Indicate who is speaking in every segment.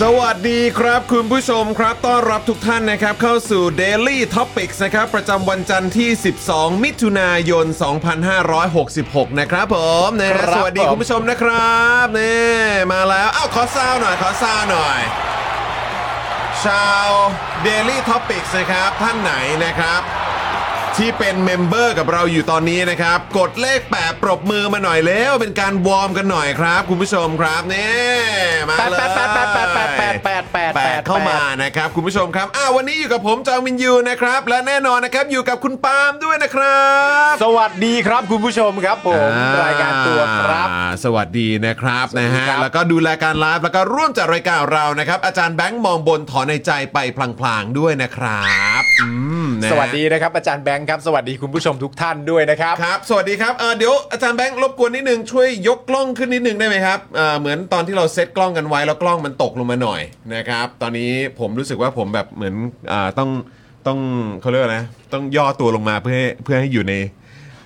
Speaker 1: สวัสดีครับคุณผู้ชมครับต้อนรับทุกท่านนะครับเข้าสู่ Daily Topics นะครับประจำวันจันทร์ที่ 12 มิถุนายน 2566 นะครับผมนะฮะ
Speaker 2: ครับ
Speaker 1: สวัสดี
Speaker 2: ผม
Speaker 1: คุณผู้ชมนะครับนี่มาแล้วอ้าวขอซาวหน่อยขอซาวหน่อย ชาว Daily Topics นะครับท่านไหนนะครับ ที่เป็นเมมเบอร์กับเราอยู่ตอนนี้นะครับ กดเลขแปดปรบมือมาหน่อยแล้วเป็นการวอร์มกันหน่อยครับ คุณผู้ชมครับนี่มาเลย แปดเข้ามานะครับ คุณผู้ชมครับอ่าวันนี้อยู่กับผมจอมินยูนะครับ และแน่นอนนะครับอยู่กับคุณปาล์มด้วยนะครับ
Speaker 3: สวัสดีครับคุณผู้ชมครับผม
Speaker 1: อ่
Speaker 3: รายการตัวครับ
Speaker 1: อ่าสวัสดีนะครับนะฮะ
Speaker 3: สวัสดีครับ
Speaker 1: แล้วก็ดูรายการไลฟ์แล้วก็ร่วมจัดรายการเรานะครับ อาจารย์แบงค์มองบนถอนในใจไปพลางๆด้วยนะครับอืมนะฮะ
Speaker 3: สวัสดีนะครับอาจารย์แบงค์ครับ สวัสดีคุณผู้ชมทุกท่านด้วยนะครับ
Speaker 1: ครับ สวัสดีครับเอ่อเดี๋ยวอาจารย์แบงค์รบกวนนิดนึงช่วยยกกล้องขึ้นนิดนึงได้ไหมครับเอ่อเหมือนตอนที่เราเซตกล้องกันไว้แล้วกล้องมันตกลงมาหน่อยนะครับ ตอนนี้ผมรู้สึกว่าผมแบบเหมือนอ่าต้องต้องเขาเรียกว่าอะไรนะต้องย่อตัวลงมาเพื่อให้เพื่อให้อยู่ใน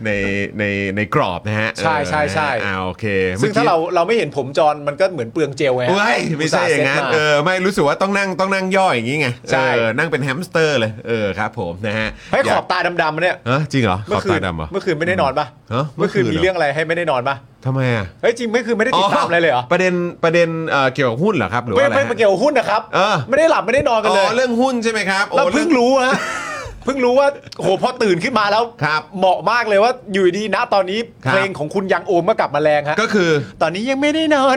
Speaker 1: ในในในกรอบนะฮะ
Speaker 3: ใช่ใช่ใช่
Speaker 1: เออนะฮะอ่าโอเค
Speaker 3: ซึ่ง
Speaker 1: มื่อ
Speaker 3: ถ้า
Speaker 1: กี้
Speaker 3: เราเราไม่เห็นผมจรมันก็เหมือนเปลืองเจลไงฮะ
Speaker 1: เอ้ยไม่ใช่อย่างนั้น
Speaker 3: อุตส่ห์
Speaker 1: เอ
Speaker 3: ซ็
Speaker 1: อ
Speaker 3: ตม
Speaker 1: ไม่รู้สึกว่าต้องนั่งต้องนั่งย่ออย่างนี้ไง
Speaker 3: ใช่
Speaker 1: เออนั่งเป็นแฮมสเตอร์เลยเออครับผมนะฮะ
Speaker 3: ให้ข
Speaker 1: ยาก
Speaker 3: อบตาดำๆเนี่ย
Speaker 1: เออจริงเหรอข
Speaker 3: เมื่
Speaker 1: อ
Speaker 3: อบ คื
Speaker 1: ตาน ดำเหรอ
Speaker 3: เมื่อคืนไม่ได้นอนปะ
Speaker 1: ฮะเมื่
Speaker 3: เมื่
Speaker 1: อ
Speaker 3: อ
Speaker 1: คื
Speaker 3: คื
Speaker 1: น
Speaker 3: น
Speaker 1: เหรอ
Speaker 3: มีเรื่องอะไรให้ไม่ได้นอนปะ
Speaker 1: ทำไมอ่ะ
Speaker 3: เฮ้ยจริงไม่คืนไม่ได้ติดตามอะไรเลยเหรอ
Speaker 1: ประเด็นประเด็นเอ่อเกี่ยวกับหุ้นเหรอครับหรือ
Speaker 3: ไม่
Speaker 1: ว่าอะไร
Speaker 3: ไม่
Speaker 1: ฮะ
Speaker 3: เกี่ยวกับหุ้นนะครับ
Speaker 1: เออ
Speaker 3: ไม่ได้หลับไม่ได้นอนกัน
Speaker 1: อ๋
Speaker 3: เลย
Speaker 1: อเรื่องหุ้นใช่ไหมครับโอ้
Speaker 3: เราเพิ่ง
Speaker 1: เอ
Speaker 3: รู้ฮะเพิ่งรู้ว่าโหพอตื่นขึ้นมาแล้ว
Speaker 1: ครับ
Speaker 3: เหมาะมากเลยว่าอยู่ดีๆนะตอนนี้
Speaker 1: ครับ
Speaker 3: เพลงของคุณยังโอมก็กลับมาแรงฮะ
Speaker 1: ก็คือ
Speaker 3: ตอนนี้ยังไม่ได้นอน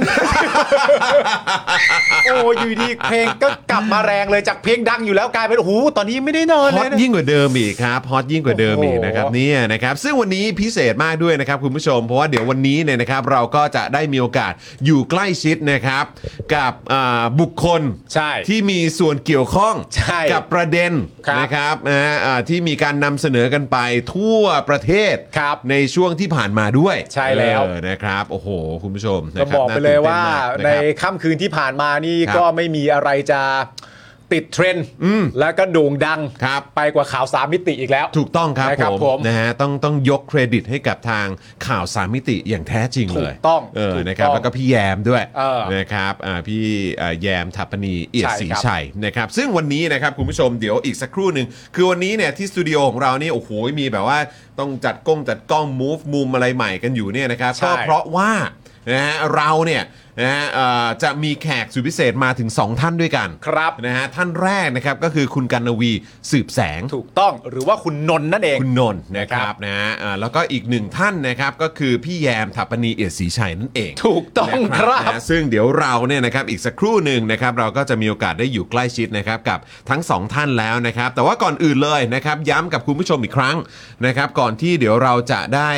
Speaker 3: โอ้อยู่ดีเพลงก็กลับมาแรงเลยจากเพลงดังอยู่แล้วกลายเป็นโอ้โหตอนนี้ยังไม่ได้นอน
Speaker 1: ฮ
Speaker 3: เล
Speaker 1: อต
Speaker 3: ยนะ
Speaker 1: ยิ่งกว่าเดิมอีกครับฮอตยิ่งกว่าเดิมอีกนะครับ
Speaker 3: โอ้โห
Speaker 1: เนี่ยนะครับซึ่งวันนี้พิเศษมากด้วยนะครับคุณผู้ชม เพราะว่าเดี๋ยววันนี้เนี่ยนะครับเราก็จะได้มีโอกาสอยู่ใกล้ชิดนะครับ กับอ่าบุคคล
Speaker 3: ใช่
Speaker 1: ที่มีส่วนเกี่ยวข้อง
Speaker 3: ใช่
Speaker 1: กับประเด็น
Speaker 3: ครับ
Speaker 1: นะครับนะฮะอ่าที่มีการนำเสนอกันไปทั่วประเทศ
Speaker 3: ครับ
Speaker 1: ในช่วงที่ผ่านมาด้วย
Speaker 3: ใช่แล้ว
Speaker 1: เออนะครับโอ้โห คุณผู้ชม
Speaker 3: จะ
Speaker 1: นะครั
Speaker 3: บอกไปเล
Speaker 1: น่
Speaker 3: ย
Speaker 1: ตื่นต้น
Speaker 3: ว่า
Speaker 1: มกะ
Speaker 3: ใน
Speaker 1: ครับ
Speaker 3: ค่ำคืนที่ผ่านมานี่
Speaker 1: ครับ
Speaker 3: ก็ไม่มีอะไรจะติดเทรนด์แล้วก็โด่งดัง
Speaker 1: ครับ
Speaker 3: ไปกว่าข่าวสามมิติอีกแล้ว
Speaker 1: ถูกต้องครับ
Speaker 3: นะครับ
Speaker 1: ผ
Speaker 3: ผม ม
Speaker 1: นะฮะต้องต้องยกเครดิตให้กับทางข่าวสามมิติอย่างแท้จริงเลย
Speaker 3: ถูกต้อง
Speaker 1: เออ
Speaker 3: ถูกต้อง
Speaker 1: นะครับแล้วก็พี่แยมด้วย
Speaker 3: เออ
Speaker 1: นะครับอ่าพี่อ่าแยมถัปปณีเอียดศรีชั
Speaker 3: ใช่ครับ
Speaker 1: ยนะครับซึ่งวันนี้นะครับคุณผู้ชมเดี๋ยวอีกสักครู่หนึ่งคือวันนี้เนี่ยที่สตูดิโอของเรานี่โอ้โหมีแบบว่าต้องจัดกล้องจัดกล้อง move มุมอะไรใหม่กันอยู่เนี่ยนะครับ
Speaker 3: ใช่
Speaker 1: ก็เพราะว่านะฮะเราเนี่ยนะฮะเอ่อจะมีแขกสุดพิเศษมาถึง 2 ท่านด้วยกัน
Speaker 3: ครับ
Speaker 1: นะฮะท่านแรกนะครับก็คือคุณกันนวีสืบแสง
Speaker 3: ถูกต้องหรือว่าคุณนนท์นั่นเอง
Speaker 1: คุณนนท์นะครับนะฮะอ่าแล้วก็อีกหนึ่งท่านนะครับก็คือพี่แยมถัปปณีเอียดศรีชัยนั่นเอง
Speaker 3: ถูกต้อง
Speaker 1: นะครับ
Speaker 3: ครับ
Speaker 1: นะซึ่งเดี๋ยวเราเนี่ยนะครับอีกสักครู่หนึ่งนะครับเราก็จะมีโอกาสได้อยู่ใกล้ชิดนะครับกับทั้งสองท่านแล้วนะครับ แต่ว่าก่อนอื่นเลยนะครับย้ำกับคุณผู้ชมอีกครั้งนะครับก่อนที่เดี๋ยวเราจะได้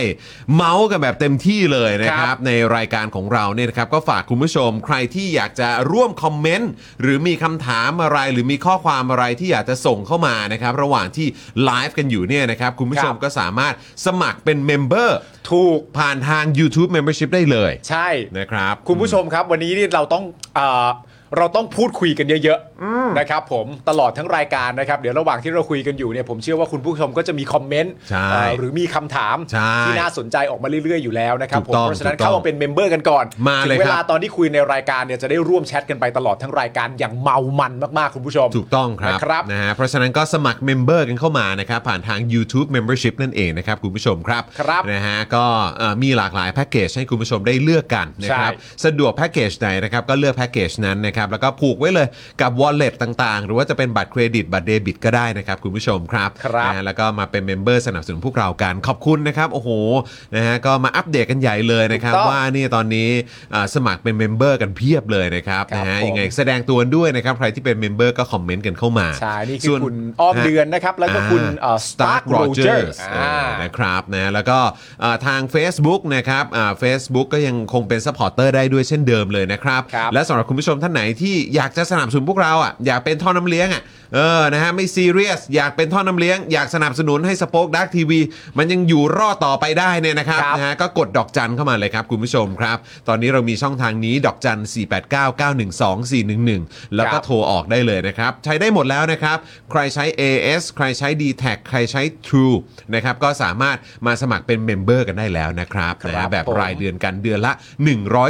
Speaker 1: เมาส์กันแบบเต็มที่เลยนะค
Speaker 3: ครั
Speaker 1: รับ
Speaker 3: บ
Speaker 1: ในรายการของเราเนี่ยนะครับก็ฝาก ากคุณผู้ชม ใครที่อยากจะร่วมคอมเมนต์ หรือมีคำถามอะไร หรือมีข้อความอะไรที่อยากจะส่งเข้ามานะครับ ระหว่างที่ไลฟ์กันอยู่เนี่ยนะครับ คุณผู้ชม
Speaker 3: ครับ
Speaker 1: ก็สามารถสมัครเป็นเมมเบอร์
Speaker 3: ถูก
Speaker 1: ผ่านทาง YouTube Membership ได้เลย
Speaker 3: ใช่
Speaker 1: นะครับ
Speaker 3: คุณผู้ชมครับ วันนี้นี่เราต้องเอ่อเราต้องพูดคุยกันเยอะๆนะครับผมตลอดทั้งรายการนะครับ เดี๋ยวระหว่างที่เราคุยกันอยู่เนี่ยผมเชื่อว่าคุณผู้ชมก็จะมีคอมเมนต์
Speaker 1: ใช่
Speaker 3: เอ่อหรือมีคำถาม
Speaker 1: ใช่
Speaker 3: ที่น่าสนใจออกมาเรื่อยๆอยู่แล้วนะครับ
Speaker 1: ถู
Speaker 3: ผ
Speaker 1: ก
Speaker 3: ม
Speaker 1: ต้อง
Speaker 3: เพราะฉะนั้
Speaker 1: ถู
Speaker 3: น
Speaker 1: กต้อง
Speaker 3: เข้ามาเป็นเมมเบอร์กันก่อน
Speaker 1: มา
Speaker 3: ถึ
Speaker 1: เลย
Speaker 3: งเว
Speaker 1: ครับ
Speaker 3: ลาตอนที่คุยในรายการเนี่ยจะได้ร่วมแชทกันไปตลอดทั้งรายการอย่างเมามันมากๆคุณผู้ชม
Speaker 1: ถูกต้องครับ
Speaker 3: นะครับ
Speaker 1: นะฮะเพราะฉะนั้นก็สมัครเมมเบอร์กันเข้ามานะครับ ผ่านทาง YouTube Membership นั่นเองนะครับ คุณผู้ชมครับ
Speaker 3: ครับ
Speaker 1: นะฮะก็เอ่อมีหลากหลายแพ็กเกจให้คุณผู้ชมได้เลือกกันนะครับ
Speaker 3: ใช่
Speaker 1: สะดวกแพ็กเกจไหนนะครับก็เลือกแพ็กเกจนั้นนะครับ แล้วก็ผูกไว้เลยกับ Wallet ต่างๆ หรือว่าจะเป็นบัตรเครดิตบัตรเดบิตก็ได้นะครับ คุณผู้ชมครับ
Speaker 3: ครับ
Speaker 1: นะฮะแล้วก็มาเป็นเมมเบอร์สนับสนุนพวกเรากันขอบคุณนะครับโอ้โหนะฮะก็มาอัปเดตกันใหญ่เลยนะครับ
Speaker 3: ถูกต้อง
Speaker 1: ว่านี่ตอนนี้เอ่อสมัครเป็นเมมเบอร์กันเพียบเลยนะครับ
Speaker 3: ครับ
Speaker 1: นะฮะ
Speaker 3: ผม
Speaker 1: ยังไง แสดงตัวด้วยนะครับ ใครที่เป็นเมมเบอร์ก็คอมเมนต์กันเข้ามา
Speaker 3: ใช่นี่คือ
Speaker 1: ส่ว
Speaker 3: คุณอ้อมเดือนนะครับแล้วก็คุณเอ่อ Stark Rogers
Speaker 1: เออ
Speaker 3: อ่าน
Speaker 1: นะครับนะแล้วก็เอ่อทาง Facebook นะครับเฟซบุ๊กก็ยังคงเป็นซัพพอร์เตอร์ได้ด้วยเช่นเดิมเลยนะครับ
Speaker 3: ครับ
Speaker 1: และสำหรับคุณผู้ชมท่านไหนที่อยากจะสนับสนุนพวกเราอ่ะอยากเป็นท่อน้ำเลี้ยงอ่ะเออนะฮะไม่ซีเรียส อยากเป็นท่อน้ำเลี้ยง อยากสนับสนุนให้สป็อคดักทีวีมันยังอยู่รอดต่อไปได้เนี่ยนะครับ
Speaker 3: ครับ
Speaker 1: นะฮะก็กดดอกจันเข้ามาเลยครับคุณผู้ชมครับ ตอนนี้เรามีช่องทางนี้ดอกจัน 489912411 แล้วก็
Speaker 3: ครับ
Speaker 1: โทรออกได้เลยนะครับ ใช้ได้หมดแล้วนะครับ ใครใช้ AS ใครใช้ d t แทใครใช้ True นะครับก็สามารถมาสมัครเป็นเมมเบอร์กันได้แล้วนะครับ
Speaker 3: ครับ
Speaker 1: นะแบบ
Speaker 3: ผม
Speaker 1: รายเดือนกันเดือนละ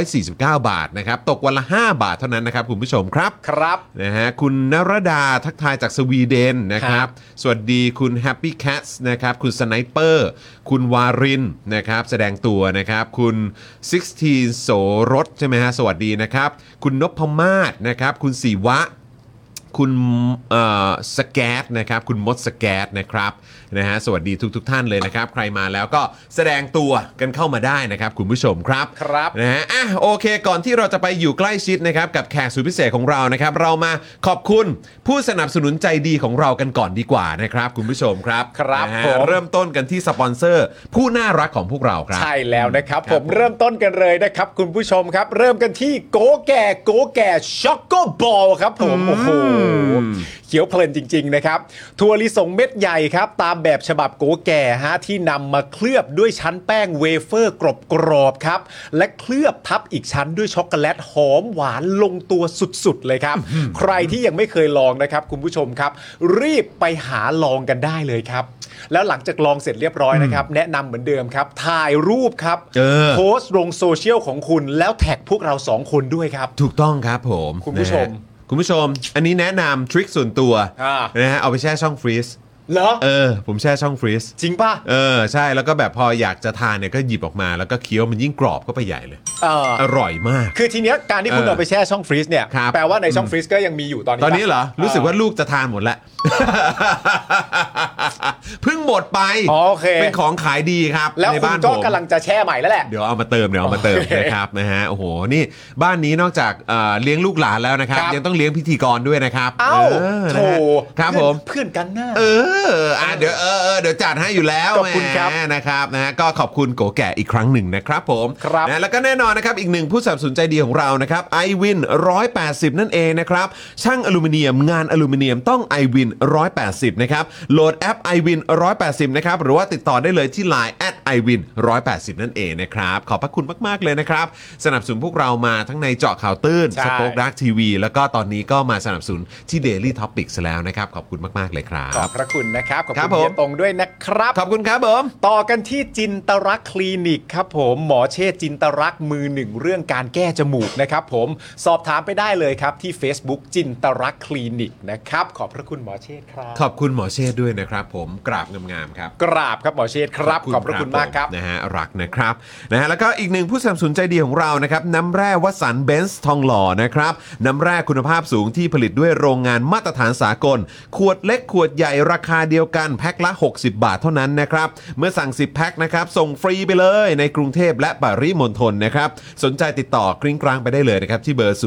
Speaker 1: 149 บาทนะครับ ตกวันละ 5 บาทเท่านั้นนะครับ คุณผู้ชมครับ
Speaker 3: ครับ
Speaker 1: นะฮะคุณนรดาทักทายจากสวีเดนนะค
Speaker 3: ครั
Speaker 1: รับ
Speaker 3: บ
Speaker 1: สวัสดีคุณ Happy Cats นะครับ คุณสไนเปอร์ คุณวารินนะครับ แสดงตัวนะครับ คุณ 16 โสรสใช่ไหมฮะ สวัสดีนะครับ คุณนพมาศนะครับ คุณศิวะ คุณเอ่อสแกตนะครับ คุณมดสแกตนะครับนะฮะสวัสดีทุกทท่านเลยนะครับ ใครมาแล้วก็แสดงตัวกันเข้ามาได้นะครับ คุณผู้ชมครับ
Speaker 3: ครับ
Speaker 1: นะฮะอ่ะโอเค ก่อนที่เราจะไปอยู่ใกล้ชิดนะครับ กับแขกสุดพิเศษของเรานะครับ เรามาขอบคุณผู้สนับสนุนใจดีของเรากันก่อนดีกว่านะครับ คุณผู้ชมครับ
Speaker 3: ครับ
Speaker 1: นะฮะ
Speaker 3: ผม
Speaker 1: เริ่มต้นกันที่สปอนเซอร์ ผู้น่ารักของพวกเราครับ
Speaker 3: ใช่แล้วนะครับ
Speaker 1: ครับ
Speaker 3: ผ
Speaker 1: ผ
Speaker 3: ม
Speaker 1: ม
Speaker 3: เริ่มต้นกันเลยนะครับ คุณผู้ชมครับ เริ่มกันที่โกแก่โกแก่ช็อกโกบอลครับผมโอ้โหเขียวเพลินจริง ๆ นะครับถั่วลิสงเม็ดใหญ่ครับ ตามแบบฉบับโกแก่ฮะที่นำมาเคลือบด้วยชั้นแป้งเวเฟอร์กรอบๆครับ และเคลือบทับอีกชั้นด้วยช็อกโกแลตหอมหวานลงตัวสุดๆเลยครับ ใครที่ยังไม่เคยลองนะครับคุณผู้ชมครับ รีบไปหาลองกันได้เลยครับ แล้วหลังจากลองเสร็จเรียบร้อยนะครับ แนะนำเหมือนเดิมครับ ถ่ายรูปครับ
Speaker 1: เออ
Speaker 3: โพสต์ลงโซเชียลของคุณแล้วแท็กพวกเราสองคนด้วยครับ
Speaker 1: ถูกต้องครับผม
Speaker 3: คุณผู้ชม
Speaker 1: นะฮะคุณผู้ชม อันนี้แนะนำทริคส่วนตัว
Speaker 3: อ่าน
Speaker 1: นะฮะเอาไปแช่ช่องฟรีซ
Speaker 3: เหรอ
Speaker 1: เออ ผมแช่ช่องฟรีซ
Speaker 3: จริงป่ะ
Speaker 1: เออ ใช่แล้วก็แบบพออยากจะทานเนี่ยก็หยิบออกมาแล้วก็เคี้ยวมันยิ่งกรอบเข้าไปใหญ่เลย
Speaker 3: เออ
Speaker 1: อร่อยมาก
Speaker 3: คือทีเนี้ยการที่คุณ
Speaker 1: เออ
Speaker 3: เอาไปแช่ช่องฟรีซเนี่ย
Speaker 1: ครับ
Speaker 3: แปลว่าในช่องฟรีซก็ยังมีอยู่ตอนนี้
Speaker 1: ตอนนี้เหรอ
Speaker 3: ป่ะ
Speaker 1: รู้สึกว่าลูกจะทานหมดแล้ว เพิ่งหมดไป
Speaker 3: อ๋อโอเค
Speaker 1: เป็นของขายดีครับ
Speaker 3: แล้ว
Speaker 1: ใน
Speaker 3: คุณ
Speaker 1: บ้าน
Speaker 3: ก็
Speaker 1: ผม
Speaker 3: กำลังจะแช่ใหม่แล้วแหละ
Speaker 1: เดี๋ยวเอามาเติมเดี๋ยวเอามาเติม
Speaker 3: โอเค
Speaker 1: นะครับนะฮะโอ้โหนี่บ้านนี้นอกจากเอ่อเลี้ยงลูกหลานแล้วนะครับ
Speaker 3: ครับ
Speaker 1: ยังต้องเลี้ยงพิธีกรด้วยนะครับ
Speaker 3: เอ้า
Speaker 1: เออ
Speaker 3: โถ
Speaker 1: นะฮะครับผม
Speaker 3: เพื่อนกันน่ะ
Speaker 1: เอออ่ะเดี๋ยวเออเออเดี๋ยวจัดให้อยู่แล้ว
Speaker 3: ขอบคุณครับ
Speaker 1: แหมนะครับนะฮะก็ขอบคุณโกแก่อีกครั้งหนึ่งนะครับผม
Speaker 3: ครับ
Speaker 1: นะแล้วก็แน่นอนนะครับอีกหนึ่งผู้สนับสนุนใจดีของเรานะครับ i w i n 180 นั่นเองนะครับช่างอลูมิเนียมงานอลูมิเนียมต้อง i w i n 180 นะครับโหลดแอป i w i n 180 นะครับหรือว่าติดต่อได้เลยที่ Line at i w i n 180 นั่นเองนะครับขอบพระคุณมากๆเลยนะครับสนับสนุนพวกเรามาทั้งในเจาะข่าวตื้น
Speaker 3: ใช่
Speaker 1: สป็อกดักทีวีแล้วก็ตอนนี้ก็มาสนับสนุนที่ Daily Topics แล้วนะครับขอบคุณมากๆเลยครับ
Speaker 3: ขอบพระคุณนะครับ ขอบ
Speaker 1: ครั
Speaker 3: คุ
Speaker 1: บ
Speaker 3: ณ
Speaker 1: ผม
Speaker 3: เฮียตรงด้วยนะครับ
Speaker 1: ขอบคุณครับผม
Speaker 3: ต่อกันที่จินตรักษณ์คลินิกครับผมหมอเชษจินตรักษณ์มือหนึ่งเรื่องการแก้จมูกนะครับผมสอบถามไปได้เลยครับที่ Facebook จินตรักษณ์คลินิกนะครับขอบพระคุณหมอเชษครับ
Speaker 1: ขอบคุณหมอเชษฐ์ด้วยนะครับผมกราบงามๆครับ
Speaker 3: กราบครับหมอเชษครับขอบพระคุณมากครับ
Speaker 1: ผนะฮะรักนะครับนะฮะแล้วก็อีกหนึ่งผู้สนับสนุนใจดีของเรานะครับน้ำแร่วัสสันเบนซ์ทองหล่อนะครับน้ำแร่คุณภาพสูงที่ผลิตด้วยโรงงานมาตรฐานสากล ขวดเล็กขวดใหญ่ราคาเดียวกันแพ็คละ 60 บาทเท่านั้นนะครับเมื่อสั่ง 10 แพ็คนะครับส่งฟรีไปเลยในกรุงเทพและปริมณฑลนะครับสนใจติดต่อกริ้งกลางไปได้เลยนะครับที่เบอร์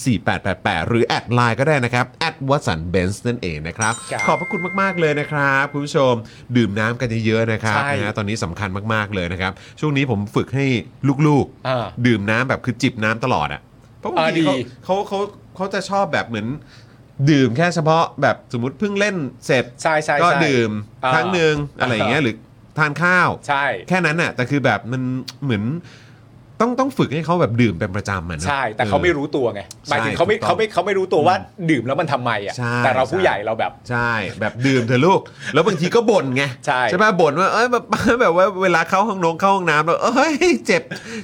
Speaker 1: 0909714888 หรือแอดไลน์ก็ได้นะครับแอดวัสันเบนซ์นั่นเองนะครับ
Speaker 3: ครับ
Speaker 1: ขอบพระคุณมากๆเลย เลยนะครับ คุณผู้ชมดื่มน้ำกันเยอะๆนะครับ
Speaker 3: ใช่
Speaker 1: นะฮะตอนนี้สำคัญมากๆเลยนะครับ ช่วงนี้ผมฝึกให้ลูก
Speaker 3: อ่า
Speaker 1: ดื่มน้ำแบบคือจิบน้ำตลอดอ่ะเพราะบางที
Speaker 3: อ่าดี
Speaker 1: เขาเขาเขาเขาจะชอบแบบเหมือน ดื่มแค่เฉพาะแบบสมมติเพิ่งเล่นเสร็จ
Speaker 3: ใช่ใช่
Speaker 1: ก็
Speaker 3: ใช่
Speaker 1: ดื่ม
Speaker 3: อ่า
Speaker 1: ครั้งหนึ่งอะไรอย่างเงี้ยหรือทานข้าว
Speaker 3: ใช่
Speaker 1: แค่นั้นน่ะแต่คือแบบมันเหมือนต้องต้องฝึกให้เขาแบบดื่มเป็นประจำอ่ะนะ
Speaker 3: ใช่ แต่เขาไม่รู้ตัวไงหมายถึงเขาไม่
Speaker 1: ถูกต้อง
Speaker 3: เขาไม่เขาไม่รู้ตัวว่าดื่มแล้วมันทำไมอ่ะ
Speaker 1: ใช่
Speaker 3: แต่เราผู้
Speaker 1: ใช่
Speaker 3: ใหญ่เราแบบ
Speaker 1: ใช่แบบดื่มเถอะลูก แล้วบางทีก็บ่นไง
Speaker 3: ใช่
Speaker 1: ใช่ป่ะบ่นว่าเอ้ยแบบ แบบว่าเวลาเข้าห้องน้องเข้าห้องน้ำแล้วเอ้ยเจ็บ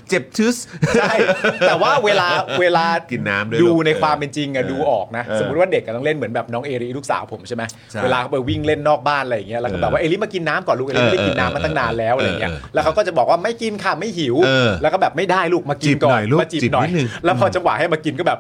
Speaker 1: เจ็บชึส
Speaker 3: ใช่แต่ว่าเวลาเวลา
Speaker 1: กินน้ำด้วย
Speaker 3: ดู
Speaker 1: ลูก
Speaker 3: ในความเป็นจริงอะ
Speaker 1: เออ
Speaker 3: ดูออกนะ
Speaker 1: เออ
Speaker 3: สมมติว่าเด็กกำลังเล่นเหมือนแบบน้องเอริลูกสาวผมใช่ไหม
Speaker 1: ใช่
Speaker 3: เวลาเขาไปวิ่งเล่นนอกบ้านอะไรอย่างเงี้ยแล้วก็แบบว่าเอริมากินน้ำก่อนลูกเอริไม่ได้กินน้ำมาตั้งนานแล้วอะไรอย่างเงี้ย
Speaker 1: เออเออ
Speaker 3: แล้วเขาก็จะบอกว่าไม่กินค่ะไม่หิว
Speaker 1: เออ
Speaker 3: แล้วก็แบบไม่ได้ลูกมากินก่
Speaker 1: จิบหน่
Speaker 3: อน
Speaker 1: อยลูก
Speaker 3: มาจีบ
Speaker 1: จิบ
Speaker 3: หน่อย
Speaker 1: นิดนึง
Speaker 3: แล้วพอจังหวะให้มากินก็แบบ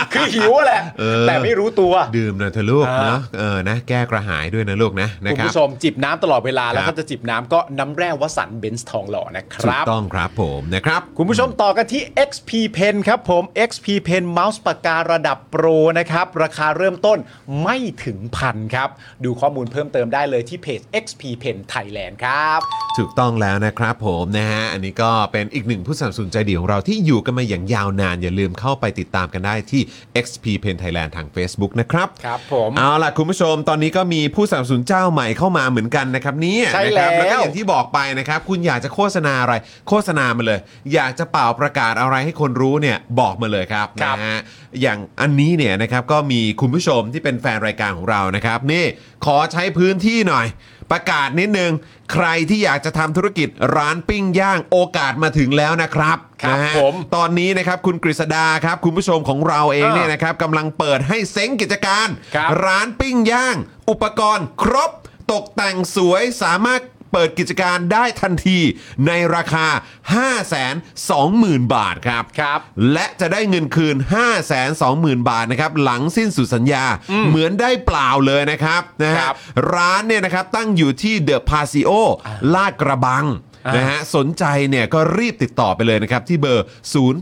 Speaker 3: คือหิวอะแหละ
Speaker 1: เออ
Speaker 3: แต่ไม่รู้ตัว
Speaker 1: ดื่มหน่อยเถอะลูก
Speaker 3: อ่า
Speaker 1: เนาะเออนะแก้กระหายด้วยนะลูกนะนะ
Speaker 3: คุณ
Speaker 1: ครับ
Speaker 3: ผู้ชมจิบน้ำตลอดเวลาแล้ว
Speaker 1: ครั
Speaker 3: ก็
Speaker 1: บ
Speaker 3: จะจิบน้ำก็น้ำแร่วสันเบนซ์ทองหล่อนะค
Speaker 1: ถูก
Speaker 3: รับ
Speaker 1: ต้องครับผมนะครับ
Speaker 3: คุณผู้ชมต่อกันที่ XP Pen ครับผม XP Pen เมาส์ปากการะดับโปรนะครับ ราคาเริ่มต้นไม่ถึงพันครับ ดูข้อมูลเพิ่มเติมได้เลยที่เพจ XP Pen Thailand ครับ
Speaker 1: ถูกต้องแล้วนะครับผมนะฮะ อันนี้ก็เป็นอีกหนึ่งผู้สนับสนุนใจดีของเราที่อยู่กันมาอย่างยาวนาน อย่าลืมเข้าไปติดตามกันได้ที่ XP Pen Thailand ทาง Facebook นะครับ
Speaker 3: ครับผม
Speaker 1: เอาล่ะ คุณผู้ชมตอนนี้ก็มีผู้สนับสนุนเจ้าใหม่เข้ามาเหมือนกันนะครับเนี่ย
Speaker 3: ใช่
Speaker 1: นะครับ
Speaker 3: แล้ว
Speaker 1: แล้วก็อย่างที่บอกไปนะครับ คุณอยากจะโฆษณาอะไร โฆษณามาเลย อยากจะเป่าประกาศอะไรให้คนรู้เนี่ยบอกมาเลยครับ
Speaker 3: ครับ
Speaker 1: นะฮะอย่างอันนี้เนี่ยนะครับก็มีคุณผู้ชมที่เป็นแฟนรายการของเรานะครับนี่ขอใช้พื้นที่หน่อย ประกาศนิดนึง ใครที่อยากจะทำธุรกิจร้านปิ้งย่างโอกาสมาถึงแล้วนะครับ
Speaker 3: ครับ
Speaker 1: นะฮะ
Speaker 3: ผม
Speaker 1: ตอนนี้นะครับคุณกฤษดาครับ คุณผู้ชมของเราเองเนี่ยนะครับกำลังเปิดให้เซ้งกิจการ
Speaker 3: ครับ
Speaker 1: ร้านปิ้งย่าง อุปกรณ์ครบ ตกแต่งสวยสามารถเปิดกิจการได้ทันทีในราคา 520,000 บาทครับ
Speaker 3: ครับ
Speaker 1: และจะได้เงินคืน 520,000 บาทนะครับหลังสิ้นสุดสัญญาเหมือนได้เปล่าเลยนะครับนะ
Speaker 3: ค
Speaker 1: ฮะ
Speaker 3: รับ
Speaker 1: ร้านเนี่ยนะครับตั้งอยู่ที่เดอะพาซิโอลาดกระบัง
Speaker 3: อ่าน
Speaker 1: นะฮะสนใจเนี่ยก็รีบติดต่อไปเลยนะครับ ที่เบอร์ 0816495859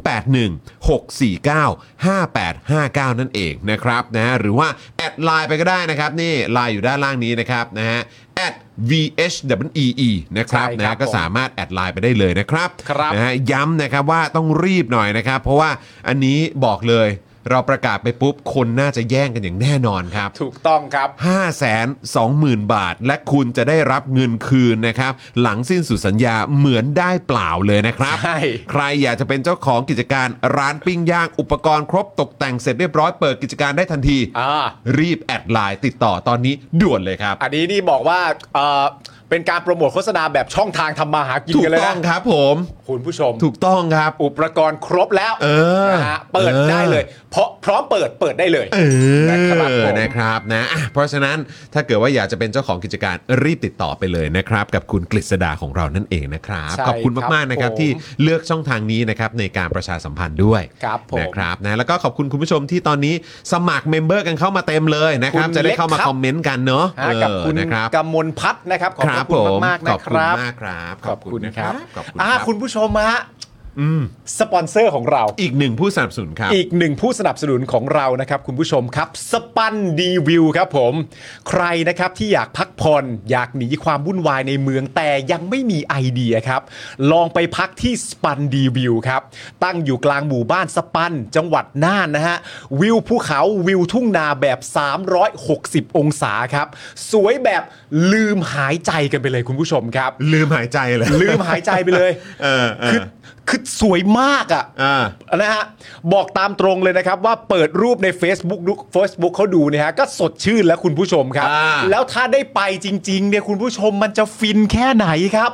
Speaker 1: นั่นเองนะครับนะฮะหรือว่า แอดไลน์ไปก็ได้นะครับ นี่ไลน์อยู่ด้านล่างนี้นะครับนะฮะแอด VHWEE นะครับ
Speaker 3: ใช่ครั
Speaker 1: นะ
Speaker 3: บ
Speaker 1: ฮะก็
Speaker 3: ผม
Speaker 1: สามารถแอดไลน์ไปได้เลยนะครับ
Speaker 3: ครับ
Speaker 1: นะฮะ นะฮะย้ำนะครับว่าต้องรีบหน่อยนะครับ เพราะว่าอันนี้บอกเลย เราประกาศไปปุ๊บ คนน่าจะแย่งกันอย่างแน่นอนครับ
Speaker 3: ถูกต้องครับ
Speaker 1: 520,000 บาท และคุณจะได้รับเงินคืนนะครับ หลังสิ้นสุดสัญญาเหมือนได้เปล่าเลยนะครับ
Speaker 3: ใช่
Speaker 1: ใครอยากจะเป็นเจ้าของกิจการร้านปิ้งย่าง อุปกรณ์ครบตกแต่งเสร็จเรียบร้อยเปิดกิจการได้ทันที
Speaker 3: อ่า
Speaker 1: รีบแอดไลน์ติดต่อตอนนี้ด่วนเลยครับ
Speaker 3: อันนี้นี่บอกว่าเอ่อเป็นการโปรโมทโฆษณาแบบช่องทางทำมาหากิน
Speaker 1: ถูก
Speaker 3: กันเลย
Speaker 1: ต้อ
Speaker 3: นะ
Speaker 1: งครับผม
Speaker 3: คุณผู้ชม
Speaker 1: ถูกต้องครับ
Speaker 3: อุปกรณ์ครบแล้ว
Speaker 1: เออ
Speaker 3: นะฮะเปิด
Speaker 1: เออ
Speaker 3: ได้เลย เพราะพร้อมเปิดเปิดได้เลย
Speaker 1: เออ
Speaker 3: นะครับผม
Speaker 1: นะครับนะอ่ะเพราะฉะนั้นถ้าเกิดว่าอยากจะเป็นเจ้าของกิจการรีบติดต่อไปเลยนะครับ กับคุณกฤษดาของเรานั่นเองนะครับ
Speaker 3: ใช่
Speaker 1: ขอบคุณมากๆนะครับ
Speaker 3: ครับผม
Speaker 1: ที่เลือกช่องทางนี้นะครับในการประชาสัมพันธ์ด้วย
Speaker 3: ครับผม
Speaker 1: นะครับนะแล้วก็ขอบคุณคุณผู้ชมที่ตอนนี้สมัครเมมเบอร์กันเข้ามาเต็มเลยนะครับ
Speaker 3: คุณ
Speaker 1: จะได้เข้ามา
Speaker 3: เล็กครับ
Speaker 1: คอมเมนต์กันเนาะ
Speaker 3: ฮะกับ
Speaker 1: เออ
Speaker 3: คุณ
Speaker 1: นะครับ
Speaker 3: กมลพัฒน์นะครับ ขอบพระ
Speaker 1: บ
Speaker 3: คุณ
Speaker 1: ผม
Speaker 3: มากๆ
Speaker 1: ข
Speaker 3: นะ
Speaker 1: อบ
Speaker 3: ค
Speaker 1: คุณ
Speaker 3: รับ
Speaker 1: มากครับ
Speaker 3: ขอบคุณ
Speaker 1: นะ
Speaker 3: นะครับ
Speaker 1: ขอบคุณ
Speaker 3: อ่า
Speaker 1: ครับ
Speaker 3: คุณผู้ชมฮะ
Speaker 1: อืม
Speaker 3: สปอนเซอร์ของเรา
Speaker 1: อีกหนึ่งผู้สนับสนุนครับ
Speaker 3: อีกหนึ่งผู้สนับสนุนของเรานะครับคุณผู้ชมครับสปันดีวิวครับผม ใครนะครับที่อยากพักผ่อนอยากหนีความวุ่นวายในเมืองแต่ยังไม่มีไอเดียครับ ลองไปพักที่สปันดีวิวครับตั้งอยู่กลางหมู่บ้านสปัน จังหวัดน่านนะฮะวิวภูเขาวิวทุ่งนาแบบ 360 องศาครับ สวยแบบลืมหายใจกันไปเลยคุณผู้ชมครับ
Speaker 1: ลืมหายใจเลย
Speaker 3: ลืมหายใจไปเลย
Speaker 1: เออเออ
Speaker 3: คือคือสวยมากอ่ะ
Speaker 1: อ่า
Speaker 3: นะฮะบอกตามตรงเลยนะครับว่าเปิดรูปใน Facebook ดู Facebook เขาดูเนี่ยฮะก็สดชื่นแล้วคุณผู้ชมครับ
Speaker 1: อ่า
Speaker 3: แล้วถ้าได้ไปจริงๆเนี่ยคุณผู้ชมมันจะฟินแค่ไหนครับ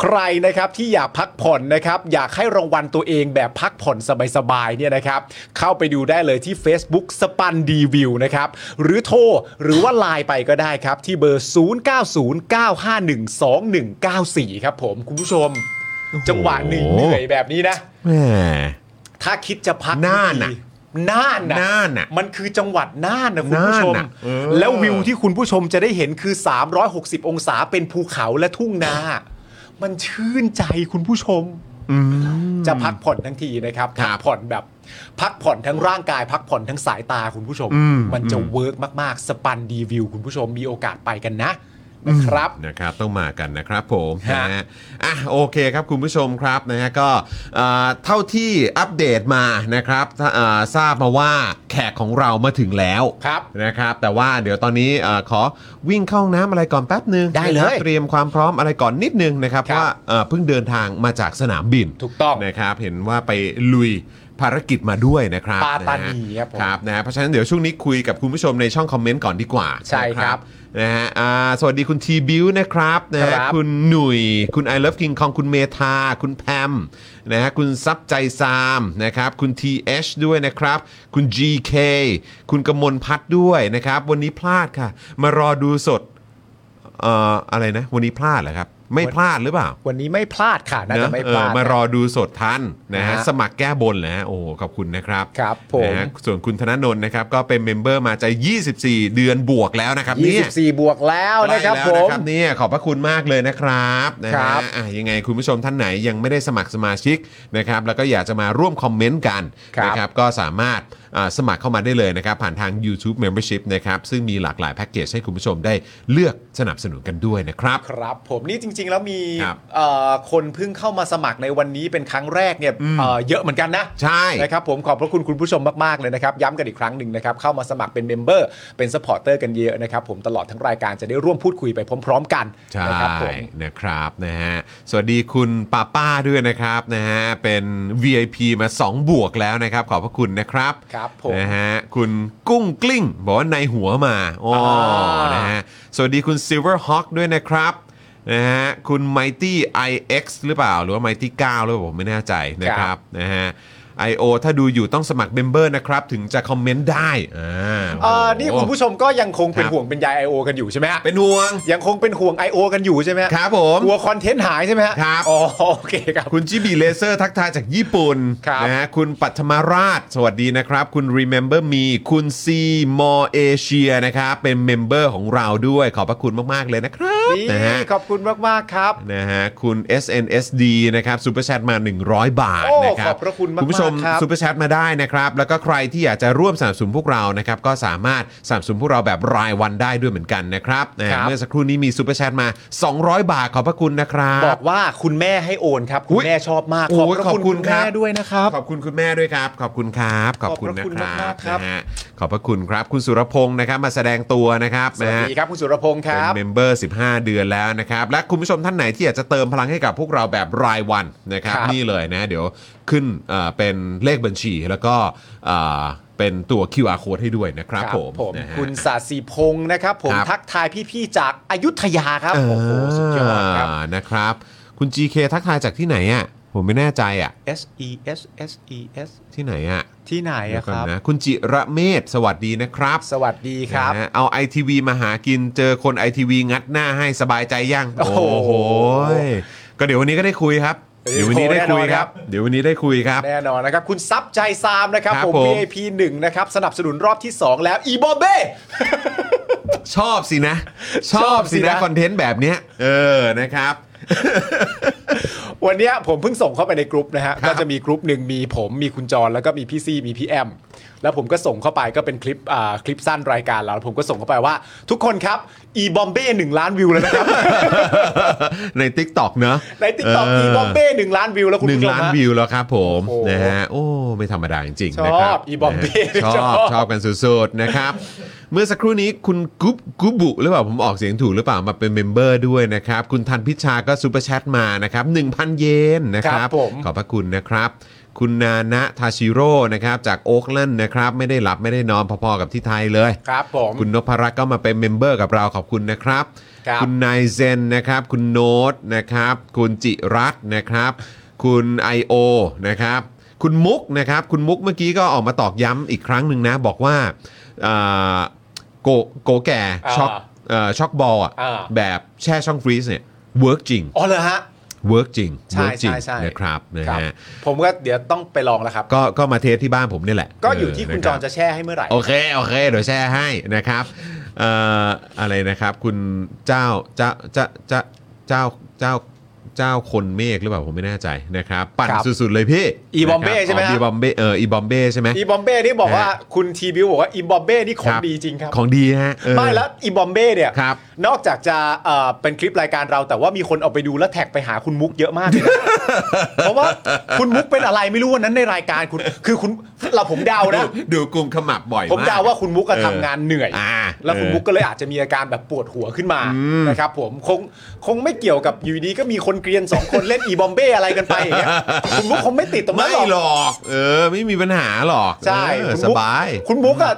Speaker 3: ใครนะครับที่อยากพักผ่อนนะครับอยากให้รางวัลตัวเองแบบพักผ่อนสบายๆเนี่ยนะครับเข้าไปดูได้เลยที่ Facebook สปันดีวิวนะครับหรือโทรหรือว่าไลน์ไปก็ได้ครับที่เบอร์ 0909512194 ครับผมคุณผู้ชม จังหวะเหนื่อยๆแบบนี้นะ
Speaker 1: แหม
Speaker 3: ถ้าคิดจะพัก
Speaker 1: น่านน่ะ
Speaker 3: ทีน่านน่ะ
Speaker 1: น่านน่ะ
Speaker 3: มันคือจังหวัดน่านนะคุณผู้ชม
Speaker 1: น่านน่ะเออ
Speaker 3: แล้ววิวที่คุณผู้ชมจะได้เห็นคือ 360 องศาเป็นภูเขาและทุ่งนา มันชื่นใจคุณผู้ชม จะพักผ่อนทั้งทีนะครับ
Speaker 1: ครับ
Speaker 3: พักผ่อนแบบพักผ่อนทั้งร่างกาย พักผ่อนทั้งสายตาคุณผู้ชม
Speaker 1: อืม
Speaker 3: มันจะเวิร์กมาก ๆ สปันดีวิว คุณผู้ชมมีโอกาสไปกันนะนะครับ
Speaker 1: นะครับต้องมากันนะครับผม
Speaker 3: ฮะ
Speaker 1: นะฮะอ่ะโอเคครับคุณผู้ชมครับนะฮะก็เอ่อเท่าที่อัปเดตมานะครับถ้าเอ่อทราบมาว่าแขกของเรามาถึงแล้ว
Speaker 3: ครับ
Speaker 1: นะครับ แต่ว่าเดี๋ยวตอนนี้เอ่อขอวิ่งเข้าห้องน้ำอะไรก่อนแป๊บนึง
Speaker 3: ได้เลย
Speaker 1: นะครับเตรียมความพร้อมอะไรก่อนนิดนึงนะครับ
Speaker 3: ครับ
Speaker 1: ว่าเอ่อเพิ่งเดินทางมาจากสนามบิน
Speaker 3: ถูกต้อง
Speaker 1: นะครับ เห็นว่าไปลุยภารกิจมาด้วยนะครับ
Speaker 3: ปาตานี
Speaker 1: ะฮะ
Speaker 3: ครับผม
Speaker 1: ครับนะฮะเพราะฉะนั้นเดี๋ยวช่วงนี้คุยกับคุณผู้ชมในช่องคอมเมนต์ก่อนดีกว่า
Speaker 3: ใช่ครับ
Speaker 1: นะฮะอ่าสวัสดีคุณทีบิวนะครับนะฮะ
Speaker 3: ครับ
Speaker 1: คุณหนุ่ย คุณ I Love King คองคุณเมธาคุณแพมนะฮะคุณซับใจซามนะครับคุณ TH ด้วยนะครับ คุณ GK คุณกมลพัฒน์ด้วยนะครับ วันนี้พลาดค่ะ มารอดูสดเอ่ออะไรนะ วันนี้พลาดเหรอครับ ไม่พลาดหรือเปล่า
Speaker 3: วันนี้ไม่พลาดค่ะน่า
Speaker 1: เน
Speaker 3: จะ
Speaker 1: อะ
Speaker 3: ไม่
Speaker 1: เอ
Speaker 3: พ
Speaker 1: อ
Speaker 3: ลาด
Speaker 1: มารอดูสดทันนะฮะ
Speaker 3: นะฮะ
Speaker 1: สมัครแก้บนแล้วโอ้โหขอบคุณนะครับ
Speaker 3: ครับผม
Speaker 1: นะฮะส่วนคุณธนนนท์นะครับ ก็เป็นเมมเบอร์มาจะ 24 เดือนบวกแล้วนะครับเนี่ย
Speaker 3: 24 บวกแล้วนะครับ
Speaker 1: ใก
Speaker 3: ผ
Speaker 1: ล้แล้ว
Speaker 3: ม
Speaker 1: นะครับเนี่ยขอบพระคุณมากเลยนะครับนะ
Speaker 3: ครั
Speaker 1: ฮะ
Speaker 3: บ
Speaker 1: อ่ะยังไงคุณผู้ชมท่านไหนยังไม่ได้สมัครสมาชิกนะครับแล้วก็อยากจะมาร่วมคอมเมนต์กัน
Speaker 3: ครับ
Speaker 1: นะครับก็สามารถอ่าสมัครเข้ามาได้เลยนะครับ ผ่านทาง YouTube Membership นะครับซึ่งมีหลากหลายแพ็กเกจให้คุณผู้ชมได้เลือกสนับสนุนกันด้วยนะครับ
Speaker 3: ครับผมนี่จริง ๆ แล้วมี
Speaker 1: ครับ
Speaker 3: เอ่อคนเพิ่งเข้ามาสมัครในวันนี้เป็นครั้งแรกเนี่ยเอ่อเยอะเหมือนกันนะ
Speaker 1: ใช่
Speaker 3: นะครับผมขอบพระคุณคุณผู้ชมมากๆเลยนะครับ ย้ำกันอีกครั้งหนึ่งนะครับ เข้ามาสมัครเป็นเมมเบอร์ เป็นสปอร์เตอร์กันเยอะนะครับ ผมตลอดทั้งรายการจะได้ร่วมพูดคุยไปพร้อม ๆ กัน
Speaker 1: ใช่
Speaker 3: นะครับผม
Speaker 1: นะครับนะฮะสวัสดีคุณป้าป้าด้วยนะครับนะฮะเป็น VIP มา 2 บวกแล้วนะครับ ขอบพระคุณนะครับ
Speaker 3: ครับผม
Speaker 1: นะฮะคุณกุ้งกลิ้ง บอกว่าในหัวมาโอ้
Speaker 3: อ่าน
Speaker 1: นะฮะสวัสดีคุณ Silver Hawk ด้วยนะครับนะฮะคุณ Mighty IX หรือเปล่า หรือว่า Mighty 9หรือเปล่าผมไม่แน่ใจนะค
Speaker 3: ครั
Speaker 1: รับบ นะฮะ IO ถ้าดูอยู่ต้องสมัครเมมเบอร์นะครับ ถึงจะคอมเมนต์ได้อ่า
Speaker 3: เอ่อนี่
Speaker 1: โอ้โห
Speaker 3: คุณผู้ชมก็ยังคงเป็น
Speaker 1: ครับ
Speaker 3: ห่วงเป็นใย IO กันอยู่ใช่ไหมฮะ
Speaker 1: เป็นห่วง
Speaker 3: ยังคงเป็นห่วง IO กันอยู่ใช่ไหมฮะ
Speaker 1: ครับผม
Speaker 3: กลัวคอนเทนต์หายใช่ไหมฮะ
Speaker 1: ครับ
Speaker 3: อ๋อโอเคครับ
Speaker 1: คุณจิบีเลเซอร์ทักทายจากญี่ปุ่น
Speaker 3: ครับ
Speaker 1: นะฮะคุณปัทมาราช สวัสดีนะครับ คุณ Remember Me คุณ C More Asia นะครับ เป็นเมมเบอร์ของเราด้วยขอบพระคุณมาก ๆ เลยนะครับ
Speaker 3: ี
Speaker 1: นะฮะ
Speaker 3: ขอบคุณมากๆครับ
Speaker 1: นะฮะคุณ SNSD นะครับซูเปอร์แชทมา 100 บาท
Speaker 3: โอ้
Speaker 1: นะครับ
Speaker 3: ขอบพระคุณมากๆ
Speaker 1: คุณผู้ชม
Speaker 3: ครับ
Speaker 1: ซูเปอร์แชทมาได้นะครับ แล้วก็ใครที่อยากจะร่วมสนับสนุนพวกเรานะครับ ก็สามารถสนับสนุนพวกเราแบบรายวันได้ด้วยเหมือนกันนะครับนะฮะเมื่อสักครู่นี้มีซูเปอร์แชทมา 200 บาทขอบพระคุณนะครับ
Speaker 3: บอกว่าคุณแม่ให้โอนครับ คุ
Speaker 1: อุ๊
Speaker 3: ณ
Speaker 1: ย
Speaker 3: แม่ชอบมาก
Speaker 1: โอ้ย
Speaker 3: พระ
Speaker 1: ขอบคุณ
Speaker 3: ณ
Speaker 1: ครับ
Speaker 3: แม่ด้วยนะครับ
Speaker 1: ขอบคุณคุณแม่ด้วยครับ ขอบคุณครับ ขอบคุณ
Speaker 3: ขอ
Speaker 1: นะ
Speaker 3: บพระคุณ
Speaker 1: ครับ
Speaker 3: มากๆครับ
Speaker 1: นะฮะขอบพระคุณครับ คุณสุรพงศ์นะครับมาแสดงตัวนะครับ
Speaker 3: สวัส
Speaker 1: นะฮะ
Speaker 3: ดีครับ คุณสุรพงศ์ค
Speaker 1: เป็น
Speaker 3: รับ
Speaker 1: เมมเบอร์ 15 เดือนแล้วนะครับ และคุณผู้ชมท่านไหนที่อยากจะเติมพลังให้กับพวกเราแบบรายวันนะครับ
Speaker 3: ครับ
Speaker 1: นี่เลยนะเดี๋ยวขึ้นเอ่อเป็นเลขบัญชีแล้วก็เอ่อเป็นตัว QR code ให้ด้วยนะครับผมนะฮะ
Speaker 3: คุณสาสีพงศ์นะครับ ผม
Speaker 1: ครับ
Speaker 3: ทักทายพี่ ๆ จากอายุทยาครับ โอ้โห สุดยอดครับ
Speaker 1: อ่านะครับ คุณ GK ทักทายจากที่ไหนอ่ะผมไม่แน่ใจอ่ะ
Speaker 3: S E S S E S
Speaker 1: ที่ไหนอ่ะ
Speaker 3: ที่ไหน
Speaker 1: เดี๋ย
Speaker 3: อะ
Speaker 1: ว
Speaker 3: ค
Speaker 1: ก่อน
Speaker 3: รับ
Speaker 1: นะคุณจิระเมธสวัสดีนะครับ
Speaker 3: สวัสดีครับ
Speaker 1: นะฮะเอาไอทีวีมาหากินเจอคนไอทีวีงัดหน้าให้สบายใจยัง
Speaker 3: โอ้โห
Speaker 1: ก็เดี๋ยววันนี้ก็ได้คุยครับเดี๋
Speaker 3: เดี๋
Speaker 1: ย
Speaker 3: ยวว
Speaker 1: วันนี้ได้
Speaker 3: แน่นอน
Speaker 1: คุยครั
Speaker 3: ครับ บ
Speaker 1: เดี๋ยววันนี้ได้คุยครับ
Speaker 3: แน่นอนนะครับ คุณซับใจซามนะครับ
Speaker 1: ครับ
Speaker 3: ผม
Speaker 1: ผม
Speaker 3: VIP 1นะครับ สนับสนุนรอบที่ 2 แล้ว อีโบเบ้
Speaker 1: ชอบสินะ ช
Speaker 3: ช
Speaker 1: อ
Speaker 3: อ
Speaker 1: บบ
Speaker 3: สิ
Speaker 1: สิ
Speaker 3: นะ
Speaker 1: นะคอนเทนต์แบบเนี้ยเออนะครับ
Speaker 3: วันเนี้ยผมเพิ่งส่งเข้าไปในกรุ๊ปนะฮะ
Speaker 1: ครับ
Speaker 3: ก็จะมีกรุ๊ปหนึ่งมีผมมีคุณจรแล้วก็มีพี่ซี่มีพี่แอม แล้วผมก็ส่งเข้าไปก็เป็นคลิปอ่าคลิปสั้นรายการเราแล้วผมก็ส่งเข้าไปว่า ทุกคนครับอีบอมเบ้หนึ่งล้านวิวแล้วนะครับ
Speaker 1: ใน t ิ k t o k เนอะ
Speaker 3: ในติ๊กต็อก
Speaker 1: เ
Speaker 3: อีบอมเบ้หนึ่งล้านวิวแล้วคุณ
Speaker 1: หนึ่ง
Speaker 3: ผู้ชม
Speaker 1: ล้าน
Speaker 3: ฮะ
Speaker 1: วิวแล้วครับผม
Speaker 3: โอ้โห
Speaker 1: นะฮะโอ้ไม่ธรรมดาจริงๆ
Speaker 3: ชอบ
Speaker 1: นะครับ
Speaker 3: อีบอมบี้
Speaker 1: นะฮะช
Speaker 3: ช
Speaker 1: อ
Speaker 3: อ
Speaker 1: บบ ชอบกันสุดๆนะครับ เมื่อสักครู่นี้คุณกุ๊บกุ๊บบุหรือเปล่าผมออกเสียงถูกหรือเปล่ามาเป็นเมมเบอร์ด้วยนะครับ คุณทันพิชาก็ซูเปอร์แชทมานะครับ 1,000 เยนนะครับ
Speaker 3: ครับผม
Speaker 1: ขอบพระคุณนะครับ คุณนานะทาชิโร่นะครับจากโอ๊กแลนด์นะครับไม่ได้หลับไม่ได้นอนพอๆกับที่ไทยเลย
Speaker 3: ครับผม
Speaker 1: คุณนพรัตน์ก็มาเป็นเมมเบอร์กับเราขอบคุณนะครับ
Speaker 3: ครับ
Speaker 1: คุณ นายเซนนะครับคุณโน้ตนะครับ คุณจิรัตน์นะครับ คุณ I.O. นะครับ คุณมุกนะครับ คุณมุกเมื่อกี้ก็ออกมาตอกย้ำอีกครั้งหนึ่งนะ บอกว่าอ่าโกโกแก่
Speaker 3: อ่า
Speaker 1: ช็อกเอ่อช็อกบอลอ่ะ
Speaker 3: อ่า
Speaker 1: แบบแช่ช่องฟรีซเนี่ยเวิร์กจริง
Speaker 3: อ๋อเหรอฮะ
Speaker 1: เวิร์กจริงเวิ
Speaker 3: ใช่
Speaker 1: ร์กจริง
Speaker 3: ใช่ใช่
Speaker 1: นะครับนะครับ ฮะ
Speaker 3: ผมก็เดี๋ยวต้องไปลองแล้วครับ
Speaker 1: ก็ก็มาเทสที่บ้านผมนี่แหละ
Speaker 3: ก็อยู่ที่คุณจ
Speaker 1: เรั
Speaker 3: ร
Speaker 1: บ
Speaker 3: จะแช่ให้เมื่อไหร่
Speaker 1: โอเค โอเค เดี๋ยวแชร์ให้นะครับเอ่ออะไรนะครับ คุณเจ้าเจ้าเจ้าเจ้าเจ้าเจ้า เจ้าคนเมฆหรือเปล่าผมไม่แน่ใจนะครับ ปั่น
Speaker 3: ครับ
Speaker 1: สุดๆเลยพี่
Speaker 3: อีบอมเบ้ใช่ไหม
Speaker 1: นะครับ
Speaker 3: ฮะ
Speaker 1: อีบอมเบ้เอออีบอมเบ้ใช่ไหม
Speaker 3: อีบอมเบ้นี่บอกว่า
Speaker 1: ฮะ
Speaker 3: คุณทีบิวบอกว่าอีบอมเบ้นี่ของดีจริงครับ
Speaker 1: ของดีฮะเออ
Speaker 3: ไม่แล้วอีบอมเบ้เนี่ย
Speaker 1: ครับ
Speaker 3: นอกจากจะเอ่อเป็นคลิปรายการเรา แต่ว่ามีคนเอาไปดูแล้วแท็กไปหาคุณมุกเยอะมากเลย นะ เพราะว่าคุณมุกเป็นอะไรไม่รู้วันนั้นในรายการคุณคือคุณเราผมเดานะ
Speaker 1: ดูดูกลุ่มขมับบ่อย
Speaker 3: ผม
Speaker 1: ก
Speaker 3: เดาว่าคุณมุกอะ
Speaker 1: เออ
Speaker 3: ทำงานเหนื่อย
Speaker 1: อ่า
Speaker 3: แล้วคุณ
Speaker 1: เออ
Speaker 3: มุกก็เลยอาจจะมีอาการแบบปวดหัวขึ้นมานะครับผมคงคงไม่เกี่ยวกับอยู่ดีก็มีคนเกรียนสองคนเล่นอีบอมเบ้อะไรกันไปอย่างเงี้ยคุณมุกคงไม่ติดตรงนั้
Speaker 1: ไม่
Speaker 3: น
Speaker 1: ห
Speaker 3: หรอก
Speaker 1: รอก เออ ไม่มีปัญหาหรอก
Speaker 3: ใช่
Speaker 1: เออ
Speaker 3: คุณมุก
Speaker 1: สบาย
Speaker 3: คุณมุกอะ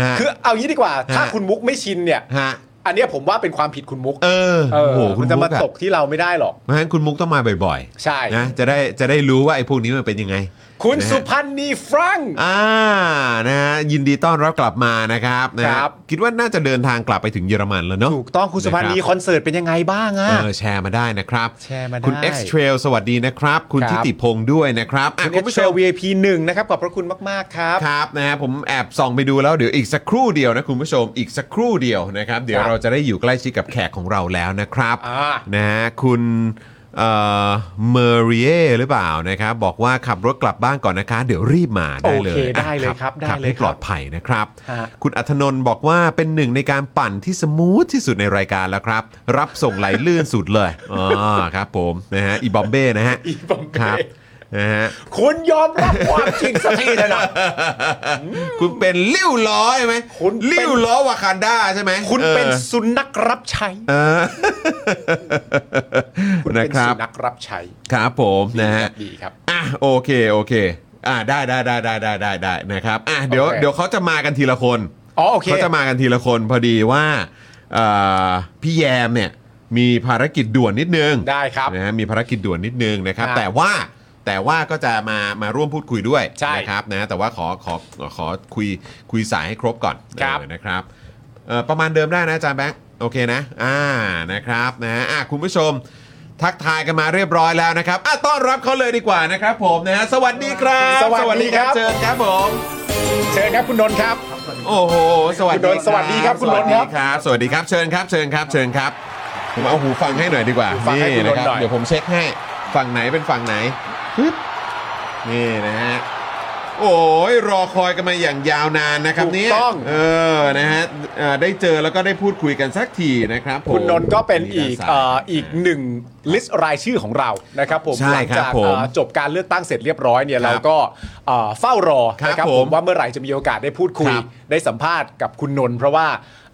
Speaker 1: ฮะ
Speaker 3: คือเอางี้ดีกว่า ถ้า
Speaker 1: ฮะ
Speaker 3: คุณมุกไม่ชินเนี่ย
Speaker 1: ฮะ
Speaker 3: อันเนี้ยผมว่าเป็นความผิดคุณมุก
Speaker 1: เออ
Speaker 3: เออ
Speaker 1: โอ้โหคุ
Speaker 3: มั
Speaker 1: ณ
Speaker 3: นจะ
Speaker 1: มุ
Speaker 3: มาก
Speaker 1: อะ
Speaker 3: ตกที่เราไม่ได้หรอก
Speaker 1: เพราะฉะนั้นคุณมุกต้องมาบ่อยๆ
Speaker 3: ใช่
Speaker 1: นะจะได้จะได้รู้ว่าไอ้พวกนี้มันเป็นยังไง
Speaker 3: คุณ
Speaker 1: นะฮะ
Speaker 3: สุพันธ์นีฟรังก์
Speaker 1: อ่านะฮะยินดีต้อนรับกลับมานะครับนะฮะ
Speaker 3: ครับ
Speaker 1: คิดว่าน่าจะเดินทางกลับไปถึงเยอรมันแล้วเนาะ
Speaker 3: ถูกต้องคุณสุพันธ์
Speaker 1: นะ
Speaker 3: นี
Speaker 1: ครับ
Speaker 3: คอนเสิร์ตเป็นยังไงบ้างอะ
Speaker 1: เออแชร์มาได้นะครับ
Speaker 3: แชร์มาได้
Speaker 1: คุณ X Trail สวัสดีนะครับ คุณ
Speaker 3: ครั
Speaker 1: ทิ
Speaker 3: บ
Speaker 1: ติพงษ์ด้วยนะครับอ่ะ
Speaker 3: คุ
Speaker 1: คุณ ณ
Speaker 3: ผู้
Speaker 1: ผู้
Speaker 3: ช
Speaker 1: ช
Speaker 3: ม
Speaker 1: ม
Speaker 3: VIP หนึ่งนะครับ ขอบพระคุณมาก ๆ ครับ
Speaker 1: ครับนะฮะผมแอบส่องไปดูแล้วเดี๋ยวอีกสักครู่เดียวนะคุณผู้ชมอีกสักครู่เดียวนะครับ เดี๋ย
Speaker 3: คว รับ
Speaker 1: เราจะได้อยู่ใกล้ชิดกับแขกของเราแล้วนะครับ
Speaker 3: อ่า
Speaker 1: นะฮะคุณเอ่อเมอริเอหรือเปล่านะครับ บอกว่าขับรถกลับบ้านก่อนนะคะ เดี๋ยวรีบมาได้เลย
Speaker 3: โอเคได้เลย
Speaker 1: อ่ะ
Speaker 3: ครับได้
Speaker 1: ขับ
Speaker 3: เลย
Speaker 1: ให้
Speaker 3: ครับ
Speaker 1: ปลอดภัยนะครับ
Speaker 3: ฮะ
Speaker 1: คุณอัธนนท์บอกว่าเป็นหนึ่งในการปั่นที่สมูทที่สุดในรายการแล้วครับ รับส่งไหลลื่นสุดเลยอ๋อครับผมนะฮะอีบอมเบ้นะฮะ
Speaker 3: อีบอม
Speaker 1: ค
Speaker 3: เบ้
Speaker 1: รับนะฮะ
Speaker 3: คุณยอมรับความจริงสักทีเถอะนะ
Speaker 1: คุณเป็นลิ้วล้อใช่ไหม
Speaker 3: คุณเป็น
Speaker 1: ลิ้วล้อวากันดาใช่ไหม
Speaker 3: คุณ
Speaker 1: ออ
Speaker 3: เป็นสุนัขรับใช้
Speaker 1: เออ
Speaker 3: คุณ
Speaker 1: นะ
Speaker 3: เป็น
Speaker 1: ครั
Speaker 3: สุ
Speaker 1: บ
Speaker 3: นัขรับใช้
Speaker 1: ครับผมนะฮะ
Speaker 3: ดีครับ
Speaker 1: อ่ะโอเคโอเคอ่ะได้ได้ได้ได้ได้ได้ได้นะครับอ่ะเดี๋ยว
Speaker 3: โอเค
Speaker 1: เดี๋ยวเขาจะมากันทีละคน
Speaker 3: อ๋อโอเค
Speaker 1: เขาจะมากันทีละคนพอดีว่าเอ่อพี่แยมเนี่ยมีภารกิจด่วนนิดนึง
Speaker 3: ได้ครับ
Speaker 1: นะฮะมีภารกิจด่วนนิดนึงนะครับ
Speaker 3: ครับ
Speaker 1: แต่ว่าแต่ว่าก็จะมามาร่วมพูดคุยด้วย
Speaker 3: ใช่
Speaker 1: นะครับนะแต่ว่าขอขอขอคุยคุยสายให้ครบก่อน
Speaker 3: ครับ
Speaker 1: เออนะครับเอ่อประมาณเดิมได้นะอาจารย์แบงค์โอเคนะ อ่านะครับนะฮะอ่ะคุณผู้ชม ทักทายกันมาเรียบร้อยแล้วนะครับอ่ะต้อนรับเขาเลยดีกว่านะครับผมนะฮะสวัสดีครับ
Speaker 3: สวัสดีครับ
Speaker 1: เจอครับผม
Speaker 3: เชิญครับคุณนนท์ครับ
Speaker 1: โอ้โหสวัส
Speaker 3: คุ
Speaker 1: ดี
Speaker 3: ณนนท์สวัสดีครับคุณนนท์ครับ
Speaker 1: บสวัสดีครับเชิญครับเชิญครับเชิญครับผมเอาหูฟังให้หน่อยดีกว่า
Speaker 3: หูฟังให้คุณนนท์
Speaker 1: ะรับ
Speaker 3: หน่อย
Speaker 1: เดี๋ยวผมเช็คให้ฝั่งไหนเป็นฝั่งไหนปึ๊บนี่นะฮะโอ้ยรอคอยกันมาอย่างยาวนานนะครับเนี่ย
Speaker 3: ถูกต้อง
Speaker 1: เออ นะฮะเอ่อได้เจอแล้วก็ได้พูดคุยกันสักทีนะครับผม
Speaker 3: คุณนนท์ก็เป็นอีก
Speaker 1: ด้าซ้าย
Speaker 3: เอ่ออีกหนึ่งลิสต์รายชื่อของเรานะครับผม
Speaker 1: ใช่
Speaker 3: หลั
Speaker 1: ครับ
Speaker 3: จาก
Speaker 1: ผม
Speaker 3: เอ่อจบการเลือกตั้งเสร็จเรียบร้อยเนี่ย
Speaker 1: ครับ
Speaker 3: เราก็เอ่อเฝ้ารอ
Speaker 1: ครับ
Speaker 3: นะครับผ
Speaker 1: ผม ม
Speaker 3: ว่าเมื่อไหร่จะมีโอกาสได้พูดคุย
Speaker 1: ครับ
Speaker 3: ได้สัมภาษณ์กับคุณนนท์เพราะว่า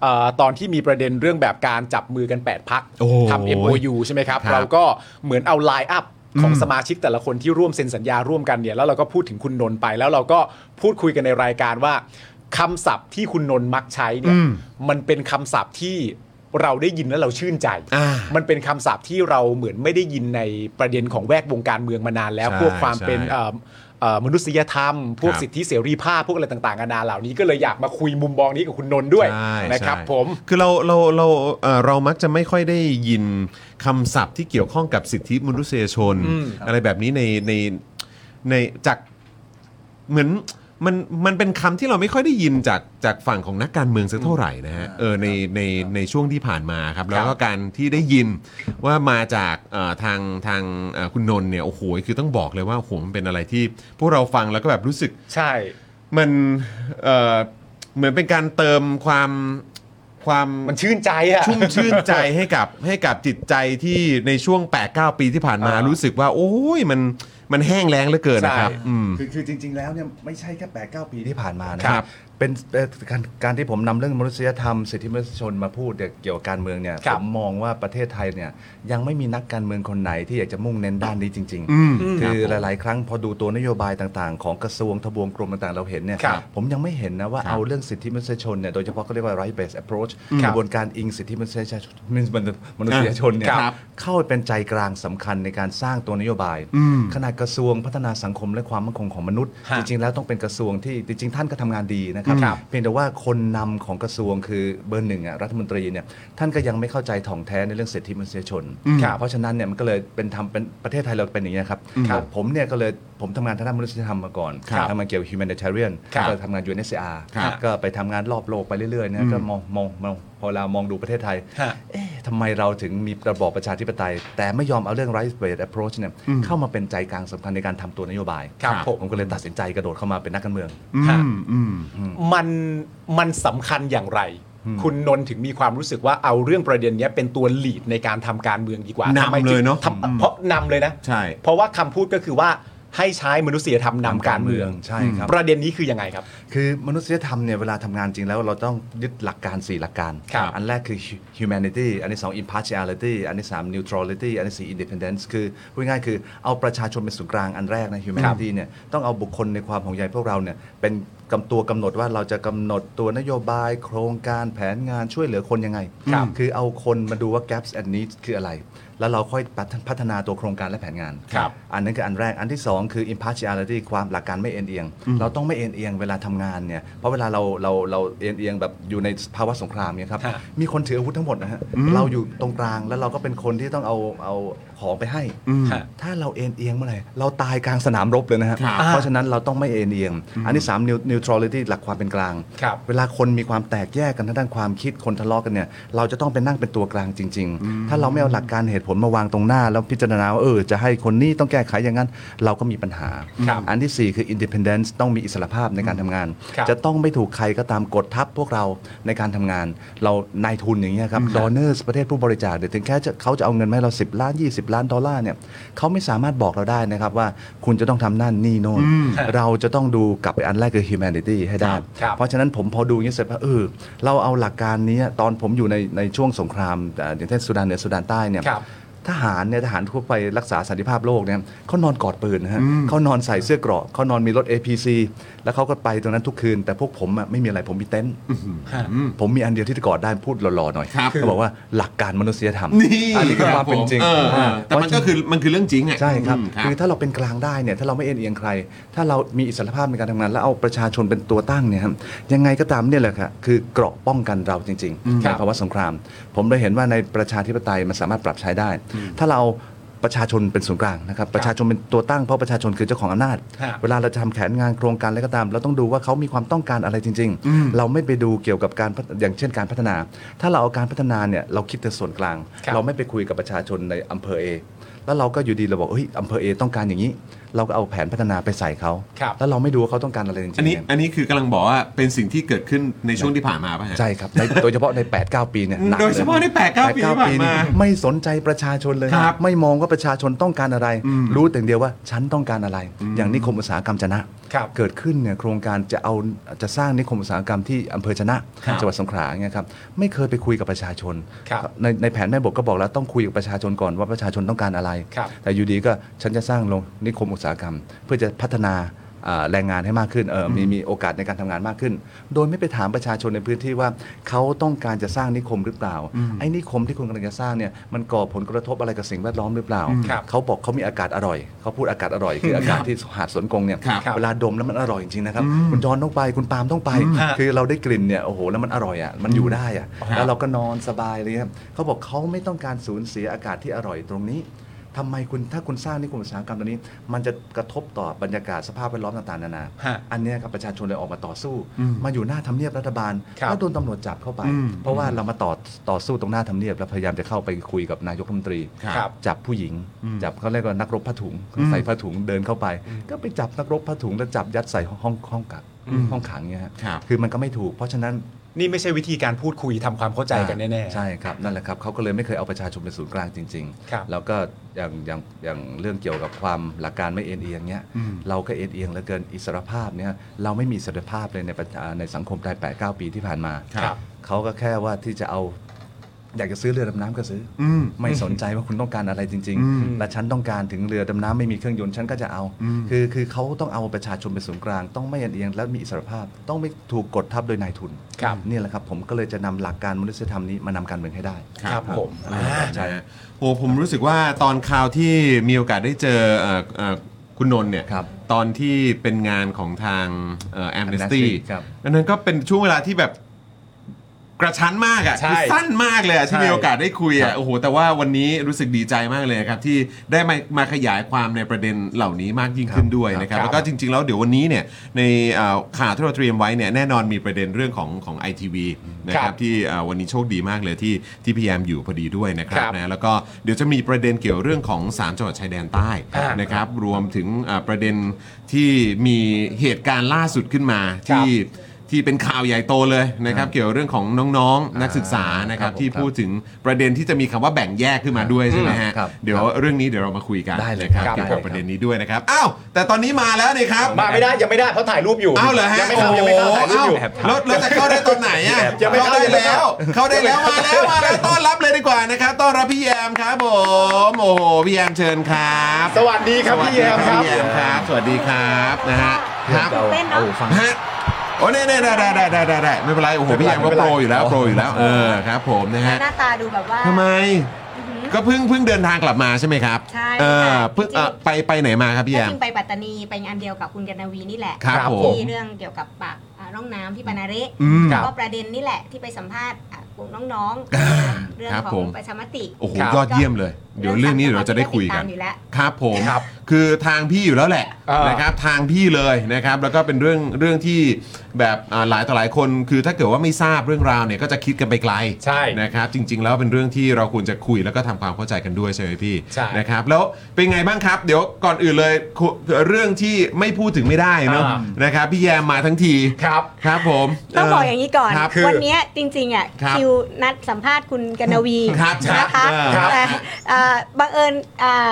Speaker 3: เอ่อตอนที่มีประเด็นเรื่องแบบการจับมือกัน 8 พัก
Speaker 1: โอ้
Speaker 3: ทำ MOU ใช่ไหมครับ
Speaker 1: ครับ
Speaker 3: เราก็เหมือนเอาไลน์อัพของสมาชิกแต่ละคนที่ร่วมเซ็นสัญญาร่วมกันเนี่ยแล้วเราก็พูดถึงคุณนนท์ไปแล้วเราก็พูดคุยกันในรายการว่าคำศัพท์ที่คุณนนท์มักใช้เนี่ย
Speaker 1: อืม
Speaker 3: มันเป็นคำศัพท์ที่เราได้ยินแล้วเราชื่นใจ
Speaker 1: อ่า
Speaker 3: มันเป็นคำศัพท์ที่เราเหมือนไม่ได้ยินในประเด็นของแวดวงการเมืองมานานแล้ว
Speaker 1: ใช่
Speaker 3: พวกความเป็น
Speaker 1: ใช่
Speaker 3: เอ่อเอ่อมนุษยธรรม พวก
Speaker 1: ครับ
Speaker 3: สิทธิเสรีภาพ พวกอะไรต่างๆนานาเหล่านี้ก็เลยอยากมาคุยมุมมองนี้กับคุณนนท์ด้วย
Speaker 1: ใช่
Speaker 3: นะครับ
Speaker 1: ใช่
Speaker 3: ผม
Speaker 1: คือเราเราเราเอ่อเรามักจะไม่ค่อยได้ยินคำศัพท์ที่เกี่ยวข้องกับสิทธิมนุษยชน อะไรแบบนี้ในในในจากเหมือนมันมันเป็นคำที่เราไม่ค่อยได้ยินจากจากฝั่งของนักการเมืองสักเท่าไหร่นะฮะเออในในในช่วงที่ผ่านมาครับ แล้วก็การที่ได้ยินว่ามาจากเอ่อทางทางเอ่อคุณนนท์เนี่ยโอ้โหคือต้องบอกเลยว่าโอ้โหมันเป็นอะไรที่ พวกเราฟังแล้วก็แบบรู้สึก
Speaker 3: ใช่
Speaker 1: มันเอ่อเหมือนเป็นการเติมความความ
Speaker 3: มันชื่นใจอะ
Speaker 1: ชุ่มชื่นใจให้กับให้กับจิตใจที่ในช่วง 8-9 ปีที่ผ่านมา
Speaker 3: อ่ารู้
Speaker 1: รู้สึกว่า โอ้ยมันมันแห้งแล้งเหลือเกินนะครับ
Speaker 3: ใช่
Speaker 1: อืม
Speaker 4: คือคือจริง ๆ แล้วเนี่ยไม่ใช่แค่แปดเก้าปีที่ผ่านมานะครับ เป็นเอ่อการการที่ผมนำเรื่องมนุษยธรรมสิทธิมนุษยชนมาพูดเนี่ยเกี่ยวกับการเมืองเนี่ย
Speaker 3: ครั
Speaker 4: ผ
Speaker 3: บ
Speaker 4: มมองว่าประเทศไทยเนี่ยยังไม่มีนักการเมืองคนไหนที่อยากจะมุ่งเน้นด้านนี้จริง
Speaker 1: อืม
Speaker 4: ๆ คือหลาย ๆ ครั้งพอดูตัวนโยบายต่าง ๆ ของกระทรวงทบวงกรมต่าง ๆ เราเห็นเนี่ย
Speaker 3: ครับ
Speaker 4: ผมยังไม่เห็นนะว่า
Speaker 1: ครับ
Speaker 4: เอาเรื่องสิทธิมนุษยชนเนี่ยโดยเฉพาะเขาเรียกว่า right based approach
Speaker 3: ค
Speaker 4: ก
Speaker 3: รับ
Speaker 4: ระบวนการอิงสิทธิมนุษยชนมนุษยชนเนี่ย
Speaker 3: ครับ
Speaker 4: เข้าไปเป็นใจกลางสำคัญในการสร้างตัวนโยบาย
Speaker 1: อืม
Speaker 4: ขนาดกระทรวงพัฒนาสังคมและความมั่นคงของมนุษย์
Speaker 3: ฮะ
Speaker 4: จริง ๆ แล้วต้องเป็นกระทรวงที่จริง ๆ ท่านก็ทำงานดีนะครับ
Speaker 3: ครับ
Speaker 4: เพียงแต่ว่าคนนำของกระทรวงคือเบอร์หนึ่งอะรัฐมนตรีเนี่ยท่านก็ยังไม่เข้าใจถ่องแท้ในเรื่องสิทธิมนุษยชน
Speaker 3: ครับ
Speaker 4: เพราะฉะนั้นเนี่ยมันก็เลยเป็นทำเป็นประเทศไทยเราเป็นอย่างนี้ยครับ
Speaker 3: ครับ
Speaker 4: ผมเนี่ยก็เลย ผมทำงานทางด้านมนุษยธรรมมาก่อน
Speaker 1: ครับ
Speaker 4: ทำงานเกี่ยวกับ humanitarian
Speaker 1: ครับ
Speaker 4: ก็ทำงาน UNSCR
Speaker 1: ครับ
Speaker 4: ก็ไปทำงานรอบโลกไปเรื่อยๆนะก็มองมองมองพอเรามองดูประเทศไทย
Speaker 1: ฮะ
Speaker 4: เอ๊ะทำไมเราถึงมีระบอบประชาธิปไตย แต่ไม่ยอมเอาเรื่อง rights based approach เนี่ยเข้ามาเป็นใจกลางสำคัญในการทำตัวนโยบาย
Speaker 3: ครับผม
Speaker 4: ผมก็เลยตัดสินใจกระโดดเข้ามาเป็นนักการเมือง
Speaker 1: อื
Speaker 3: ฮะ
Speaker 1: มอืม
Speaker 3: มันมันสำคัญอย่างไร คุณนนท์ถึงมีความรู้สึกว่าเอาเรื่องประเด็นเนี้ยเป็นตัวหลีดในการทำการเมืองดีกว่า
Speaker 1: ำ
Speaker 3: นทำไมถึง
Speaker 1: เลยเนอะ
Speaker 3: ทำเพราะนำเลยนะ
Speaker 1: ใช่
Speaker 3: เพราะว่าคำพูดก็คือว่าให้ใช้มนุษยธรรมนำการเมือง
Speaker 4: ใช่ครับ
Speaker 3: ประเด็นนี้คือยังไงครับ
Speaker 4: คือมนุษยธรรมเนี่ยเวลาทำงานจริงแล้วเราต้องยึดหลักการ 4 หลักการ
Speaker 3: ครับ
Speaker 4: อันแรกคือ hu- humanity อันที่2 impartiality อันที่3 neutrality อันที่ 4 independence คือพูดง่ายๆคือเอาประชาชนเป็นศูนย์กลางอันแรกนะ humanity เนี่ยต้องเอาบุคคลในความห่วงใยพวกเราเนี่ยเป็นกำตัวกำหนดว่าเราจะกำหนดตัวนโยบาย โครงการแผนงานช่วยเหลือคนยังไง
Speaker 1: ครับ
Speaker 4: คือเอาคนมาดูว่า gaps and needs คืออะไร แล้วเราค่อยพัฒนาตัวโครงการและแผนงาน
Speaker 1: ครับ
Speaker 4: อันนั้นคืออันแรก อันที่ 2 คือ impartiality ความหลักการไม่เอ็นเอียง เราต้องไม่เอ็นเอียงเวลาทำงานเนี่ย เพราะเวลาเราเราเราเอ็นเอียงแบบอยู่ในภาวะสงครามเนี่ยครับ
Speaker 3: ฮะ
Speaker 4: มีคนถืออาวุธทั้งหมดนะฮะ เราอยู่ตรงกลางแล้วเราก็เป็นคนที่ต้องเอาเอาของไปให้
Speaker 3: ฮะ
Speaker 4: ถ้าเราเอ็นเอียงเมื่อไหร่เราตายกลางสนามรบเลยนะฮะ
Speaker 1: ครับ
Speaker 4: เพราะฉะนั้นเราต้องไม่เอ็นเอียง อันที่3 neutrality หลักความเป็นกลาง
Speaker 3: ครับ
Speaker 4: เวลาคนมีความแตกแยกกันทางด้านความคิดคนทะเลาะกันเนี่ยเราจะต้องเป็นนั่งเป็นตัวกลางจริง ๆ ถ้าเราไม่เอาหลักการเหตุผลมาวางตรงหน้า แล้วพิจารณาว่าเออจะให้คนนี้ต้องแก้ไขอย่างนั้น เราก็มีปัญหา
Speaker 3: ครับ
Speaker 4: อันทีสี่4 คือ independence ต้องมีอิสรภาพในการทำงาน
Speaker 3: ครับ
Speaker 4: จะต้องไม่ถูกใครก็ตามกดทับพวกเราในการทำงาน เรานายทุนอย่างเงี้ยครับดอนเนอร์ประเทศผู้บริจาคเนี่ยถึงแค่จะเขาจะเอาเงินมาให้เรา 10 ล้าน 20 ล้านดอลลาร์เนี่ยเขาไม่สามารถบอกเราได้นะครับว่าคุณจะต้องทำนั่นนี่โน่นเราจะต้องดูกลับไปอันแรกคือ humanity ให้ได้
Speaker 3: ครับ
Speaker 4: เพราะฉะนั้นผมพอดูอย่างนี้เสร็จว่าเออเราเอาหลักการนี้ตอนผมอยู่ในในช่วงสงครามอ่าอย่างเช่นสุดานเหนือสุดานใต้เนี่ย
Speaker 3: ครับ
Speaker 4: ทหารเนี่ยทหารทั่วไปรักษาสันติภาพโลกเนี่ยเขานอนกอดปืนนะฮะเขานอนใส่เสื้อเกราะเขานอนมีรถ APC แล้วเขาก็ไปตรงนั้นทุกคืน แต่พวกผมอะไม่มีอะไรผมมีเต็นท์ผมมีอันเดียวที่จะกอดได้พูดหล่อๆหน่อย
Speaker 1: ครับ
Speaker 4: เขาบอกว่าหลักการมนุษยธรรม
Speaker 1: นี่
Speaker 4: อันนี้คือความเป็นจริง
Speaker 1: เออเออแต่
Speaker 4: เพราะ
Speaker 1: มัน
Speaker 4: ฉะ
Speaker 1: ก็คือมันคือเรื่องจริงอ่ะ
Speaker 4: ใช่ครับ
Speaker 1: อืม
Speaker 4: คือถ้าเราเป็นกลางได้เนี่ย ถ้าเราไม่เอ็นเอียงใคร ถ้าเรามีอิสรภาพในการทำงาน แล้วเอาประชาชนเป็นตัวตั้งเนี่ยครับยังไงก็ตามเนี่ยแหละครับคือเกราะป้องกันเราจริงๆในภาวะสงคราม ผมเลยเห็นว่าในประชาธิปไตยมันสามารถปรับใช้ได้ ถ้าเราเอาประชาชนเป็นศูนย์กลางนะครับ ประชาชนเป็นตัวตั้ง เพราะประชาชนคือเจ้าของอำนาจ
Speaker 3: ฮะ
Speaker 4: เวลาเราจะทำแผนงานโครงการอะไรก็ตาม เราต้องดูว่าเขามีความต้องการอะไรจริง ๆ เราไม่ไปดูเกี่ยวกับการพัฒอย่างเช่นการพัฒนา ถ้าเราเอาการพัฒนาเนี่ยเราคิดแต่ส่วนกลาง
Speaker 3: ครับ
Speaker 4: เราไม่ไปคุยกับประชาชนในอำเภอเอแล้วเราก็อยู่ดีเราบอกเฮ้ยอำเภอเอต้องการอย่างนี้ เราก็เอาแผนพัฒนาไปใส่เขา
Speaker 3: ครับ
Speaker 4: แล้วเราไม่ดูว่าเขาต้องการอะไรจริงๆ
Speaker 1: อันนี้
Speaker 4: เย
Speaker 1: อันนี้คือกำลังบอกว่าเป็นสิ่งที่เกิดขึ้นในช่วงที่ผ่านมาป่ะฮะ
Speaker 4: ใช่ครับในโดยเฉพาะใน 8 9 ปีเนี่ยหนักล
Speaker 1: โดยเฉพาะใน8-9ปีที่ผ่านมา
Speaker 4: นี่ไม่สนใจประชาชนเลยนะครับ ไม่มองว่าประชาชนต้องการอะไร รู้แต่เดียวว่าฉันต้องการอะไร อย่างนิคมอุตสาหกรรมจะนะ
Speaker 3: ครับ
Speaker 4: เกิดขึ้นเนี่ยโครงการจะเอาจะสร้างนิคมอุตสาหกรรมที่อำเภอชนะครับ จังหวัดสงขลาเนี่ยครับไม่เคยไปคุยกับประชาชน
Speaker 3: ครับ
Speaker 4: ในในแผนแม่บทก็บอกแล้วต้องคุยกับประชาชนก่อนว่าประชาชนต้องการอะไร
Speaker 3: ครับ
Speaker 4: แต่อยู่ดีก็ฉันจะสร้างโรงนิคมอุตสาหกรรม เพื่อจะพัฒนาอ่าแรงงานให้มากขึ้นเออมีมีโอกาสในการทำงานมากขึ้น โดยไม่ไปถามประชาชนในพื้นที่ว่าเขาต้องการจะสร้างนิคมหรือเปล่าไอ้นิคมที่คุณกำลังจะสร้างเนี่ยมันก่อผลกระทบอะไรกับสิ่งแวดล้อมหรือเปล่า
Speaker 3: ครับ
Speaker 4: เขาบอกเขามีอากาศอร่อยเขาพูดอากาศอร่อยคืออากาศที่หาดสวนกงเนี่ย
Speaker 1: ครับ
Speaker 4: เวลาดมแล้วมันอร่อยจริงๆนะครับ คุณจอนต้องไปคุณปาล์มต้องไป
Speaker 3: ฮะ
Speaker 4: คือเราได้กลิ่นเนี่ยโอ้โหแล้วมันอร่อยอ่ะมันอยู่ได้อ่ะ
Speaker 1: ครับ
Speaker 4: แล้วเราก็นอนสบายเลยครับเขาบอกเขาไม่ต้องการสูญเสียอากาศที่อร่อยตรงนี้ทำไมคุณถ้าคุณสร้างนิคมอุตสาหกรรมตรงนี้ มันจะกระทบต่อบรรยากาศสภาพแวดล้อมต่างๆนานา
Speaker 3: ฮะ
Speaker 4: อันเนี้ยครับประชาชนเลยออกมาต่อสู้ มาอยู่หน้าทำเนียบรัฐบาล
Speaker 3: ครับ
Speaker 4: แล้วโดนตำรวจจับเข้าไป เพราะว่าเรามาต่อต่อสู้ตรงหน้าทำเนียบแล้วพยายามจะเข้าไปคุยกับนายกรัฐมนตรี
Speaker 3: ครับ
Speaker 4: จับผู้หญิง จับเขาเรียกว่านักรบผ้าถุงใส่ผ้าถุงเดินเข้าไป ก็ไปจับนักรบผ้าถุงแล้วจับยัดใส่ห้องห้องกักห้องขังเนี่ยฮะ
Speaker 1: ครับ
Speaker 4: คือมันก็ไม่ถูก เพราะฉะนั้น
Speaker 3: นี่ไม่ใช่วิธีการพูดคุยทำความเข้าใจกันแน่
Speaker 4: ใช่ครับนั่นแหละครับเขาก็เลยไม่เคยเอาประชาชนเป็นศูนย์กลางจริง
Speaker 3: ครับ
Speaker 4: ๆ แล้วก็อย่างอย่างอย่างเรื่องเกี่ยวกับความหลักการไม่เอ็นเอียงเนี่ยเราก็เอ็นเอียงเหลือเกินอิสรภาพเนี่ยเราไม่มีอิสรภาพเลยในประอ่าในสังคมไทยแปดเก้าปีที่ผ่านมา
Speaker 3: ครับ
Speaker 4: เขาก็แค่ว่าที่จะเอาอยากจะซื้อเรือดำน้ำก็ซื้อ
Speaker 1: อืม
Speaker 4: ไม่สนใจว่าคุณต้องการอะไรจริง ๆ และฉันต้องการถึงเรือดำน้ำไม่มีเครื่องยนต์ฉันก็จะเอา คือคือเขาต้องเอาประชาชนเป็นศูนย์กลาง ต้องไม่เอ็นเอียงและมีอิสรภาพ ต้องไม่ถูกกดทับโดยนายทุน
Speaker 3: ครับ
Speaker 4: นี่แหละครับ ผมก็เลยจะนำหลักการมนุษยธรรมนี้มานำการเมืองให้ได้
Speaker 3: ครับผม
Speaker 1: อ่า
Speaker 3: อ่า
Speaker 1: ใช่ฮะโอ้ผมรู้สึกว่าตอนคราวที่มีโอกาสได้เจอเอ่อเอ่อคุณนนท์เนี่ย
Speaker 4: ครับ
Speaker 1: ตอนที่เป็นงานของทางแอมเนส
Speaker 4: Amnesty
Speaker 1: ตี้
Speaker 4: ครับ
Speaker 1: อันนั้นก็เป็นช่วงเวลาที่แบบ กระชั้นมากอะ
Speaker 3: ใช่
Speaker 1: คือสั้นมากเลยอะที่
Speaker 3: ใช่
Speaker 1: มีโอกาสได้คุยอะโอ้โหแต่ว่าวันนี้รู้สึกดีใจมากเลยครับที่ได้มามาขยายความในประเด็นเหล่านี้มากยิ่งขึ้นด้วยนะครับแล้วก็จริง ๆ แล้วเดี๋ยววันนี้เนี่ยในอ่าข่าวที่เราเตรียมไว้เนี่ยแน่นอนมีประเด็นเรื่องของของไอทีวีนะค
Speaker 3: ครั
Speaker 1: รับบ ที่อ่าวันนี้โชคดีมากเลยที่ที่พี่แอมอยู่พอดีด้วยนะครับ
Speaker 3: ครับ
Speaker 1: นะแล้วก็เดี๋ยวจะมีประเด็นเกี่ยวเรื่องของสามจังหวัดชายแดนใต้
Speaker 3: อ่าน
Speaker 1: นะครับรวมถึงอ่าประเด็นที่มีเหตุการณ์ล่าสุดขึ้นมาที่ ที่เป็นข่าวใหญ่โตเลยนะครับเกี่ยวเรื่องของน้องๆ นักศึกษานะครับ
Speaker 4: ครับ
Speaker 1: ที่
Speaker 4: ครับ
Speaker 1: พูดถึงประเด็นที่จะมีคำว่าแบ่งแยกขึ้นมาด้วยใช่ไหมฮะ
Speaker 4: ครับ
Speaker 1: เดี๋ยว
Speaker 4: ครับ
Speaker 1: เรื่องนี้เดี๋ยวเรามาคุยกัน
Speaker 4: ได้เลย
Speaker 1: นะ
Speaker 4: ครับ
Speaker 1: เกี่ยวกับ
Speaker 4: ได้เลย
Speaker 1: ประเด็นนี้ด้วยนะครับอ้าวแต่ตอนนี้มาแล้วนี่ครับ
Speaker 3: มาไม่ได้ยังไม่ได้เพราะถ่ายรูปอยู่
Speaker 1: อ้าวเหรอฮะ
Speaker 3: ยังไม่เข้ายังไม่เข้าถ่ายรูปอยู่
Speaker 1: โโหเาแล้วแล้วจะเข้าได้ตอนไหนอ่ะ
Speaker 3: ยังไม่เข้า
Speaker 1: ได้แล้ว
Speaker 3: ยังไม่เข้า
Speaker 1: เข้าได้แล้วมาแล้วมาแล้วต้อนรับเลยดีกว่านะครับต้อนรับพี่แยมครับผมโอ้โหพี่แยมเชิญครับ
Speaker 3: สวัสดีครับพี่แยมค
Speaker 1: ส
Speaker 3: รับ
Speaker 1: วัสดีพี่แยมครับ สวัสดีครับนะฮะครับ
Speaker 4: เอาเอาฟัง
Speaker 1: ฮะโอ้เนี่ยเนี่ยได้ได้ได้ได้ได้ได้ไม่เป็นไรโอ้โหพี่แยมก็โปรอยู่แล้วโปรอยู่แล้วเออครับผมนะฮะ
Speaker 5: หน้าตาดูแบบว่า
Speaker 1: ทำไมก็เพิ่งเพิ่งเดินทางกลับมาใช่ไหมครับ
Speaker 5: ใช่
Speaker 1: เออ
Speaker 5: ค่ะ
Speaker 1: เพิ่ง
Speaker 5: จริงๆ
Speaker 1: เอ่อไปไปไหนมาครับพี่แย
Speaker 5: ก็
Speaker 1: ม
Speaker 5: จึงไปปัตตานีไปงานเดียวกับคุณกนวีนี่แหละ
Speaker 1: ครับผม
Speaker 5: ที่เรื่องเกี่ยวกับปากอ่าร่องน้ำที่ปานาเระ
Speaker 1: อืม
Speaker 5: แล้วก็ประเด็นนี่แหละที่ไปสัมภาษณ์อ่ะกลุ่มน้อง
Speaker 1: อ่า
Speaker 5: ๆ เรื่อง
Speaker 1: ครับ
Speaker 5: ข
Speaker 1: ผ
Speaker 5: อง
Speaker 1: ม
Speaker 5: ประชามติ
Speaker 1: โอ้โห
Speaker 3: ครับ
Speaker 1: ยอดเยี่ยมเลย เดี๋ยวเรื่องนี้เดี๋ยวเราจะได้คุยกัน
Speaker 5: เรื่องสามจังหวัดที่ติตามอยู่แล้ว
Speaker 1: ครับผม
Speaker 3: ครับ
Speaker 1: คือทางพี่อยู่แล้วแหละ
Speaker 3: เออ
Speaker 1: นะครับทางพี่เลยนะครับแล้วก็เป็นเรื่องเรื่องที่แบบอ่าหลายต่อหลายคน คือถ้าเกิดว่าไม่ทราบเรื่องราวเนี่ยก็จะคิดกันไปไกล
Speaker 3: ใช่
Speaker 1: นะครับจริง ๆ แล้วเป็นเรื่องที่เราควรจะคุยแล้วก็ทำความเข้าใจกันด้วยใช่ไหมพี่
Speaker 3: ใช่
Speaker 1: นะครับแล้วเป็นไงบ้างครับ เดี๋ยวก่อนอื่นเลยคุเรื่องที่ไม่พูดถึงไม่ได้เนาะ
Speaker 3: อ่า
Speaker 1: นะครับพี่แยมมาทั้งที
Speaker 3: ครับ
Speaker 1: ครับผม
Speaker 5: ต้องบอก
Speaker 1: เ
Speaker 5: อย่างนี้ก่อน
Speaker 1: ครับ
Speaker 5: วันเนี้ยจริงๆอ่ะ
Speaker 1: ครับ
Speaker 5: คิวนัดสัมภาษณ์คุณกนวี
Speaker 1: ครับ
Speaker 5: นะคะ
Speaker 1: ครับ
Speaker 5: แต่เอ่อบังเอิญอ่า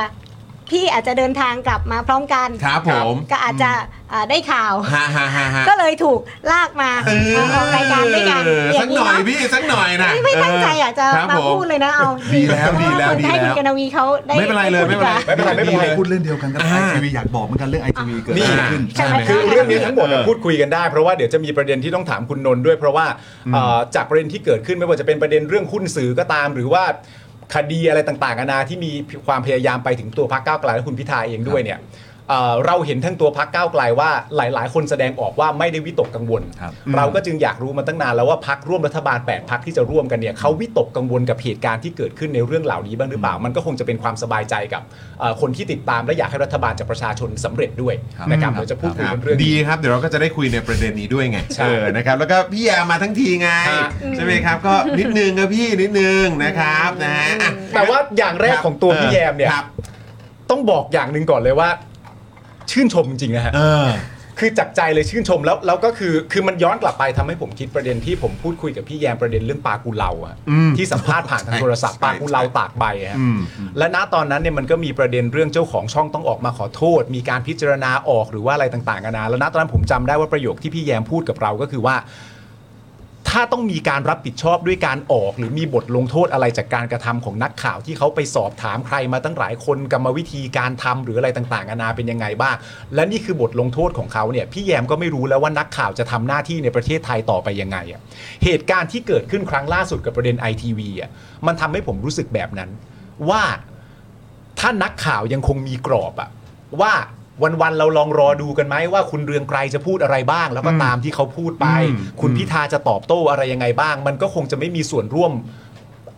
Speaker 5: พี่อาจจะเดินทางกลับมาพร้อมกัน
Speaker 1: ครับผม
Speaker 5: ก็อาจจะอ่าได้ข่าว
Speaker 1: ฮ่าฮ่าฮ่าฮ่า
Speaker 5: ก็เลยถูกลากมา
Speaker 1: เออ
Speaker 5: ออกรายการด้วยกัน
Speaker 1: สักหน่อยพี่สักหน่อยนะ
Speaker 5: ไม่ไม่ตั้งใจอยากจะ
Speaker 1: ครับ
Speaker 5: มา
Speaker 1: ผ
Speaker 5: พูดเลยนะเอา
Speaker 1: ดีแล้วดีแล้ว
Speaker 5: เพราะาคน
Speaker 1: ดี
Speaker 5: ให้คุ
Speaker 1: แล้
Speaker 5: ณก
Speaker 1: ว
Speaker 5: นวีเขาได้
Speaker 1: ไม่เป็นไรเลย
Speaker 5: พูด
Speaker 1: ไม่เป็นไร
Speaker 5: ดีกว่า
Speaker 3: ไม่เป็นไรไม่เป็นไร
Speaker 4: พูดเรื่องเดียวกันกับ
Speaker 1: อ่า
Speaker 4: ไอทีวีอยากบอกเหมือนกันเรื่องไอทีวีเกิด
Speaker 3: นี่
Speaker 4: อะไรขึ้น
Speaker 5: ใช่ไหม
Speaker 3: คือเรื่องนี้ทั้งหมดเนี่ย
Speaker 1: เออ
Speaker 3: พูดคุยกันได้ เพราะว่าเดี๋ยวจะมีประเด็นที่ต้องถามคุณนนท์ด้วยเพราะว่าเอ่อจากประเด็นที่เกิดขึ้นไม่ว่าจะเป็นประเด็นเรื่องหุ้นสื่อก็ตาม หรือว่าคดีอะไรต่างๆนานาที่มีความพยายามไปถึงตัวพรรคก้าวไกลและคุณพิธาเองด้วยเนี่ยเอ่อเราเห็นทั้งตัวพรรคก้าวไกลว่าหลายๆ คนแสดงออกว่าไม่ได้วิตกกังวล
Speaker 4: ครับ
Speaker 3: เราก็จึงอยากรู้มาตั้งนานแล้วว่าพักร่วมรัฐบาลแปดพักที่จะร่วมกันเนี่ยเขาวิตกกังวลกับเหตุการณ์ที่เกิดขึ้นในเรื่องเหล่านี้บ้างหรือเปล่า มันก็คงจะเป็นความสบายใจกับเอ่อคนที่ติดตามและอยากให้รัฐบาลจากประชาชนสำเร็จด้วย
Speaker 4: ครับ
Speaker 3: นะครับ
Speaker 4: ครับ
Speaker 3: เราจะพูดคุย
Speaker 1: ครับ
Speaker 3: กันเรื่อง
Speaker 1: ดี
Speaker 3: นี้
Speaker 1: ครับเดี๋ยวเราก็จะได้คุยในประเด็นนี้ด้วยไง
Speaker 3: ใช่
Speaker 1: เออนะครับแล้วก็พี่แอมมาทั้งทีไง
Speaker 3: ฮะ
Speaker 1: ใช่ไหมครับ ก็นิดนึงครับพี่นิดนึงนะครับนะฮะอ่ะ
Speaker 3: แต่ว่าอย่างแรกของตัวพี่แยมเนี่ย
Speaker 1: ครับ
Speaker 3: ต้องบอกอย่างหนึ่งก่อนเลยว่า ชื่นชมจริงๆนะฮะ
Speaker 1: เออ
Speaker 3: คือจากใจเลยชื่นชมแล้วแล้วก็คือคือมันย้อนกลับไปทำให้ผมคิดประเด็นที่ผมพูดคุยกับพี่แยมประเด็นเรื่องปลากุเลาอะ
Speaker 1: อืม
Speaker 3: ที่สัมภาษณ์ผ่านทางโทรศัพท์
Speaker 1: ใช่
Speaker 3: ปลากุเลาตากใบอะฮะ
Speaker 1: อืม
Speaker 3: และณตอนนั้นเนี่ยมันก็มีประเด็นเรื่องเจ้าของช่องต้องออกมาขอโทษ มีการพิจารณาออกหรือว่าอะไรต่างๆกันานาแล้วณตอนนั้นผมจำได้ว่าประโยคที่พี่แยมพูดกับเราก็คือว่า ถ้าต้องมีการรับผิดชอบด้วยการออก หรือมีบทลงโทษอะไรจากการกระทำของนักข่าวที่เขาไปสอบถามใครมาตั้งหลายคนกรรมวิธีการทำหรืออะไรต่างๆนานาเป็นยังไงบ้าง และนี่คือบทลงโทษของเขาเนี่ยพี่แยมก็ไม่รู้แล้วว่านักข่าวจะทำหน้าที่ในประเทศไทยต่อไปยังไงอะเหตุการณ์ที่เกิดขึ้นครั้งล่าสุดกับประเด็นไอทีวีอ่ะมันทำให้ผมรู้สึกแบบนั้น ว่าถ้านักข่าวยังคงมีกรอบอะว่าวันๆเราลองรอดูกันไหมว่าคุณเรืองไกรจะพูดอะไรบ้าง แล้วก็ตามที่เขาพูดไป
Speaker 1: อืม
Speaker 3: คุณพิธาจะตอบโต้อะไรยังไงบ้าง มันก็คงจะไม่มีส่วนร่วม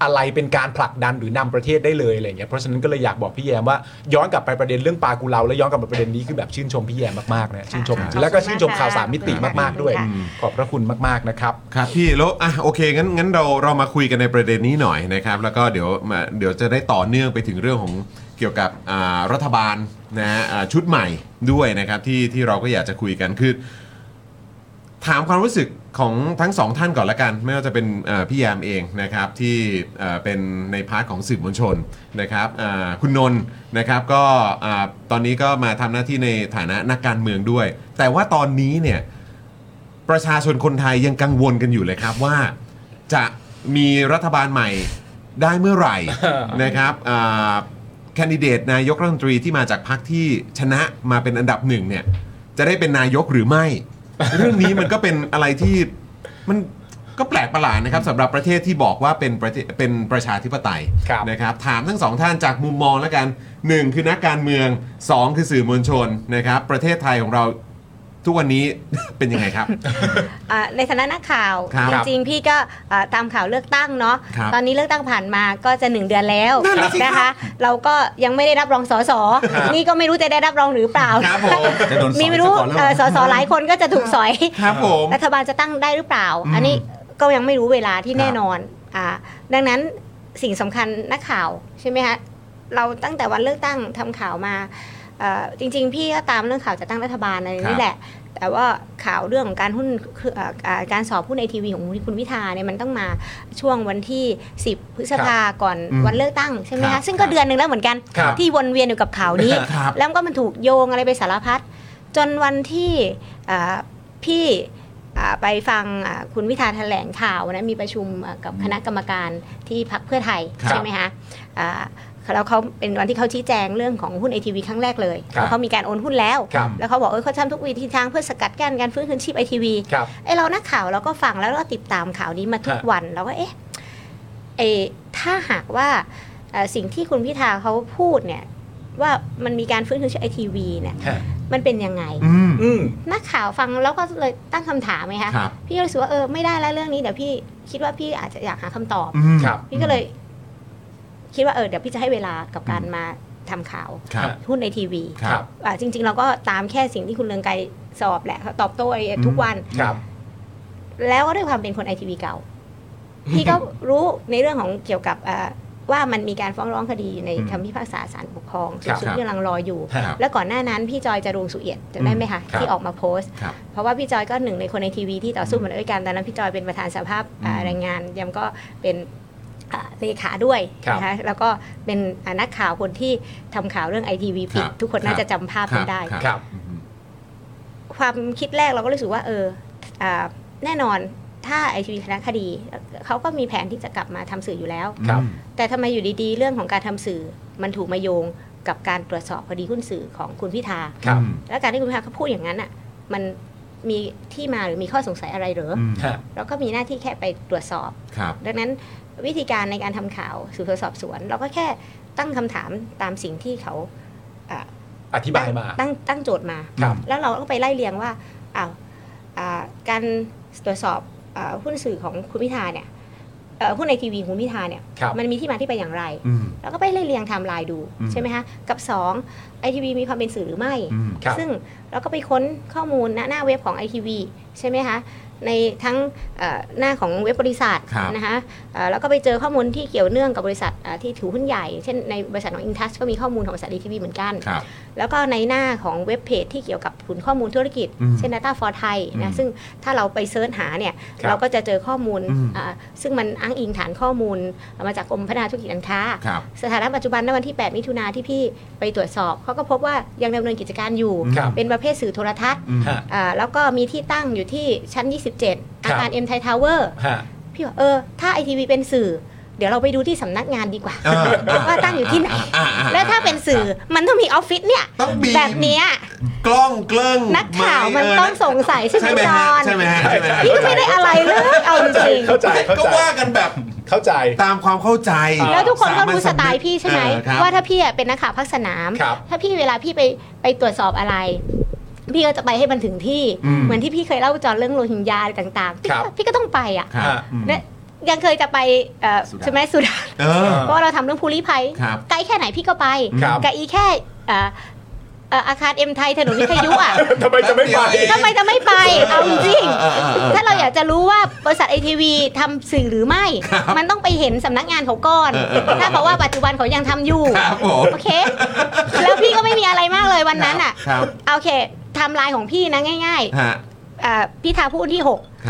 Speaker 3: อะไรเป็นการผลักดันหรือนำประเทศได้เลยอะไรอย่างเงี้ยเพราะฉะนั้นก็เลยอยากบอกพี่แยมว่าย้อนกลับไปประเด็นเรื่องปลากุเลาและย้อนกลับมาประเด็นนี้คือแบบชื่นชมพี่แยมมากๆนะชื่นชม
Speaker 5: ค่ะ
Speaker 3: แล้วก็ชื่นชมข่าวสามมิติมาก ๆด้วย ขอบพระคุณมากๆนะครับ
Speaker 1: ครับพี่แล้วอ่ะโอเคงั้นงั้นเราเรามาคุยกันในประเด็นนี้หน่อยนะครับ แล้วก็เดี๋ยวมาเดี๋ยวจะได้ต่อเนื่องไปถึงเรื่องของเกี่ยวกับอ่ารัฐบาลนะฮะอ่าชุดใหม่ด้วยนะครับที่ที่เราก็อยากจะคุยกันคือ ถามความรู้สึกของทั้งสองท่านก่อนละกัน ไม่ว่าจะเป็นเอ่อพี่ยามเองนะครับที่เอ่อเป็นในพาร์ทของสื่อมวลชนนะครับอ่าคุณนนท์นะครับก็อ่าตอนนี้ก็มาทำหน้าที่ในฐานะนักการเมืองด้วย แต่ว่าตอนนี้เนี่ย ประชาชนคนไทยยังกังวลกันอยู่เลยครับว่า จะมีรัฐบาลใหม่ได้เมื่อไหร่ นะครับอ่าแคนดิเดตนายกรัฐมนตรีที่มาจากพรรคที่ชนะมาเป็นอันดับหนึ่งเนี่ย จะได้เป็นนายกหรือไม่ เรื่องนี้มันก็เป็นอะไรที่มันก็แปลกประหลาดนะครับสำหรับประเทศที่บอกว่าเป็นประเทศเป็นประชาธิปไตย
Speaker 3: ครับ
Speaker 1: นะครับ ถามทั้งสองท่านจากมุมมองแล้วกันหนึ่งคือนักการเมืองสองคือสื่อมวลชนนะครับ ประเทศไทยของเรา ทุกวันนี้ เป็นยังไงครับ
Speaker 5: อ่าในฐานะนักข่าว
Speaker 1: ครับ
Speaker 5: จริงๆพี่ก็อ่าตามข่าวเลือกตั้งเนาะ
Speaker 1: ครับ
Speaker 5: ตอนนี้เลือกตั้งผ่านมาก็จะหนึ่งเดือนแล้ว
Speaker 1: นั่นน่ะสิครับ
Speaker 5: นะคะ เราก็ยังไม่ได้รับรองสอสอ
Speaker 1: ครับ
Speaker 5: นี่ก็ไม่รู้จะได้รับรองหรือเปล่า
Speaker 1: ครับผม
Speaker 4: จะโดนสอย
Speaker 5: มีไม่รู้
Speaker 4: ซะก่อนแล้ว
Speaker 5: เอ่อสอสอหลายคนก็จะถูกสอย
Speaker 1: ครับผม
Speaker 5: รัฐบาลจะตั้งได้หรือเปล่า
Speaker 1: อืม
Speaker 5: อันนี้ก็ยังไม่รู้เวลาที่
Speaker 1: ครับ
Speaker 5: แน่นอนอ่าดังนั้นสิ่งสำคัญนักข่าวใช่ไหมคะเราตั้งแต่วันเลือกตั้งทำข่าวมาเอ่อจริง ๆ พี่ก็ตามเรื่องข่าวจะตั้งรัฐบาลอะไร
Speaker 1: ครับ
Speaker 5: นี่แหละ แต่ว่าข่าวเรื่องของการหุ้นคือเอ่ออ่าการสอบหุ้นไอทีวีของคุณพิธาเนี่ยมันต้องมาช่วงวันที่ 10 พฤษภาก่อน
Speaker 1: อืม
Speaker 5: วันเลือกตั้งใช่ไหม
Speaker 1: ครั
Speaker 5: คะ
Speaker 1: บ
Speaker 5: ซึ่งก็เดือนหนึ่งแล้วเหมือนกัน
Speaker 1: ครับ
Speaker 5: ที่วนเวียนอยู่กับข่าวนี้
Speaker 1: ครับ
Speaker 5: แล้วก็มันถูกโยงอะไรไปสารพัดจนวันที่เอ่อพี่เอ่อไปฟังอ่ะคุณวิธาแถลงข่าวนะมีประชุมอ่ะกับคณะกรรมการที่พักเพื่อไทย
Speaker 1: ครับ
Speaker 5: ใช่ไหมคะอ่าแล้วเขาเป็นวันที่เขาชี้แจงเรื่องของหุ้นไอทีวีครั้งแรกเลย
Speaker 3: ครับ
Speaker 5: เขามีการโอนหุ้นแล้ว
Speaker 3: ครับ
Speaker 5: แล้วเขาบอกเออเขาทำทุกวิธีทางเพื่อสกัดกั้นการฟื้นคืนชีพไอทีวี
Speaker 3: ครับ
Speaker 5: ไอเรานักข่าวเราก็ฟังแล้วเราก็ติดตามข่าวนี้มาทุก
Speaker 3: ฮะ
Speaker 5: วันเราก็เอ๊ะเอะถ้าหากว่าเอ่อสิ่งที่คุณพิธาเขาพูดเนี่ย ว่ามันมีการฟื้นคืนชีพไอทีวีเนี่ย
Speaker 3: ฮะ
Speaker 5: มันเป็นยังไง
Speaker 3: อืม
Speaker 5: นักข่าวฟังแล้วก็เลยตั้งคำถามไงคะ
Speaker 1: ครับ
Speaker 5: พี่ก็รู้สึกว่าเออไม่ได้แล้วเรื่องนี้เดี๋ยวพี่คิดว่าพี่อาจจะอยากหาคำตอบ
Speaker 3: ครับ
Speaker 5: พี่ก็เลย คิดว่าเออเดี๋ยวพี่จะให้เวลากับการมาทำข่าว
Speaker 1: ครับ
Speaker 5: หุ้นในทีวี
Speaker 1: ครับ
Speaker 5: อ่ะจริง ๆ เราก็ตามแค่สิ่งที่คุณเลืองไกรสอบแหละเขาตอบโต้ไอ้ทุกวัน
Speaker 3: ครับ
Speaker 5: แล้วก็ด้วยความเป็นคนไอทีวีเก่า พี่ก็รู้ในเรื่องของเกี่ยวกับเอ่อว่ามันมีการฟ้องร้องคดีใน
Speaker 1: อืม
Speaker 5: คำพิพากษาศาลปกครองสู
Speaker 3: ครั
Speaker 5: ง
Speaker 3: บ
Speaker 5: สุดที่กำลังรออยู่
Speaker 1: ครับ
Speaker 5: แล้วก่อนหน้านั้นพี่จอยจรูงสุเอียดจะได้ไหมคะ
Speaker 1: ครับ
Speaker 5: ที่ออกมาโพสต์
Speaker 1: ครับ
Speaker 5: เพราะว่าพี่จอยก็หนึ่งในคนในทีวีที่ต่อสู้มาด้วยกันตอนนั้นพี่จอยเป็นประธานสภาพอ่าแรงงานยำก็เป็นอ่าเลขาด้วย
Speaker 3: ครับ
Speaker 5: นะคะแล้วก็เป็นอ่านักข่าวคนที่ทำข่าวเรื่องไอทีวีผิด
Speaker 1: ครับ
Speaker 5: ทุกคน
Speaker 1: ครับ
Speaker 5: น่าจะจำภาพกันได้
Speaker 3: ครับ
Speaker 1: อืม
Speaker 5: ความคิดแรกเราก็รู้สึกว่าเอออาแน่นอนถ้าไอทีวีคณะคดี เขาก็มีแผนที่จะกลับมาทำสื่ออยู่แล้ว
Speaker 3: ครับ
Speaker 5: แต่ทำไมอยู่ดีๆ เรื่องของการทำสื่อ มันถูกมาโยงกับการตรวจสอบคดีหุ้นสื่อของคุณพิธา
Speaker 3: ครับ
Speaker 5: และการที่คุณพิธาเขาพูดอย่างนั้นอ่ะมันมีที่มาหรือมีข้อสงสัยอะไรเหรออ
Speaker 1: ม
Speaker 3: ฮะ
Speaker 5: เราก็มีหน้าที่แค่ไปตรวจสอบ
Speaker 1: ครับ
Speaker 5: ดังนั้นวิธีการในการทำข่าวสืบสวนสอบสวน เราก็แค่ตั้งคำถามตามสิ่งที่เขาอ่ะ
Speaker 3: อธิบายมา
Speaker 5: ตั้งตั้งโจทย์มา
Speaker 3: ครับ
Speaker 5: แล้วเราก็ไปไล่เรียงว่าอ้าวอ่าการตรวจสอบอ่าหุ้นสื่อของคุณพิธาเนี่ยเอ่อหุ้นในทีวีของคุณพิธาเนี่ย
Speaker 3: ครับ
Speaker 5: มันมีที่มาที่ไปอย่างไร
Speaker 1: อืม
Speaker 5: แล้วก็ไปไล่เรียงไทม์ไลน์ดู
Speaker 1: อืม
Speaker 5: ใช่ไหมคะกับ2ไอทีวีมีความเป็นสื่อหรือไม่
Speaker 1: อืม
Speaker 3: ครับ
Speaker 5: ซึ่งเราก็ไปค้นข้อมูลณหน้าเว็บของไอทีวีใช่ไหมคะในทั้งเอ่อหน้าของเว็บบริษัท
Speaker 1: ครับ
Speaker 5: นะคะเอ่อแล้วก็ไปเจอข้อมูลที่เกี่ยวเนื่องกับบริษัทเอ่อที่ถือหุ้นใหญ่ เช่นในบริษัทของอินทัสก็มีข้อมูลของบริษัทไอทีวีเหมือนกัน
Speaker 1: ครับ
Speaker 5: แล้วก็ในหน้าของเว็บเพจที่เกี่ยวกับผลข้อมูลธุรกิจ
Speaker 1: อืม
Speaker 5: เช่น Data for Thai
Speaker 1: อื
Speaker 5: นะ
Speaker 1: ม
Speaker 5: ซึ่งถ้าเราไปเซิร์ชหาเนี่ย
Speaker 3: ครับ
Speaker 5: เราก็จะเจอข้อมูล
Speaker 1: อืม
Speaker 5: อ่าซึ่งมันอ้างอิงฐานข้อมูลมาจากกรมพัฒนาธุรกิจการค้า
Speaker 1: ครับ
Speaker 5: สถานะปัจจุบันณวันที่ 8 มิถุนาที่พี่ไปตรวจสอบเขาก็พบว่ายังดำเนินกิจการอยู่
Speaker 3: ครับ
Speaker 5: เป็นประเภทสื่อโทรทัศน์
Speaker 1: อืม
Speaker 3: ฮะ
Speaker 5: อ่าแล้วก็มีที่ตั้งอยู่ที่ชั้น 27 อาคาร M Thai Tower
Speaker 3: ฮะ
Speaker 5: พี่บอกเออ ถ้าไอทีวีเป็นสื่อ เดี๋ยวเราไปดูที่สำนักงานดีกว่า
Speaker 1: อ่าอ่า
Speaker 5: ว่าตั้งอยู่ที่ไหน
Speaker 1: อ่าอ่าอ่า
Speaker 5: แล้วถ้าเป็นสื่อมันต้องมีออฟฟิศเนี่ย
Speaker 1: ต้องมี
Speaker 5: แบบเนี้ย
Speaker 1: กล้องเกลิ้ง
Speaker 5: นักข่าวมัน
Speaker 1: ไเ
Speaker 5: ต้องสงสัยใช่ไหม
Speaker 1: ใช่ไหม
Speaker 5: จ
Speaker 1: ฮะ
Speaker 5: อน
Speaker 1: ใช่ไหมฮะใช่ไหมฮะ
Speaker 5: พี่ไม่ได้อะไรเลยเอาจริง
Speaker 3: เข้าใจ เข้า
Speaker 1: ก็
Speaker 3: ใจ
Speaker 1: ว่ากันแบบ
Speaker 3: เข้าใจ
Speaker 1: ตามความเข้าใจ
Speaker 5: แล้วทุกคนก็รู้ส
Speaker 1: ญำ
Speaker 5: ไต
Speaker 1: นึ
Speaker 5: ล์พี่ใช่ไหม
Speaker 1: เออครับ
Speaker 5: ว่าถ้าพี่อะเป็นนักข่าวภาคสนาม
Speaker 3: ครับ
Speaker 5: ถ้าพี่เวลาพี่ไปไปตรวจสอบอะไร พี่ก็จะไปให้มันถึงที่
Speaker 1: อืม
Speaker 5: เหมือนที่พี่เคยเล่าจอนเรื่องโรฮิงญาต่างๆพี่
Speaker 3: ครั
Speaker 5: ก็
Speaker 3: บ
Speaker 5: พี่ก็ต้องไปอ่ะ
Speaker 1: ครับ
Speaker 3: อ่ะ
Speaker 1: อืม
Speaker 5: เนี่ยยังเคยจะไปเอ่อ
Speaker 1: สุดา
Speaker 5: ใช่ไหมสุดา
Speaker 1: เออ
Speaker 5: เพราะว่าเราทำเรื่องภูริภัย
Speaker 1: ครับ
Speaker 5: ไกลแค่ไหนพี่ก็ไป
Speaker 3: ครับ
Speaker 5: ไกลอีแค่เอ่อเอ่ออาคารเอ็มไทยถนนวิทยุอ่ะ
Speaker 3: ทำไมจะไม่ไป
Speaker 5: ทำไมจะไม่ไป เอาจริง
Speaker 1: เออเออเออ
Speaker 5: ถ้าเราอยากจะรู้ว่าบริษัทไอทีวีทำสื่อหรือไม่ มันต้องไปเห็นสำนักงานเขาก่อน
Speaker 1: เออเออ
Speaker 5: ถ้าบอกว่าปัจจุบันเขายังทำอยู่
Speaker 1: ครับผม
Speaker 5: โอเค แล้วพี่ก็ไม่มีอะไรมากเลยวันนั้นอ่ะ
Speaker 1: ครับ
Speaker 5: โอเคไทำลายของพี่นะง่าย
Speaker 1: ฮะ
Speaker 5: ๆอ่าพี่ทาพูดวันที่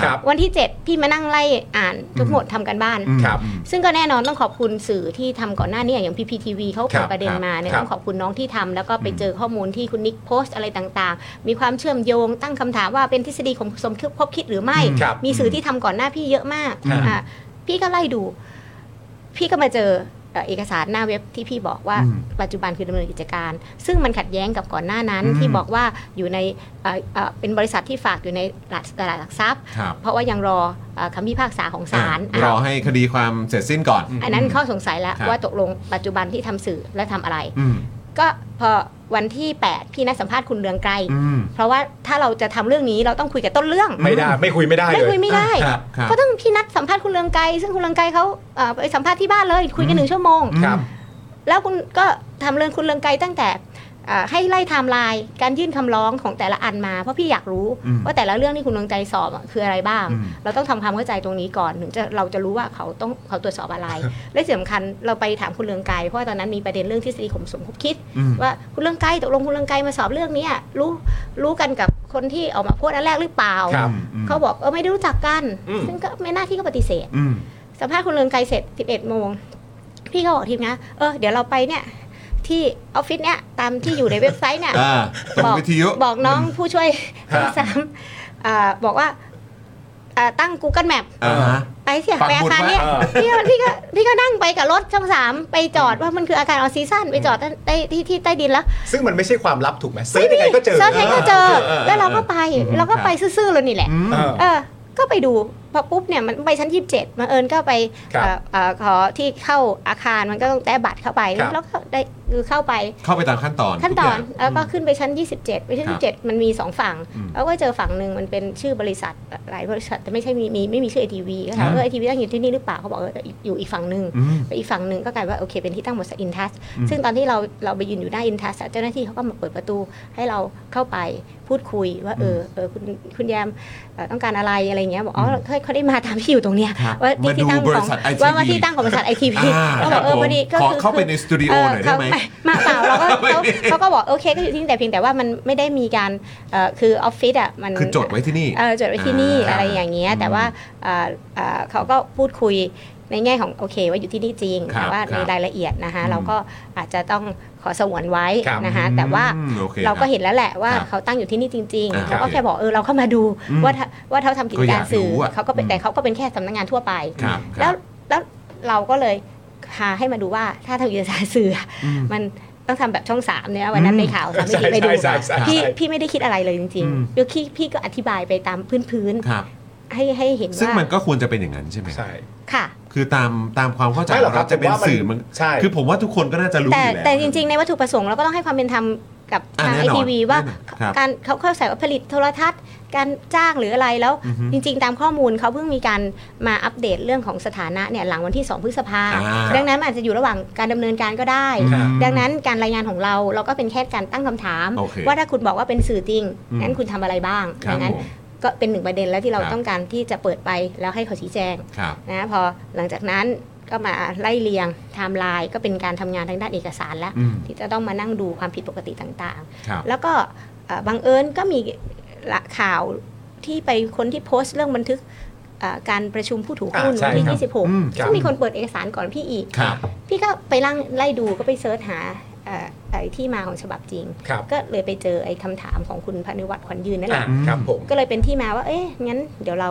Speaker 3: ครับ
Speaker 5: 6 วันที่ 7 พี่มานั่งไล่อ่านทุกหมดทำกันบ้าน
Speaker 1: อืม
Speaker 3: ครับ
Speaker 5: ซึ่งก็แน่นอนต้องขอบคุณสื่อที่ทำก่อนหน้านี้อย่างพีพีทีวีเขา
Speaker 3: ครั
Speaker 5: เปิด
Speaker 3: บ
Speaker 5: ประเด็นมาเนี่ย
Speaker 3: ครับ
Speaker 5: ต้องขอบคุณน้องที่ทำแล้วก็ไปเจอข้อมูลที่คุณนิกโพสต์อะไรต่างๆ มีความเชื่อมโยงตั้งคำถามว่าเป็นทฤษฎีของสมคบพบคิดหรือไม่
Speaker 3: ครับ
Speaker 5: มีสื่อที่ทำก่อนหน้าพี่เยอะมาก
Speaker 3: ครับ
Speaker 5: อ่ะพี่ก็ไล่ดู พี่ก็มาเจอเอ่อเอกสารหน้าเว็บที่พี่บอกว่า
Speaker 1: อืม
Speaker 5: ปัจจุบันคือดำเนินกิจการ ซึ่งมันขัดแย้งกับก่อนหน้านั้น ที่
Speaker 1: อืม
Speaker 5: บอกว่าอยู่ในเอ่อเอ่อเป็นบริษัทที่ฝากอยู่ในตลาดตลาดหลักทรัพย์
Speaker 1: ครับ
Speaker 5: เพราะว่ายังรอเอ่อคำพิพากษาของศาล
Speaker 1: รอะ ให้คดีความเสร็จสิ้นก่อน
Speaker 5: อันนั้นข้อสงสัยแล้ว
Speaker 1: ครับ
Speaker 5: ว่าตกลงปัจจุบันที่ทำสื่อและทำอะไร
Speaker 1: อืม
Speaker 5: ก็พอ วันที่ 8 พี่นัดสัมภาษณ์คุณเรืองไกร
Speaker 1: อืม
Speaker 5: เพราะว่าถ้าเราจะทำเรื่องนี้เราต้องคุยกับต้นเรื่อง
Speaker 3: ไม่ได้ไม่คุยไม่ได้
Speaker 5: ไม่
Speaker 3: เลย
Speaker 5: คุยไม่ได้
Speaker 1: ครับครับ
Speaker 5: ก็ต้องพี่นัดสัมภาษณ์คุณเรืองไกรซึ่งคุณเรืองไกรเขาเอ่อไปสัมภาษณ์ที่บ้านเลย คุยกันหนึ่งชั่วโมง
Speaker 3: ครับ
Speaker 5: แล้วคุณก็ทำเรื่องคุณเรืองไกรตั้งแต่เอ่อให้ไล่ไทม์ไลน์การยื่นคำร้องของแต่ละอันมา เพราะพี่อยากรู้
Speaker 1: อืม
Speaker 5: ว่าแต่ละเรื่องที่คุณเรืองไกรสอบอะคืออะไรบ้าง
Speaker 1: อืม
Speaker 5: เราต้องทำความเข้าใจตรงนี้ก่อนถึงจะเราจะรู้ว่าเขาต้องเขาตรวจสอบอะไร และที่สำคัญเราไปถามคุณเรืองไกรเพราะว่าตอนนั้นมีประเด็นเรื่องทฤษฎีข่มสมคบคิด
Speaker 1: อืม
Speaker 5: ว่าคุณเรื่องไกลตกลงคุณเรื่องไกลมาสอบเรื่องเนี้ยรู้รู้กันกับคนที่ออกมาพูดอันแรกหรือเปล่า
Speaker 3: ครับ
Speaker 5: เขาบอกเออไม่ได้รู้จักกัน
Speaker 3: อืม
Speaker 5: ซึ่งก็ไม่น่าที่ก็ปฏิเสธ
Speaker 1: อืม
Speaker 5: สัมภาษณ์คุณเรืองไกลเสร็จ 11 โมง พี่ก็บอกทีมงานะเออเดี๋ยวเราไปเนี่ยที่ออฟฟิศเนี่ยตามที่อยู่ในเว็บไซต์ เนี่ย
Speaker 1: อ่าตรง
Speaker 5: บอก
Speaker 1: วิทยุ
Speaker 5: บอกน้องผู้ช่วย
Speaker 1: ครับ
Speaker 5: สามอ่าบอกว่าอ่าตั้ง Google Map
Speaker 1: อ่าฮะ
Speaker 5: ไปเสีย
Speaker 1: ปัก
Speaker 5: ไป
Speaker 1: หมุ
Speaker 5: อา
Speaker 1: ด
Speaker 5: คารเนี่ย
Speaker 1: ไว้
Speaker 5: พี่ก็พี่ก็พี่ก็นั่งไปกับรถช่องสามไปจอดว่ามันคืออาคารออซีซั่นไปจอดใต้ที่ที่ใต้ดินแล้ว
Speaker 3: ซึ่งมันไม่ใช่ความลับถูกไหมเซิร์ชยังไงก็เจอ
Speaker 5: เซิร์ชให้ก็เจอ
Speaker 1: เออเออเออ
Speaker 5: แล้วเราก็ไป เราก็ไปซื่อๆเลยนี่แหละ
Speaker 3: เออ
Speaker 5: เออ ก็ไปดู พอปุ๊บเนี่ยมันไปชั้น 27มาเอิญก็ไป
Speaker 3: ครับ
Speaker 5: เอ่อเอ่อขอที่เข้าอาคารมันก็ต้องแต้บัตรเข้าไป
Speaker 3: ครับ
Speaker 5: แล้วก็ได้คือเข้าไป
Speaker 1: เข้าไปตามขั้นตอน
Speaker 5: ขั้นตอน
Speaker 1: ทุกย่าง
Speaker 5: แล้วก็ขึ้นไปชั้น 27 ไปชั้น
Speaker 1: ครับ
Speaker 5: 27 มันมี 2 ฝั่ง
Speaker 1: อืม
Speaker 5: แล้วก็เจอฝั่งหนึ่งมันเป็นชื่อบริษัทหลายบริษัทแต่ไม่ใช่มีมีไม่มีชื่อไอทีวีก็ถาม
Speaker 1: ครับ
Speaker 5: เออไอทีวีตั้งอยู่ที่นี่หรือเปล่าเขาบอกเอออยู่อีกฝั่งหนึ่ง
Speaker 1: อืม
Speaker 5: ไปอีกฝั่งหนึ่งก็กลายว่าโอเคเป็นที่ตั้งบริษัทอินทัส
Speaker 1: อืม
Speaker 5: ซึ่งตอนที่เราเราไปยืนอยู่หน้าอินทัสเจ้าหน้าที่เขาก็มาเปิดประตูให้เราเข้าไปพูดคุยว่าเออเออคุณคุณแยมเอ่อต้องการอะไรอะไรเงี้ยบอกอ๋อเคยเขาได้มาตามที่อยู่ตรงเนี้ย
Speaker 1: ครับ
Speaker 5: ว่าที่
Speaker 1: มา
Speaker 5: ที่ตั้งข
Speaker 1: ดูบริ
Speaker 5: อง
Speaker 1: ษัท ITV
Speaker 5: ว่าว่าที่ตั้งของบริษัทไอทีพี
Speaker 1: อ่า
Speaker 5: ก็บ
Speaker 1: ครั
Speaker 5: อบ กเออ
Speaker 1: ผม
Speaker 5: พอดีก็
Speaker 1: ขอ
Speaker 5: คือ
Speaker 1: เข้าไปในสตูดิโอ
Speaker 5: เ
Speaker 1: หน่อยได้ไหม
Speaker 5: เขามาเปล่าเราก็
Speaker 1: ไม่
Speaker 5: เขา
Speaker 1: ได้
Speaker 5: เขาก็บอกโอเคก็อยู่ที่นี่แต่เพียงแต่ว่ามันไม่ได้มีการเอ่อคือออฟฟิศอ่ะมัน
Speaker 1: คือจดไว้ที่นี่
Speaker 5: เออจดไว้ที่นี่
Speaker 1: อ่า
Speaker 5: อะไรอย่างเงี้ยแต่ว่าเอ่อเอ่อเขาก็พูดคุยในแง่ของโอเคว่าอยู่ที่นี่จริง
Speaker 1: ครับ
Speaker 5: แต่ว่า
Speaker 1: ครับ
Speaker 5: ในรายละเอียดนะคะ
Speaker 1: อืม
Speaker 5: เราก็อาจจะต้องขอสงวนไว้
Speaker 3: ครับ
Speaker 5: นะคะแต่ว่า
Speaker 1: อืมโอค
Speaker 5: เรา
Speaker 1: ค
Speaker 5: ก็
Speaker 1: บ
Speaker 5: เห็นแล้วแหละว่า
Speaker 1: ครับ
Speaker 5: เขาตั้งอยู่ที่นี่จริง
Speaker 1: อ่า
Speaker 5: ๆเขาก็
Speaker 1: ครับ
Speaker 5: แค่บอกเออเราเข้ามาดู
Speaker 1: อืม
Speaker 5: ว่าถ้าว่าเขาทำกิจการสื่อ
Speaker 1: ก็อยากรู้อะ
Speaker 5: เขาก็เป็น
Speaker 1: อืม
Speaker 5: แต่เขาก็เป็นแค่สำนักงานทั่วไป
Speaker 1: ครับค
Speaker 5: แล้
Speaker 1: รั
Speaker 5: ว
Speaker 1: บ
Speaker 5: แล้วเราก็เลยหาให้มาดูว่าถ้าทำกิจการสื่ออะ
Speaker 1: อืม
Speaker 5: มันต้องทำแบบช่องสามเนี่ยวันนั้นในข่าวสามมิติไปดู
Speaker 3: ใช่ใช่ใช่
Speaker 5: พี่
Speaker 3: ใช่
Speaker 5: พี่ไม่ได้คิดอะไรเลยจริง
Speaker 1: อืม
Speaker 5: ๆเดี๋ยวพี่พี่ก็อธิบายไปตามพื้นพื้นๆ
Speaker 1: ครับ
Speaker 5: ให้ให้เห็น
Speaker 1: ซึ่ง
Speaker 5: ว่า
Speaker 1: มันก็ควรจะเป็นอย่างนั้นใช่ไหม
Speaker 3: ใช่
Speaker 5: ค่ะ
Speaker 1: คือตามตามความเข้าใจ
Speaker 3: ไม่หรอก
Speaker 1: ของ
Speaker 3: ครับ
Speaker 1: จะเป็น
Speaker 3: ผมว่ามัน
Speaker 1: สื่อมัน
Speaker 3: ใช่
Speaker 1: คือผมว่าทุกคนก็น่าจะรู้
Speaker 5: แต่
Speaker 1: อยู่ล้ว
Speaker 5: แต่จริง ๆ ในวัตถุประสงค์เราก็ต้องให้ความเป็นธรรมกับ
Speaker 1: อ่ะ
Speaker 5: ทาง
Speaker 1: แน่
Speaker 5: ไอน
Speaker 1: อน
Speaker 5: ทีวีว่า
Speaker 1: แน่นอนครับ
Speaker 5: การเขาเข้าใจว่าผลิตโทรทัศน์ การจ้างหรืออะไรแล้ว
Speaker 1: อือฮึ
Speaker 5: จริง ๆ ตามข้อมูลเขาเพิ่งมีการมาอัปเดตเรื่องของสถานะเนี่ยหลังวันที่ 2 พฤษภา
Speaker 1: อ่า
Speaker 5: ดังนั้นมันอาจจะอยู่ระหว่างการดำเนินการก็ได้
Speaker 1: อืม
Speaker 5: ดังนั้นการรายงานของเราเราก็เป็นแค่การตั้งคำถาม
Speaker 1: โอเค
Speaker 5: ว่าถ้าคุณบอกว่าเป็นสื่อจริง
Speaker 1: อืม
Speaker 5: งั้นคุณทำอะไรบ้าง
Speaker 1: ครั
Speaker 5: ดั
Speaker 1: บ
Speaker 5: งนั้น
Speaker 1: ผม
Speaker 5: ก็เป็นหนึ่งประเด็นแล้วที่เรา
Speaker 1: ครับ
Speaker 5: ต้องการที่จะเปิดไปแล้วให้เขาชี้แจง
Speaker 1: ครับ
Speaker 5: นะพอหลังจากนั้นก็มาไล่เรียงไทม์ไลน์ก็เป็นการทำงานทางด้านเอกสารแล้ว
Speaker 1: อืม
Speaker 5: ที่จะต้องมานั่งดูความผิดปกติต่าง
Speaker 1: ครับ
Speaker 5: ๆ แล้วก็เอ่อบังเอิญก็มีละข่าวที่ไปคนที่โพสต์เรื่องบันทึกเอ่อการประชุมผู้ถือหุ้น
Speaker 3: อ่าใช่
Speaker 5: วันที่
Speaker 1: อืม
Speaker 5: 26
Speaker 3: ครับ
Speaker 5: ซึ่งมีคนเปิดเอกสารก่อนพี่อีก
Speaker 1: ครับ
Speaker 5: พี่ก็ไปล่งไล่ดูก็ไปเสิร์ชหาเอ่อไอ้ที่มาของฉบับจริง
Speaker 3: ครับ
Speaker 5: ก็เลยไปเจอไอ้คำถามของคุณพานุวัตรขวัญยืนนั่นแห
Speaker 3: อ่ะ
Speaker 5: ละ
Speaker 3: ครับผม
Speaker 5: ก็เลยเป็นที่มาว่า เอ๊ะ งั้นเดี๋ยวเรา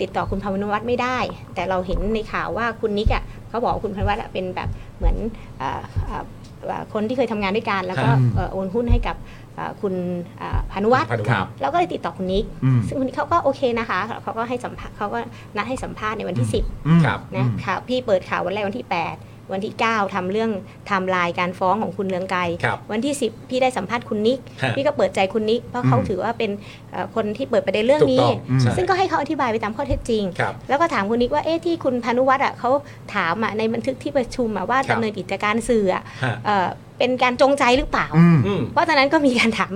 Speaker 5: ติดต่อคุณพานุวัฒน์ไม่ได้ แต่เราเห็นในข่าวว่าคุณนิกอ่ะเขาบอกว่าคุณพานุวัฒน์อะเป็นแบบเหมือนเอ่อเอ่อเอ่อคนที่เคยทำงานด้วยกัน แล้วก็
Speaker 1: ครับ
Speaker 5: เอ่อโอนหุ้นให้กับเอ่อคุณเอ่อพานุวัฒน์
Speaker 3: พานุ
Speaker 1: ค
Speaker 3: วัฒ
Speaker 1: รับ
Speaker 3: น์
Speaker 5: เราก็เลยติดต่อคุณนิก
Speaker 1: อืม
Speaker 5: ซึ่งคุณนิกเขาก็โอเคนะคะเขาก็ให้สัมภาษณ์เขาก็นัดให้สัมภาษณ์ในวันที่ 10
Speaker 1: อืม
Speaker 3: ครับ
Speaker 5: นะ
Speaker 1: อืม
Speaker 5: ข่าวพี่เปิดข่าววันแรกวันที่ 8 วันที่ 9ทำเรื่องไทำลายการฟ้องของคุณเลืองไกร
Speaker 3: ครับ
Speaker 5: วันที่ 10 พี่ได้สัมภาษณ์คุณนิก
Speaker 3: ฮะ
Speaker 5: พี่ก็เปิดใจคุณนิก เพราะเขาถือว่าเป็นเอ่อคนที่เปิดประเด็นเรื่อง
Speaker 3: ถูก
Speaker 5: นี้
Speaker 3: ต้องอืม
Speaker 5: ซึ่งก็ให้เขาอธิบายไปตามข้อเท็จจริง
Speaker 3: ครับ
Speaker 5: แล้วก็ถามคุณนิกว่าเอ๊ะที่คุณพานุวัฒน์อ่ะเขาถามอ่ะในบันทึกที่ประชุมอ่ะว่า
Speaker 3: ครับ
Speaker 5: ดำเนินกิจการสื่ออ่ะ
Speaker 3: ฮะ
Speaker 5: เอ่อเป็นการจงใจหรือเปล่า
Speaker 1: อืม
Speaker 3: อืม
Speaker 5: เพราะตอนนั้นก็มีการถาม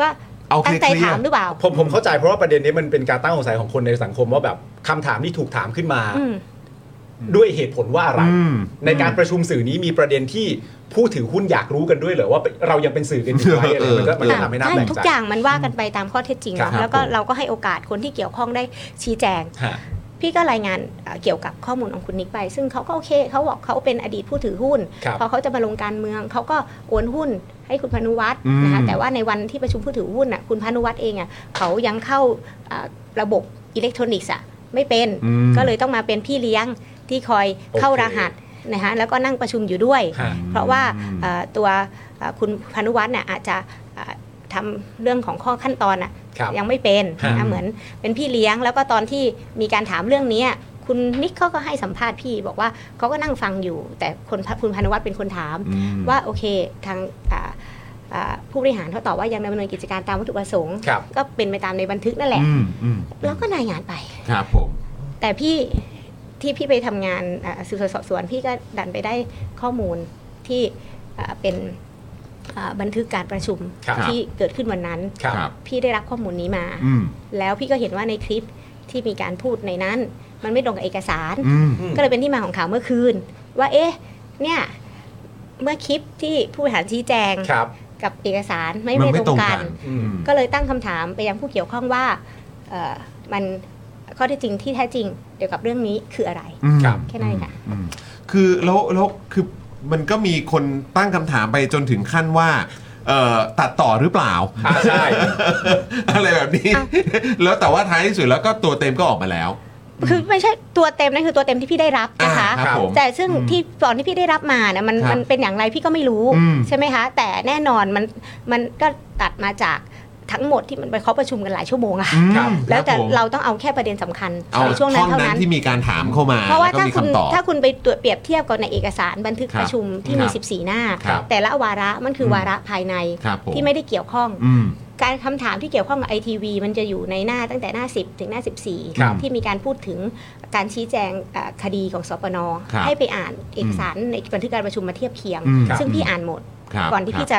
Speaker 5: ว่า
Speaker 1: เอาเค
Speaker 5: ตั้ง
Speaker 1: ลีย
Speaker 5: ใจถาม
Speaker 1: ร์
Speaker 5: หรือเปล่า
Speaker 3: ผมผมเข้าใจเพราะว่าประเด็นนี้มันเป็นการตั้งสงสัยของคนในสังคมว่าแบบคำถามที่ถูกถามขึ้นมา
Speaker 5: อืม
Speaker 3: ด้วยเหตุผลว่าอะไร
Speaker 1: อืม
Speaker 3: ในการประชุมสื่อนี้มีประเด็นที่ผู้ถือหุ้นอยากรู้กันด้วยเหรอว่าเรายังเป็นสื่อกันอยู่ไหมอะไรมันก็มันก็ทำให้น่า
Speaker 5: ใช่
Speaker 3: แปลก
Speaker 5: ทุก
Speaker 3: ใจ
Speaker 5: อย่างมันว่ากันไปตามข้อเท็จจริง
Speaker 3: ครับ
Speaker 5: แล้วก็
Speaker 1: ผม
Speaker 5: เราก็ให้โอกาสคนที่เกี่ยวข้องได้ชี้แจง
Speaker 3: ฮะ
Speaker 5: พี่ก็รายงานเอ่อเกี่ยวกับข้อมูลของคุณนิกไป ซึ่งเขาก็โอเคเขาบอกเขาเป็นอดีตผู้ถือหุ้น
Speaker 3: ครับ
Speaker 5: พอเขาจะมาลงการเมืองเขาก็โอนหุ้นให้คุณพานุวัฒน์
Speaker 1: อืม
Speaker 5: นะคะแต่ว่าในวันที่ประชุมผู้ถือหุ้นน่ะคุณพานุวัฒน์เองอ่ะเขายังเข้าเอ่อระบบอิเล็กทรอนิกส์อ่ะไม่เป็น
Speaker 1: อืม
Speaker 5: ก็เลยต้องมาเป็นพี่เลี้ยงที่คอยเข้า
Speaker 3: โอ
Speaker 5: ร
Speaker 3: เค
Speaker 5: หัสนะคะแล้วก็นั่งประชุมอยู่ด้วย
Speaker 3: ฮะ
Speaker 5: เพราะว่าเอ่อตัวเอ่อคุณพานุวัฒน์เนี่ยอาจจะเอ่อทำเรื่องของข้อขั้นตอนอ่ะ
Speaker 3: ครับ
Speaker 5: ยังไม่เป็น
Speaker 3: ฮะ
Speaker 5: นะเหมือนเป็นพี่เลี้ยงแล้วก็ตอนที่มีการถามเรื่องเนี้ยคุณนิกเขาก็ให้สัมภาษณ์พี่บอกว่าเขาก็นั่งฟังอยู่ แต่คนคุณพานุวัฒน์เป็นคนถาม
Speaker 1: อืม
Speaker 5: ว่าโอเคทางอ่า อ่าผู้บริหารเขาตอบว่ายังดำเนินกิจการตามวัตถุประสงค์
Speaker 3: ครับ
Speaker 5: ก็เป็นไปตามในบันทึกนั่นแหละ
Speaker 1: อืมอืม
Speaker 5: แล้วก็รายงานไป
Speaker 1: ครับผม
Speaker 5: แต่พี่ที่พี่ไปทำงานอ่าสืบสวนสอบสวน พี่ก็ดันไปได้ข้อมูลที่อ่าเป็นอ่าบันทึกการประชุม
Speaker 3: ครับ
Speaker 5: ที่เกิดขึ้นวันนั้น
Speaker 3: ครับ
Speaker 1: ครับ
Speaker 5: พี่ได้รับข้อมูลนี้มา
Speaker 1: อืม
Speaker 5: แล้วพี่ก็เห็นว่าในคลิปที่มีการพูดในนั้น มันไม่ตรงกับเอกสาร
Speaker 1: อืม
Speaker 5: ก็เลยเป็นที่มาของข่าวเมื่อคืน ว่าเอ๊ะเนี่ยเมื่อคลิปที่ผู้บริหารชี้แจง
Speaker 3: ครับ
Speaker 5: กับเอกสารไม่
Speaker 1: มัน
Speaker 5: ไม่
Speaker 1: ไม่
Speaker 5: ต
Speaker 1: ต
Speaker 5: ร
Speaker 1: รงง
Speaker 5: กั
Speaker 1: กัน น
Speaker 3: อืม
Speaker 5: ก็เลยตั้งคำถามไปยังผู้เกี่ยวข้องว่าเอ่อมันข้อเที่จริงที่แท้จริงเกี่ยวกับเรื่องนี้คืออะไร
Speaker 1: อืม
Speaker 3: ครับ
Speaker 5: แค่นั้นเองค่ะ
Speaker 1: อืมคือแล้วแล้วคือมันก็มีคนตั้งคำถามไปจนถึงขั้นว่าเอ่อตัดต่อหรือเปล่า
Speaker 3: อ่าใช่
Speaker 1: อะไรแบบนี้ แล้วแต่ว่าท้ายที่สุดแล้วก็ตัวเต็มก็ออกมาแล้ว
Speaker 5: คือไม่ใช่ตัวเต็มนั่นคือตัวเต็มที่พี่ได้รับนะคะ
Speaker 1: อ่าครับผม
Speaker 5: แต่ซึ่งที่ตอนที่พี่ได้รับมานะมัน
Speaker 1: ครับ
Speaker 5: มันเป็นอย่างไรพี่ก็ไม่รู้
Speaker 1: อืม
Speaker 5: ใช่ไหมคะ แต่แน่นอนมันมันก็ตัดมาจากทั้งหมดที่มันไปเคาะประชุมกันหลายชั่วโมงอะ
Speaker 1: อืมครับ
Speaker 5: แล้วแต่
Speaker 1: ครับผม
Speaker 5: เราต้องเอาแค่ประเด็นสำคัญ
Speaker 1: เอา
Speaker 5: ในช่วงนั้น
Speaker 1: ท่อน
Speaker 5: เท่า
Speaker 1: นั้
Speaker 5: นั้น น
Speaker 1: ที่มีการถามเข้ามา
Speaker 5: เพราะว่า
Speaker 1: แล้วก็
Speaker 5: ถ้า
Speaker 1: มี
Speaker 5: คุณ
Speaker 1: คำตอบ
Speaker 5: ถ้าคุณไปตรวจเปรียบเทียบกับในเอกสารบันทึก
Speaker 1: ครับ
Speaker 5: ประชุมที่มี
Speaker 1: ครับ
Speaker 5: 14 หน้า
Speaker 1: ครับ
Speaker 5: แต่ละวาระมันคืออ
Speaker 1: ม
Speaker 5: วาระภายใน
Speaker 1: ครับผม
Speaker 5: ที่ไม่ได้เกี่ยวข้อง
Speaker 1: อืม
Speaker 5: การคำถามที่เกี่ยวข้องกับไอทีวีมันจะอยู่ในหน้าตั้งแต่หน้า 10 ถึงหน้า 14
Speaker 1: ครับ
Speaker 5: ที่มีการพูดถึงการชี้แจงเอ่อคดีของสปน
Speaker 1: ครับ
Speaker 5: ให้ไปอ่านเอกสารในบันทึกการประชุมมาเทียบเคียง
Speaker 1: อืมครับ
Speaker 5: ซึ่งพี่อ่านหมด
Speaker 1: ครับ
Speaker 5: ก่อนที่
Speaker 1: ครับ
Speaker 5: พี่จะ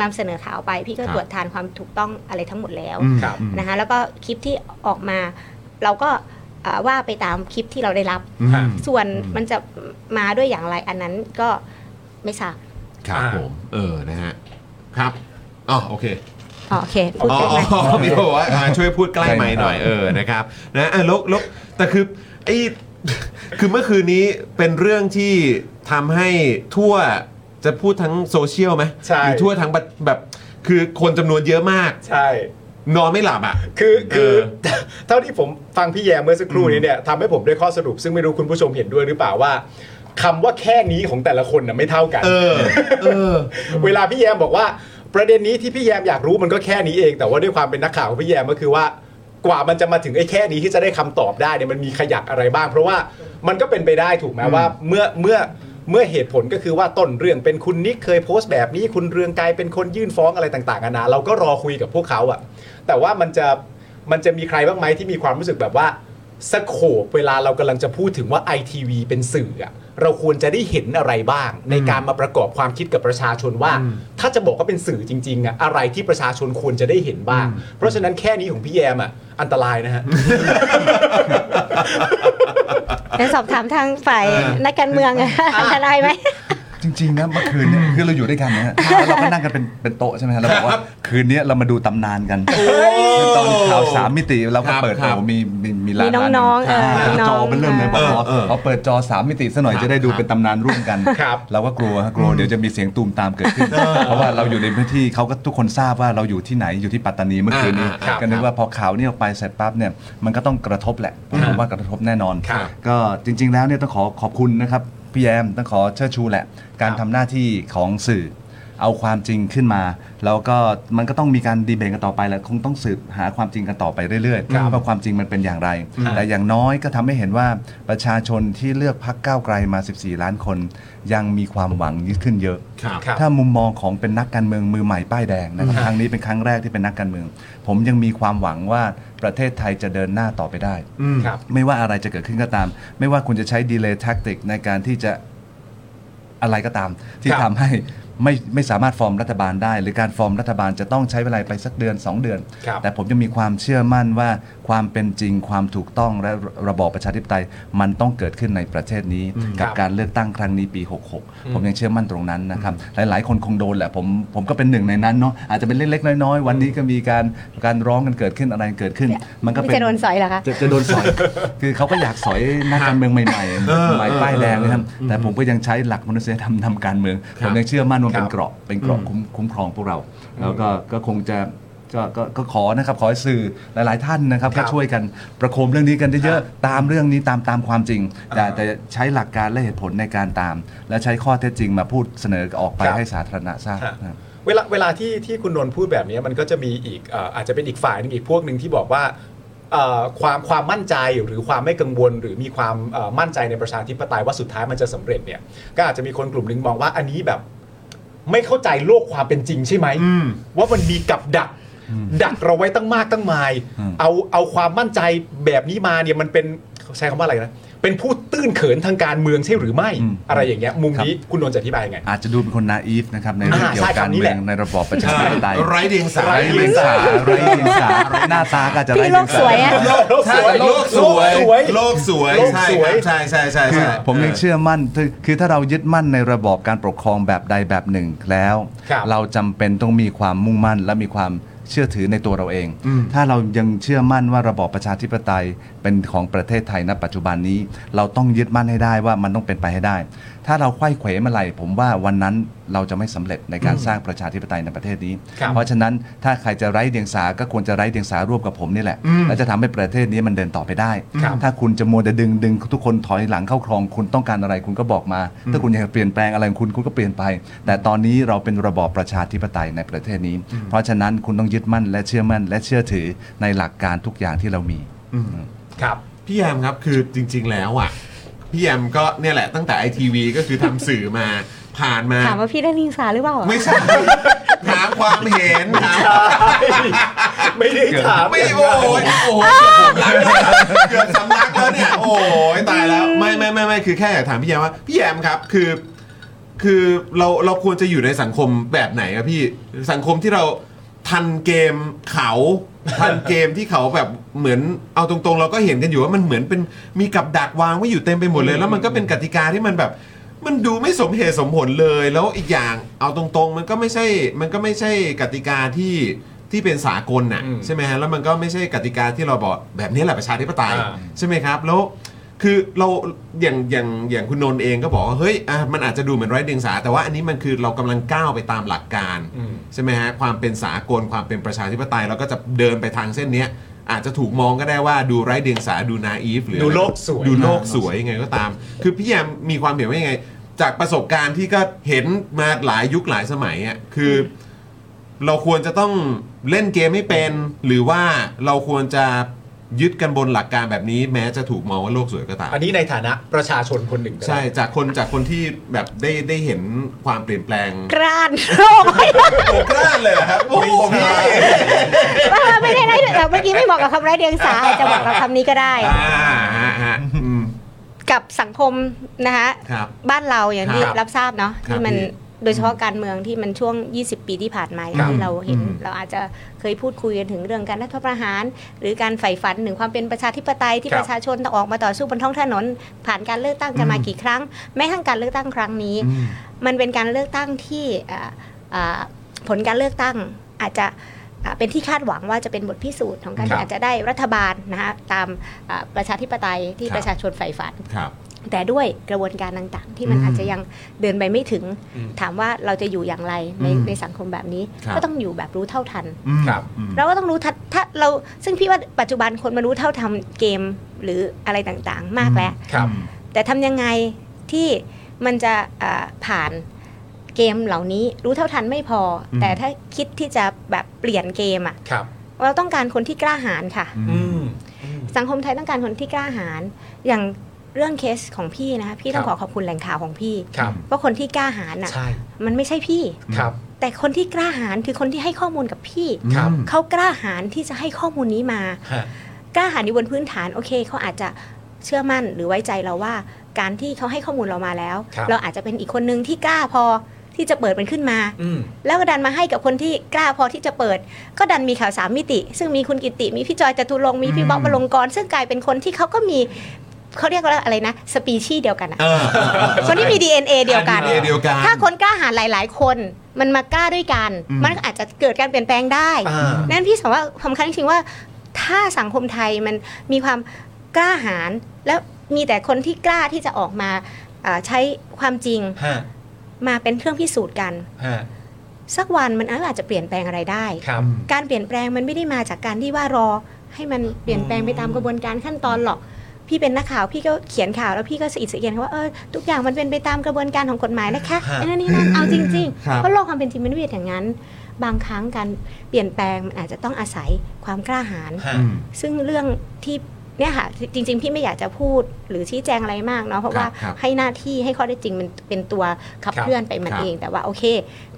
Speaker 5: นำเสนอข่าวไป พี่ก็
Speaker 1: ครับ
Speaker 5: ตรวจทานความถูกต้องอะไรทั้งหมดแล้ว
Speaker 1: อืม
Speaker 3: ครับ
Speaker 1: อืม
Speaker 5: นะคะแล้วก็คลิปที่ออกมาเราก็เอ่อว่าไปตามคลิปที่เราได้รับ
Speaker 1: อืม
Speaker 5: ส่วนมันจะมาด้วยอย่างไรอันนั้นก็ไม่ทราบ
Speaker 1: ครับผม เออนะฮะครับอ๋อโอเค
Speaker 5: อ๋อโอเคพูด
Speaker 1: อ๋อ
Speaker 5: เก่งมาก
Speaker 1: อ๋อพี่บอกว่าอ่าช่วยพูดใกล้ไมค์หน่อยเออนะครับนะอ่ะแลกลกแต่คือไอ้คือเมื่อคืนนี้เป็นเรื่องที่ทำให้ทั่วจะพูดทั้งโซเชียลไหม
Speaker 3: ใช่
Speaker 1: หรือทั่วทั้งแบบแบบคือคนจำนวนเยอะมาก
Speaker 3: ใช่
Speaker 1: นอนไม่หลับอ่ะ
Speaker 3: คือคือ
Speaker 1: เออ
Speaker 3: เท่าที่ผมฟังพี่แยมเมื่อสักครู่นี้เนี่ยทำให้ผมได้ข้อสรุป ซึ่งไม่รู้คุณผู้ชมเห็นด้วยหรือเปล่าว่าคำว่าแค่นี้ของแต่ละคนน่ะไม่เท่ากัน
Speaker 1: เออ เออ
Speaker 3: เวลาพี่แยมบอกว่า ประเด็นนี้ที่พี่แยมอยากรู้มันก็แค่นี้เอง แต่ว่าด้วยความเป็นนักข่าวของพี่แยมก็คือว่า กว่ามันจะมาถึงไอ้แค่นี้ที่จะได้คำตอบได้เนี่ยมันมีขยักอะไรบ้าง เพราะว่ามันก็เป็นไปได้ถูกไหมว่าเมื่อเมื่อเมื่อเหตุผลก็คือว่าต้นเรื่องเป็นคุณนิกเคยโพสต์แบบนี้คุณเรืองไกรเป็นคนยื่นฟ้องอะไรต่างๆนานาเราก็รอคุยกับพวกเขาอะแต่ว่ามันจะมันจะมีใครบ้างไหมที่มีความรู้สึกแบบว่า สโคปเวลาเรากำลังจะพูดถึงว่า ITV เป็นสื่ออะเราควรจะได้เห็นอะไรบ้าง ในการมาประกอบความคิดกับประชาชนว่า ถ้าจะบอกว่าเป็นสื่อจริงๆอะอะไรที่ประชาชนควรจะได้เห็นบ้าง เพราะฉะนั้นแค่นี้ของพี่แยมอะอันตรายนะฮะ
Speaker 5: เดี๋ยวสอบถามทางฝ่ายนักการเมืองอะทนายไหม
Speaker 4: จริงๆนะเมื่อคืนเนี่ยคือเราอยู่ด้วยกันนะฮะแล้วเราก็นั่งกันเป็นเป็นโต๊ะใช่ไหมฮะเราบอกว่าคืนเนี้ยเรามาดูตำนานกันคือตอนข่าวสามมิติเราก็เปิด
Speaker 1: ครั
Speaker 4: โอ้
Speaker 1: บ
Speaker 4: โหมีมีมีร้าน
Speaker 5: มีน้องๆ
Speaker 4: ร้า
Speaker 5: เออ
Speaker 4: หนึ่ง
Speaker 5: น้
Speaker 4: จ
Speaker 5: อ
Speaker 4: อง
Speaker 5: ๆ
Speaker 4: เป็นเริ่มเลยบ
Speaker 1: เออ
Speaker 4: อกว่า
Speaker 1: เออ
Speaker 4: เอาเปิดจอสามมิติซะหน่อย
Speaker 1: ครับ
Speaker 4: จะได้ดูเป็นตำนานร่วมกัน
Speaker 3: ครับ
Speaker 4: เราก็กลัวฮะกลัวเดี๋ยวจะมีเสียงตูมตามเกิดขึ้น เพราะว่าเราอยู่ในพื้นที่เขาก็ทุกคนทราบว่าเราอยู่ที่ไหนอยู่ที่ปัตตานีเมื่อคืนนี้
Speaker 1: อ่าอ่าครับ
Speaker 4: ก็นึกว่าพอข่าวนี้ออกไปเสร็จปั๊บเนี่ยมันก็ต้องกระทบแหละผมว่ากระทบแน่นอน
Speaker 1: ครับ
Speaker 4: ก็จริง ๆ แล้วเนี่ยต้องขอขอบคุณนะครับพี่แยมต้องขอเชิดชูแหละ การทำหน้าที่ของสื่อ เอาความจริงขึ้นมา แล้วก็มันก็ต้องมีการดีเบตกันต่อไปแหละคงต้องสืบหาความจริงกันต่อไปเรื่อย
Speaker 3: ครับ
Speaker 4: ๆว่าความจริงมันเป็นอย่างไร แต่อย่างน้อยก็ทำให้เห็นว่าประชาชนที่เลือกพักก้าวไกลมา 14 ล้านคน ยังมีความหวังยิ่งขึ้นเยอะ
Speaker 1: ครับ
Speaker 3: ครับ
Speaker 4: ถ้ามุมมองของเป็นนักการเมืองมือใหม่ป้ายแดงนะครับครั้งนี้เป็นครั้งแรกที่เป็นนักการเมือง ผมยังมีความหวังว่าประเทศไทยจะเดินหน้าต่อไปได้
Speaker 3: ครับ
Speaker 4: ไม่ว่าอะไรจะเกิดขึ้นก็ตาม ไม่ว่าคุณจะใช้ดีเลย์แท็กติกในการที่จะอะไรก็ตาม
Speaker 3: ค
Speaker 4: ที่
Speaker 3: รับ
Speaker 4: ทำให้ไม่ไม่สามารถฟอร์มรัฐบาลได้ หรือการฟอร์มรัฐบาลจะต้องใช้เวลาไปสักเดือน 2 เดือน
Speaker 3: ครับ
Speaker 4: แต่ผมยังมีความเชื่อมั่นว่าความเป็นจริงความถูกต้องและระบอบประชาธิปไตยมันต้องเกิดขึ้นในประเทศนี้
Speaker 3: ค
Speaker 4: กั
Speaker 3: รับ
Speaker 4: การเลือกตั้งครั้งนี้ปี 66 ผมยังเชื่อมั่นตรงนั้นนะครับ หลาย ๆ คนคงโดนแหละผมผมก็เป็นหนึ่งในนั้นเนาะอาจจะเป็นเล็กๆน้อยๆวันนี้ก็มีการการร้องกันเกิดขึ้นอะไรเกิดขึ้น มันก็เป็น
Speaker 5: จะโดนสอยเหรอคะ
Speaker 4: จะจะโดนสอย คือเขาก็อยากสอยนักการเมืองใหม่ๆใหม่ป้ายแดงนะครับ แต่ผมก็ยังใช้หลักมนุษยธรรมทำการเมือง
Speaker 1: ครั
Speaker 4: ผ
Speaker 1: บ
Speaker 4: มยังเชื่อมั่นว่าเป็น
Speaker 3: ครับ
Speaker 4: เกราะ เป็นเกราะคุ้มคุ้มครองพวกเรา แล้วก็ก็คงจะก็ก็ก็ขอนะครับ ขอให้สื่อหลาย ๆ ท่านนะครับ
Speaker 3: ครั
Speaker 4: ก็
Speaker 3: บ
Speaker 4: ช่วยกันประโคมเรื่องนี้กันเยอะๆ ตามเรื่องนี้ตามตามความจริง แต่
Speaker 3: อ่า
Speaker 4: แต่ใช้หลักการและเหตุผลในการตาม และใช้ข้อเท็จจริงมาพูดเสนอออกไป
Speaker 3: ครับ
Speaker 4: ให้สาธารณะทราบนะครับ
Speaker 3: เวลาเวลาที่ที่คุณนนท์พูดแบบนี้มันก็จะมีอีกเอ่ออาจจะเป็นอีกฝ่ายหนึงอีกพวกหนึ่งที่บอกว่าเอ่อความความมั่นใจหรือความไม่กังวล หรือมีความเอ่อมั่นใจในประชาธิปไตยว่าสุดท้ายมันจะสำเร็จเนี่ยก็อาจจะมีคนกลุ่มหนึ่งมองว่าอันนี้แบบ ไม่เข้าใจโลกความเป็นจริงใช่ไหม ว่ามันมีกับดัก ดักเราไว้ตั้งมากตั้งมาย เอาเอาความมั่นใจแบบนี้มาเนี่ยมันเป็นใช้คำว่าอะไรนะเป็นผู้ตื้นเขินทางการเมืองใช่หรือไม่
Speaker 4: อืม
Speaker 3: อะไรอย่างเงี้ยมุม
Speaker 4: ครับ
Speaker 3: นี้คุณนนท์จะอธิบายยังไง
Speaker 4: อาจจะดูเป็นคนนาอีฟนะครับในเรื่อง
Speaker 3: อ่า
Speaker 4: เกี่ยวกับกา
Speaker 3: ใช่
Speaker 4: ร
Speaker 3: คำนี้
Speaker 4: เมื
Speaker 3: แห
Speaker 4: อ
Speaker 3: ละ
Speaker 4: งในระบอบประชา
Speaker 1: ใช่
Speaker 4: ธิปไตย
Speaker 1: ไร้เดียงสา
Speaker 4: ไร้เดียงสาไร้เดียงสาหน้าตาก็อาจจะไร้
Speaker 5: พี่โลก
Speaker 4: เดียงสา
Speaker 5: สวยอะ
Speaker 1: ใช่โลกสวย โลกสวย
Speaker 3: โลก
Speaker 1: ใช่
Speaker 3: ส
Speaker 1: คว รั
Speaker 3: ย
Speaker 1: บใช่ใช่ใช่
Speaker 4: คือ
Speaker 1: ใช่
Speaker 4: ผมยังเชื่อมั่นถึงคือถ้าเรายึดมั่นในระบอบการปกครองแบบใดแบบหนึ่งแล้ว
Speaker 3: ครับ
Speaker 4: เราจำเป็นต้องมีความมุ่งมั่นและมีความเชื่อถือในตัวเราเอง
Speaker 1: อืม
Speaker 4: ถ้าเรายังเชื่อมั่นว่าระบอบประชาธิปไตยเป็นของประเทศไทยณปัจจุบันนี้ เราต้องยึดมั่นให้ได้ว่ามันต้องเป็นไปให้ได้ ถ้าเราไขว้เขวเมื่อไหร่ผมว่าวันนั้นเราจะไม่สำเร็จในการสร้างประชาธิปไตยในประเทศนี้
Speaker 3: ครับ
Speaker 4: เพราะฉะนั้นถ้าใครจะไร้เดียงสาก็ควรจะไร้เดียงสาร่วมกับผมนี่แหละและจะทำให้ประเทศนี้มันเดินต่อไปได้
Speaker 3: ครับ
Speaker 4: ถ้าคุณจะมัวแต่ดึงดึงทุกคนถอยหลังเข้าครองคุณต้องการอะไรคุณก็บอกมา ถ้าคุณอยากเปลี่ยนแปลงอะไรของคุณคุณก็เปลี่ยนไป แต่ตอนนี้เราเป็นระบอบประชาธิปไตยในประเทศนี้ เพราะฉะนั้นคุณต้องยึดมั่นและเชื่อมั่น และเชื่อถือในหลักการทุกอย่างที่เรามี
Speaker 3: ครับ
Speaker 1: พี่แยมครับคือจริง ๆ แล้วอ่ะ พี่แยมก็เนี่ยแหละตั้งแต่ไอทีวีก็คือทำสื่อมาผ่านมา
Speaker 5: ถามว่าพี่ได้ลิงสาหรือเปล่าอะ
Speaker 1: ไม่ใช่ ถามความเห็นถาม
Speaker 3: ไม่ได้ถาม
Speaker 1: ไม่โอ้ยโอ้โหเกือบผมรักเกือบสำลักแล้วเนี่ย โอ้ยตายแล้วไม่ไม่ไม่ไม่คือแค่อยากถามพี่แยมว่าพี่แยมครับคือ คือเราเราควรจะอยู่ในสังคมแบบไหนครับพี่สังคมที่เราทันเกมเขา ทันเกมที่เขาแบบเหมือนเอาตรงๆ เราก็เห็นกันอยู่ว่ามันเหมือนเป็นมีกับดักวางไว้อยู่เต็มไปหมดเลย แล้วมันก็เป็นกติกาที่มันแบบ มันดูไม่สมเหตุสมผลเลย แล้วอีกอย่างเอาตรงๆ มันก็ไม่ใช่มันก็ไม่ใช่กติกาที่ที่เป็นสากลน่ะใช่ไหมฮะแล้วมันก็ไม่ใช่กติกาที่เราบอกแบบนี้แหละประชาธิปไตย
Speaker 3: อ่า
Speaker 1: ใช่ไหมครับ แล้วคือเราอย่างอย่างอย่างคุณนนท์เองก็บอกว่าเฮ้ยอ่ะมันอาจจะดูเหมือนไร้เดียงสา แต่ว่าอันนี้มันคือเรากำลังก้าวไปตามหลักการ
Speaker 3: อืม
Speaker 1: ใช่ไหมฮะความเป็นสากลความเป็นประชาธิปไตยเราก็จะเดินไปทางเส้นเนี้ย อาจจะถูกมองก็ได้ว่าดูไร้เดียงสาดูนาอีฟหรือ
Speaker 3: ดูโลกสวย
Speaker 1: ดูโลกสวยยังไงก็ตาม คือพี่แยมมีความเห็นว่ายังไง จากประสบการณ์ที่ก็เห็นมาหลายยุคหลายสมัยอ่ะคือ เราควรจะต้องเล่นเกมไม่เป็น หรือว่าเราควรจะยึดกันบนหลักการแบบนี้ แม้จะถูกมองว่าโลกสวยก็ตาม
Speaker 3: อันนี้ในฐานะประชาชนคนหนึ่งก็ได้
Speaker 1: ใช่จากคนจากคนที่แบบได้ได้เห็นความเปลี่ยนแปลง
Speaker 5: กร้าน โอ้ย
Speaker 1: โอ้กล้าเลยเหรอครับโอ้โหพี่
Speaker 5: ไม่ได้ไร้เดียงสาเมื่อกี้ไม่เหมาะกับคำไร้เดียงสาอาจจะเหมาะกับคำนี้ก็ได้
Speaker 1: อ่าฮะฮะอืม
Speaker 5: กับสังคมนะคะ
Speaker 1: ครับ
Speaker 5: บ้านเราอย่างที่
Speaker 1: ครับ
Speaker 5: รับทราบเนาะ
Speaker 1: ครับ
Speaker 5: ที่มัน
Speaker 1: พี่
Speaker 5: โดยเฉพาะการเมืองที่มันช่วง 20 ปีที่ผ่านมา
Speaker 1: ครับ
Speaker 5: ที่เราเห็น
Speaker 1: อืม
Speaker 5: เราอาจจะเคยพูดคุยกันถึงเรื่องการรัฐประหาร หรือการใฝ่ฝันถึงความเป็นประชาธิปไตยที่
Speaker 3: ครับ
Speaker 5: ประชาชนต้องออกมาต่อสู้บนท้องถนน ผ่านการเลือกตั้งกันมากี่ครั้งแม้กระทั่งการเลือกตั้งครั้งนี้
Speaker 1: อืม
Speaker 5: มันเป็นการเลือกตั้งที่อ่าอ่าผลการเลือกตั้งอาจจะอ่าเป็นที่คาดหวังว่าจะเป็นบทพิสูจน์ของการ
Speaker 3: ครับ
Speaker 5: อาจจะได้รัฐบาลนะคะตามอ่าประชาธิปไตยที่
Speaker 1: ครับ
Speaker 5: ประชาชนใฝ่ฝัน
Speaker 1: ครับ
Speaker 5: แต่ด้วยกระบวนการต่างๆ ที่มัน
Speaker 1: อืม
Speaker 5: อาจจะยังเดินไปไม่ถึง
Speaker 3: อืม
Speaker 5: ถามว่าเราจะอยู่อย่างไรใน
Speaker 1: อืม
Speaker 5: ในสังคมแบบนี้
Speaker 1: ครับ
Speaker 5: ก็ต้องอยู่แบบรู้เท่าทัน
Speaker 1: อืม
Speaker 3: ครับ
Speaker 1: อืม
Speaker 5: เราก็ต้องรู้ทันถ้าเราซึ่งพี่ว่าปัจจุบันคนมารู้เท่าทันเกมหรืออะไรต่างๆ มากแล้ว
Speaker 3: ครับ
Speaker 5: แต่ทำยังไงที่มันจะอ่าผ่านเกมเหล่านี้รู้เท่าทันไม่พออ
Speaker 1: ม
Speaker 5: แต่ถ้าคิดที่จะแบบเปลี่ยนเกมอะ
Speaker 3: ครับ
Speaker 5: เราต้องการคนที่กล้าหาญค่ะ
Speaker 1: อื
Speaker 3: อื
Speaker 1: ม
Speaker 3: ม
Speaker 5: สังคมไทยต้องการคนที่กล้าหาญอย่างเรื่องเคสของพี่นะคะพี่ต้อง
Speaker 3: ค
Speaker 5: ข
Speaker 3: รั
Speaker 5: อบ ขอบคุณแหล่งข่าวของพี่
Speaker 3: ครับ
Speaker 5: เพราะคนที่กล้าหาญน่ะ
Speaker 3: ใช่
Speaker 5: มันไม่ใช่พี่
Speaker 3: ครับ
Speaker 5: แต่คนที่กล้าหาญคือคนที่ให้ข้อมูลกับพี่
Speaker 3: ครับ
Speaker 5: เขากล้าหาญที่จะให้ข้อมูลนี้มา
Speaker 3: ฮะ
Speaker 5: กล้าหาญอยู่บนพื้นฐานโอเคเขาอาจจะเชื่อมั่นหรือไว้ใจเราว่า การที่เขาให้ข้อมูลเรามาแล้ว
Speaker 3: ครับ
Speaker 5: เราอาจจะเป็นอีกคนนึงที่กล้าพอที่จะเปิดมันขึ้นมา
Speaker 3: อืม
Speaker 5: แล้วก็ดันมาให้กับคนที่กล้าพอที่จะเปิด ก็ดันมีข่าวสามมิติ ซึ่งมีคุณกิติมีพี่จอยจตุรงค์มีพี่บ๊อบประลงกรณ์ซึ่งกลายเป็นคนที่เขาก็มีเขาเรียกว่าอะไรนะสปีชีส์เดียวกันอะ
Speaker 1: เออเออเออ
Speaker 5: คนที่มี DNA เดียวกัน
Speaker 1: DNA เดียวกัน
Speaker 5: ถ้าคนกล้าหาญหลาย ๆ คนมันมากล้าด้วยกัน
Speaker 1: อืม
Speaker 5: มันก็อาจจะเกิดการเปลี่ยนแปลงได้
Speaker 3: อ่า
Speaker 5: นั้นพี่สมว่าสำคัญจริงๆว่า ถ้าสังคมไทยมันมีความกล้าหาญและมีแต่คนที่กล้าที่จะออกมาอ่าใช้ความจริง
Speaker 3: ฮะ
Speaker 5: มาเป็นเครื่องพิสูจน์กัน
Speaker 3: ฮะ
Speaker 5: สักวันมันอาจจะเปลี่ยนแปลงอะไรได้
Speaker 3: ครับ
Speaker 5: การเปลี่ยนแปลงมันไม่ได้มาจากการที่ว่ารอ ให้มันเปลี่ยนแปลงไปตามกระบวนการขั้นตอนหรอก พี่เป็นนักข่าวพี่ก็เขียนข่าวแล้วพี่ก็สะอิดสะเอียนเขาว่าเออทุกอย่างมันเป็นไปตามกระบวนการของกฎหมายนะคะ
Speaker 3: ฮะ
Speaker 5: อันนั้นนี่นั่นเอาจริง
Speaker 1: ครั
Speaker 5: ๆ
Speaker 1: บ
Speaker 5: เพราะโลกความเป็นจริงมันไม่เป็นอย่างนั้น บางครั้งการเปลี่ยนแปลงมันอาจจะต้องอาศัยความกล้าหาญ
Speaker 3: ฮะ
Speaker 1: อืม
Speaker 5: ซึ่งเรื่องที่ เนี่ยค่ะจริง ๆ พี่ไม่อยากจะพูดหรือชี้แจงอะไรมากเนาะเพราะว่า
Speaker 3: ครับ
Speaker 5: ให้หน้าที่ให้ข้อได้จริงมันเป็นตัวขับ
Speaker 3: ครับ
Speaker 5: เคลื่อนไปมัน
Speaker 3: ครับ
Speaker 5: เอง แต่ว่าโอเค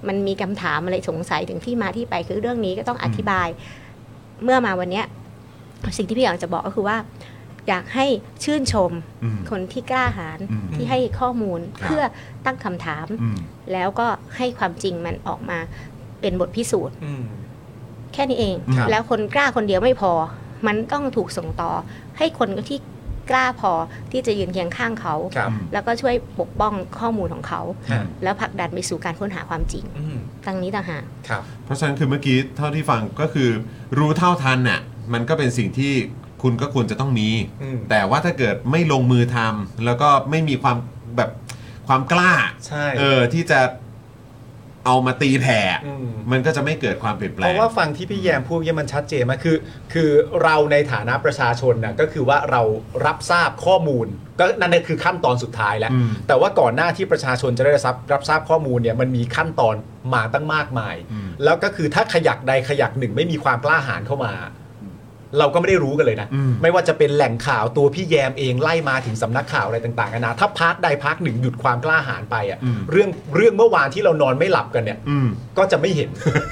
Speaker 5: มันมีคำถามอะไรสงสัยถึงที่มาที่ไปคือเรื่องนี้ก็ต้องอธิบาย เมื่อมาวันเนี้ยสิ่งที่พี่อยากจะบอกก็คือว่า อยากให้ชื่นชม
Speaker 1: อืม
Speaker 5: คนที่กล้าหาญ
Speaker 1: อืม
Speaker 5: ที่ให้ข้อมูล
Speaker 1: ครับ
Speaker 5: เพื่อตั้งคำถาม
Speaker 1: อืม
Speaker 5: แล้วก็ให้ความจริงมันออกมาเป็นบทพิสูจน์
Speaker 3: อืม
Speaker 5: แค่นี้เอง
Speaker 1: ครับ
Speaker 5: แล้วคนกล้าคนเดียวไม่พอ มันต้องถูกส่งต่อ ให้คนที่กล้าพอที่จะยืนเคียงข้างเขา
Speaker 3: ครับ
Speaker 5: แล้วก็ช่วยปกป้องข้อมูลของเขา
Speaker 3: ฮะ
Speaker 5: แล้วผลักดันไปสู่การค้นหาความจริง
Speaker 3: อืม
Speaker 5: ตั้งนี้ต่างหาก
Speaker 3: ครับ
Speaker 1: เพราะฉะนั้นคือเมื่อกี้เท่าที่ฟังก็คือรู้เท่าทันน่ะมันก็เป็นสิ่งที่คุณก็ควรจะต้องมี
Speaker 3: อืม
Speaker 1: แต่ว่าถ้าเกิดไม่ลงมือทำแล้วก็ไม่มีความแบบความกล้า
Speaker 3: ใช่
Speaker 1: เออที่จะเอามาตีแผ่
Speaker 3: อืม
Speaker 1: มันก็จะไม่เกิดความเปลี่ยนแปลง
Speaker 3: เพราะว่าฟังที่พี่แยมพูดเนี่ยมันชัดเจนมากคือ คือเราในฐานะประชาชนนะก็คือว่าเรารับทราบข้อมูล ก็นั่นคือขั้นตอนสุดท้ายแล้ว
Speaker 1: อืม
Speaker 3: แต่ว่าก่อนหน้าที่ประชาชนจะได้รับรับทราบข้อมูลเนี่ยมันมีขั้นตอนมาตั้งมากมาย แล้วก็คือถ้าขยักใดขยักหนึ่งไม่มีความกล้าหาญเข้ามา เราก็ไม่ได้รู้กันเลยนะ
Speaker 1: อืม
Speaker 3: ไม่ว่าจะเป็นแหล่งข่าวตัวพี่แยมเองไล่มาถึงสำนักข่าวอะไรต่างๆกันานะถ้าพาร์ทใดพาร์ทหนึ่งหยุดความกล้าหาญไปอะ
Speaker 1: อืม
Speaker 3: เรื่องเรื่องเมื่อวานที่เรานอนไม่หลับกันเนี่ย
Speaker 1: อืม
Speaker 3: ก็จะไม่เห็น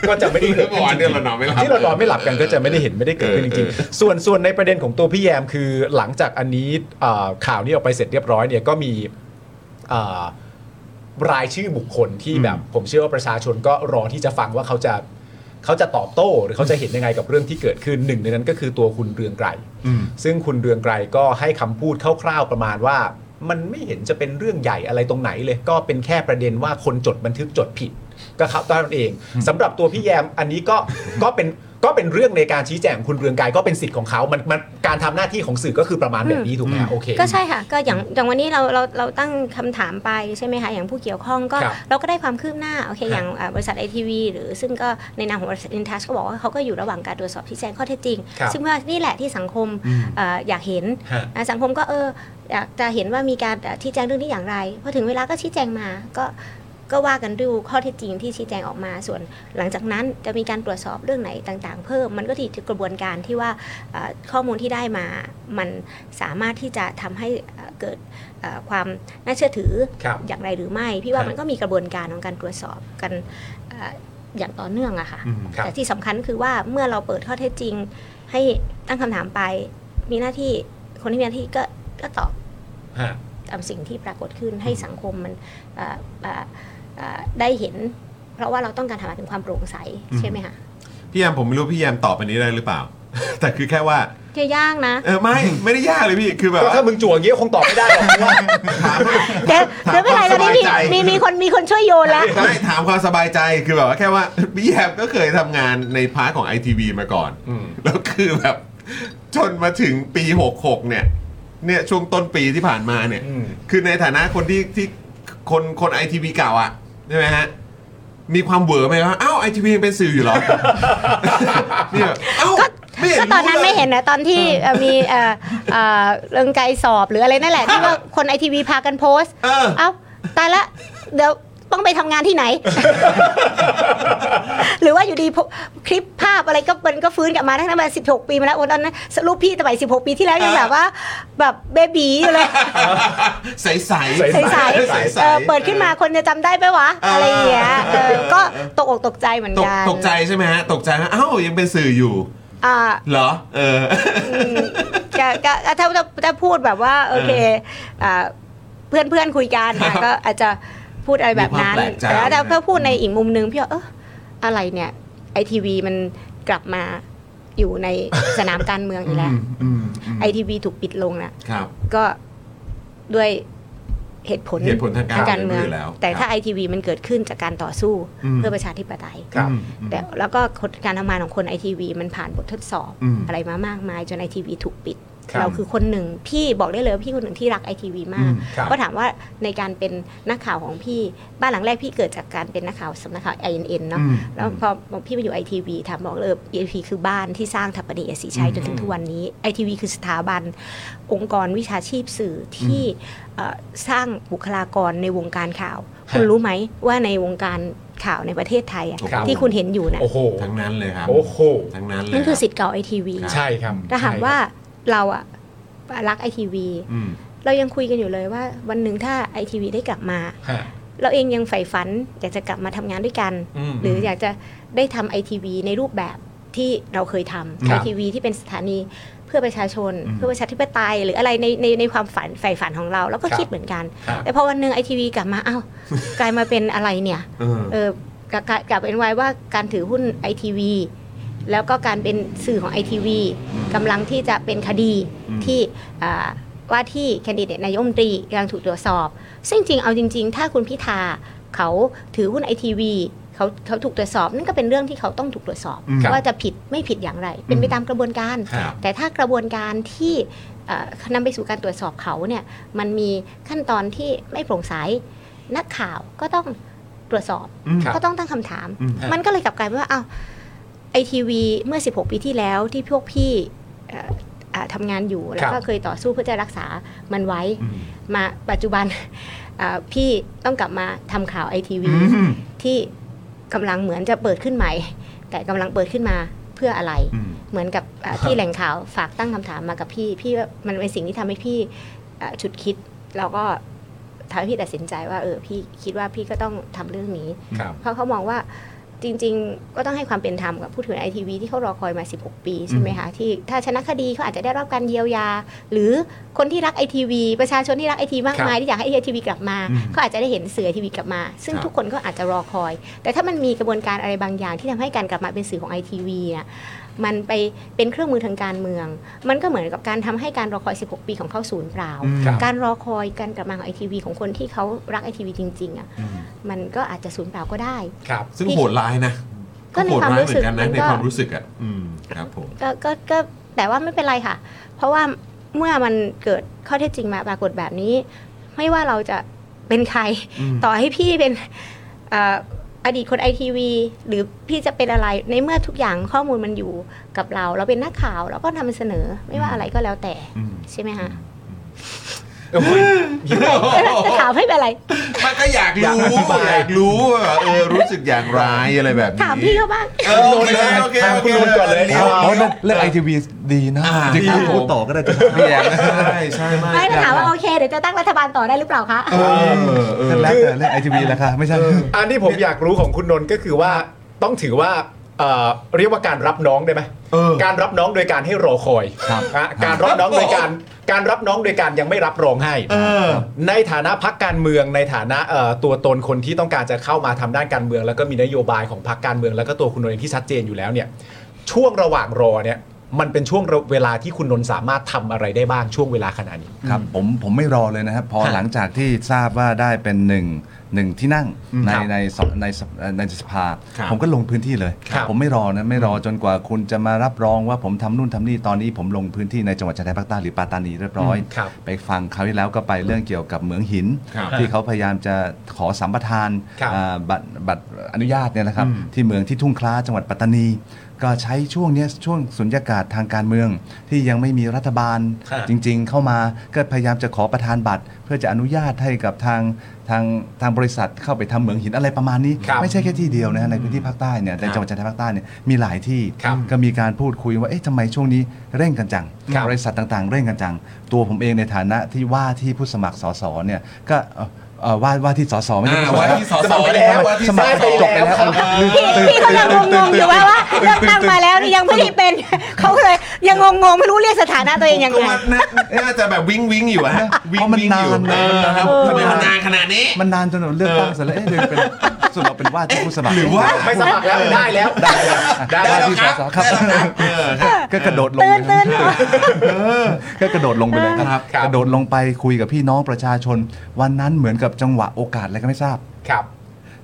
Speaker 3: ก็จะไม่ได้กิดขึ้
Speaker 1: เมื่อวานเนี่ยเรานอนไม่หลับ
Speaker 3: ที่เรานอนไม่หลับกันก็จะไม่ได้เห็นไม่ได้เกิดขึ้นจริง
Speaker 1: เออเออ
Speaker 3: ๆส่วนส่วนในประเด็นของตัวพี่แยมคือหลังจากอันนี้เอ่อข่าวนี้ออกไปเสร็จเรียบร้อยเนี่ยก็มีเอ่อรายชื่อบุคคลที่แบบ ผมเชื่อว่าประชาชนก็รอที่จะฟังว่าเขาจะเขาจะตอบโต้ หรือเขาจะเห็นยังไงกับเรื่องที่เกิดขึ้นหนึ่งในนั้นก็คือตัวคุณเรืองไกร
Speaker 1: อืม
Speaker 3: ซึ่งคุณเรืองไกรก็ให้คำพูดคร่าวๆประมาณว่า มันไม่เห็นจะเป็นเรื่องใหญ่อะไรตรงไหนเลย ก็เป็นแค่ประเด็นว่าคนจดบันทึกจดผิด ก็ครับตอนนั้นเองสำหรับตัวพี่แยมอันนี้ก็ ก็เป็นก็เป็นเรื่องในการชี้แจงของคุณเรืองไกรก็เป็นสิทธิ์ของเขามันมันการทำหน้าที่ของสื่อก็คือประมาณแบบนี้ถูกไหมฮะโอเค
Speaker 5: ก็ใช่ค่ะ ก็อย่างอย่างวันนี้เราเราเราตั้งคำถามไปใช่ไหมคะอย่างผู้เกี่ยวข้องก็
Speaker 3: ครับ
Speaker 5: เราก็ได้ความคืบหน้าโอเค
Speaker 3: ครับ
Speaker 5: อย่างอ่าบริษัทไอทีวีหรือซึ่งก็ในนามของบริษัทอินทัชก็บอกว่าเขาก็อยู่ระหว่างการตรวจสอบที่แจ้งข้อเท็จจริง
Speaker 3: ครับ
Speaker 5: ซึ่งว่านี่แหละที่สังคมเอ่ออยากเห็น
Speaker 3: ฮะ
Speaker 5: อ่ะสังคมก็เอออยากจะเห็นว่ามีการอ่ะชี้แจงเรื่องนี้อย่างไรพอถึงเวลาก็ชี้แจงมาก็ก็ว่ากันดูข้อเท็จจริงที่ชี้แจงออกมาส่วน หลังจากนั้นจะมีการตรวจสอบเรื่องไหนต่างๆ เพิ่มมันก็ที่กระบวนการที่ว่าเอ่อข้อมูลที่ได้มา มันสามารถที่จะทำให้เอ่อเกิดเอ่อความน่าเชื่อถือ
Speaker 3: ครับ
Speaker 5: อย่างไรหรือไม่ พี่ว่า
Speaker 3: ครับ
Speaker 5: มันก็มีกระบวนการของการตรวจสอบกันเอ่ออย่างต่อเนื่องอะค่ะ
Speaker 1: อืม
Speaker 3: ครับ
Speaker 5: แต่ที่สำคัญคือว่าเมื่อเราเปิดข้อเท็จจริง ให้ตั้งคำถามไปมีหน้าที่คนที่มีหน้าที่ก็ก็ตอบ
Speaker 3: ฮะ
Speaker 5: ตามสิ่งที่ปรากฏขึ้นให้สังคมมันเอ่อเอ่อเอ่อได้เห็น เพราะว่าเราต้องการทำถึงความโปร่งใสใช่ไหมคะ
Speaker 1: พี่แยมผมไม่รู้พี่แยมตอบอันนี้ได้หรือเปล่า แต่คือแค่ว่า
Speaker 5: เจะยากนะ
Speaker 1: เออไม่ไม่ได้ยากเลยพี่คือแบบ
Speaker 3: ก็
Speaker 1: ว่า
Speaker 3: ถ้ามึงจั่วอย่างเงี้ยคงตอบไม่ได้หรอกเพราะว่า
Speaker 1: ถาม
Speaker 5: เดี๋ยวเดี๋ยวไม่เป็นไร
Speaker 1: ค
Speaker 5: ตอ
Speaker 1: วา
Speaker 5: น
Speaker 1: ม
Speaker 5: นี้
Speaker 1: สบายใจ
Speaker 5: มีมีมีคนมีคนช่วยโยนแล้ว
Speaker 1: ไม่ถามความสบายใจคือแบบว่าแค่ว่า พี่แยมก็เคยทำงานในพาร์ทของไอทีวีมาก่อน
Speaker 3: อืม
Speaker 1: แล้วคือแบบ จนมาถึงปี 66 เนี่ย เนี่ยช่วงต้นปีที่ผ่านมาเนี่ย
Speaker 3: อืม
Speaker 1: คือในฐานะคนที่ที่คนคนไอทีวีเก่าอ่ะใช่ไหมฮะ มีความเหวอไหมว่าอ้าวไอทีวีเป็นสื่ออยู่เห รอ เนี่ยเอ้าไม่เห็
Speaker 5: ก็
Speaker 1: น
Speaker 5: ตอนนั้นไม่เห็นนะตอนที่เอ่อมีเอ่อเอ่อเรื่องไกลสอบหรืออะไรนั่นแหละที่ว่าคนไอทีวีพากันโพสต์
Speaker 1: เออ
Speaker 5: เอ้าตายละเดี๋ยวต้องไปทำงานที่ไหน หรือว่าอยู่ดีพบคลิปภาพอะไรก็มันก็ฟื้นกลับมาทั้งนั้นมาสิบหกปีมาแล้วโอ้ตอนนั้นรูปพี่สมัยสิบหกปีที่แล้วยังแบบว่า แบบเบบีอยู่เลย
Speaker 1: ใสใส
Speaker 5: ใส
Speaker 1: ใส
Speaker 5: ๆ
Speaker 1: ใส
Speaker 5: เออเปิดขึ้นมาคนจะจำได้ไหมวะ
Speaker 1: เอออ
Speaker 5: อะไรอย่างเงี้ยเออก็ตกอกตกใจเหมือน
Speaker 1: ตก
Speaker 5: กัน
Speaker 1: ตกใจใช่ไหมฮะ ตกใจฮะเอ้ายังเป็นสื่ออยู่
Speaker 5: อ่า
Speaker 1: เหรอ เออ
Speaker 5: อืมจะก็ถ้าถ้าถ้าพูดแบบว่าโอเคอ่าเพื่อนเพื่อนๆคุย กันอ่ะก็อาจจะพูดอะไรแบบนั้น
Speaker 1: มีความแปลกใจ
Speaker 5: แต่ว่าถ้าพูดในอีกมุมหนึงพี่ว่าเอออะไรเนี่ยไอทีวีมันกลับมาอยู่ในสนามการเมืองอีกแล้ว
Speaker 1: อืมอืม
Speaker 5: ไอทีวีถูกปิดลงนะครับ ก็ด้วยเหตุผล
Speaker 1: เหตุผลทางการ
Speaker 5: เมือง
Speaker 1: เมืองอยู่แล้ว
Speaker 5: แต่ถ้า
Speaker 1: ครับ
Speaker 5: ไอทีวีมันเกิดขึ้นจากการต่อสู้
Speaker 1: อืม
Speaker 5: เพื่อประชาธิปไตย
Speaker 3: ครับ
Speaker 1: อืมอืม
Speaker 5: แต่แล้วก็คนการทำงานของคนไอทีวีมันผ่านบททดสอบ
Speaker 1: อืม
Speaker 5: อะไรมามากมายจนไอทีวีถูกปิด
Speaker 3: ครับ
Speaker 5: เราคือคนหนึ่งพี่บอกได้เลยว่าพี่คนหนึ่งที่รักไอทีวีมา
Speaker 1: อื
Speaker 5: ก
Speaker 1: ม
Speaker 3: ครับ
Speaker 5: ก็ถามว่าในการเป็นนักข่าวของพี่บ้านหลังแรกพี่เกิดจากการเป็นนักข่าวสำนักข่าว i n n เนาะ
Speaker 1: อืม
Speaker 5: แล้วพอพี่มาอยู่ไอทีวีถามบอกเลยไอทีคือบ้านที่สร้างถัปนีเอสีชัยจนถึงทุกวันนี้ไอทีวีคือสถาบัน องค์กรวิชาชีพสื่อที่เอ่อสร้างบุคลากรในวงการข่าว คุณรู้ไหมว่าในวงการข่าวในประเทศไทยอะ
Speaker 1: ครับ
Speaker 5: ที่คุณเห็นอยู่นะ
Speaker 3: โอ้โห
Speaker 1: ทั้งนั้นเลยครับ
Speaker 3: โอ้โห
Speaker 1: ทั้งนั้นเลย
Speaker 5: นั่นคือ
Speaker 1: รับ
Speaker 5: สิทธิ์เก่าไอทีวี
Speaker 1: ครับ
Speaker 3: ใช่ครับ
Speaker 5: แต่ถามว่าเราอะ รักไอทีวี
Speaker 1: อืม
Speaker 5: เรายังคุยกันอยู่เลยว่าวันหนึ่งถ้าไอทีวีได้กลับมา
Speaker 3: ฮะ
Speaker 5: เราเองยังใฝ่ฝันอยากจะกลับมาทำงานด้วยกัน
Speaker 3: อืม
Speaker 5: หรืออยากจะได้ทำไอทีวีในรูปแบบที่เราเคยทำ
Speaker 3: ครั
Speaker 5: ไอบ ทีวีที่เป็นสถานีเพื่อประชาชน เพื่อประชาธิปไตย หรืออะไรในในในความฝันใฝ่ฝันของเราแล้วก็คิดเหมือนกัน แต่พอวันหนึ่งไอทีวีกลับมาอ้าวกลายมาเป็นอะไรเนี่ย
Speaker 1: เออ
Speaker 5: เออกลับกลับกลับเป็นไว้ว่าการถือหุ้นไอทีวีแล้วก็การเป็นสื่อของไอทีวีกำลังที่จะเป็นคดีที่อ่าว่าที่แคนดิเดตนายกรัฐมนตรีกำลังถูกตรวจสอบ ซึ่งจริงเอาจริง ๆ ถ้าคุณพิธาเขาถือหุ้นไอทีวีเขาเขาถูกตรวจสอบ นั่นก็เป็นเรื่องที่เขาต้องถูกตรวจสอบ
Speaker 1: อืมครับ
Speaker 5: ว่าจะผิดไม่ผิดอย่างไร เป็นไปตามกระบวนการ
Speaker 1: ครับ
Speaker 5: แต่ถ้ากระบวนการที่เอ่อนำไปสู่การตรวจสอบเขาเนี่ยมันมีขั้นตอนที่ไม่โปร่งใสนักข่าวก็ต้องตรวจสอบ
Speaker 1: อืม
Speaker 3: ครับ
Speaker 5: ก็ต้องตั้งคำถาม
Speaker 1: อืมฮะ
Speaker 5: มันก็เลยกลับกลายเป็นว่า อ้าว ไอทีวีเมื่อ 16 ปีที่แล้วที่พวกพี่เอ่ออ่าทำงานอยู่ แล้ว
Speaker 3: ครั
Speaker 5: ก็
Speaker 3: บ
Speaker 5: เคยต่อสู้เพื่อจะรักษามันไว้
Speaker 1: อืม
Speaker 5: มาปัจจุบัน อ่าพี่ต้องกลับมาทำข่าวไอทีวี
Speaker 1: อืม
Speaker 5: ที่กำลังเหมือนจะเปิดขึ้นใหม่ แต่กำลังเปิดขึ้นมาเพื่ออะไร
Speaker 1: อืม
Speaker 5: เหมือนกับอ่ะที่แหล่งข่าวฝากตั้งคำถามมากับพี่ พี่ว่ามันเป็นสิ่งที่ทำให้พี่อ่ะฉุดคิด แล้วก็ทำให้พี่ตัดสินใจว่าเออพี่คิดว่าพี่ก็ต้องทำเรื่องนี้
Speaker 3: ครับ
Speaker 5: เพราะเขามองว่าจริง ๆ ก็ต้องให้ความเป็นธรรมกับผู้ถือไอทีวีที่เขารอคอยมา 16 ปีใช่ไหมคะที่ถ้าชนะคดีเขาอาจจะได้รับการเยียวยา หรือคนที่รักไอทีวีประชาชนที่รักไอทีมากมายที่อยากให้ไอทีวีกลับมา
Speaker 1: อืม
Speaker 5: เขาอาจจะได้เห็นสื่อไอทีวีกลับมา ซึ่ง
Speaker 1: ครับ
Speaker 5: ทุกคนก็อาจจะรอคอย แต่ถ้ามันมีกระบวนการอะไรบางอย่างที่ทำให้การกลับมาเป็นสื่อของไอทีวีน่ะมันไปเป็นเครื่องมือทางการเมือง มันก็เหมือนกับการทำให้การรอคอย 16 ปีของเขาสูญเปล่า
Speaker 3: ครับ
Speaker 5: การรอคอยการกลับมาของไอทีวีของคนที่เขารักไอทีวีจริงๆอ่ะ
Speaker 1: อืม
Speaker 5: มันก็อาจจะสูญเปล่าก็ได้
Speaker 3: ครับ
Speaker 1: ซึ่งโหดร้ายนะ
Speaker 5: ก็ใน
Speaker 1: โหดร้ายเหมือนกัน
Speaker 5: ความ
Speaker 1: นะ
Speaker 5: รู้สึกมันก็
Speaker 1: ในความรู้สึกอ่ะอืมครับผม
Speaker 5: ก็ก็ก็แต่ว่าไม่เป็นไรค่ะ เพราะว่าเมื่อมันเกิดข้อเท็จจริงมาปรากฏแบบนี้ ไม่ว่าเราจะเป็นใคร
Speaker 1: อืม
Speaker 5: ต่อให้พี่เป็นเอ่ออดีตคนไอทีวีหรือพี่จะเป็นอะไรในเมื่อทุกอย่างข้อมูลมันอยู่กับเรา เราเป็นนักข่าวเราก็นำเสนอไม่ว่าอะไรก็แล้วแต่
Speaker 1: อืม
Speaker 5: ใช่ไหมคะ
Speaker 3: โอ้ยหิว
Speaker 5: แต่ข่าวไม่เป็นไร
Speaker 1: มันก็อยาก
Speaker 3: อยากอ
Speaker 1: รู้
Speaker 3: ธิบาย
Speaker 1: อยากรู้ว่าเออรู้สึกอย่างไรอะไรแบบนี้
Speaker 5: ถามพี่เขาบ้าง
Speaker 1: เออโอเคโอเค
Speaker 3: ถามคุณ
Speaker 1: โอ
Speaker 3: นุ่นก่อนเลย
Speaker 1: า
Speaker 4: เพราะ
Speaker 1: า
Speaker 4: เรื่องไอทีวีดีนะ
Speaker 1: อ่า
Speaker 4: จริงๆพูดต่อก็ได้จะ
Speaker 1: เรียนใช่ใช่มาก
Speaker 5: ไม่แต่ถามว่าโอเคเดี๋ยวจะตั้งรัฐบาลต่อได้หรือเปล่าคะ
Speaker 1: เออเออ
Speaker 4: แล้วแต่เรื่องไอทีวีแหละค่ะไม่ใช่
Speaker 3: อันที่ผมอยากรู้ของคุณนนท์ก็คือว่าต้องถือว่าเอ่อเรียกว่าการรับน้องได้ไหม
Speaker 1: เออ
Speaker 3: การรับน้องโดยการให้รอคอย
Speaker 4: ครับ
Speaker 3: ฮะการรับน้องโดยการการรับน้องโดยการยังไม่รับรองให้
Speaker 1: เออ
Speaker 3: ในฐานะพักการเมืองในฐานะเอ่อตัวตนคนที่ต้องการจะเข้ามาทำด้านการเมือง แล้วก็มีนโยบายของพักการเมือง แล้วก็ตัวคุณนนท์เองที่ชัดเจนอยู่แล้วเนี่ย ช่วงระหว่างรอเนี่ย มันเป็นช่วงเวลาที่คุณนนท์สามารถทำอะไรได้บ้างช่วงเวลาขนาดนี้
Speaker 4: ครับผมผมไม่รอเลยนะครับ พอ
Speaker 3: ครับ
Speaker 4: หลังจากที่ทราบว่าได้เป็นหนึ่งหนึ่งที่นั่งใน
Speaker 3: ครับ
Speaker 4: ในสในสในสภา
Speaker 1: ครับ
Speaker 4: ผมก็ลงพื้นที่เลย
Speaker 3: ครับ
Speaker 4: ผมไม่รอนะไม่รอจนกว่าคุณจะมารับรองว่าผมทำนู่นทำนี่ตอนนี้ผมลงพื้นที่ในจังหวัดชายแดนภาคใต้หรือปาตานีเรียบร้อย
Speaker 3: อืมครับ
Speaker 4: ไปฟังคราวที่แล้วก็ไปเรื่องเกี่ยวกับเหมืองหิน
Speaker 1: ครับ
Speaker 4: ที่เขาพยายามจะขอสัมปทาน
Speaker 3: ครับ
Speaker 4: อ่าบัตรบัตรอนุญาตเนี่ยนะครับ
Speaker 1: อืม
Speaker 4: ที่เมืองที่ทุ่งคล้าจังหวัดปัตตานี ก็ใช้ช่วงเนี้ยช่วงสุญญากาศทางการเมือง ที่ยังไม่มีรัฐบาล
Speaker 3: ครับ
Speaker 4: จริงๆ เข้ามาก็พยายามจะขอประธานบัตร เพื่อจะอนุญาตให้กับทางทางทางบริษัทเข้าไปทำเหมืองหินอะไรประมาณนี้
Speaker 3: ครับ
Speaker 4: ไม่ใช่แค่ที่เดียวนะฮะในพื้นที่ภาคใต้เนี่ยในจังหวัดชายแดนภาคใต้เนี่ยมีหลายที่
Speaker 3: ครับ
Speaker 4: ก็มีการพูดคุยว่าเอ๊ะทำไมช่วงนี้เร่งกันจัง
Speaker 3: ครับ
Speaker 4: บริษัทต่างๆ เร่งกันจัง ตัวผมเองในฐานะที่ว่าที่ผู้สมัครสสเนี่ยก็เอ่อเอ่อว่าว่าที่สสไม่ใช่
Speaker 1: อ่า
Speaker 4: ผู้ส
Speaker 1: ว่า
Speaker 4: มัคร
Speaker 1: ที่สอส
Speaker 3: สมั
Speaker 1: อ
Speaker 3: ครไปแล้
Speaker 1: แล้ว
Speaker 3: ว
Speaker 1: ว่าที่
Speaker 4: สมัคร
Speaker 1: สอสอ
Speaker 4: จบไปแล้ว
Speaker 5: พี่พี่กำลังงงๆอยู่ว่าว่าเลือกตั้งมาแล้วนี่ยังไม่ได้เป็น เขาก็เลยยังงงๆไม่รู้เรียกสถานะตัวเองยัง
Speaker 1: ก็
Speaker 5: ไง
Speaker 1: ว่าน่าน่าจะแบบวิ้งวิ้งอยู่อะฮะวิ้ง
Speaker 4: เพราะมัน
Speaker 1: วิ้ง
Speaker 4: นา
Speaker 1: อน ยู่เอ
Speaker 4: นะ
Speaker 1: อครับ
Speaker 4: เออ
Speaker 1: ทำไมมันนานขนาดนี้
Speaker 4: มันนานจนเราเลือกตั้งเสร็จแล้วเอ๊ะเดี๋ยวเป็นสรุดเราเป็นว่าที่ผู้สมัคร
Speaker 1: หรือว่า
Speaker 3: ไม่สมัครแล้วได้แล้ว ได้
Speaker 1: ได้
Speaker 3: แล้
Speaker 1: แล้ว วครับ
Speaker 4: ครับ
Speaker 1: ได้แล้วครับเออครับ
Speaker 4: ก็กระโดดลงเลยครับก็กระโดดลงไปเลย
Speaker 1: ค
Speaker 4: ค
Speaker 1: รั
Speaker 4: รับ บ
Speaker 3: ครับ
Speaker 4: กระโดดลงไปคุยกับพี่น้องประชาชน วันนั้นเหมือนกับจังหวะโอกาสอะไรก็ไม่ทราบ
Speaker 3: ครับ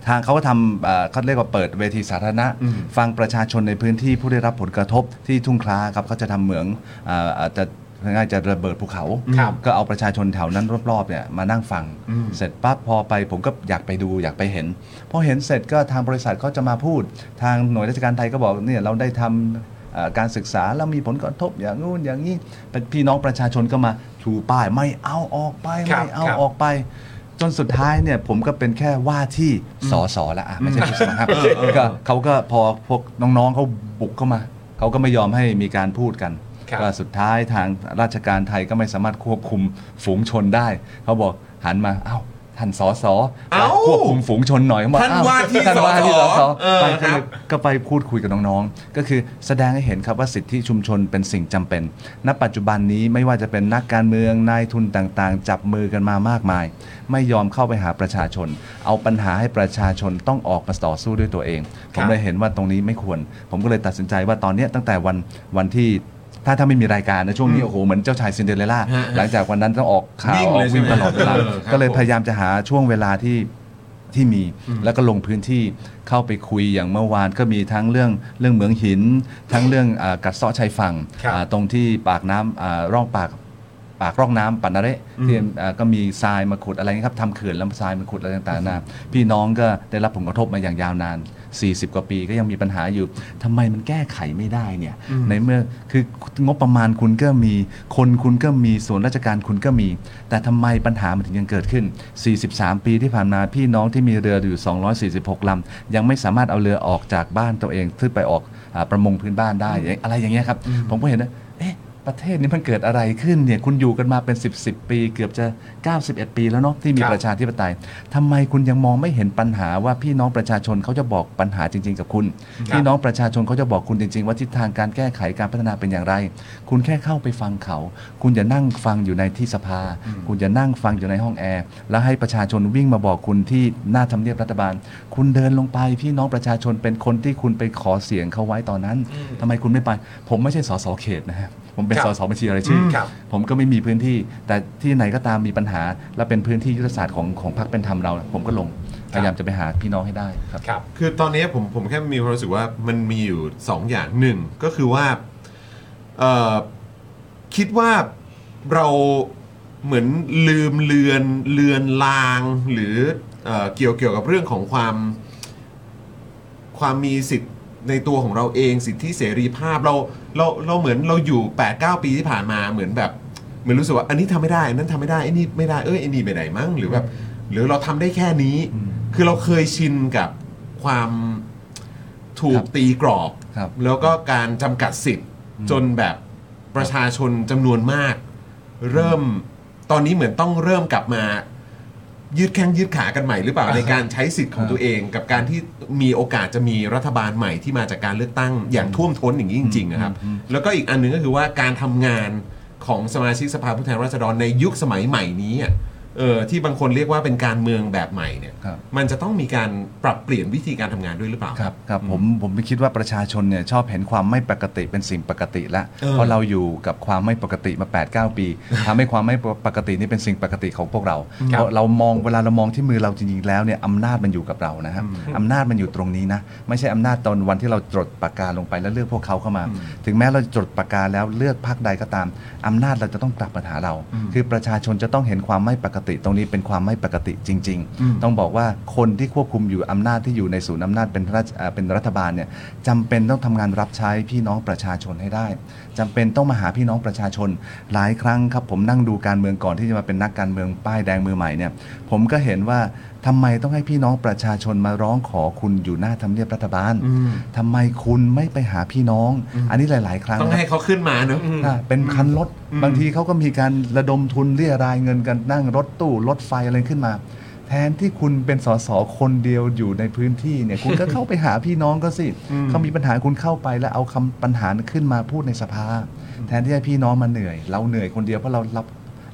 Speaker 4: ทางเขาก็ทำเอ่อเขาเรียกว่าเปิดเวทีสาธารณะ ฟังประชาชนในพื้นที่ผู้ได้รับผลกระทบที่ทุ่งคล้าครับเขาจะทำเหมืองเอ่ออาจจะง่ายๆจะระเบิดภูเขา
Speaker 3: ครับ
Speaker 4: ก็เอาประชาชนแถวนั้นรอบๆเนี่ยมานั่งฟัง เสร็จปั๊บพอไปผมก็อยากไปดูอยากไปเห็นพอเห็นเสร็จก็ทางบริษัทเขาจะมาพูด ทางหน่วยราชการไทยก็บอกเนี่ยเราได้ทำเอ่อการศึกษาแล้วมีผลกระทบอย่างงู้นอย่างนี้เป็นพี่น้องประชาชนก็มาชูป้ายไม่เอาออกไป
Speaker 3: ครับ
Speaker 4: ไม่เอา
Speaker 3: ครับ
Speaker 4: ออกไป จนสุดท้ายเนี่ยผมก็เป็นแค่ว่าที่สอสอละอ่ะไม่ใช่ผู้สมัครครับก็เขาก็พอพวกน้องๆเขาบุกเข้ามา เขาก็ไม่ยอมให้มีการพูดกัน
Speaker 3: ครับ
Speaker 4: ก็สุดท้ายทางราชการไทยก็ไม่สามารถควบคุมฝูงชนได้ เขาบอกหันมาเอ้าท่านสอสอ
Speaker 1: เอ้า
Speaker 4: ควบคุมฝูงชนหน่อยเขบอก
Speaker 1: ท่าน
Speaker 4: อ้
Speaker 1: ว่าที่
Speaker 4: ท่านว่าที่
Speaker 1: ส
Speaker 4: ส
Speaker 1: อ
Speaker 4: อ
Speaker 1: ส
Speaker 4: ส
Speaker 1: อ
Speaker 4: อ
Speaker 1: เออ
Speaker 4: ไป
Speaker 1: ค
Speaker 4: ก็
Speaker 1: รั
Speaker 4: เล
Speaker 1: บ
Speaker 4: ยก็ไปพูดคุยกับน้องๆ ก็คือแสดงให้เห็นครับว่าสิทธิชุมชนเป็นสิ่งจำเป็น ณ ปัจจุบันนี้ไม่ว่าจะเป็นนักการเมืองนายทุนต่างๆ จับมือกันมามากมาย ไม่ยอมเข้าไปหาประชาชน เอาปัญหาให้ประชาชนต้องออกมาต่อสู้ด้วยตัวเอง ผมเลยเห็นว่าตรงนี้ไม่ควร ผมก็เลยตัดสินใจว่าตอนเนี้ยตั้งแต่วันวันที่ถ้าถ้าไม่มีรายการนะช่วงนี้โอ้โหเหมือนเจ้าชายซินเดอเรลล่า
Speaker 1: ฮะ
Speaker 4: หลังจากวันนั้นต้องออกข่า
Speaker 1: วิ่ง
Speaker 4: วออ
Speaker 1: เลย
Speaker 4: กวิ่ง
Speaker 1: ใช่ไหม
Speaker 4: ตลอดเวลา
Speaker 1: เออครับ
Speaker 4: ก็เลยพยายามจะหาช่วงเวลาที่ที่มี แล้วก็ลงพื้นที่เข้าไปคุยอย่างเมื่อวานก็มีทั้งเรื่องเรื่องเหมืองหิน ทั้งเรื่องอ่ากัดเซาะชายฝั่ง
Speaker 3: ครับ
Speaker 4: อ่าตรงที่ปากน้ำอ่าร่องปากปากร่องน้ำปันนาเระที่อ่าก็มีทรายมาขุดอะไรเงี้ยครับทำเขื่อนแล้วทรายมาขุดอะไรต่างๆนะพี่น้องก็ได้รับผลกระทบมาอย่างยาวนาน 40 กว่าปีก็ยังมีปัญหาอยู่ทำไมมันแก้ไขไม่ได้เนี่ยในเมื่อคืองบประมาณคุณก็มีคนคุณก็มีส่วนราชการคุณก็มี แต่ทำไมปัญหามันถึงยังเกิดขึ้น 43 ปีที่ผ่านมาพี่น้องที่มีเรืออยู่ 246ลำยังไม่สามารถเอาเรือออกจากบ้านตัวเองขึ้นไปออกอาประมงพื้นบ้านได้อย่างอะไรอย่างเงี้ยครับ ผมก็เห็นนะเอ๊ะ ประเทศนี้มันเกิดอะไรขึ้นเนี่ยคุณอยู่กันมาเป็น 10บสปี เกือบจะ 91 ปีแล้วเนาะที่มี
Speaker 3: ครับ
Speaker 4: ประชาธิปไตยทำไมคุณยังมองไม่เห็นปัญหาว่าพี่น้องประชาชนเขาจะบอกปัญหาจริง ๆ กับคุณ พี่น้องประชาชนเขาจะบอกคุณจริง ๆ ว่าทิศทางการแก้ไขการพัฒนาเป็นอย่างไร คุณแค่เข้าไปฟังเขา คุณอย่านั่งฟังอยู่ในที่สภา คุณอย่านั่งฟังอยู่ในห้องแอร์แล้วให้ประชาชนวิ่งมาบอกคุณที่หน้าทำเนียบรัฐบาล คุณเดินลงไปพี่น้องประชาชนเป็นคนที่คุณไปขอเสียงเขาไว้ตอนนั้นทำไมคุณไม่ไป ผมไม่ใช่สสเขตนะครับผมเป็น
Speaker 3: ครับ
Speaker 4: สสบัญชีรายชื่อ
Speaker 3: ครับ
Speaker 4: ผมก็ไม่มีพื้นที่ แต่ที่ไหนก็ตามมีปัญหา และเป็นพื้นที่ยุทธศาสตร์ของของพรรคเป็นธรรมเรา ผมก็ลงพยายามจะไปหาพี่น้องให้ได้ครับ
Speaker 3: ครับ
Speaker 1: คือตอนนี้ผมผมแค่มีความรู้สึกว่ามันมีอยู่สองอย่างหนึ่งก็คือว่าเอ่อคิดว่าเราเหมือนลืมเลือนเลือนลาง หรือเออเกี่ยวเกี่ยวกับเรื่องของความ ความมีสิทธิ์ในตัวของเราเองสิทธิเสรีภาพเราเราเราเหมือนเราอยู่ 8 9 ปีที่ผ่านมาเหมือนแบบเหมือนรู้สึกว่า อันนี้ทำไม่ได้อันนั้นทำไม่ได้ไอ้นี่ไม่ได้เอ้ยไอ้นี่ไม่ได้มั้งหรือแบบหรือเราทำได้แค่นี้ คือเราเคยชินกับความถู
Speaker 4: ค
Speaker 1: ก
Speaker 4: รับ
Speaker 1: ตีกรอบ
Speaker 4: ครับ
Speaker 1: แล้วก็การจำกัดสิทธิ์จนแบบประชาชนจำนวนมาก เริ่มตอนนี้เหมือนต้องเริ่มกลับมา ยืดแข้งยืดขากันใหม่หรือเปล่าในการใช้สิทธิ์ของ
Speaker 4: อ่า
Speaker 1: ตัวเอง ตัวเองกับการที่มีโอกาสจะมีรัฐบาลใหม่ที่มาจากการเลือกตั้งอย่างท่วมท้นอย่างนี้จริงๆนะครับ แล้วก็อีกอันหนึงก็คือว่าการทำงานของสมาชิกสภาผู้แทนราษฎรในยุคสมัยใหม่นี้อ่ะเออที่บางคนเรียกว่าเป็นการเมืองแบบใหม่เนี่ย
Speaker 4: ครับ
Speaker 1: มันจะต้องมีการปรับเปลี่ยนวิธีการทำงานด้วยหรือเปล่า
Speaker 4: ครับครับผมผมไม่คิดว่าประชาชนเนี่ยชอบเห็นความไม่ปกติเป็นสิ่งปกติละเพราะเราอยู่กับความไม่ปกติมา 8 9 ปีทำให้ความไม่ปกตินี่เป็นสิ่งปกติของพวกเราเพราะเรามองเวลาเรามองที่มือเราจริงๆแล้วเนี่ยอำนาจมันอยู่กับเรานะครับอำนาจมันอยู่ตรงนี้นะไม่ใช่อำนาจตอนวันที่เราจดปากกาลงไปแล้วเลือกพวกเขาเข้ามา ถึงแม้เราจะจดปากกาแล้วเลือกพรรคใดก็ตามอำนาจเราจะต้องกลับมาหาเรา คือประชาชนจะต้องเห็นความไม่ปกติ ตรงนี้เป็นความไม่ปกติจริง ๆ ต้องบอกว่าคนที่ควบคุมอยู่อำนาจที่อยู่ในศูนย์อำนาจเป็นราชเอ่อเป็นรัฐบาลเนี่ยจำเป็นต้องทำงานรับใช้พี่น้องประชาชนให้ได้จำเป็นต้องมาหาพี่น้องประชาชน หลายครั้งครับผมนั่งดูการเมืองก่อนที่จะมาเป็นนักการเมืองป้ายแดงมือใหม่เนี่ยผมก็เห็นว่าทำไมต้องให้พี่น้องประชาชนมาร้องขอคุณอยู่หน้าทำเนียบรัฐบาลทำไมคุณไม่ไปหาพี่น้อง อันนี้หลาย ๆ ครั้ง
Speaker 1: ต้อง
Speaker 4: นะ
Speaker 1: ให้เขาขึ้นมาเนอะ
Speaker 4: อ่ะเป็นคันรถบางทีเขาก็มีการระดมทุนเรียรายเงินกันนั่งรถตู้รถไฟอะไรขึ้นมา แทนที่คุณเป็นสสคนเดียวอยู่ในพื้นที่เนี่ยคุณก็เข้าไปหาพี่น้องก็สิเขามีปัญหาคุณเข้าไปแล้วเอาคำปัญหาขึ้นมาพูดในสภา แทนที่ให้พี่น้องมาเหนื่อย เราเหนื่อยคนเดียวเพราะเรารับ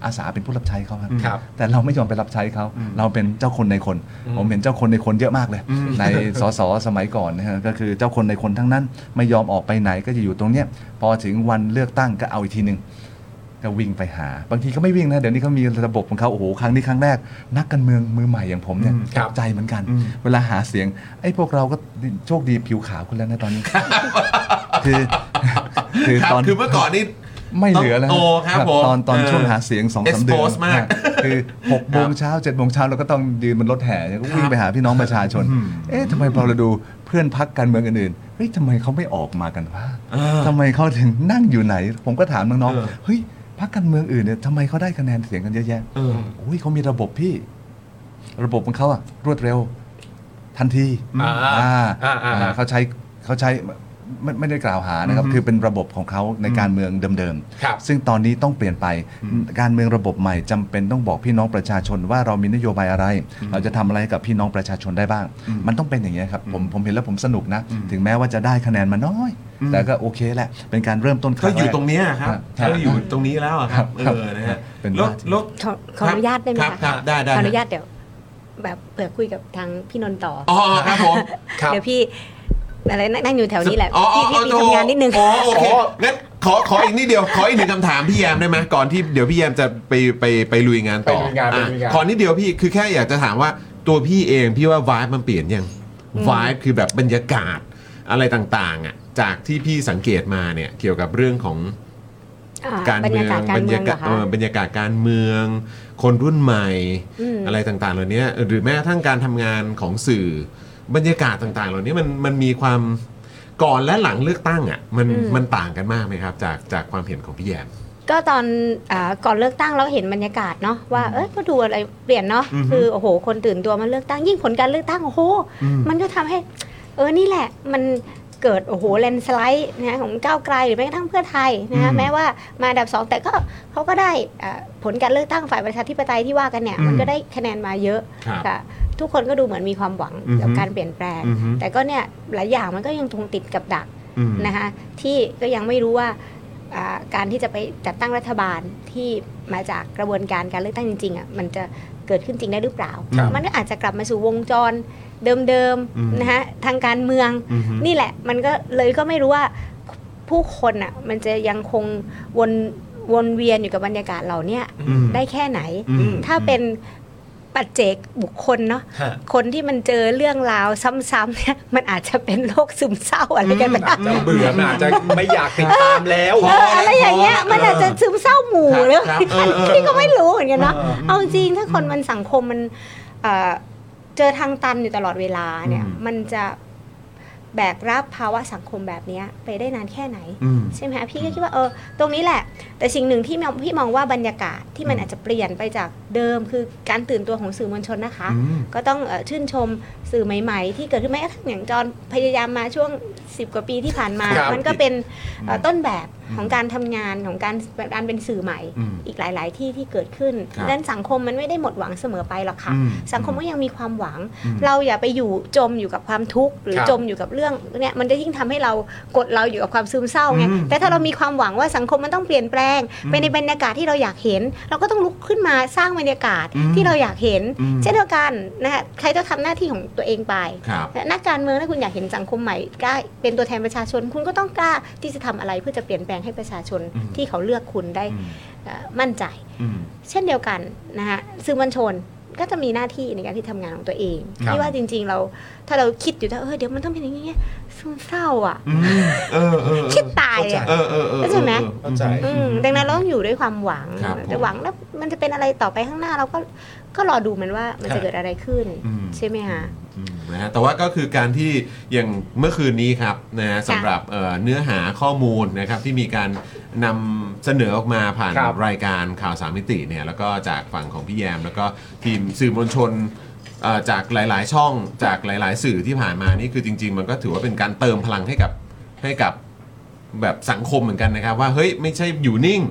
Speaker 4: อาสาเป็นผู้รับใช้เขาครับ
Speaker 3: ครับ
Speaker 4: แต่เราไม่ยอมไปรับใช้เขา เราเป็นเจ้าคนในคน ผมเห็นเจ้าคนในคนเยอะมากเลย ในสสสมัยก่อนนะฮะก็คือเจ้าคนในคนทั้งนั้น ไม่ยอมออกไปไหนก็จะอยู่ตรงเนี้ยพอถึงวันเลือกตั้งก็เอาอีกทีหนึ่งก็วิ่งไปหา บางทีก็ไม่วิ่งนะ เดี๋ยวนี้เขามีระบบของเขาโอ้โหครั้งนี้ครั้งแรก นักการเมืองมือใหม่อย่างผมเนี่ย
Speaker 3: อืมครับ
Speaker 4: ตกใจเหมือนกัน เวลาหาเสียงไอ้พวกเราก็โชคดีผิวขาวคุณแล้วนะตอนนี้ คือ คือ
Speaker 1: ครับ
Speaker 4: ตอน
Speaker 1: คือเมื่อก่อนนี่
Speaker 4: ไม่เหลือแล้ว
Speaker 1: โอ้ครับผม
Speaker 4: ตอนตอน
Speaker 1: เออ
Speaker 4: ช่วงหาเสียงสองสามเดือน
Speaker 1: Expose มาก
Speaker 4: คือหกโมงเช้าเจ็ดโมงเช้าเราก็ต้องยืนบนรถแห่เนี่ยก็วิ่งไปหาพี่น้องประชาชน เอ๊ะทำไมพอเราดูเพื่อนพักการเมืองอื่นๆเฮ้ยทำไมเขาไม่ออกมากันวะทำไมเขาถึงนั่งอยู่ไหน ผมก็ถามน้อง
Speaker 1: เออ
Speaker 4: ๆเฮ้ยพักการเมืองอื่นเนี่ยทำไมเขาได้คะแนนเสียงกันเยอะแยะ
Speaker 1: เออ
Speaker 4: อุ้ยเขามีระบบพี่ ระบบของเขาอะรวดเร็ว ทันที
Speaker 3: อ่า
Speaker 4: อ่า
Speaker 3: อ่าอ่า
Speaker 4: อ่าเขาใช้เขาใช้ ไม่ไม่ได้กล่าวหานะครับ คือเป็นระบบของเขาในการเมืองเดิม
Speaker 3: ครับ
Speaker 4: ซึ่งตอนนี้ต้องเปลี่ยนไปการเมืองระบบใหม่จำเป็นต้องบอกพี่น้องประชาชนว่าเรามีนโยบายอะไร เราจะทำอะไรกับพี่น้องประชาชนได้บ้าง มันต้องเป็นอย่างนี้ยครับผมผมเห็นแล้วผมสนุกนะ ถึงแม้ว่าจะได้คะแนนมาน้อย แต่ก็โอเคแหละ เป็นการเริ่มต้นค
Speaker 1: ก็
Speaker 4: รั้ง
Speaker 1: อยู่
Speaker 4: แก
Speaker 1: ตรงเนี้ยครับ
Speaker 4: ครับ
Speaker 1: ก็อยู่ตรงนี้แล้วอะครับเอ
Speaker 4: ครับ
Speaker 1: อนะฮะ
Speaker 4: เป็น
Speaker 1: แล้ว
Speaker 4: ว่าที่
Speaker 1: แล้ว
Speaker 5: ขอขออนุญาตได้ไหม
Speaker 1: ครับ
Speaker 5: คะ
Speaker 1: ครับได้ได้
Speaker 5: ขออนุญาตเดี๋ยว แบบเผื่อคุยกับทางพี่นนท์ต่ออ
Speaker 1: อ๋อครับผม
Speaker 5: เดี๋ยวพี่อะไรนั่งนั่งอยู่แถวนี้แหละ
Speaker 1: อ๋ออ๋อ
Speaker 5: พี่พี่
Speaker 1: อ๋อ
Speaker 5: ไปทำงานนิดนึง
Speaker 1: อ๋อโอเคงั้นขอขออีกนิดเดียวขออีกหนึ่งคำถามพี่แยมได้ไหมก่อนที่เดี๋ยวพี่แยมจะไปไปไปลุยงานต่อ
Speaker 3: ไปลุยงานไป
Speaker 1: อ่ะ
Speaker 3: ลุยงาน
Speaker 1: ขอนิดเดียวพี่คือแค่อยากจะถามว่าตัวพี่เองพี่ว่าวายมันเปลี่ยนยังวายคือแบบบรรยากาศอะไรต่างๆอ่ะจากที่พี่สังเกตมาเนี่ยเกี่ยวกับเรื่องของ
Speaker 5: อ่
Speaker 1: การ
Speaker 5: บร
Speaker 1: เมื
Speaker 5: ร
Speaker 1: อง
Speaker 5: ยากาศการเมืองเหรอคะ
Speaker 1: เออบรรยากาศการเมือง คนรุ่นใหม่
Speaker 5: อืม
Speaker 1: อะไรต่างๆ เหล่านี้หรือแม้กระทั่งการทำงานของสื่อบรรยากาศต่างๆ เหล่านี้มันมันมีความก่อนและหลังเลือกตั้งอ่ะมัน
Speaker 5: อืม
Speaker 1: มันต่างกันมากไหมครับ จากจากความเห็นของพี่แยม
Speaker 5: ก็ตอนอาก่อนเลือกตั้งเราเห็นบรรยากาศเนาะว่าเอ้ยก็ดูอะไรเปลี่ยนเนาะ
Speaker 1: อือฮึ
Speaker 5: คือโอ้โห คนตื่นตัวมาเลือกตั้งยิ่งผลการเลือกตั้งโอ้โห
Speaker 1: อืม
Speaker 5: มันก็ทำให้ เออนี่แหละมันเกิดโอ้โหแลนสไลด์นะของก้าวไกลหรือแม้กระทั่งเพื่อไทยนะฮะแม้ว่ามาอันดับสองแต่ก็เขาก็ได้อ่าผลการเลือกตั้งฝ่ายประชาธิปไตยที่ว่ากันเนี่ยมันก็ได้คะแนนมาเยอะ
Speaker 1: ครับ
Speaker 5: ค่ะทุกคนก็ดูเหมือนมีความหวัง
Speaker 1: อือฮึ
Speaker 5: กับการเปลี่ยนแปลง
Speaker 1: อือฮึ
Speaker 5: แต่ก็เนี่ยหลายอย่างมันก็ยังคงติดกับดัก
Speaker 1: อืม
Speaker 5: นะคะที่ก็ยังไม่รู้ว่าอ่าการที่จะไปจัดตั้งรัฐบาลที่มาจากกระบวนการการเลือกตั้งจริงๆอ่ะมันจะเกิดขึ้นจริงได้หรือเปล่า
Speaker 1: ครับ
Speaker 5: มันก็อาจจะกลับมาสู่วงจรเดิม
Speaker 1: อืม
Speaker 5: ๆนะคะทางการเมือง
Speaker 1: อืม
Speaker 5: นี่แหละมันก็เลยก็ไม่รู้ว่าผู้คนอ่ะมันจะยังคงวนวนเวียนอยู่กับบรรยากาศเหล่าเนี้ย
Speaker 1: อืม
Speaker 5: ได้แค่ไหน
Speaker 1: อืม
Speaker 5: ถ้าเป็นปัจเจกบุคคลเนาะ
Speaker 3: ฮะ
Speaker 5: คนที่มันเจอเรื่องราวซ้ำๆเนี่ยมันอาจจะเป็นโรคซึมเศร้าอะไรกันไป
Speaker 3: อาจจะเบื่อมันอาจจะไม่อยากติดตามแล้ว
Speaker 5: เอออะไรอย่างเงี้ยมันอาจจะซึมเศร้าหมู่หรือ
Speaker 1: ครับครับเออ
Speaker 5: พี่ก็ไม่รู้เหมือนกันเนาะเอาจริงถ้าคนมันสังคมมันเอ่อเจอทางตันอยู่ตลอดเวลาเนี่ยมันจะแบกรับภาวะสังคมแบบเนี้ยไปได้นานแค่ไหน
Speaker 1: อืม
Speaker 5: ใช่ไหมคะพี่ก็คิดว่าเออตรงนี้แหละ แต่สิ่งหนึ่งที่มองพี่มองว่าบรรยากาศที่มันอาจจะเปลี่ยนไปจากเดิมคือการตื่นตัวของสื่อมวลชนนะคะ
Speaker 1: อืม
Speaker 5: ก็ต้องเอ่อชื่นชมสื่อใหม่ ๆ ที่เกิดขึ้นแม้กระทั่งอย่างจอนพยายามมาช่วง 10 กว่าปีที่ผ่านมา
Speaker 3: ครับ
Speaker 5: มันก็เป็นเอ่อต้นแบบของการทำงานของการการเป็นสื่อใหม่
Speaker 1: อืม
Speaker 5: อีกหลาย ๆ ที่ที่เกิดขึ้น
Speaker 1: ครับ
Speaker 5: ดังนั้นสังคมมันไม่ได้หมดหวังเสมอไปหรอกค่ะ
Speaker 1: อืม
Speaker 5: สังคมก็ยังมีความหวัง
Speaker 1: อืม
Speaker 5: เราอย่าไปอยู่จมอยู่กับความทุกข์หรือ
Speaker 3: ครับ
Speaker 5: จมอยู่กับเรื่องเนี่ยมันจะยิ่งทำให้เรากดเราอยู่กับความซึมเศร้าไงแต่ถ้าเรามีความหวังว่าสังคมมันต้องเปลี่ยนแปลงไปในบรรยากาศที่เราอยากเห็น เราก็ต้องลุกขึ้นมาสร้างบรรยากาศที่เราอยากเห็น เช่นเดียวกันนะคะใครต้องทำหน้าที่ของตัวเองไป
Speaker 1: ครับ
Speaker 5: นักการเมืองถ้าคุณอยากเห็นสังคมใหม่กล้าเป็นตัวแทนประชาชน คุณก็ต้องกล้าที่จะทำอะไรเพื่อจะเปลี่ยนแปลงให้ประชาชน
Speaker 1: อืม
Speaker 5: ที่เขาเลือกคุณได้
Speaker 1: อืม
Speaker 5: เอ่อมั่นใจ
Speaker 1: อืม
Speaker 5: เช่นเดียวกันนะคะสื่อมวลชนก็จะมีหน้าที่ในการที่ทำงานของตัวเอง
Speaker 1: ครับ
Speaker 5: ที่ว่าจริง ๆ เราถ้าเราคิดอยู่แล้วเออเดี๋ยวมันต้องเป็นอย่างนี้ซึมเศร้าอ่ะ
Speaker 1: อืมเออเออเออ
Speaker 5: คิดตายอะ
Speaker 1: เออเออเออ
Speaker 5: เข้าใจไหม
Speaker 1: เอ
Speaker 3: เข้า
Speaker 1: อ
Speaker 3: ใจ
Speaker 5: อืมดังนั้นเราต้องอยู่ด้วยความหวัง
Speaker 1: ครับผม
Speaker 5: แต่หวังแล้วมันจะเป็นอะไรต่อไปข้างหน้าเราก็ก็รอดูมันว่ามัน
Speaker 3: ครั
Speaker 5: จะ
Speaker 3: บ
Speaker 5: เกิดอะไรขึ้น
Speaker 1: อืม
Speaker 5: ใช่ไหมคะ
Speaker 1: อืมนะฮะแต่ว่าก็คือการที่อย่างเมื่อคืนนี้ครับนะฮะสำหรับเอ่อเนื้อหาข้อมูลนะครับที่มีการนำเสนอออกมาผ่าน
Speaker 3: ครับ
Speaker 1: รายการข่าวสามมิติเนี่ยแล้วก็จากฝั่งของพี่แยม แล้วก็ทีมสื่อมวลชนเอ่อจากหลาย ๆ ช่องจากหลาย ๆ สื่อที่ผ่านมานี่คือจริง ๆ มันก็ถือว่าเป็นการเติมพลังให้กับให้กับ แบบสังคมเหมือนกันนะครับ ว่าเฮ้ยไม่ใช่อยู่นิ่ง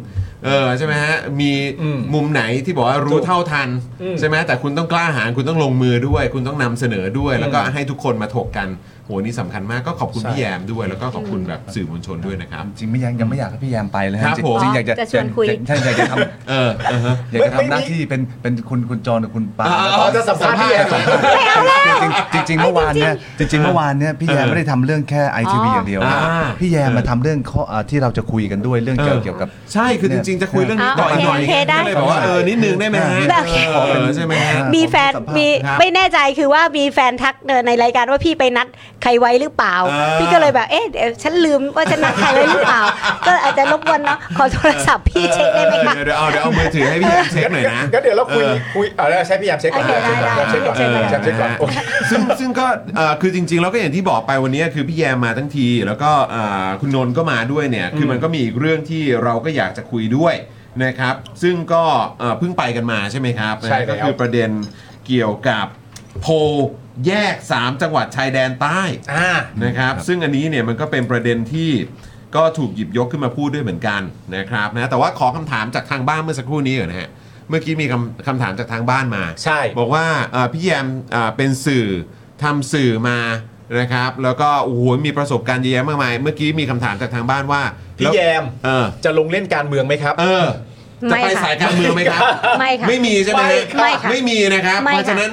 Speaker 1: เออใช่ไหมฮะมี
Speaker 3: อืม
Speaker 1: มุมไหนที่บอกว่ารู้เท่าทัน
Speaker 3: อืม
Speaker 1: ใช่ไหมแต่คุณต้องกล้าหาญคุณต้องลงมือด้วย คุณต้องนำเสนอด้วย แล้วก็
Speaker 3: อืม
Speaker 1: ให้ทุกคนมาถกกันโหนี่สำคัญมากก็ขอบคุณ
Speaker 4: ใช่
Speaker 1: พี่แยมด้วย แล้วก็ขอบคุณแบบสื่อมวลชนด้วยนะครับ
Speaker 4: จริงไม่ยังยังไม่อยากให้พี่แยมไปเลยฮะ
Speaker 1: ครับ
Speaker 4: จริง
Speaker 1: ผม
Speaker 4: จริงอยากจะ
Speaker 5: จะชวนคุย
Speaker 4: ใช่อยากจะทำ
Speaker 1: เออเออฮะ
Speaker 4: อยากจะทำหน้าที่เป็นเป็นคุณคุณจรหรือคุณปา
Speaker 1: อ่า
Speaker 4: แล้ว
Speaker 1: อ่า
Speaker 4: ก็
Speaker 1: จะสัมภาษณ์พี่แยม
Speaker 4: สัมภาษณ์
Speaker 5: ไม่เอาแล้ว
Speaker 4: จริงๆจริงๆเมื่อวานเนี่ยจริงๆเมื่อวานเนี่ยพี่แยมไม่ได้ทำเรื่องแค่ไอทีวีอย่างเดียวนะ
Speaker 1: อ่า
Speaker 4: พี่แยมมาทำเรื่องข้ออ่าที่เราจะคุยกันด้วยเรื่องเกี่ยวเกี่ยวกับ
Speaker 1: ใช่คือจริงๆจะคุยเรื่องนี้ต่ออีกหน่อย
Speaker 5: โอเคได้
Speaker 1: ก็เลยบอกว่าเออนิดนึงได้ไหมฮะ
Speaker 4: ได้โอเค
Speaker 1: เออใช่ไหมฮะ
Speaker 5: มีแฟน
Speaker 4: ผมสัมภาษณ์
Speaker 5: มี
Speaker 1: ครับ
Speaker 5: ไม่แน่ใจคือว่ามีแฟนทักเดินในรายการว่าพี่ไปนัดใครไว้หรือเปล่า
Speaker 1: อ่า
Speaker 5: พี่ก็เลยแบบเอ๊ะเดี๋ยวฉันลืมว่าฉันนัดใครไว้หรือเปล่า ก็อาจจะรบกวนเนาะขอโทรศัพท์พี่เช็คได้ไหมคะ
Speaker 1: เดี๋ยวเดี๋ยวเอาเดี๋ยวเอามือถือให้พี่แยมเช็คหน่อยนะ
Speaker 3: ก็เดี๋ยวเราคุยคุยเอาแล้วใช้พยายามเช็คก่อน
Speaker 5: โอเคได้ได้
Speaker 3: เช็คก่อน
Speaker 1: เออ
Speaker 3: เช็คก่อน
Speaker 1: นะฮะ
Speaker 3: โอเค
Speaker 1: ซึ่งซึ่งก็เอ่อคือจริงๆ แล้วก็อย่างที่บอกไปวันนี้คือพี่แยมมาทั้งที แล้วก็เอ่อคุณนนท์ก็มาด้วยเนี่ยคือมันก็มีอีกเรื่องที่เราก็อยากจะคุยด้วยนะครับ ซึ่งก็เอ่อเพิ่งไปกันมาใช่ไหมครับ
Speaker 3: ใช่แล้ว
Speaker 1: ก็คือประเด็นเกี่ยวกับ โพลแยก 3 จังหวัดชายแดนใต้
Speaker 3: อ่า
Speaker 1: นะครับ ซึ่งอันนี้เนี่ยมันก็เป็นประเด็นที่ก็ถูกหยิบยกขึ้นมาพูดด้วยเหมือนกันนะครับนะแต่ว่าขอคำถามจากทางบ้านเมื่อสักครู่นี้ก่อนนะฮะเมื่อกี้มีคำคำถามจากทางบ้านมา
Speaker 3: ใช่
Speaker 1: บอกว่าเอ่อพี่แยมเอ่อเป็นสื่อทำสื่อมานะครับ แล้วก็โอ้โหมีประสบการณ์เยอะแยะมากมาย เมื่อกี้มีคำถามจากทางบ้านว่า
Speaker 3: พี่แยม
Speaker 1: เออ
Speaker 3: จะลงเล่นการเมืองไหมครับ
Speaker 1: เออจะ
Speaker 5: ไม่
Speaker 1: ไป
Speaker 5: ค่ะ
Speaker 1: สายการเมืองไหมครับ
Speaker 5: ไม่ค่ะ
Speaker 1: ไม่มีใช่ไหมฮะ
Speaker 5: ไม่ค่ะ
Speaker 1: ไม่มีนะครับ
Speaker 5: ไม่ค่ะ
Speaker 1: เพราะฉะนั้น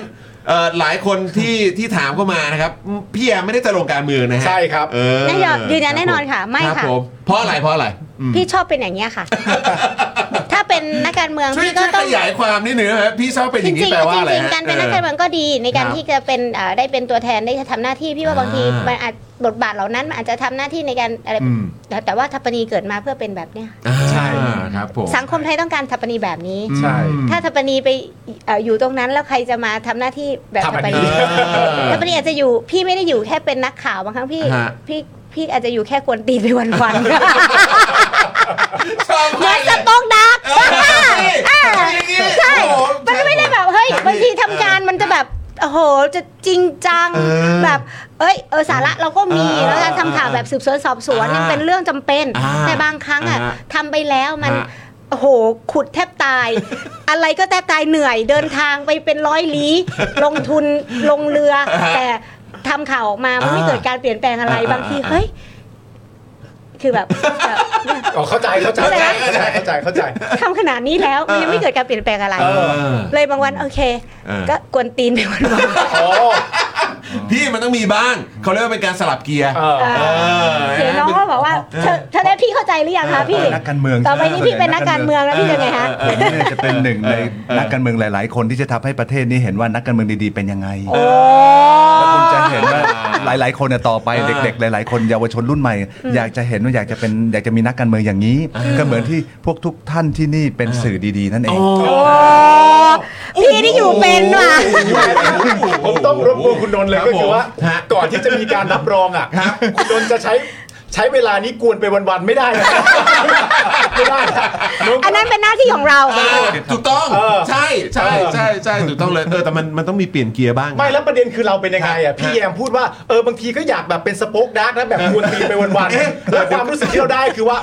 Speaker 1: เอ่อหลายคนที่ที่ถามเข้ามานะครับพี่แยมไม่ได้จะลงการเมืองนะฮะ
Speaker 3: ใช่ครับ
Speaker 1: เออ
Speaker 5: แน่นอนยืนยันแน่นอนค่ะไม่
Speaker 1: รับ
Speaker 5: ค่ะ
Speaker 1: ผมเพราะอะไรเพราะอะไรอืม
Speaker 5: พี่ชอบเป็นอย่างเงี้ ยค่ะ ถ้าเป็นนักการเมือง
Speaker 1: ช่วย
Speaker 5: พี่ก็
Speaker 1: ช่วย
Speaker 5: ต้
Speaker 1: ของ ยายความนิดหนึ่งนะครับพี่ชอบเป็นอ
Speaker 5: จ
Speaker 1: ย่างนี้
Speaker 5: ริงๆ
Speaker 1: แปลว่าอะไร
Speaker 5: จริง
Speaker 1: ฮะ
Speaker 5: ๆการเป็นนัก
Speaker 1: ออ
Speaker 5: การเมืองก็ดีในการ
Speaker 1: ครับ
Speaker 5: ที่จะเป็นเอ่อได้เป็นตัวแทนได้ทำหน้าที่พี่ว่าบางที
Speaker 1: อ่ามั
Speaker 5: มันอาจบทบาทเหล่านั้นมันอาจจะทำหน้าที่ในการอะไร
Speaker 1: อืม
Speaker 5: แต่แต่ว่าทัปปนีเกิดมาเพื่อเป็นแบบเนี้ย
Speaker 3: ใช่
Speaker 1: อ่าครับผม
Speaker 5: สังคมไทยต้องการทัปปนีแบบนี้
Speaker 3: ใช่
Speaker 1: อืม
Speaker 5: ถ้าทัปปนีไปเอ่ออยู่ตรงนั้นแล้วใครจะมาทำหน้าที่แบบทัปปนี
Speaker 1: ทัป
Speaker 5: ทัป
Speaker 1: ปนีอ่า
Speaker 5: ปนีอาจจะอยู่พี่ไม่ได้อยู่แค่เป็นนักข่าวบางครั้งพี่
Speaker 1: ฮะ
Speaker 5: พี่พี่อาจจะอยู่แค่กวนตีนไปวันๆ
Speaker 1: ชอบ
Speaker 5: เหมื
Speaker 1: มา
Speaker 5: อน
Speaker 1: กเล
Speaker 5: ส
Speaker 1: ย
Speaker 5: ต๊อกดัก
Speaker 1: เออใช่
Speaker 5: ใช่
Speaker 1: โอ้โห
Speaker 5: มันก็ไม่ได้แบบ เฮ้ย บางทีทำงานมันจะแบบ โอ้โห จะจริงจัง
Speaker 1: เออ
Speaker 5: แบบ เอ้ย เออ สาระเราก็มี
Speaker 1: เออ
Speaker 5: แล้วการทำข่าวแบบสืบสวนสอบสวน
Speaker 1: อ่า
Speaker 5: ยังเป็นเรื่องจำเป็น
Speaker 1: อ่า
Speaker 5: แต่บางครั้งอ่ะ
Speaker 1: อ่า
Speaker 5: ทำไปแล้วมัน
Speaker 1: อ่า
Speaker 5: โอ้โห ขุดแทบตาย อะไรก็แทบตายเหนื่อย เดินทางไปเป็นร้อยลี้ ลงทุน ลงเรือ แต่ทำข่าวออกมา มันไม่เกิดการเปลี่ยนแปลงอะไร บางที เฮ้ย คือแบบแบบ
Speaker 3: อ๋อเข้าใจเข้าใจ
Speaker 5: เข้าใจ
Speaker 3: เข้าใจเข้าใจเข้าใจ
Speaker 5: ทำขนาดนี้แล้วมันยังไม่เกิดการเปลี่ยนแปลงอะไร
Speaker 3: เออ
Speaker 5: เลยบางวันโอเค
Speaker 1: เออ
Speaker 5: ก็กวนตีนไปวันวัน
Speaker 3: อ๋อ
Speaker 1: พี่มันต้องมีบ้าง เขาเรียกว่าเป็นการสลับเกียร์
Speaker 3: เออ
Speaker 1: เออ
Speaker 5: เดี๋ยวน้องก็บอกว่าเธอเธอได้พี่เข้าใจหรือยังคะพี่
Speaker 4: นักการเมือง
Speaker 5: ต่อไปนี้พี่เป็นนักการเมืองแล้วพี่ยังไงฮะ
Speaker 4: ผมเนี่ยจะเป็นหนึ่งในนักการเมืองหลาย ๆ คนที่จะทำให้ประเทศนี้เห็นว่านักการเมืองดีๆเป็นยังไง
Speaker 5: โอ้
Speaker 4: แล้วคุณจะเห็นว่าหลาย ๆ คนเนี่ยต่อไปเด็ก ๆ หลาย ๆ คนเยาวชนรุ่นใหม่ อยากจะเห็นว่าอยากจะเป็นอยากจะมีนักการเมืองอย่างนี้ ก็เหมือนที่พวกทุกท่านที่นี่เป็นสื่อดี ๆ นั่นเอง
Speaker 5: พี่ที่อยู่เป็นว่ะ
Speaker 3: ผมต้องรบกวนคุณนนท์เลย
Speaker 1: ครับ
Speaker 3: ก็คือว่า
Speaker 1: ฮะ
Speaker 3: ก่อนที่จะมีการรับรองอ่ะ
Speaker 1: ครับ
Speaker 3: คุณนนท์จะใช้ใช้เวลานี้กวนไปวันๆไม่ได้นะ ไม่ได้นะนนท์
Speaker 5: อันนั้นเป็นหน้าที่ของเรา
Speaker 1: เออถูกต้อง
Speaker 3: เออ
Speaker 1: ใช่ใช่ใช่ใช่ถูกต้องเลย เออ แต่มันมันต้องมีเปลี่ยนเกียร์บ้าง
Speaker 3: ไม่แล้วประเด็นคือเราเป็นยังไงอ่ะพี่แยมพูดว่าเออบางทีก็อยากแบบเป็นสป็อกดาร์กนะแบบกวนตีนไปวัน
Speaker 1: เอ๊ะ
Speaker 3: ๆแล้วความรู้สึกที่เราได้คือว่า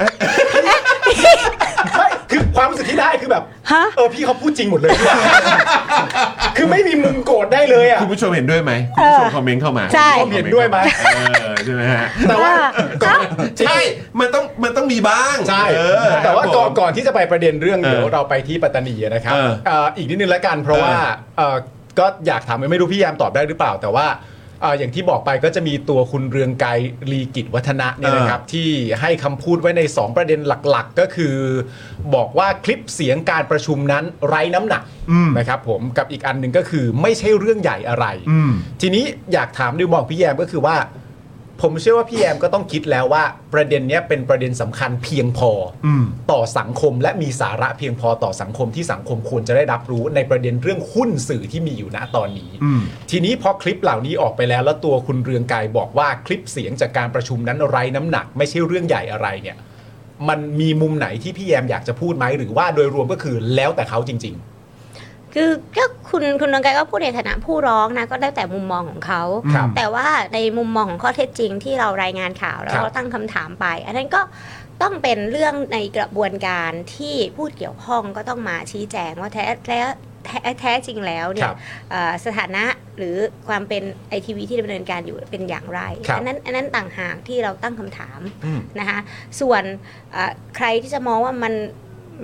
Speaker 3: ไม่คือความรู้สึกที่ได้คือแบบ
Speaker 5: ฮะ
Speaker 3: เออพี่เขาพูดจริงหมดเลยว่ะคือไม่มีมุมโกรธได้เลยอ่ะ
Speaker 1: คุณผู้ชมเห็นด้วยไหมคุณผู้ชมคอมเมนต์เข้ามา
Speaker 5: ใช่
Speaker 1: คุณผู้ช
Speaker 3: เห็นด้วยไหม
Speaker 1: เออใช่ไหมฮะ
Speaker 3: แต่ว่า
Speaker 5: เอ้า
Speaker 1: ใช่ มันต้องมันต้องมีบ้าง
Speaker 3: ใช่
Speaker 1: เออ
Speaker 3: แต่ว่าก่อน
Speaker 1: ครับผม
Speaker 3: ก่อนที่จะไปประเด็นเรื่อง
Speaker 1: เออ
Speaker 3: เดี๋ยวเราไปที่ปัตตานีนะครับ
Speaker 1: เออ
Speaker 3: เอ่ออีกนิดนึงละกันเพราะ
Speaker 1: เออ
Speaker 3: ว่าเอ่อก็อยากถามไม่รู้พี่ยามตอบได้หรือเปล่า แต่ว่าเอ่ออย่างที่บอกไปก็จะมีตัวคุณเรืองไกรลีกิจวัฒนะเนี่ย
Speaker 1: เออ
Speaker 3: นะครับที่ให้คำพูดไว้ใน 2 ประเด็นหลักๆ ก็คือ บอกว่าคลิปเสียงการประชุมนั้นไร้น้ำหนัก
Speaker 1: อืม
Speaker 3: นะครับผมกับอีกอันหนึ่งก็คือไม่ใช่เรื่องใหญ่อะไร
Speaker 1: อืม
Speaker 3: ทีนี้อยากถามดิวมองพี่แยมก็คือว่า ผมเชื่อว่าพี่แยมก็ต้องคิดแล้วว่า ประเด็นเนี้ยเป็นประเด็นสำคัญเพียงพออ
Speaker 1: ม
Speaker 3: ต่อสังคมและมีสาระเพียงพอต่อสังคมที่สังคมควรจะได้รับรู้ในประเด็นเรื่องหุ้นสื่อที่มีอยู่ณตอนนี้
Speaker 1: อืม
Speaker 3: ทีนี้พอคลิปเหล่านี้ออกไปแล้ว แล้วตัวคุณเรืองไกรบอกว่าคลิปเสียงจากการประชุมนั้นไร้น้ำหนัก ไม่ใช่เรื่องใหญ่อะไรเนี่ย มันมีมุมไหนที่พี่แยมอยากจะพูดไหมหรือว่าโดยรวมก็คือแล้วแต่เขาจริง
Speaker 5: คือก็คุณคุณดวงไกรก็พูดในฐานะผู้ร้องนะก็ได้วแต่มุมมองของเขา
Speaker 3: ครับ
Speaker 5: แต่ว่าในมุมมองของข้อเท็จจริงที่เรารายงานข่าวแล้ว
Speaker 3: ครับ
Speaker 5: เราตั้งคำถามไป อันนั้นก็ต้องเป็นเรื่องในกระบวนการที่ผู้เกี่ยวข้องก็ต้องมาชี้แจงว่าแท้แท้แท้แท้จริงแล้ว
Speaker 3: ๆ
Speaker 5: เนี่ย เอ่อสถานะหรือความเป็นไอทีวีที่ดำเนินการอยู่เป็นอย่างไร
Speaker 3: ครับ
Speaker 5: อันั้นอันนั้นต่างหากที่เราตั้งคำถาม
Speaker 3: อืม
Speaker 5: นะคะส่วนเอ่อใครที่จะมองว่ามัน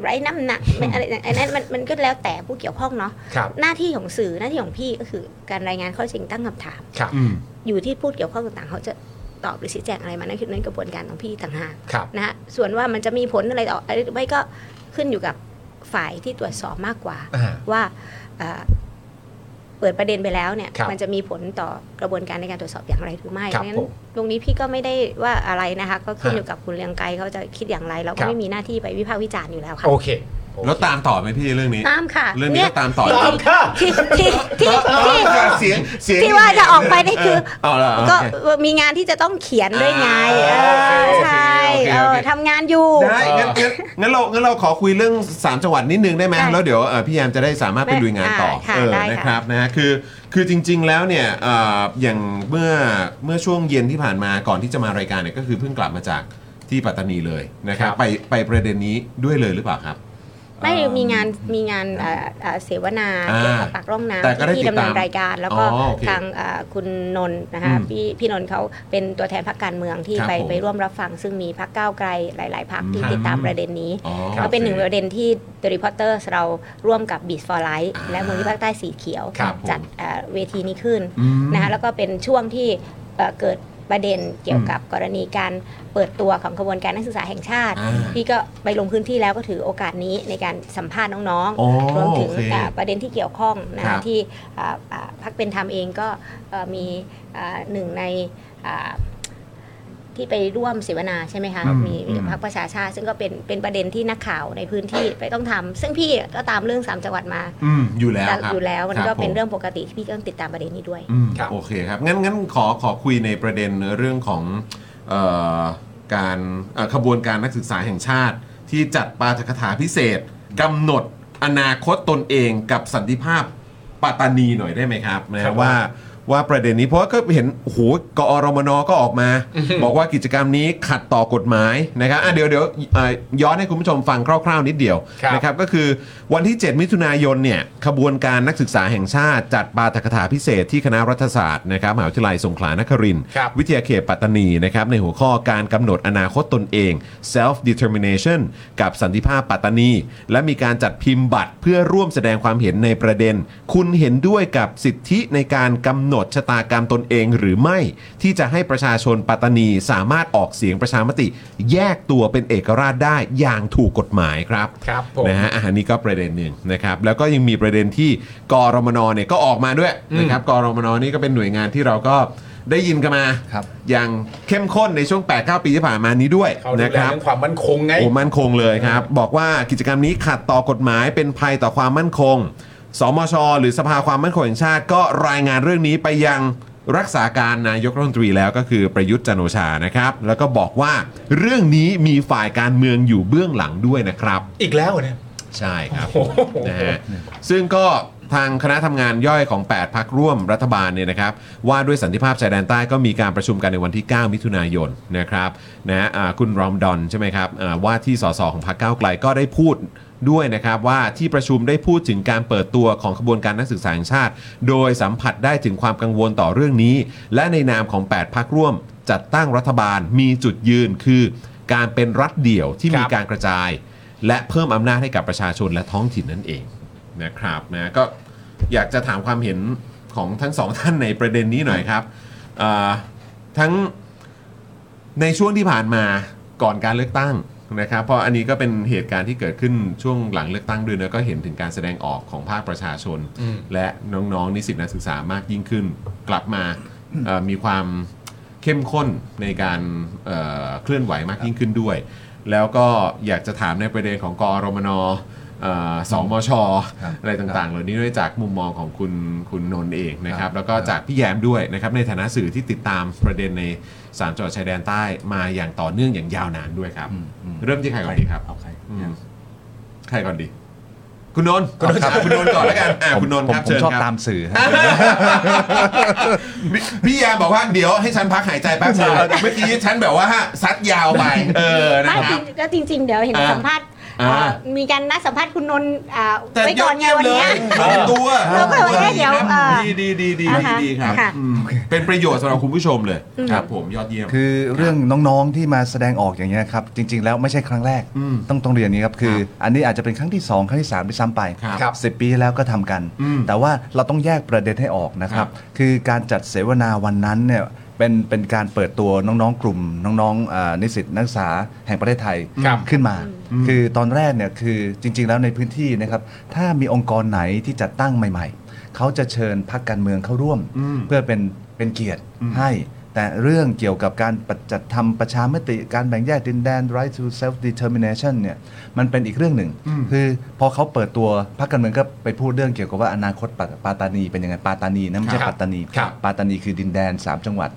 Speaker 5: ไร้น้ำหนักไม่อะไรอันนั้นมันมันก็แล้วแต่ผู้เกี่ยวข้องเนาะ
Speaker 3: ครับ
Speaker 5: หน้าที่ของสื่อหน้าที่ของพี่ก็คือการรายงานข้อเท็จจริงตั้งคำถาม
Speaker 3: ครับ
Speaker 1: อืม
Speaker 5: อยู่ที่ผู้เกี่ยวข้องต่างๆเขาจะตอบหรือชี้แจงอะไรมานั่นคือนั่นกระบวนการของพี่ต่างหาก
Speaker 3: ครับ
Speaker 5: นะฮะส่วนว่ามันจะมีผลอะไรต่ออะไรหรือไม่ก็ขึ้นอยู่กับฝ่ายที่ตรวจสอบมากกว่า
Speaker 3: อ่า
Speaker 5: ว่าเอ่อเปิดประเด็นไปแล้วเนี่ย
Speaker 3: ครับ
Speaker 5: มันจะมีผลต่อกระบวนการในการตรวจสอบอย่างไรหรือไม่
Speaker 3: ครับ
Speaker 5: งั้
Speaker 3: ผ
Speaker 5: น
Speaker 3: ม
Speaker 5: ตรงนี้พี่ก็ไม่ได้ว่าอะไรนะคะ ก็ขึ้น
Speaker 3: ฮะ
Speaker 5: อยู่กับคุณเรียงไกรเขาจะคิดอย่างไร เรา
Speaker 3: ค
Speaker 5: ก็
Speaker 3: รับ
Speaker 5: ไม่มีหน้าที่ไปวิพากษ์วิจารณ์อยู่แล้วค่ะ
Speaker 3: โอเค
Speaker 1: แล้วตามต่อไหมพี่เรื่องนี้
Speaker 5: ตามค่ะ
Speaker 1: เรื่องนี้
Speaker 5: ย
Speaker 1: ก็ตามต่อ
Speaker 5: ที่
Speaker 3: ตามค่ะ
Speaker 5: ที่ที่ที่ที่
Speaker 1: เสียงเสียง
Speaker 5: ที่ว่าจะออกไปนี่คือ
Speaker 1: เอาละเอา
Speaker 5: ก็
Speaker 1: โอเค
Speaker 5: มีงานที่จะต้องเขียนด้วยไงเออ
Speaker 1: อ่าโอเค
Speaker 5: ใช่
Speaker 1: โอเคโอเค
Speaker 5: เออทำงานอยู่
Speaker 1: ได้งั้นงั้นงั้นเรางั้นเราขอคุยเรื่อง 3 จังหวัดนิดนึงได้ไหม
Speaker 5: ได้
Speaker 1: แล้วเดี๋ยวเอ่อพี่แยมจะได้สามารถไปลุยงานต่อ
Speaker 5: ได้ค่ะ
Speaker 1: เออ
Speaker 5: ได้ค่ะ
Speaker 1: นะครับนะฮะคือคือจริง ๆ แล้วเนี่ยเอ่ออย่างเมื่อเมื่อช่วงเย็นที่ผ่านมาก่อนที่จะมารายการเนี่ยก็คือเพิ่งกลับมาจากที่ปัตตานีเลยนะครับ ไปไปประเด็นนี้ด้วยเลยหรือเปล่าครับ
Speaker 5: ไม่มีงานมีงานเอ่อเอ่อเสวนา
Speaker 1: อ่า
Speaker 5: เกี่ยวกับปากร่อง
Speaker 1: แต่ก็ได้
Speaker 5: น้ำที่
Speaker 1: ติด
Speaker 5: ดำ
Speaker 1: ตา
Speaker 5: เนิ
Speaker 1: ม
Speaker 5: นรายการ แล้วก็
Speaker 1: อ๋อโอเค
Speaker 5: ทางเอ่อคุณนนท์นะคะ
Speaker 1: อืม
Speaker 5: พี่พี่นนท์เขาเป็นตัวแทนพรรคการเมืองที่
Speaker 1: ครับ
Speaker 5: ไป
Speaker 1: ผม
Speaker 5: ไปร่วมรับฟัง ซึ่งมีพรรคก้าวไกลหลาย ๆพรรคที่
Speaker 1: ครับ
Speaker 5: ติดตามประเด็นนี้
Speaker 1: อ๋อ
Speaker 5: ก็เป็นหนึ่ง
Speaker 1: โอค
Speaker 5: ประเด็นที่ The Reporters เราร่วมกับ Beats for Life และมูลนิธิภาคใต้สีเขียว
Speaker 1: ครับผม
Speaker 5: จัดเอ่อเวทีนี้ขึ้น
Speaker 1: อืม
Speaker 5: นะคะแล้วก็เป็นช่วงที่เอ่อเกิดประเด็นเกี่ยวกับกรณีการเปิดตัวของขบวนการนักศึกษาแห่งชาติ
Speaker 1: อ่า
Speaker 5: พี่ก็ไปลงพื้นที่แล้วก็ถือโอกาสนี้ในการสัมภาษณ์น้อง
Speaker 1: อ๋อ
Speaker 5: ๆรวมถึง
Speaker 1: โอเค
Speaker 5: เอ่อประเด็นที่เกี่ยวข้องนะ
Speaker 1: ครั
Speaker 5: คะ
Speaker 1: บ
Speaker 5: ที่อ่าอ่าพักเป็นธรรมเองก็เอ่อมีอ่าหนึ่งในอ่าที่ไปร่วมเสวนาใช่ไหมคะ
Speaker 1: อืม
Speaker 5: มี
Speaker 1: อืม
Speaker 5: พักประชาชาติซึ่งก็เป็นเป็นประเด็นที่นักข่าวในพื้นที่ไปต้องทำซึ่งพี่ก็ตามเรื่องสามจังหวัดมา
Speaker 1: อืมอยู่แล้วครับ
Speaker 5: อยู่แล้วมัน
Speaker 1: ค
Speaker 5: ก็
Speaker 1: บ
Speaker 5: เป็น
Speaker 1: ผม
Speaker 5: เรื่องปกติที่พี่ก็ต้องติดตามประเด็นนี้ด้วย
Speaker 1: อืม
Speaker 3: ครับ
Speaker 1: โอเคครับงั้นงั้นขอขอคุยในประเด็นเรื่องของเออการเอ่อขบวนการนักศึกษาแห่งชาติ ที่จัดปาฐกถาพิเศษกำหนดอนาคตตนเองกับสันติภาพปัตตานีหน่อยได้ไหมครับนะฮะว่าว่าประเด็นนี้เพราะว่าก็เห็นโอ้โหกอรมนก็ออกมา บอกว่ากิจกรรมนี้ขัดต่อกฎหมายนะครับอ่ะเดี๋ยวเดี๋ยวเอ่อย้อนให้คุณผู้ชมฟังคร่าวๆนิดเดียว
Speaker 3: ครับ
Speaker 1: นะครับ นะครับก็คือวันที่ 7 มิถุนายนเนี่ยขบวนการนักศึกษาแห่งชาติ จัดปาฐกถาพิเศษที่คณะรัฐศาสตร์นะครับมหาวิทยาลัยสงขลานครินทร์
Speaker 3: ครับ
Speaker 1: วิทยาเขตปัตตานีนะครับในหัวข้อการกำหนดอนาคตตนเอง self determination กับสันติภาพปัตตานี และมีการจัดพิมพ์บัตรเพื่อร่วมแสดงความเห็นในประเด็น คุณเห็นด้วยกับสิทธิในการกำหนดชะตากรรมตนเองหรือไม่ ที่จะให้ประชาชนปัตตานีสามารถออกเสียงประชามติ แยกตัวเป็นเอกราชได้อย่างถูกกฎหมายครับ
Speaker 3: ครับผม
Speaker 1: นะฮะอะอันนี้ก็ประเด็นหนึ่งนะครับ แล้วก็ยังมีประเด็นที่กรมนเนี่ยก็ออกมาด้วยนะครับกรมนนี่ก็เป็นหน่วยงานที่เราก็ได้ยินกันมา
Speaker 4: ครับ
Speaker 1: อย่างเข้มข้นในช่วง 8-9 ปีที่ผ่านมานี้ด้วย
Speaker 3: เขาดู
Speaker 1: นะ
Speaker 3: แล
Speaker 1: ครับ
Speaker 3: เรื่องความมั่นคงไง
Speaker 1: โอ้มั่นคงเลยครับ บอกว่ากิจกรรมนี้ขัดต่อกฎหมายเป็นภัยต่อความมั่นคง สมช หรือสภาความมั่นคงแห่งชาติก็รายงานเรื่องนี้ไปยังรักษาการนายกรัฐมนตรีแล้วก็คือประยุทธ์จันทร์โอชานะครับ แล้วก็บอกว่าเรื่องนี้มีฝ่ายการเมืองอยู่เบื้องหลังด้วยนะครับ
Speaker 3: อีกแล้วเหรอเนี่ย
Speaker 1: ใช่ครับ
Speaker 3: โอ้โห
Speaker 1: นะฮะซึ่งก็ทางคณะทำงานย่อยของ 8 พักร่วมรัฐบาลเนี่ยนะครับ ว่าด้วยสันติภาพชายแดนใต้ก็มีการประชุมกันในวันที่ 9 มิถุนายนนะครับนะฮะอ่าคุณรอมดอนใช่ไหมครับอ่าว่าที่สสของพรรคก้าวไกลก็ได้พูดด้วยนะครับ ว่าที่ประชุมได้พูดถึงการเปิดตัวของขบวนการนักศึกษาแห่งชาติ โดยสัมผัสได้ถึงความกังวลต่อเรื่องนี้ และในนามของ 8 พักร่วม จัดตั้งรัฐบาลมีจุดยืนคือ การเป็นรัฐเดี่ยวที่มี
Speaker 3: ครับ
Speaker 1: การกระจาย และเพิ่มอำนาจให้กับประชาชนและท้องถิ่นนั่นเองนะครับนะก็อยากจะถามความเห็นของทั้งสองท่านในประเด็นนี้หน่อยครับเอ่อทั้งในช่วงที่ผ่านมาก่อนการเลือกตั้งนะครับเพราะอันนี้ก็เป็นเหตุการณ์ที่เกิดขึ้นช่วงหลังเลือกตั้งด้วยนะก็เห็นถึงการแสดงออกของภาคประชาชน และน้องๆนิสิตนักศึกษามากยิ่งขึ้น กลับมาเอ่อมีความ เข้มข้นในการเอ่อเคลื่อนไหวมากยิ่งขึ้นด้วย แล้วก็อยากจะถามในประเด็นของกอรมนเอ่อสมชอะไรต่างๆ เหล่านี้ด้วยจากมุมมองของคุณคุณนนท์เองนะครับ แล้วก็จากพี่แยมด้วยนะครับในฐานะสื่อที่ติดตามประเด็นในสามจังหวัดชายแดนใต้มาอย่างต่อเนื่องอย่างยาวนานด้วยครับ เริ่มที่ใครก่อนดีครับ
Speaker 4: เอาใคร
Speaker 1: อืมใครก่อนดี คุณนนท์อ่ะคุณนนท์ก่อนแล้วกันอ่ะคุณนนท์ครับ
Speaker 4: ผม
Speaker 1: เชิญ
Speaker 4: ชอบ
Speaker 1: ครับ
Speaker 4: ตามสื่อฮะ
Speaker 1: พี่พี่ยามบอกว่าเดี๋ยวให้ฉันพักหายใจแป๊บนึงเมื่อกี้ฉันแบบว่าซัดยาวไป เออนะ
Speaker 5: ไม่
Speaker 1: ค
Speaker 5: จ
Speaker 1: รั
Speaker 5: ริ
Speaker 1: บ
Speaker 5: งก็จริง ๆ เดี๋ยวเห็น
Speaker 1: อ่า
Speaker 5: สัมภาษณ์
Speaker 1: อ่า
Speaker 5: เอ่อมีการนัดสัมภาษณ์คุณนนท์อ่า
Speaker 1: แต่
Speaker 5: ไว้
Speaker 1: ย
Speaker 5: ก่
Speaker 1: อ
Speaker 5: อน
Speaker 1: ด
Speaker 5: ไง
Speaker 1: เยี่ยม
Speaker 5: วัน
Speaker 1: เล
Speaker 5: เนี้ย
Speaker 1: ยเห็นตัว
Speaker 5: เราก็เลยว่าเดี๋ยวเออ
Speaker 1: ดีดีดีดี
Speaker 5: อ่าฮะ
Speaker 1: ดีครับ
Speaker 5: ค่ะ
Speaker 1: อืมเป็นประโยชน์สำหรับคุณผู้ชมเลย
Speaker 5: อืม
Speaker 1: ครับ ผมยอดเยี่ยม
Speaker 4: คือเรื่องน้องๆที่มาแสดงออกอย่างเงี้ยครับจริง ๆ แล้วไม่ใช่ครั้งแรก
Speaker 1: อืม
Speaker 4: ต้องต้องเรียนอย่างนี้ครับคือ
Speaker 1: ครับ
Speaker 4: อันนี้อาจจะเป็นครั้งที่ 2 ครั้งที่3ที่ซ้ำไป
Speaker 1: ครับ
Speaker 3: ครับ
Speaker 4: สิบปีที่แล้วก็ทำกัน
Speaker 1: อืม
Speaker 4: แต่ว่าเราต้องแยกประเด็นให้ออกนะค
Speaker 1: ครั
Speaker 4: รับ
Speaker 1: บ
Speaker 4: คือการจัดเสวนาวันนั้นเนี่ยเป็นเป็นการเปิดตัวน้องๆกลุ่ม น้องๆอ่านิสิตนักศึกษาแห่งประเทศไทย
Speaker 3: ครับ
Speaker 4: ขึ้นมา
Speaker 1: อืม
Speaker 4: คือตอนแรกเนี่ยคือจริง ๆ แล้วในพื้นที่นะครับถ้ามีองค์กรไหนที่จัดตั้งใหม่ ๆเขาจะเชิญพรรคการเมืองเข้าร่วม
Speaker 1: อืม
Speaker 4: เพื่อเป็นเป็นเกียรติให้ แต่เรื่องเกี่ยวกับการปฏิจัดทำประชามติการแบ่งแยกดินแดน right to self determination เนี่ยมันเป็นอีกเรื่องหนึ่ง คือพอเขาเปิดตัวพรรคการเมืองก็ไปพูดเรื่องเกี่ยวกับว่าอนาคตปาปาตานีเป็นยังไงปาตานีนะไม่ใช่
Speaker 3: ครับ
Speaker 4: ปัตตานี
Speaker 3: ครับ
Speaker 4: ปาตานีคือดินแดน 3 จังหวัด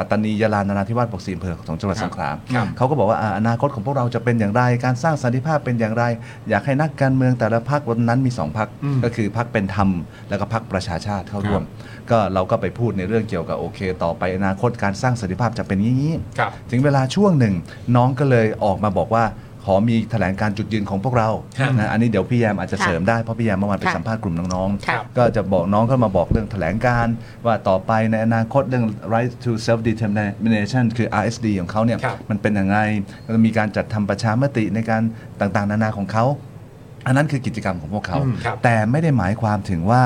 Speaker 4: ปัตตานียะลานราธิวาสบอกสีอำเภอของจังหวัด
Speaker 3: ครับ
Speaker 4: สงขลา
Speaker 3: ครับ
Speaker 4: เขาก็บอกว่าอ่าอนาคตของพวกเราจะเป็นอย่างไร การสร้างสันติภาพเป็นอย่างไร อยากให้นักการเมืองแต่ละพรรควันนั้นมีสองพรรคก็คือพรรคเป็นธรรมแล้วก็พรรคประชาชาติเข้าร่วม ก็เราก็ไปพูดในเรื่องเกี่ยวกับโอเค ต่อไปอนาคตการสร้างสันติภาพจะเป็นอย่างนี้
Speaker 3: ครับ
Speaker 4: ถึงเวลาช่วงหนึ่งน้องก็เลยออกมาบอกว่า ขอมีแถลงการจุดยืนของพวกเรา
Speaker 3: ฮะ
Speaker 4: นะอันนี้เดี๋ยวพี่แยมอาจจะ
Speaker 5: ค่ะ
Speaker 4: เสริมได้ เพราะพี่แยมเมื่อวานไป
Speaker 5: ค่ะ
Speaker 4: สัมภาษณ์กลุ่มน้อง
Speaker 5: ค่ะ
Speaker 4: ๆ ก็จะบอกน้องก็มาบอกเรื่องแถลงการว่าต่อไปในอนาคตเรื่อง right to self determination คือ RSD ของเขาเนี่ย
Speaker 3: ครับ
Speaker 4: มันเป็นยังไงแล้วก็มีการจัดทำประชามติในการต่างๆ นานาของเขา อันนั้นคือกิจกรรมของพวกเขา
Speaker 3: อืมครับ
Speaker 4: แต่ไม่ได้หมายความถึงว่า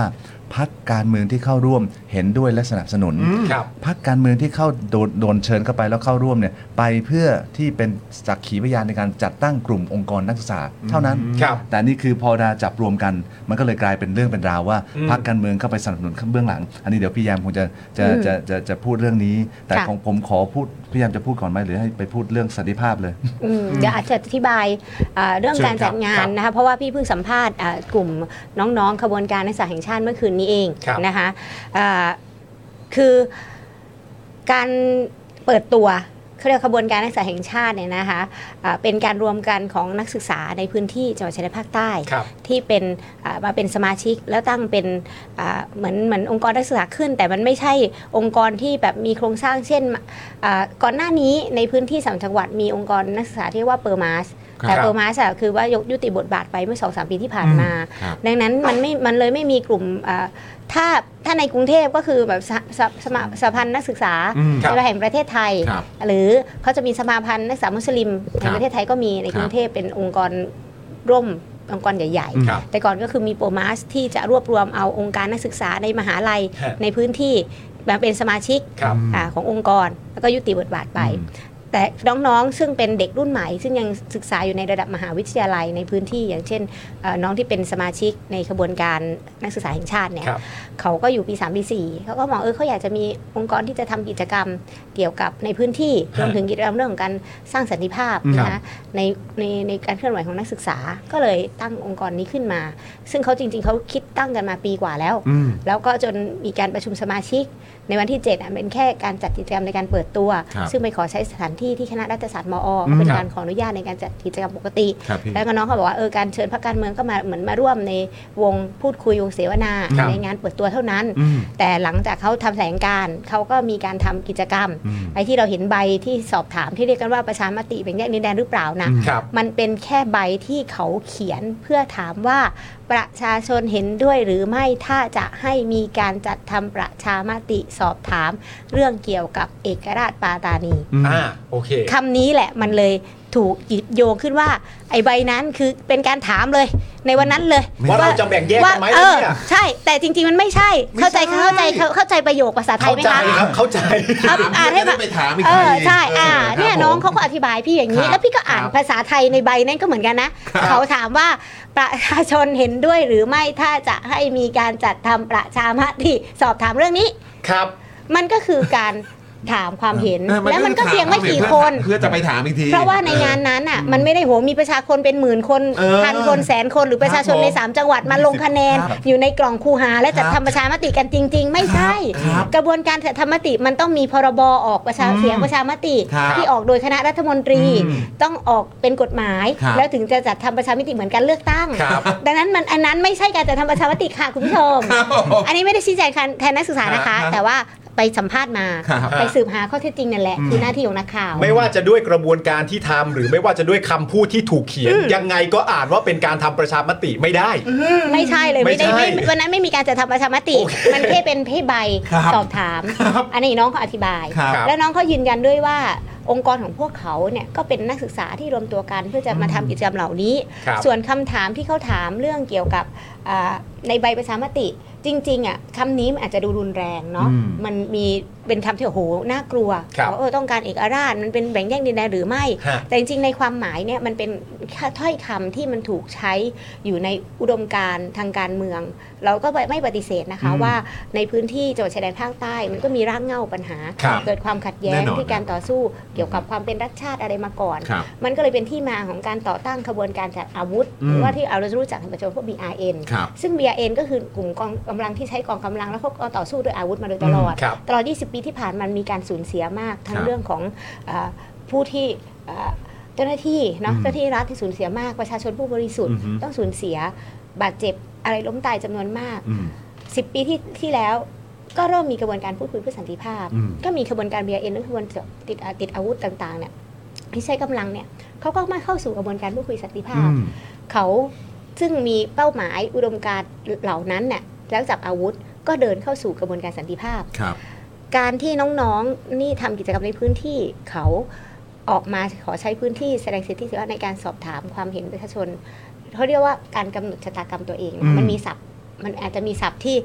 Speaker 4: พักการเมืองที่เข้าร่วมเห็นด้วยและสนับสนุน
Speaker 3: อืมครับ
Speaker 4: พักการเมืองที่เข้าโดนโดนเชิญเข้าไปแล้วเข้าร่วมเนี่ยไปเพื่อที่เป็นสักขีพยานในการจัดตั้งกลุ่มองค์กรนักศึกษาเท่านั้น
Speaker 3: ครับ
Speaker 4: แต่นี่คือพอดาจับรวมกัน มันก็เลยกลายเป็นเรื่องเป็นราวว่า
Speaker 3: อืม
Speaker 4: พักการเมืองเข้าไปสนับสนุนข้างเบื้องหลัง อันนี้เดี๋ยวพี่ยามคงจะจะ
Speaker 5: อืม
Speaker 4: จะจะจะพูดเรื่องนี้ แต่
Speaker 5: ค่ะ
Speaker 4: ของผมขอพูดพี่ยามจะพูดก่อนไหมหรือให้ไปพูดเรื่องสันติภาพเลย
Speaker 5: อืมเดี๋ยวอาจจะอธิบายเอ่อเรื่อง
Speaker 3: เชิญ
Speaker 5: การจัดงา
Speaker 3: ครั
Speaker 5: น
Speaker 3: บ
Speaker 5: นะคะเพราะว่าพี่เพิ่งสัมภาษณ์เอ่อกลุ่มน้องๆขบวนการนักศึกษาแห่งชาติเมื่อคืนนี้เอง
Speaker 3: ครับ
Speaker 5: นะคะเอ่อคือการเปิดตัวเขาเรียกขบวนการนักศึกษาแห่งชาติเนี่ยนะคะเอ่อเป็นการรวมกันของนักศึกษาในพื้นที่จังหวัดชายแดนภาคใต้
Speaker 3: ครับ
Speaker 5: ที่เป็นเอ่อมาเป็นสมาชิกแล้วตั้งเป็นเอ่อเหมือนเหมือนองค์กรนักศึกษาขึ้น แต่มันไม่ใช่องค์กรที่แบบมีโครงสร้างเช่น อ่าก่อนหน้านี้ในพื้นที่สามจังหวัดมีองค์กรนักศึกษาที่เรียกว่าเปอร์มาส
Speaker 3: ครับ
Speaker 5: แต่เปอร์มาสอะคือว่ายกยุติบทบาทไปเมื่อสองสามปีที่ผ่านมา
Speaker 3: ครับ
Speaker 5: ดังนั้นมันไม่มันเลยไม่มีกลุ่มอ่าถ้าถ้าในกรุงเทพก็คือแบบสหสหสมาสหพันธ์นักศึกษา
Speaker 3: ครับ
Speaker 5: ในแห่งประเทศไทย
Speaker 3: ครับ
Speaker 5: หรือเขาจะมีสมาพันธ์นักศึกษามุสลิม
Speaker 3: ครั
Speaker 5: ใน
Speaker 3: บ
Speaker 5: ประเทศไทยก็มีในกรุงเทพเป็นองค์กรร่วมองค์กรใหญ่
Speaker 3: ครับ
Speaker 5: ๆ แต่ก่อนก็คือมีโปรมาสที่จะรวบรวมเอาองค์การนักศึกษาในมหาลัย
Speaker 3: ฮะ
Speaker 5: ในพื้นที่มาเป็นสมาชิก
Speaker 3: ครับ
Speaker 5: อาขององค์กรแล้วก็ยุติบทบาทไป แต่น้องๆ ซึ่งเป็นเด็กรุ่นใหม่ ซึ่งยังศึกษาอยู่ในระดับมหาวิทยาลัยในพื้นที่ อย่างเช่นเอ่อน้องที่เป็นสมาชิกในขบวนการนักศึกษาแห่งชาติเนี่ย
Speaker 3: ครับ
Speaker 5: เขาก็อยู่ปี3ปี4เขาก็มองเออเขาอยากจะมีองค์กรที่จะทำกิจกรรมเกี่ยวกับในพื้นที่
Speaker 3: ฮะ
Speaker 5: รวมถึงกิจกรรมเรื่องของการสร้างสันติภาพ
Speaker 3: ครับ
Speaker 5: นะคะในในในการเคลื่อนไหวของนักศึกษาก็เลยตั้งองค์กรนี้ขึ้นมา ซึ่งเขาจริง ๆเขาคิดตั้งกันมาปีกว่าแล้ว แล้วก็จนมีการประชุมสมาชิก ในวันที่ 7อ่ะเป็นแค่การจัดกิจกรรมในการเปิดตัว
Speaker 3: ครับ
Speaker 5: ซึ่งไปขอใช้สถานที่ที่คณะรัฐศาสตร์มอก็เป็นการขออนุญาตในการจัดกิจกรรมปกติ
Speaker 3: ครับพี่
Speaker 5: แล้วก็น้องเขาบอกว่าเออการเชิญพรรคการเมืองก็มาเหมือนมาร่วมในวงพูดคุยวงเสวนา
Speaker 3: ครับ
Speaker 5: ในงานเปิดตัวเท่านั้น แต่หลังจากเขาทำแถลงการณ์เขาก็มีการทำกิจกรรมไอ้ที่เราเห็นใบที่สอบถามที่เรียกกันว่าประชามติเป็นแยกดินแดนหรือเปล่านะ
Speaker 3: ครับ
Speaker 5: มันเป็นแค่ใบที่เขาเขียนเพื่อถามว่าประชาชนเห็นด้วยหรือไม่ถ้าจะให้มีการจัดทำประชามติสอบถาม เรื่องเกี่ยวกับเอกราชปาตานี
Speaker 3: อ่าโอเค
Speaker 5: คำนี้แหละมันเลยถูกหยิบโยงขึ้นว่า ไอ้ใบนั้นคือเป็นการถามเลยในวันนั้นเลย
Speaker 3: ว่าเราจะแบ่งแยก
Speaker 5: ว่า
Speaker 3: กันไหม
Speaker 5: เอ
Speaker 3: วะ
Speaker 5: อ
Speaker 3: เนี่ย
Speaker 5: ใช่แต่จริง ๆ มันไม่ใช่ เข้าใจเข้าใจเข้าใจประโยคภาษาไทย
Speaker 3: เข้า
Speaker 5: ไหม
Speaker 3: ใจ
Speaker 5: คะ
Speaker 3: ครับ เข้าใจ
Speaker 5: ครับอ่านให้
Speaker 1: จะ
Speaker 5: ฟั
Speaker 1: ได้
Speaker 5: ง
Speaker 1: ไปถามอีก
Speaker 5: เอ
Speaker 1: ที
Speaker 5: อใช่อ่าเนี่ยน้องเขาก็อธิบายพี่อย่างนี้
Speaker 3: ครับ
Speaker 5: แล้วพี่ก็อ่าน
Speaker 3: ครับ
Speaker 5: ภาษาไทยในใบนั้นก็เหมือนกันนะ
Speaker 3: ครับ
Speaker 5: เขาถามว่าประชาชนเห็นด้วยหรือไม่ถ้าจะให้มีการจัดทำประชามติสอบถามเรื่องนี้
Speaker 3: ครับ
Speaker 5: มันก็คือการถามความเห็น
Speaker 1: เออ
Speaker 5: แล้วมันก็เพียงไม่
Speaker 1: ถา
Speaker 5: กี่
Speaker 1: พื่อ
Speaker 5: คน
Speaker 1: เพื่อจะไปถามอีกที
Speaker 5: เพราะว่าในงานนั้นอ่ะมันไม่ได้โหมีประชาชนเป็นหมื่นคน
Speaker 1: เออ
Speaker 5: พันคนแสนคนหรือประชาชน
Speaker 1: ครับผม
Speaker 5: ใน 3 จังหวัดมาลงคะแนน
Speaker 1: ครับ
Speaker 5: อยู่ในกล่องคูหาและจัด
Speaker 1: ครับ
Speaker 5: ทำประชามติกันจริง ๆ ไม่ใช่
Speaker 1: ครับ
Speaker 5: กระบวนการจัดทำมติมันต้องมีพรบออกประชา
Speaker 1: อืม
Speaker 5: เสียงประชามติ
Speaker 1: ครับ
Speaker 5: ที่ออกโดยคณะรัฐมนตรี
Speaker 1: อืม
Speaker 5: ต้องออกเป็นกฎหมาย
Speaker 1: ครับ
Speaker 5: แล้วถึงจะจัดทำประชามติเหมือนการเลือกตั้ง
Speaker 3: ครับ
Speaker 5: ดังนั้นมันอันนั้นไม่ใช่การจัดทำประชามติค่ะคุณผู้ชม
Speaker 1: ครับผม
Speaker 5: อันนี้ไม่ได้ชี้แจงแทนนักศึกษานะคะ
Speaker 1: ครับ
Speaker 5: แต่ว่าไปสัมภาษณ์มา
Speaker 1: ครับ
Speaker 5: ไปสืบหาข้อเท็จจริงนั่นแหละคือหน้าที่ของนักข่าว
Speaker 3: ไม่ว่าจะด้วยกระบวนการที่ทำหรือไม่ว่าจะด้วยคำพูดที่ถูกเขียน ยังไงก็อ่านว่าเป็นการทำประชามติไม่ได้
Speaker 5: ไม่ใช่เลย
Speaker 3: ไม่
Speaker 5: ไม่ได้
Speaker 3: ใช่
Speaker 5: ไม่วันนั้นไม่มีการจัดทำประชามติ
Speaker 3: โอเค
Speaker 5: มันแค่เป็นเพ่ใบ
Speaker 1: ครับ
Speaker 5: สอบถาม
Speaker 1: ครับ
Speaker 5: อันนี้น้องเขาอธิบาย
Speaker 1: ครับ
Speaker 5: แล้วน้องเขายืนยันด้วยว่าองค์กรของพวกเขาเนี่ยก็เป็นนักศึกษาที่รวมตัวกันเพื่อจะมาทำกิจกรรมเหล่านี้
Speaker 3: ครับ
Speaker 5: ส่วนคำถามที่เขาถามเรื่องเกี่ยวกับอ่าในใบประชามติ จริงๆอ่ะคำนี้มันอาจจะดูรุนแรงเนาะมันมี เป็นคำที่โอ้โหน่ากลัว
Speaker 3: ครับ
Speaker 5: ว่าเออต้องการเอกราชมันเป็นแบ่งแยกดินแดนหรือไม่
Speaker 3: ฮะ
Speaker 5: แต่จริงๆ ในความหมายเนี่ยมันเป็นถ้อยคำที่มันถูกใช้อยู่ในอุดมการณ์ทางการเมือง เราก็ไม่ปฏิเสธนะคะ
Speaker 3: อืม
Speaker 5: ว่าในพื้นที่จังหวัดชายแดนภาคใต้ มันก็มีรากเหง้าปัญหา
Speaker 3: ครับ
Speaker 5: เกิดความขัดแย้ง
Speaker 1: แน่นอน
Speaker 5: ที่การต่อสู้เกี่ยวกับความเป็นรัฐชาติอะไรมาก่อน
Speaker 1: ครับ
Speaker 5: มันก็เลยเป็นที่มาของการต่อตั้งขบวนการจัดอาวุธ
Speaker 1: อืม
Speaker 5: หรือว่าที่เอาเราจะรู้จักในปัจจุบันพวก BRN
Speaker 1: ครับ
Speaker 5: ซึ่ง BRN ก็คือกลุ่มกองกำลังที่ใช้กองกำลังแล้วก็ต่อสู้ด้วยอาวุธมาโดยตลอด
Speaker 3: อืมครับ
Speaker 5: ตลอด 20 ปีที่ผ่านมามีการสูญเสียมาก ทั้
Speaker 1: ค
Speaker 5: ง
Speaker 1: รับ
Speaker 5: เรื่องของเออผู้ที่เอ่อเจ้าหน้าที่เนาะ
Speaker 1: อืม
Speaker 5: เจ้าหน้าที่รัฐที่สูญเสียมากประชาชนผู้บริสุทธิ์
Speaker 1: อือฮึ
Speaker 5: ต้องสูญเสียบาดเจ็บอะไรล้มตายจำนวนมาก
Speaker 1: อืม
Speaker 5: 10 ปีที่ที่แล้วก็เริ่มมีกระบวนการพูดคุยเพื่อสันติภาพ
Speaker 1: อืม
Speaker 5: ก็มีกระบวนการ BRN เรื่องกระบวนการติดอาติดอาวุธต่างๆเนี่ยที่ใช้กำลังเนี่ยเขาก็มาเข้าสู่กระบวนการพูดคุยสันติภา
Speaker 1: อื
Speaker 5: พ
Speaker 1: ม
Speaker 5: เขาซึ่งมีเป้าหมายอุดมการณ์เหล่านั้นเนี่ยแล้วจับอาวุธก็เดินเข้าสู่กระบวนการสันติภาพ
Speaker 1: ครับ
Speaker 5: การที่น้องๆนี่ทำกิจกรรมในพื้นที่ เขาออกมาขอใช้พื้นที่แสดงสิทธิเสรีภาพในการสอบถามความเห็นประชาชนเขาเรียกว่าการกำหนดชะตากรรมตัวเองนะ
Speaker 1: อืม
Speaker 5: มันมีศัพท์มันอาจจะมีศัพท์ที่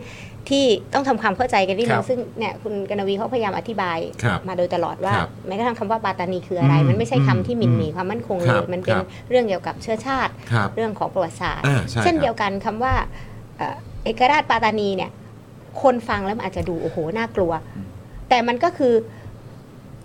Speaker 5: ที่ต้องทำความเข้าใจกันนิดนึ
Speaker 3: ครั
Speaker 5: ง
Speaker 3: บ
Speaker 5: ซึ่งเนี่ยคุณกนวีเขาพยายามอธิบาย
Speaker 1: ครับ
Speaker 5: มาโดยตลอดว่า
Speaker 1: ครับ
Speaker 5: แม้กระทั่งคำว่าปาตานีคืออะไร
Speaker 1: อืม
Speaker 5: มันไม่ใช่คำที่หมิ่นหมีความมั่นคงเล
Speaker 1: ครั
Speaker 5: ย
Speaker 1: บ
Speaker 5: มันเป็
Speaker 1: คน รับ
Speaker 5: เรื่องเกี่ยวกับเชื้อชาติ
Speaker 1: ครับ
Speaker 5: เรื่องของประวัติศาสตร์
Speaker 1: อ่าใช่
Speaker 5: เช่น
Speaker 1: ครับ
Speaker 5: เดียวกันคำว่าเอ่อเอกราชปาตานีเนี่ยคนฟังแล้วมันอาจจะดูโอ้โหน่ากลัว แต่มันก็คือ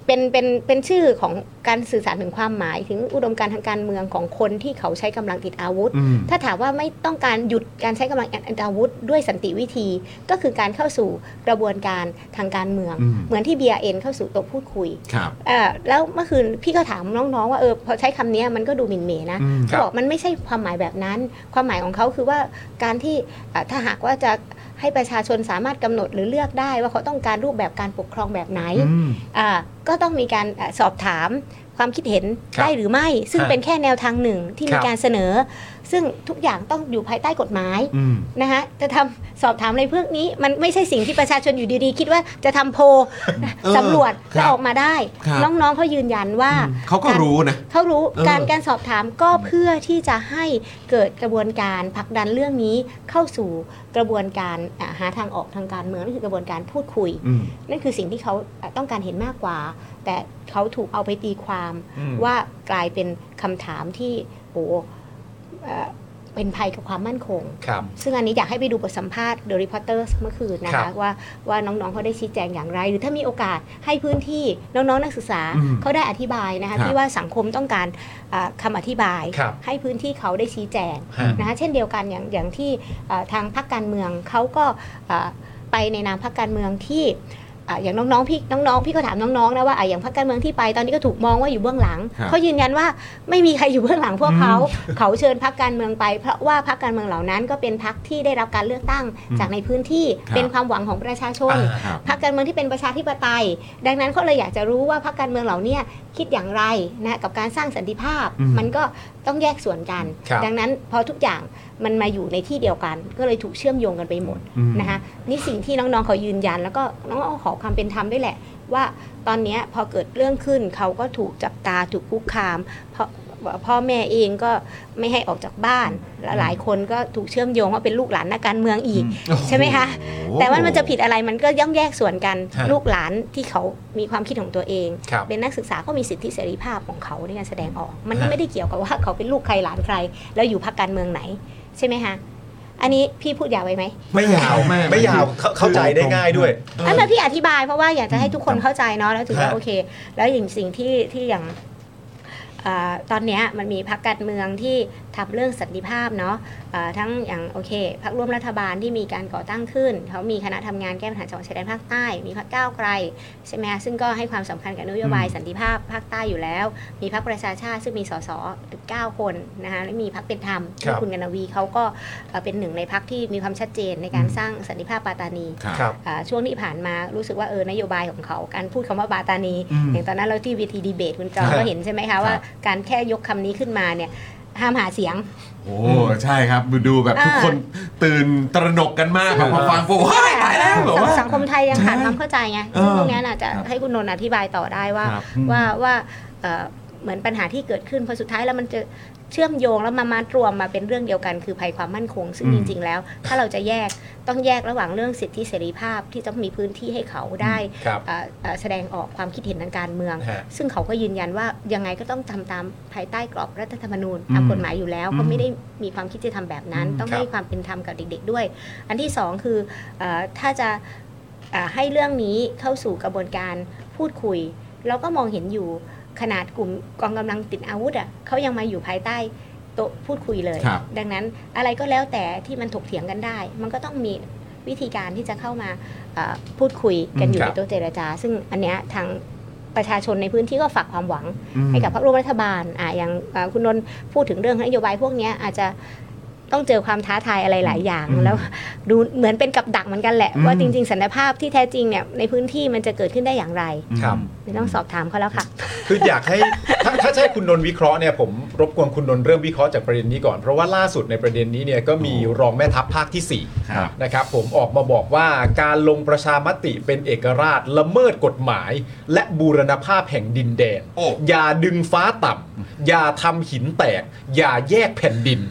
Speaker 5: เป็นเป็นเป็นชื่อของการสื่อสารถึงความหมาย ถึงอุดมการณ์ทางการเมืองของคนที่เขาใช้กำลังติดอาวุธ
Speaker 1: อืม
Speaker 5: ถ้าถามว่าไม่ต้องการหยุดการใช้กำลังอาวุธด้วยสันติวิธี ก็คือการเข้าสู่กระบวนการทางการเมือง
Speaker 1: อืม
Speaker 5: เหมือนที่ BRN เข้าสู่โต๊ะพูดคุย
Speaker 1: ครับ
Speaker 5: เอ่อแล้วเมื่อคืนพี่ก็ถามน้องๆว่าเออพอใช้คำเนี้ยมันก็ดูหมิ่นเหมนะ
Speaker 1: อืม
Speaker 3: ครับ
Speaker 5: เขาบอกมันไม่ใช่ความหมายแบบนั้น ความหมายของเขาคือว่าการที่เอ่อถ้าหากว่าจะให้ประชาชนสามารถกำหนดหรือเลือกได้ว่าเขาต้องการรูปแบบการปกครองแบบไหนอ่าก็ต้องมีการเอ่อสอบถามความคิดเห็น
Speaker 3: ครับ
Speaker 5: ได้หรือไม่ ซึ่ง
Speaker 3: ฮะ
Speaker 5: เป็นแค่แนวทางหนึ่งที่
Speaker 3: ครั
Speaker 5: มี
Speaker 3: บ
Speaker 5: การเสนอ ซึ่งทุกอย่างต้องอยู่ภายใต้กฎหมาย
Speaker 1: อืม
Speaker 5: นะคะจะทำสอบถามอะไรพวกนี้ มันไม่ใช่สิ่งที่ประชาชนอยู่ดีๆ คิดว่าจะทำโพล
Speaker 1: เออ
Speaker 5: สำรวจ
Speaker 1: ครับ
Speaker 5: จะออกมาได้
Speaker 1: ครับ
Speaker 5: น้องๆเขายืนยันว่า
Speaker 1: เขาก็รู้นะ
Speaker 5: เขารู้
Speaker 1: เออ
Speaker 5: การการสอบถามก็เพื่อที่จะให้เกิดกระบวนการผลักดันเรื่องนี้เข้าสู่กระบวนการอ่าหาทางออกทางการเมืองนั่นคือกระบวนการพูดคุย
Speaker 1: อืม
Speaker 5: นั่นคือสิ่งที่เขาอ่ะต้องการเห็นมากกว่า แต่เขาถูกเอาไปตีความ
Speaker 3: อืม
Speaker 5: ว่ากลายเป็นคำถามที่โอ้เอ่อเป็นภัยกับความมั่นคง
Speaker 3: ครับ
Speaker 5: ซึ่งอันนี้อยากให้ไปดูบทสัมภาษณ์ The Reporters เมื่อคืนนะ
Speaker 3: ครั
Speaker 5: คะ
Speaker 3: บ
Speaker 5: ว่าว่าน้องๆเขาได้ชี้แจงอย่างไร หรือถ้ามีโอกาสให้พื้นที่น้องๆนักศึกษา
Speaker 1: อืม
Speaker 5: เขาได้อธิบายนะ
Speaker 1: ครั
Speaker 5: คะ
Speaker 1: บ
Speaker 5: ที่ว่าสังคมต้องการอ่าคำาอธิบาย
Speaker 3: ครับ
Speaker 5: ให้พื้นที่เขาได้ชี้แจง
Speaker 3: ฮะ
Speaker 5: นะคะเช่นเดียวกันอย่างอย่างที่อ่าทางพรรคการเมืองเขาก็อ่าไปในนามพรรคการเมืองที่อ่าอย่างน้องๆพี่น้องๆพี่ก็ถามน้องๆนะว่าอ่าอย่างพรรคการเมืองที่ไปตอนนี้ก็ถูกมองว่าอยู่เบื้องหลัง
Speaker 1: ครับ
Speaker 5: เขายืนยันว่าไม่มีใครอยู่เบื้องหลังพวกเขา เขาเชิญพรรคการเมืองไป เพราะว่าพรรคการเมืองเหล่านั้น ก็เป็นพรรคที่ได้รับการเลือกตั้งจากในพื้นที่
Speaker 1: ครับ
Speaker 5: เป็นความหวังของประชาชน
Speaker 3: อ่า
Speaker 1: ครับ
Speaker 5: พรรคการเมืองที่เป็นประชาธิปไตย ดังนั้นเขาเลยอยากจะรู้ว่าพรรคการเมืองเหล่าเนี้คิดอย่างไรนะกับการสร้างสันติภาพ
Speaker 1: อืม
Speaker 5: มันก็ต้องแยกส่วนกัน
Speaker 3: ครับ
Speaker 5: ดังนั้นพอทุกอย่างมันมาอยู่ในที่เดียวกัน ก็เลยถูกเชื่อมโยงกันไปหมด
Speaker 1: อืม
Speaker 5: นะคะนี่สิ่งที่น้องๆเขายืนยัน แล้วก็น้องๆขอความเป็นธรรมด้วยแหละ ว่าตอนเนี้ยพอเกิดเรื่องขึ้นเขาก็ถูกจับตาถูกคุกคามเพราะพ่อแม่เองก็ไม่ให้ออกจากบ้านและหลายคนก็ถูกเชื่อมโยงว่าเป็นลูกหลานนักการเมืองอีก ใช่ไหมคะ
Speaker 1: โอ้โห
Speaker 5: แต่ว่ามันจะผิดอะไรมันก็ย่อมแยกส่วนกัน
Speaker 3: ฮะ
Speaker 5: ลูกหลานที่เขามีความคิดของตัวเอง
Speaker 3: ครับ
Speaker 5: เป็นนักศึกษาก็มีสิทธิเสรีภาพของเขาในการแสดงออก มัน
Speaker 3: ฮะ
Speaker 5: ไม่ได้เกี่ยวกับว่าเขาเป็นลูกใครหลานใคร แล้วอยู่พรรคการเมืองไหน ใช่ไหมคะอันนี้พี่พูดยาวไปไหม
Speaker 3: ไม่ยาว
Speaker 1: ไม่ไม่
Speaker 3: ไม่ยาวเข้าเข้าใจได้ง่ายด้วย
Speaker 5: อันนั้นพี่อธิบายเพราะว่าอยากจะให้ทุกคนเข้าใจเนาะแล้วถือว่า
Speaker 3: ฮะ
Speaker 5: โอเค แล้วอย่างสิ่งที่ที่อย่างเอ่อตอนเนี้ยมันมีพรรคการเมืองที่ทำเรื่องสันติภาพเนาะเอ่อทั้งอย่างโอเคพรรคร่วมรัฐบาลที่มีการก่อตั้งขึ้นเขามีคณะทำงานแก้ปัญหาจังหวัดชายแดนภาคใต้ มีพรรคก้าวไกล ใช่ไหมคะซึ่งก็ให้ความสำคัญกับนโยบายสันติภาพภาคใต้อยู่แล้ว มีพรรคประชาชาติซึ่งมีสสถึง9คนนะคะและมีพรรคเป็นธรรม
Speaker 3: ครั
Speaker 5: ที่
Speaker 3: บ
Speaker 5: คุณกนวีเขาก็เอ่อเป็นหนึ่งในพรรคที่มีความชัดเจนในการสร้างสันติภาพปาตานี
Speaker 1: ครับ
Speaker 3: ครับ
Speaker 5: อ่าช่วงที่ผ่านมารู้สึกว่าเออนโยบายของเขา การพูดคำว่าบาตานี
Speaker 1: อืม
Speaker 5: อย่างตอนนั้นเราที่เวทีดีเบตคุณจอม
Speaker 3: ครับ
Speaker 5: ก็เห็นใช่ไหมคะว่า
Speaker 1: ครับ
Speaker 5: การแค่ยกคำนี้ขึ้นมาเนี่ยห้ามหาเสียง
Speaker 1: โอ้ใช่ครับดูดูแบบ
Speaker 5: อ่า
Speaker 1: ทุกคนตื่นตระหนกกันมากแบบพอฟังปุ๊บว้ายตายแล้วแบบ
Speaker 5: สัง
Speaker 1: ว่า
Speaker 5: สังคมไทยยังขาดความเข้าใจไงซึ่ง
Speaker 1: เออ
Speaker 5: ตรงเนี้ยน่ะจะ
Speaker 1: ครับ
Speaker 5: ให้คุณนนท์อธิบายต่อได้ว่า
Speaker 1: ครับ
Speaker 5: ว่าว่าเอ่อเหมือนปัญหาที่เกิดขึ้นเพอสุดท้ายแล้วมันจะ เชื่อมโยงแล้วมามารวมมาเป็นเรื่องเดียวกันคือภัยความมั่นคง ซึ่งจริง ๆ แล้ว ถ้าเราจะแยกต้องแยกระหว่างเรื่องสิทธิเสรีภาพที่จะมีพื้นที่ให้เขาได้
Speaker 3: ครับ
Speaker 5: เอ่อเอ่อแสดงออกความคิดเห็นทางการเมือง
Speaker 3: ฮะ
Speaker 5: ซึ่งเขาก็ยืนยันว่ายังไงก็ต้องทำตามภายใต้กรอบรัฐธรรมนูญตามกฎหมายอยู่แล้วเขาไม่ได้มีความคิดจะทำแบบนั้น ต้อง
Speaker 3: ครับ
Speaker 5: ให้ความเป็นธรรมกับเด็ก ๆ ด้วย อันที่สองคือเออถ้าจะเอ่อให้เรื่องนี้เข้าสู่กระบวนการพูดคุย เราก็มองเห็นอยู่ขนาดกลุ่มกองกำลังติดอาวุธอ่ะเขายังมาอยู่ภายใต้โต๊ะพูดคุยเลย
Speaker 1: ครับ
Speaker 5: ดังนั้นอะไรก็แล้วแต่ที่มันถกเถียงกันได้ มันก็ต้องมีวิธีการที่จะเข้ามาเอ่อพูดคุยกันอยู่
Speaker 3: ครับ
Speaker 5: ในโต๊ะเจรจา ซึ่งอันเนี้ยทางประชาชนในพื้นที่ก็ฝากความหวัง ให้กับพรรคร่วมรัฐบาลอ่ะอย่างเอ่อคุณนนท์พูดถึงเรื่องนโยบายพวกเนี้ยอาจจะต้องเจอความท้าทายอะไรหลายอย่างแล้ว ดูเหมือนเป็นกับดักเหมือนกันแหละ ว่าจริง ๆสันติภาพที่แท้จริงเนี่ยในพื้นที่มันจะเกิดขึ้นได้อย่างไร
Speaker 3: ครับ
Speaker 5: เดี๋ยวต้องสอบถามเขาแล้วค่ะ
Speaker 3: คืออยากให้ถ้าถ้าจะใช่คุณนนท์วิเคราะห์เนี่ยผมรบกวนคุณนนท์เริ่มวิเคราะห์จากประเด็นนี้ก่อน เพราะว่าล่าสุดในประเด็นนี้เนี่ยก็มีรองแม่ทัพภาคที่
Speaker 1: ครับ
Speaker 3: 4 นะครับ ผมออกมาบอกว่าการลงประชามติเป็นเอกราชละเมิดกฎหมาย และบูรณภาพแห่งดินแดน
Speaker 1: โอ้
Speaker 3: อย่าดึงฟ้าต่ำอย่าทำหินแตก อย่าแยกแผ่นดิน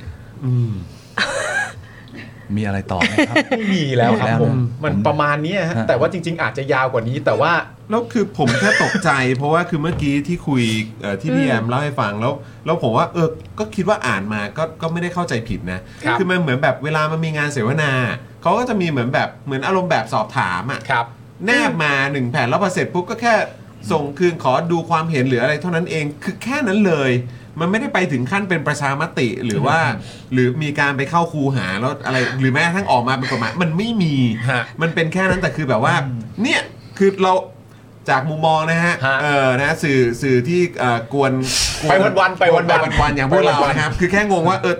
Speaker 4: มีอะไรต่อไหมครับ
Speaker 3: ไม่มีแล้วครับผมมันประมาณเนี้ยฮะ
Speaker 4: ฮะ
Speaker 3: แต่ว่าจริง ๆ อาจจะยาวกว่านี้แต่ว่า
Speaker 1: แล้วคือผมแค่ตกใจ เพราะว่าคือเมื่อกี้ที่คุยเอ่อที่พี่แอมเล่าให้ฟังแล้วแล้วผมว่าเออก็คิดว่าอ่านมาก็ก็ไม่ได้เข้าใจผิดนะครับ อมันเหมือนแบบเวลามันมีงานเสวนาเขาก็จะมีเหมือนแบบเหมือนอารมณ์แบบสอบถามอ่ะ
Speaker 3: ครับ
Speaker 1: แนบมาหนึ่งแผ่นแล้วพอเสร็จปุ๊บก็แค่ส่งคืนขอดูความเห็นหรืออะไรเท่านั้นเองคือแค่นั้นเลย มันไม่ได้ไปถึงขั้นเป็นประชามติหรือว่า หรือมีการไปเข้าคูหาแล้วอะไร หรือแม้กระทั่งออกมาเป็นกฎหมายมันไม่มี
Speaker 3: ฮะ
Speaker 1: มันเป็นแค่นั้นแต่คือแบบว่า เนี่ยคือเราจากมุมมองนะฮะ
Speaker 3: ฮะ
Speaker 1: เออนะสื่อสื่อที่เอ่อกวนก
Speaker 3: ไปวันๆไปวันๆ
Speaker 1: กวันๆอย่างพวกเรา
Speaker 3: ไปวันๆ
Speaker 1: นะครับคือแค่งงว่าเออ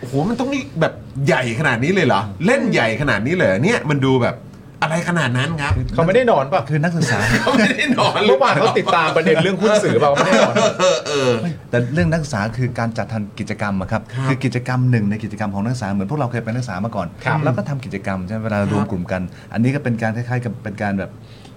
Speaker 1: โอ้โห มันต้องแบบใหญ่ขนาดนี้เลยเหรอ เล่นใหญ่ขนาดนี้เลยเหรอเนี่ย มันดูแบบอะไรขนาดนั้นครับ
Speaker 3: เขาไม่ได้นอนป่ะ
Speaker 4: คือนักศึกษา
Speaker 1: เขาไม่ได้นอนหรื
Speaker 3: เมื่
Speaker 1: อ
Speaker 3: อ
Speaker 1: เป
Speaker 3: วา
Speaker 1: ล่าน
Speaker 3: เขาติดตามประเด็นเรื่องหุ้นสื่อเปล่าเขาไม่ได้นอน
Speaker 1: เออเออ
Speaker 4: แต่เรื่องนักศึกษาคือการจัดทำกิจกรรมอะครับ
Speaker 1: ครับ
Speaker 4: คือกิจกรรมหนึ่งในกิจกรรมของนักศึกษาเหมือนพวกเราเคยเป็นนักศึกษามาก่อน
Speaker 3: ครับ
Speaker 4: แล้วก็ทำกิจกรรมใช่ไหมเวลารวมกลุ่มกัน อันนี้ก็เป็นการคล้ายๆกับเป็นการแบบ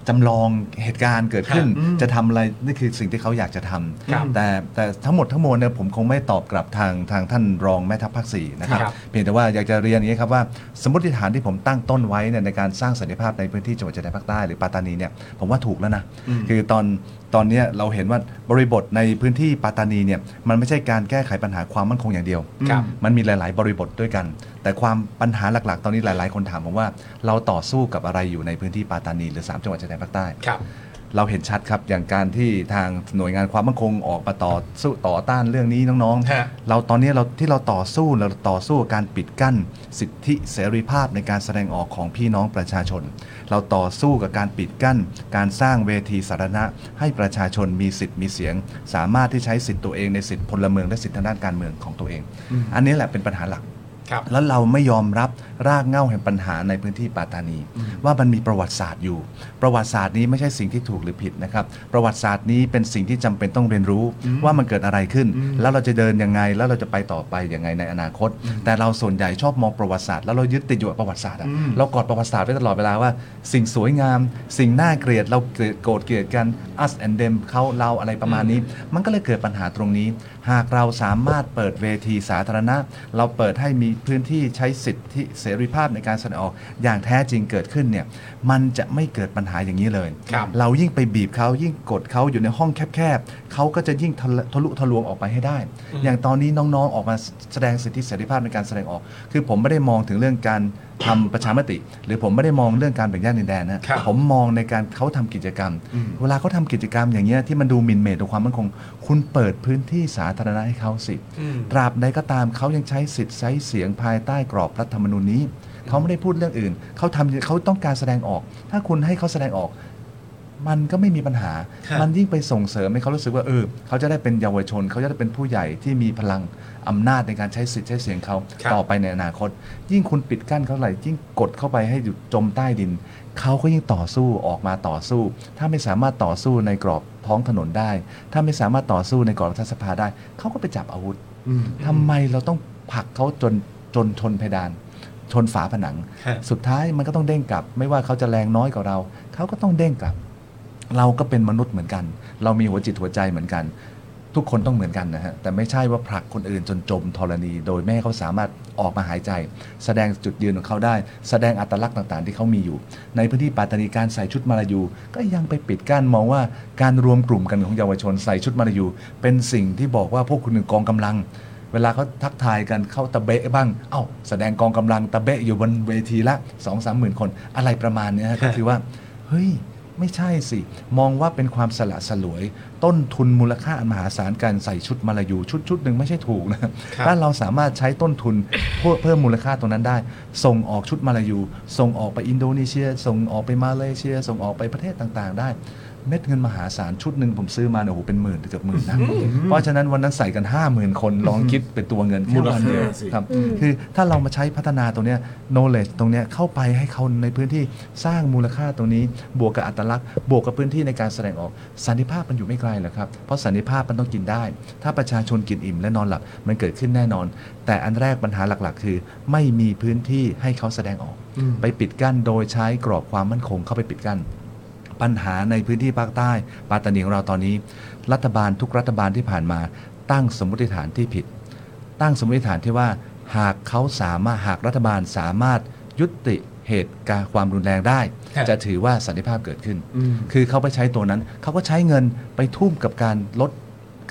Speaker 4: จำลองเหตุการณ์เกิดขึ้น จะทำอะไรนี่คือสิ่งที่เขาอยากจะทำ
Speaker 3: ครับ
Speaker 4: แต่แต่ทั้งหมดทั้งมวลเนี่ยผมคงไม่ตอบกลับทางทางท่านรองแม่ทัพภาคสี่นะครับ
Speaker 3: ครับ
Speaker 4: เพียงแต่ว่าอยากจะเรียนอย่างนี้ครับว่าสมมติฐานที่ผมตั้งต้นไว้เนี่ยในการสร้างสันติภาพในพื้นที่จังหวัดชายแดนภาคใต้หรือปัตตานีเนี่ยผมว่าถูกแล้วนะคือตอนตอนเนี้ยเราเห็นว่าบริบทในพื้นที่ปัตตานีเนี่ยมันไม่ใช่การแก้ไขปัญหาความมั่นคงอย่างเดียว
Speaker 3: ครับ
Speaker 4: มันมีหลาย ๆ บริบทด้วยกัน แต่ความปัญหาหลัก ๆ ตอนนี้หลาย ๆ คนถามผมว่าเราต่อสู้กับอะไรอยู่ในพื้นที่ปาตานีหรือ 3 จังหวัดชายแดนภาคใต้
Speaker 3: ครับ
Speaker 4: เราเห็นชัดครับ อย่างการที่ทางหน่วยงานความมั่นคงออกมาต่อสู้ต่อต้านเรื่องนี้น้อง
Speaker 3: ฮะ
Speaker 4: ๆ เราตอนนี้เราที่เราต่อสู้เราต่อสู้กับการปิดกั้น สิทธิเสรีภาพในการแสดงออกของพี่น้องประชาชน เราต่อสู้กับการปิดกั้น การสร้างเวทีสาธารณะ ให้ประชาชนมีสิทธิ์มีเสียง สามารถที่ใช้สิทธิ์ตัวเองในสิทธิพลเมืองและสิทธิทางด้านการเมืองของตัวเอง อันนี้แหละเป็นปัญหาหลัก
Speaker 3: ครับ
Speaker 4: แล้วเราไม่ยอมรับรากเหง้าแห่งปัญหาในพื้นที่ปาตานี ว่ามันมีประวัติศาสตร์อยู่ ประวัติศาสตร์นี้ไม่ใช่สิ่งที่ถูกหรือผิดนะครับ ประวัติศาสตร์นี้เป็นสิ่งที่จำเป็นต้องเรียนรู้ว่ามันเกิดอะไรขึ้น แล้วเราจะเดินยังไงแล้วเราจะไปต่อไปยังไงในอนาคต แต่เราส่วนใหญ่ชอบมองประวัติศาสตร์แล้วเรายึดติดอยู่กับประวัติศาสตร์อะเรากอดประวัติศาสตร์ไว้ตลอดเวลาว่า สิ่งสวยงาม สิ่งน่าเกลียดเราเกลียดโกรธเกลียดกัน us and them เขาเราอะไรประมาณนี้ มันก็เลยเกิดปัญหาตรงนี้ หากเราสามารถเปิดเวทีสาธารณะ เราเปิดให้มีพื้นที่ใช้สิทธิเสรีภาพในการแสดงออกอย่างแท้จริงเกิดขึ้นเนี่ยมันจะไม่เกิดปัญหาอย่างนี้เลย
Speaker 3: ครับ
Speaker 4: เรายิ่งไปบีบเขายิ่งกดเขาอยู่ในห้องแคบๆเขาก็จะยิ่งทะละทะลุทะลวงออกไปให้ได้ อย่างตอนนี้น้องๆออกมาแสดงสิทธิเสรีภาพในการแสดงออก คือผมไม่ได้มองถึงเรื่องการทำประชามติ หรือผมไม่ได้มองเรื่องการแบ่งแยกดินแดนนะครับ ผมมองในการเขาทำกิจกรรม เวลาเขาทำกิจกรรมอย่างเงี้ยที่มันดูหมิ่นเหมตต่อความมั่นคง คุณเปิดพื้นที่สาธารณะให้เขาสิ ตราบใดก็ตามเขายังใช้สิทธิ์ใช้เสียงภายใต้กรอบรัฐธรรมนูญนี้ เขาไม่ได้พูดเรื่องอื่น เขาทำเขาต้องการแสดงออก ถ้าคุณให้เขาแสดงออก มันก็ไม่มีปัญหา มันยิ่งไปส่งเสริมให้เขารู้สึกว่าเออเขาจะได้เป็นเยาวชน เขาจะได้เป็นผู้ใหญ่ที่มีพลังอำนาจในการใช้สิทธิ์ใช้เสียงเขา
Speaker 3: ครับ
Speaker 4: ต่อไปในอนาคต ยิ่งคุณปิดกั้นเขาเท่าไหร่ยิ่งกดเข้าไปให้อยู่จมใต้ดิน เขาก็ยิ่งต่อสู้ออกมาต่อสู้ ถ้าไม่สามารถต่อสู้ในกรอบท้องถนนได้ ถ้าไม่สามารถต่อสู้ในกรอบรัฐสภาได้ เขาก็ไปจับอาวุธ ทำไมเราต้องผลักเขาจนจนชนเพดาน ชนฝาผนัง
Speaker 3: ฮะ
Speaker 4: สุดท้ายมันก็ต้องเด้งกลับ ไม่ว่าเขาจะแรงน้อยกว่าเรา เขาก็ต้องเด้งกลับ เราก็เป็นมนุษย์เหมือนกัน เรามีหัวจิตหัวใจเหมือนกัน ทุกคนต้องเหมือนกันนะฮะ แต่ไม่ใช่ว่าผลักคนอื่นจนจมธรณี โดยไม่ให้เขาสามารถออกมาหายใจ แสดงจุดยืนของเขาได้ แสดงอัตลักษณ์ต่างๆ ที่เขามีอยู่ ในพื้นที่ปัตตานีการใส่ชุดมาลายู ก็ยังไปปิดกั้นมองว่าการรวมกลุ่มกันของเยาวชนใส่ชุดมาลายู เป็นสิ่งที่บอกว่าพวกคุณคือกองกำลัง เวลาเขาทักทายกันเข้าตะเบะบ้าง เอ้า แสดงกองกำลังตะเบะอยู่บนเวทีละ2องสามหมื่นคน อะไรประมาณเนี้ยฮะก็คือว่า เฮ้ย ไม่ใช่สิ มองว่าเป็นความสละสลวย ต้นทุนมูลค่าอันมหาศาลการใส่ชุดมาลายูชุดชุดหนึ่งไม่ใช่ถูกนะ ถ้าเราสามารถใช้ต้นทุนเพื่อเพิ่มมูลค่าตรงนั้นได้ ส่งออกชุดมาลายู ส่งออกไปอินโดนีเซีย ส่งออกไปมาเลเซีย ส่งออกไปประเทศต่างๆ ได้ เม็ดเงินมหาศาลชุดหนึ่งผมซื้อมาเนี่ยโอ้โหเป็นหมื่นเกือบหมื่นนะเพราะฉะนั้นวันนั้นใส่กัน 5 0,000 คนลองคิดเป็นตัวเงินแค่วันเดียวครับคือถ้าเรามาใช้พัฒนาตรงเนี้ย knowledge ตรงเนี้ยเข้าไปให้เขาในพื้นที่สร้างมูลค่าตรงนี้ บวกกับอัตลักษณ์ บวกกับพื้นที่ในการแสดงออกสันติภาพมันอยู่ไม่ไกลหรอกครับ เพราะสันติภาพมันต้องกินได้ ถ้าประชาชนกินอิ่มและนอนหลับมันเกิดขึ้นแน่นอน แต่อันแรกปัญหาหลักๆ คือ ไม่มีพื้นที่ให้เขาแสดงออก ไปปิดกั้นโดยใช้กรอบความมั่นคงเข้าไปปิดกั้น ปัญหาในพื้นที่ภาคใต้ปัตตานีของเราตอนนี้ รัฐบาลทุกรัฐบาลที่ผ่านมา ตั้งสมมติฐานที่ผิด ตั้งสมมติฐานที่ว่า หากเขาสามารถหากรัฐบาลสามารถยุติเหตุการณ์ความรุนแรงได้
Speaker 3: ครับ
Speaker 4: จะถือว่าสันติภาพเกิดขึ้น คือเขาไปใช้ตัวนั้น เขาก็ใช้เงินไปทุ่มกับการลด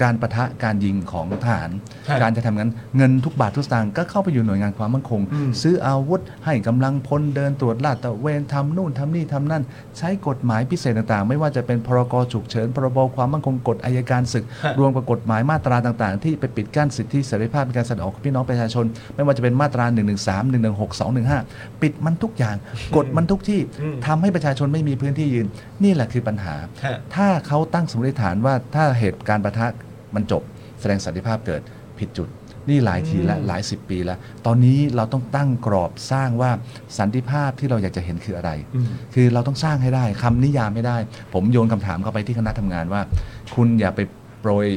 Speaker 4: การประทะการยิงของทหาร
Speaker 3: ครับ
Speaker 4: การจะทำงั้นเงินทุกบาททุกสตางค์ก็เข้าไปอยู่หน่วยงานความมั่นคง ซื้ออาวุธให้กำลังพลเดินตรวจลาดตระเวนทำนู่นทำนี่ทำนั่น ใช้กฎหมายพิเศษต่างๆ ไม่ว่าจะเป็นพรกฉุกเฉินพรบความมั่นคงกฎอายการศึก รวมกับกฎหมายมาตราต่างๆ ที่ไปปิดกั้นสิทธิเสรีภาพในการแสดงออกของพี่น้องประชาชน ไม่ว่าจะเป็นมาตรา 1 1 3 1 1 6 2 1 5 ปิดมันทุกอย่าง กฎมันทุกที่ทำให้ประชาชนไม่มีพื้นที่ยืน นี่แหละคือปัญหา
Speaker 3: ฮะ
Speaker 4: ถ้าเขาตั้งสมมติฐานว่าถ้าเหตุการณ์ประทะมันจบ แสดงสันติภาพเกิดผิดจุด นี่หลายทีและหลายสิบปีแล้ว ตอนนี้เราต้องตั้งกรอบสร้างว่าสันติภาพที่เราอยากจะเห็นคืออะไร คือเราต้องสร้างให้ได้คำนิยามไม่ได้ ผมโยนคำถามเข้าไปที่คณะทำงานว่า คุณอย่าไปโปรย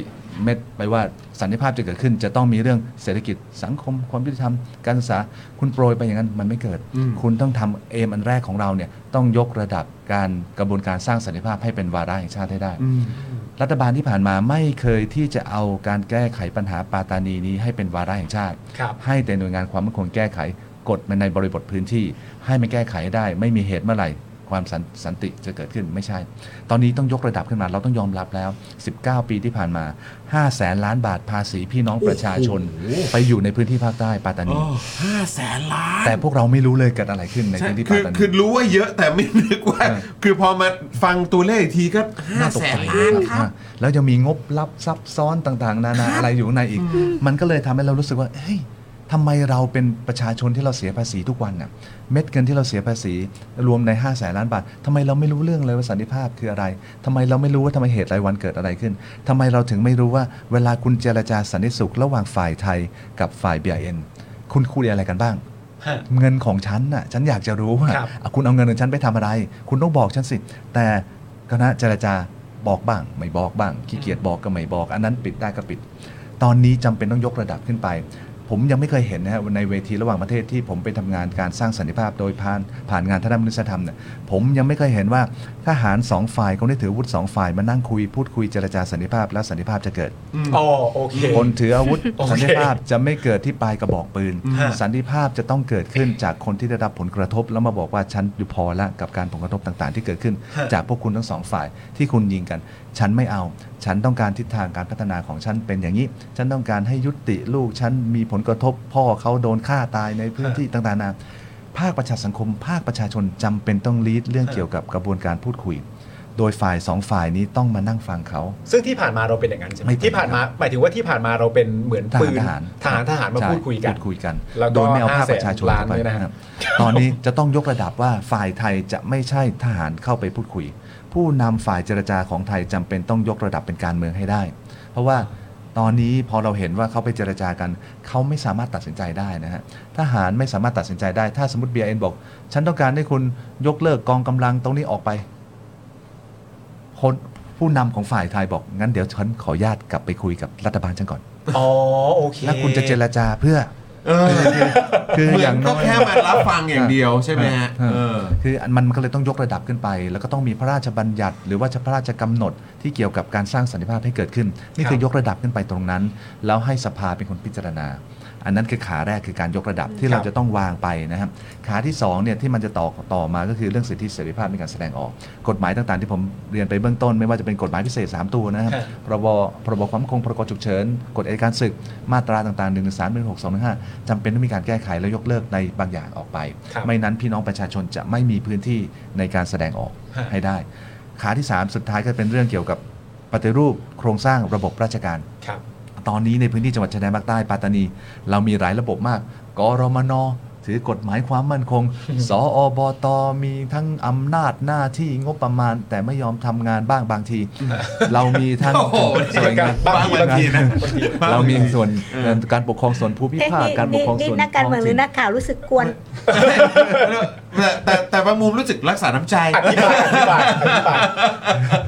Speaker 4: เม็ดไปว่าสันติภาพจะเกิดขึ้น จะต้องมีเรื่องเศรษฐกิจสังคมความยุติธรรมการศึกษา คุณโปรยไปอย่างนั้นมันไม่เกิด คุณต้องทำเอมอันแรกของเราเนี่ยต้องยกระดับการกระบวนการสร้างสันติภาพให้เป็นวาระแห่งชาติให้ได้ รัฐบาลที่ผ่านมาไม่เคยที่จะเอาการแก้ไขปัญหาปาตานีนี้ให้เป็นวาระแห่งชาติ
Speaker 3: ครับ
Speaker 4: ให้แต่หน่วยงานความมั่นคงแก้ไขกฎมันในบริบทพื้นที่ ให้มันแก้ไขได้ ไม่มีเหตุเมื่อไหร่ ความสันสนติจะเกิดขึ้นไม่ใช่ ตอนนี้ต้องยกระดับขึ้นมาเราต้องยอมรับแล้ว 19 ปีที่ผ่านมา 5 แสนล้านบาทภาษีพี่น้องประชาชน ไปอยู่ในพื้นที่ภาคใต้ปาตานี
Speaker 1: ห้าแสนล้าน
Speaker 4: แต่พวกเราไม่รู้เลยเกิดอะไรขึ้นในพื้นที่
Speaker 1: คื
Speaker 4: ปา
Speaker 1: อ
Speaker 4: ตานี
Speaker 1: คือรู้ว่าเยอะแต่ไม่นึกว่า
Speaker 4: เออ
Speaker 1: คือพอมาฟังตัวเลขอีกทีก็ห้าแสนล้านครับ
Speaker 4: แล้วยังมีงบลับซับซ้อนต่างๆ นานาอะไรอยู่ข้างในอีก มันก็เลยทำให้เรารู้สึกว่า เฮ้ยทำไมเราเป็นประชาชนที่เราเสียภาษีทุกวันน่ะ เม็ดเงินที่เราเสียภาษีรวมใน5้าแสนล้านบาททำไมเราไม่รู้เรื่องเลยว่าสันติภาพคืออะไรทำไมเราไม่รู้ว่าทำไมเหตุรายวันเกิดอะไรขึ้นทำไมเราถึงไม่รู้ว่าเวลาคุณเจรจาสันติสุขระหว่างฝ่ายไทยกับฝ่าย BIN คุณคุยอะไรกันบ้าง
Speaker 3: ฮะ
Speaker 4: เงินของฉันน่ะฉันอยากจะรู้ว่า
Speaker 3: ครับ
Speaker 4: อ่ะคุณเอาเงินของฉันไปทำอะไร คุณต้องบอกฉันสิ แต่คณะเจรจาบอกบ้าง ไม่บอกบ้างขี้เกียจบอกก็ไม่บอก อันนั้นปิดได้ก็ปิด ตอนนี้จำเป็นต้องยกระดับขึ้นไป ผมยังไม่เคยเห็นนะฮะในเวทีระหว่างประเทศที่ผมไปทำงานการสร้างสันติภาพโดยผ่านผ่านงานทางด้านมนุษยธรรมเนี่ยผมยังไม่เคยเห็นว่าทหารสองฝ่ายคนที่ถืออาวุธสองฝ่ายมานั่งคุยพูดคุยเจรจาสันติภาพแล้วสันติภาพจะเกิด
Speaker 3: อ๋อโอเค
Speaker 4: คนถืออาวุธ
Speaker 3: โอเค
Speaker 4: สันติภาพจะไม่เกิดที่ปลายกระบอกปืน
Speaker 3: ฮะ
Speaker 4: สันติภาพจะต้องเกิดขึ้นจากคนที่ได้รับผลกระทบ แล้วมาบอกว่าฉันอยู่พอละกับการผลกระทบต่างๆ ที่เกิดขึ้น จากพวกคุณทั้งสองฝ่ายที่คุณยิงกัน ฉันไม่เอา ฉันต้องการทิศทางการพัฒนาของฉันเป็นอย่างนี้ ฉันต้องการให้ยุติลูกฉันมีผลกระทบ พ่อเขาโดนฆ่าตายในพื้นที่ต่างๆนานาภาคประชาสังคม ภาคประชาชนจำเป็นต้องลีดเรื่องเกี่ยวกับกระบวนการพูดคุย โดยฝ่ายสองฝ่ายนี้ต้องมานั่งฟังเขา
Speaker 3: ซึ่งที่ผ่านมาเราเป็นอย่างนั้นใช่ไหม
Speaker 4: ไม่เป็น
Speaker 3: ที่ผ่านมาหมายถึงว่าที่ผ่านมาเราเป็นเหมือน
Speaker 4: ทหา
Speaker 3: ปื
Speaker 4: ร
Speaker 3: น
Speaker 4: ทหาร
Speaker 3: ทหารทหารมา
Speaker 4: ใช่
Speaker 3: พูดคุยกัน
Speaker 4: พูดคุยกัน
Speaker 3: แล้วก็
Speaker 4: โดยไม่เอาภาพ
Speaker 3: 500,000
Speaker 4: ประชาชนเข้าไป
Speaker 3: ล้านด้วยนะครับ
Speaker 4: ตอนนี้จะต้องยกระดับว่าฝ่ายไทยจะไม่ใช่ทหารเข้าไปพูดคุย ผู้นำฝ่ายเจรจาของไทยจำเป็นต้องยกระดับเป็นการเมืองให้ได้ เพราะว่าตอนนี้พอเราเห็นว่าเขาไปเจรจากัน เขาไม่สามารถตัดสินใจได้นะฮะทหารไม่สามารถตัดสินใจได้ ถ้าสมมติ BIN บอก ฉันต้องการให้คุณยกเลิกกองกำลังตรงนี้ออกไป คนผู้นำของฝ่ายไทยบอกงั้นเดี๋ยวฉันขออนุญาตกลับไปคุยกับรัฐบาลฉันก่อน
Speaker 3: อ๋อโอเค
Speaker 4: แล้วคุณจะเจรจาเพื่อ
Speaker 1: เออ
Speaker 4: คือ
Speaker 1: เหมือย่
Speaker 4: อาน ง
Speaker 1: ก็
Speaker 4: น้อย
Speaker 1: แค่มารับฟังอย่างเดียวใช่ไหมฮะ
Speaker 4: ครับ
Speaker 1: เออ
Speaker 4: คืออันมันก็เลยต้องยกระดับขึ้นไป แล้วก็ต้องมีพระราชบัญญัติ หรือว่าพระราชกำหนดที่เกี่ยวกับการสร้างสันติภาพให้เกิดขึ้น นี่คือยกระดับขึ้นไปตรงนั้น แล้วให้สภาเป็นคนพิจารณา อันนั้นคือขาแรกคือการยกระดับที่เราจะต้องวางไปนะครับขาที่สองเนี่ยที่มันจะต่อต่อมาก็คือเรื่องสิทธิเสรีภาพในการแสดงออก กฎหมายต่างๆ ที่ผมเรียนไปเบื้องต้น ไม่ว่าจะเป็นกฎหมายพิเศษ 3 ตัวนะครับพรบพรบความมั่นคงพรกฉุกเฉินกฎอัยการศึกมาตราต่างๆ1 1 3 1 6 2 1 5จำเป็นต้องมีการแก้ไขและยกเลิกในบางอย่างออกไป
Speaker 3: ครับ
Speaker 4: ไม่นั้นพี่น้องประชาชนจะไม่มีพื้นที่ในการแสดงออก
Speaker 3: ฮะ
Speaker 4: ให้ได้ ขาที่ 3 สุดท้ายก็เป็นเรื่องเกี่ยวกับปฏิรูปโครงสร้างระบบราชการ
Speaker 3: ครับ
Speaker 4: ตอนนี้ในพื้นที่จังหวัดชายแดนภาคใต้ปัตตานี เรามีหลายระบบมาก กรมน ถือกฎหมายความมั่นค ง สอบต มีทั้งอำนาจหน้าที่งบประมาณ แต่ไม่ยอมทำงานบ้างบางที เรามีทั้ง
Speaker 1: โอ้โห
Speaker 4: ส่วนงาน
Speaker 1: บางทีบางทีนะ
Speaker 4: เรามีส่วนการปกครองส่วนภูมิภาคการปกครอง
Speaker 5: นี่
Speaker 4: ส่วน
Speaker 5: นักการเมืองหรือนักข่าวรู้สึกกวน
Speaker 1: แต่แต่แต่ประมูลรู้สึกรักษาน้ำใจ
Speaker 3: อธิบายอธิบายอธิบาย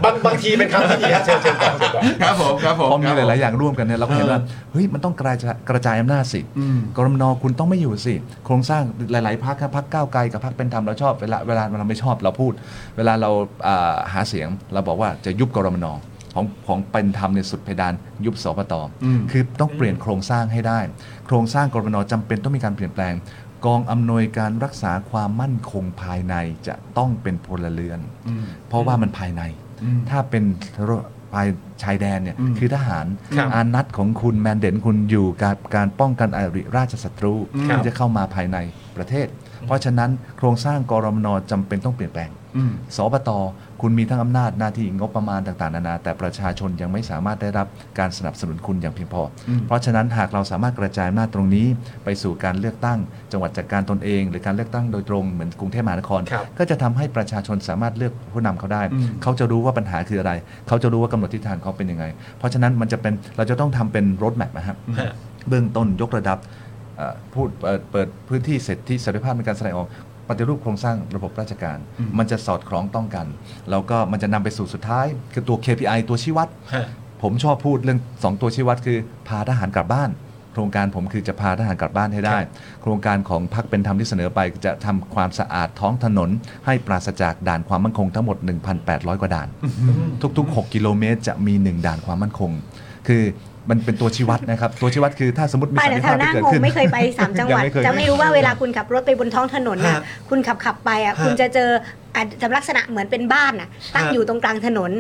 Speaker 3: บางบางทีเป็นคำที่ดีครับเชิญเชิญก่อนเชิญก่อน
Speaker 1: ครับผมครับผม
Speaker 4: พอมีห
Speaker 1: ครับผ
Speaker 4: ลายๆอย่างร่วมกันเนี่ยเราก็เห็นว่าเฮ้ยมันต้องกระจายกระจายอำนาจสิ
Speaker 1: อืม
Speaker 4: กรมนคุณต้องไม่อยู่สิ โครงสร้างหลาย ๆพักครับพักก้าวไกลกับพักเป็นธรรมเราชอบเวลาเวลาเราไม่ชอบเราพูด เวลาเราอ่าหาเสียงเราบอกว่าจะยุบกรมนของของเป็นธรรมในยสุดเพดานยุบสปต
Speaker 1: อืม
Speaker 4: คือต้องเปลี่ยนโครงสร้างให้ได้ โครงสร้างกรมนจำเป็นต้องมีการเปลี่ยนแปลง กองอำนวยการรักษาความมั่นคงภายในจะต้องเป็นพลเรือน
Speaker 1: อืม
Speaker 4: เพราะว่ามันภายใน
Speaker 1: อืม
Speaker 4: ถ้าเป็นภายชายแดนเนี่ย
Speaker 1: อืม
Speaker 4: คือทหาร
Speaker 3: ครับ
Speaker 4: อานัตของคุณแมนเดนคุณอยู่กับการป้องกันอริราชศัตรู
Speaker 3: ครับ
Speaker 4: ที่จะเข้ามาภายในประเทศ เพราะฉะนั้นโครงสร้างกรมนจำเป็นต้องเปลี่ยนแปลง
Speaker 1: อืม
Speaker 4: สปต คุณมีทั้งอำนาจหน้าที่งบประมาณต่างๆนานา แต่ประชาชนยังไม่สามารถได้รับการสนับสนุนคุณอย่างเพียงพออ
Speaker 1: ม
Speaker 4: เพราะฉะนั้นหากเราสามารถกระจายอำนาจตรงนี้ ไปสู่การเลือกตั้ง จังหวัดจัดการตนเอง หรือการเลือกตั้งโดยตรงเหมือนกรุงเทพมหานคร
Speaker 3: ครับ
Speaker 4: ก็จะทำให้ประชาชนสามารถเลือกผู้นำเขาได้ เขาจะรู้ว่าปัญหาคืออะไร เขาจะรู้ว่ากำหนดทิศทางเขาเป็นยังไง เพราะฉะนั้นมันจะเป็นเราจะต้องทำเป็นรถแมพนะครับ เบื้องต้นยกระดับเอ่อพูดเปิดเปิดพื้นที่เสร็จที่เสรีภาพในการแสดงออกปฏิรูปโครงสร้างระบบราชการ มันจะสอดคล้องต้องกัน แล้วก็มันจะนำไปสู่สุดท้าย คือตัว KPI ตัวชี้วัด
Speaker 3: ฮะ
Speaker 4: ผมชอบพูดเรื่องสองตัวชี้วัดคือพาทหารกลับบ้าน โครงการผมคือจะพาทหารกลับบ้านให้ได้ โครงการของพักเป็นธรรมที่เสนอไปจะทำความสะอาดท้องถนน ให้ปราศจากด่านความมั่นคงทั้งหมด 1,800 กว่าด่าน ทุกๆ 6 กิโลเมตรจะมี 1 ด่านความมั่นคง คือมันเป็นตัวชี้วัดนะครับ ตัวชี้วัดคือถ้าสมมติมี
Speaker 5: ไป
Speaker 4: สัน
Speaker 5: แต่แถวห
Speaker 4: ติภาพ
Speaker 5: น้า
Speaker 4: ที่เกิด
Speaker 5: งง
Speaker 4: ขึ้น
Speaker 5: ไม่เคยไปสามจังหวัด
Speaker 4: ยังไม่เคย
Speaker 5: จะไม่รู้ว่าเวลาคุณขับรถไปบนท้องถนนน่ะ
Speaker 1: ฮะ
Speaker 5: คุณขับขับไปอ่ะ
Speaker 1: ฮะ
Speaker 5: คุณจะเจออาจจะลักษณะเหมือนเป็นบ้านน่ะตั้ง
Speaker 1: ฮะ
Speaker 5: อยู่ตรงกลางถนน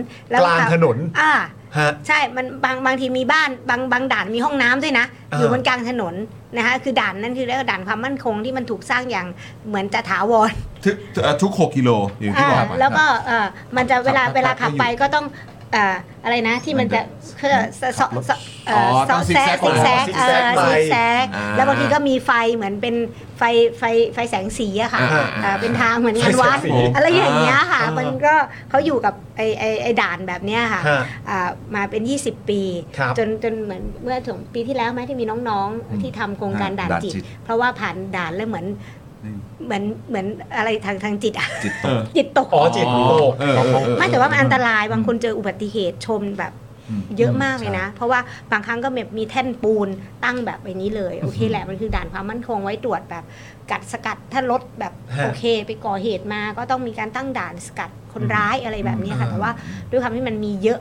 Speaker 3: กลางถนน
Speaker 5: อ่า
Speaker 1: ฮะ
Speaker 5: ใช่ มันบางบางทีมีบ้านบางบางด่านมีห้องน้ำด้วยนะ
Speaker 1: อ่า
Speaker 5: อยู่บนกลางถนนนะคะ คือด่านนั้นคือเรียกว่าด่านความมั่นคงที่มันถูกสร้างอย่างเหมือนจะถาวร
Speaker 1: ทุกเอ่อทุก 6 กิโลอย่างที่
Speaker 5: อ่า
Speaker 1: บอกไป
Speaker 5: แล้วก็เอ่อมันจะเวลา
Speaker 1: ขับ
Speaker 5: เวลา
Speaker 1: ขั
Speaker 5: ขั
Speaker 1: บบ ไป
Speaker 5: ไปก็ต้องเอ่ออะไรนะที่มันจะเครื่องเอ่อเสาะเสาะเอ่อ
Speaker 1: อ๋อต้
Speaker 5: เสาะ
Speaker 1: องซิก
Speaker 5: แซก
Speaker 1: แซก
Speaker 5: ซิกแซก
Speaker 3: ซิก
Speaker 5: เอ่
Speaker 3: แซก
Speaker 5: อ
Speaker 3: ไป
Speaker 5: ซิกแซก
Speaker 1: อ่า
Speaker 5: แล้วบางทีก็มีไฟเหมือนเป็นไฟไฟไฟแสงสีอะค่ะ
Speaker 1: อ่า
Speaker 5: เอ่อเป็นทางเหมือนงานวัด
Speaker 3: ไฟแสงสี
Speaker 5: อะไรอย่างเงี้ยค่ะ
Speaker 1: อ่ามั
Speaker 5: มันก็เขาอยู่กับไอไอไอด่านแบบเนี้ยค่ะ
Speaker 3: ฮะ
Speaker 5: อ่ามาเป็น 20 ปี
Speaker 3: ครับ
Speaker 5: จนจนเหมือนเมื่อถึงปีที่แล้วไหมที่มีน้อง
Speaker 4: อืม
Speaker 5: ๆ ที่ทำโครงการ
Speaker 4: ฮะ
Speaker 5: ด่าน
Speaker 4: ด่าน
Speaker 5: จิต
Speaker 4: จิต
Speaker 5: เพราะว่าผ่านด่านแล้วเหมือน
Speaker 1: อืม
Speaker 5: เหมือนเหมือนอะไรทางทางจิตอะ
Speaker 4: จิตต
Speaker 1: เอก อ
Speaker 5: จิตตก
Speaker 3: อ๋อจิต โก
Speaker 1: เออเออเออ
Speaker 5: ไม่แต่ว่ามันอันตรายบางคนเจออุบัติเหตุชนแบบ
Speaker 4: อืม
Speaker 5: เยอะมากเลยนะ เพราะว่าบางครั้งก็แบบมีแท่นปูนตั้งแบบไอ้นี้เลย โอเคแหละมันคือด่านความมั่นคงไว้ตรวจแบบกัดสกัดถ้ารถแบบ
Speaker 3: ฮะ
Speaker 5: โอเค ไปก่อเหตุมาก็ต้องมีการตั้งด่านสกัดคนร้ายอะไรแบบเนี้ยค่ะแต่ว่า ด้วยความที่มันมีเยอะ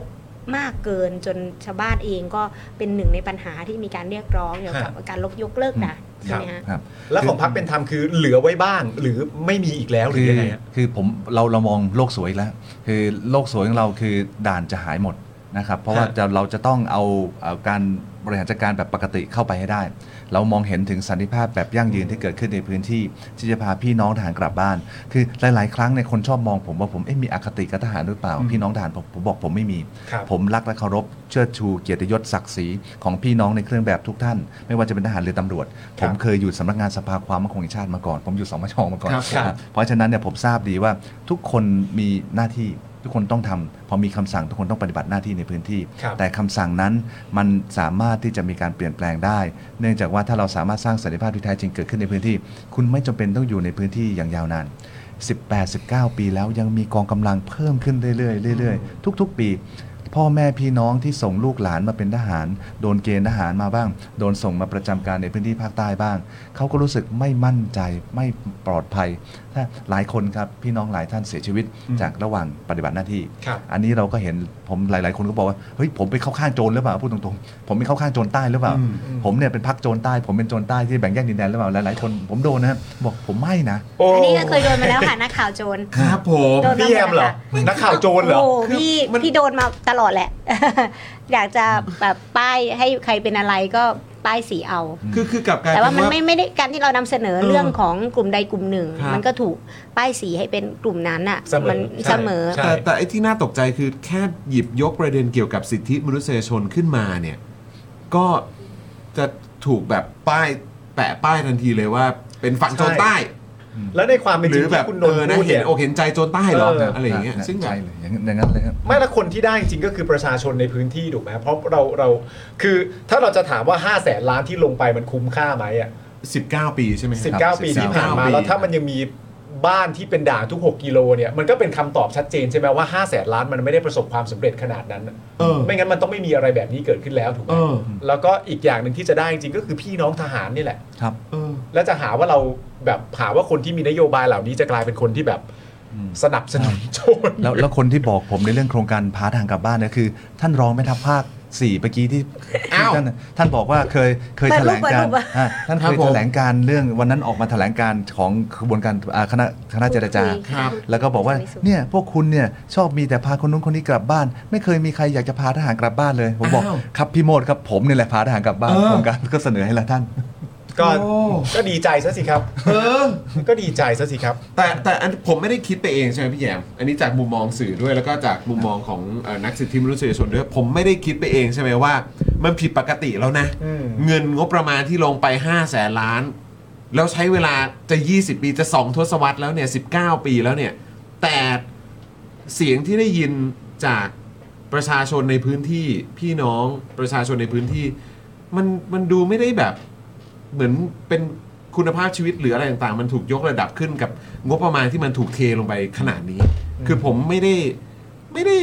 Speaker 5: มากเกินจนชาวบ้านเองก็เป็นหนึ่งในปัญหาที่มีการเรียกร้องเกี่ยวกับการลบยกเลิกด่านใช่ไหมฮะ
Speaker 4: ครับ
Speaker 3: แล้วของพักเป็นธรรมคือเหลือไว้บ้าง หรือไม่มีอีกแล้วหรื
Speaker 4: คือ อ
Speaker 3: ยังไงฮะ
Speaker 4: คือผมเราเรามองโลกสวยอีกแล้ว คือโลกสวยของเราคือด่านจะหายหมดนะครับเพราะว่า
Speaker 3: ฮะ
Speaker 4: จะเราจะต้องเอาเอาการบริหารจัดการแบบปกติเข้าไปให้ได้ เรามองเห็นถึงสันติภาพแบบยั่งยืนที่เกิดขึ้นในพื้นที่ที่จะพาพี่น้องทหารกลับบ้าน คือหลาย ๆ ครั้งเนี่ยคนชอบมองผมว่าผมเอ๊ะมีอคติกับทหารหรือเปล่า พี่น้องทหารผมผมบอกผมไม่มี
Speaker 3: ครับ
Speaker 4: ผมรักและเคารพเชิดชูเกียรติยศศักดิ์ศรีของพี่น้องในเครื่องแบบทุกท่าน ไม่ว่าจะเป็นทหารหรือตำรวจ ผมเคยอยู่สำนักงานสภาความมั่นคงแห่งชาติมาก่อน ผมอยู่สมชมาก่อน
Speaker 1: ครับ
Speaker 3: ครับ
Speaker 4: เพราะฉะนั้นเนี่ยผมทราบดีว่าทุกคนมีหน้าที่ทุกคนต้องทำพอมีคำสั่งทุกคนต้องปฏิบัติหน้าที่ในพื้นที่
Speaker 3: ครับ
Speaker 4: แต่คำสั่งนั้นมันสามารถที่จะมีการเปลี่ยนแปลงได้ เนื่องจากว่าถ้าเราสามารถสร้างสันติภาพที่แท้จริงเกิดขึ้นในพื้นที่ คุณไม่จำเป็นต้องอยู่ในพื้นที่อย่างยาวนาน 18-19 ปีแล้วยังมีกองกำลังเพิ่มขึ้นเรื่อยๆเรื่อยๆทุก ๆ ปี พ่อแม่พี่น้องที่ส่งลูกหลานมาเป็นทหาร โดนเกณฑ์ทหารมาบ้าง โดนส่งมาประจำการในพื้นที่ภาคใต้บ้าง เขาก็รู้สึกไม่มั่นใจไม่ปลอดภัย ถ้าหลายคนครับพี่น้องหลายท่านเสียชีวิตจากระหว่างปฏิบัติหน้าที่
Speaker 3: ครับ
Speaker 4: อันนี้เราก็เห็นผมหลาย ๆ คนก็บอกว่าเฮ้ยผมไปเข้าข้างโจรหรือเปล่าพูดตรงๆ ผมไปเข้าข้างโจรใต้หรือเปล่า ผมเนี่ยเป็นพักโจรใต้ ผมเป็นโจรใต้ที่แบ่งแยกดินแดนหรือเปล่าหลายๆคนผมโดนนะบอกผมไม่นะ
Speaker 5: อันนี้ก็เคยโดนมาแล้วค่ะนักข่าวโจร
Speaker 3: ครับผม
Speaker 5: โดนมา
Speaker 3: พี่แอมเหรอ
Speaker 5: หมด
Speaker 3: นักข่าวโจรเหรอ
Speaker 5: โอ้พี่พี่โดนมาตลอดแหละ อยากจะแบบป้ายให้ใครเป็นอะไรก็ป้ายสีเอา
Speaker 1: คือคือกลับกลาย
Speaker 5: แต่ว่า
Speaker 1: เป็
Speaker 5: มัน
Speaker 1: นว่า
Speaker 5: ไม่ไม่ได้การที่เรานำเสนอ
Speaker 1: เออ
Speaker 5: เรื่องของกลุ่มใดกลุ่มหนึ่ง
Speaker 1: ครับ
Speaker 5: มันก็ถูกป้ายสีให้เป็นกลุ่มนั้นอ่ะ
Speaker 3: เสมอ
Speaker 5: มัน
Speaker 3: ใช่
Speaker 5: เสมอ
Speaker 3: ใช่
Speaker 1: แต่แต่ไอ้ที่น่าตกใจคือแค่หยิบยกประเด็นเกี่ยวกับสิทธิมนุษยชนขึ้นมาเนี่ย ก็จะถูกแบบป้ายแปะป้ายทันทีเลยว่าเป็นฝั่งโจรใต้
Speaker 3: แล้วในความเป็น
Speaker 1: ห
Speaker 3: จ
Speaker 1: รื
Speaker 3: ริ
Speaker 1: องแบบ
Speaker 3: ที่คุณน
Speaker 1: เอน อ
Speaker 3: ท์
Speaker 1: นะ
Speaker 3: พูด
Speaker 1: เห็
Speaker 3: เนี่
Speaker 1: น
Speaker 3: ย
Speaker 1: อกเห็นใจโจรใต้เหรอ
Speaker 3: เอออ
Speaker 1: อะไรอย่างเงี้ยซึ่งแบบ
Speaker 4: ใช่เลยอย่างอย่างนั้นเลยครับ
Speaker 3: ไม่และคนที่ได้จริงๆก็คือประชาชนในพื้นที่ถูกไหมเพราะเราเราคือถ้าเราจะถามว่า 5 0 0แสนล้านที่ลงไปมันคุ้มค่าไหมอ่ะ
Speaker 1: 19 ปีใช่ไหมครับ
Speaker 3: 19 ปีที่ผ่านมา
Speaker 1: 19
Speaker 3: แล้วถ้ามันยังมีบ้านที่เป็นด่างทุก 6 กิโลเนี่ยมันก็เป็นคำตอบชัดเจนใช่ไหมว่า 5 0 0แสนล้านมันไม่ได้ประสบความสำเร็จขนาดนั้นอะ
Speaker 1: เออ
Speaker 3: ไม่งั้นมันต้องไม่มีอะไรแบบนี้เกิดขึ้นแล้วถูกไหม
Speaker 1: เออ
Speaker 3: แล้วก็อีกอย่างหนึ่งที่จะได้จริงๆก็คือพี่น้องทหารนี่แหละ
Speaker 4: ครับ
Speaker 1: เออ
Speaker 3: แล้วจะหาว่าเราแบบหาว่าคนที่มีนโยบายเหล่านี้จะกลายเป็นคนที่แบบสนับสนุนโจร
Speaker 4: แล้วแล้วคนที่บอกผมในเรื่องโครงการพาทางกลับบ้านเนี่ยคือ ท่านรองแม่ทัพภาคสี่เมื่อกี้ที่ที่
Speaker 1: อ้าว
Speaker 4: ท่านท่านบอกว่าเคยเคย
Speaker 5: เปิ
Speaker 4: แถ
Speaker 5: ดรู
Speaker 4: ล
Speaker 5: ป
Speaker 4: งการ
Speaker 5: เปิดรูปอะ
Speaker 4: อ่ะท่าน
Speaker 1: ครั
Speaker 4: เค
Speaker 1: บ
Speaker 4: ย
Speaker 1: ผม
Speaker 4: แถลงการเรื่องวันนั้นออกมาแถลงการของขบวนการอ่าคณะคณะเจรจา
Speaker 1: ครับ
Speaker 4: แล้วก็บอกว่าเนี่ยพวกคุณเนี่ยชอบมีแต่พาคนนู้นคนนี้กลับบ้าน ไม่เคยมีใครอยากจะพาทหารกลับบ้านเลย ผมบอก
Speaker 1: อ้าว
Speaker 4: ครับพี่โมดครับผมนี่แหละพาทหารกลับบ้าน
Speaker 1: เออ
Speaker 4: โครงการก็เสนอให้ละท่าน
Speaker 3: ก็
Speaker 1: โอ้
Speaker 3: ก็ดีใจซะสิครับ
Speaker 1: เออ
Speaker 3: ก็ดีใจซะสิครับ
Speaker 1: แต่แต่อันผมไม่ได้คิดไปเองใช่ไหมพี่แยม อันนี้จากมุมมองสื่อด้วยแล้วก็จากมุมมองของเอ่อนักสิทธิมนุษยชนด้วย ผมไม่ได้คิดไปเองใช่ไหมว่า มันผิดปกติแล้วนะ
Speaker 3: อืม
Speaker 1: เงินงบประมาณที่ลงไป 5 0 0แสนล้าน แล้วใช้เวลาจะ 20 ปีจะ 2 ทศวรรษแล้วเนี่ย 19 ปีแล้วเนี่ย แต่เสียงที่ได้ยินจากประชาชนในพื้นที่พี่น้องประชาชนในพื้นที่ มันมันดูไม่ได้แบบ เหมือนเป็นคุณภาพชีวิตหรืออะไรต่างๆ มันถูกยกระดับขึ้นกับงบประมาณที่มันถูกเทลงไปขนาดนี้ คือผมไม่ได้ไม่ได้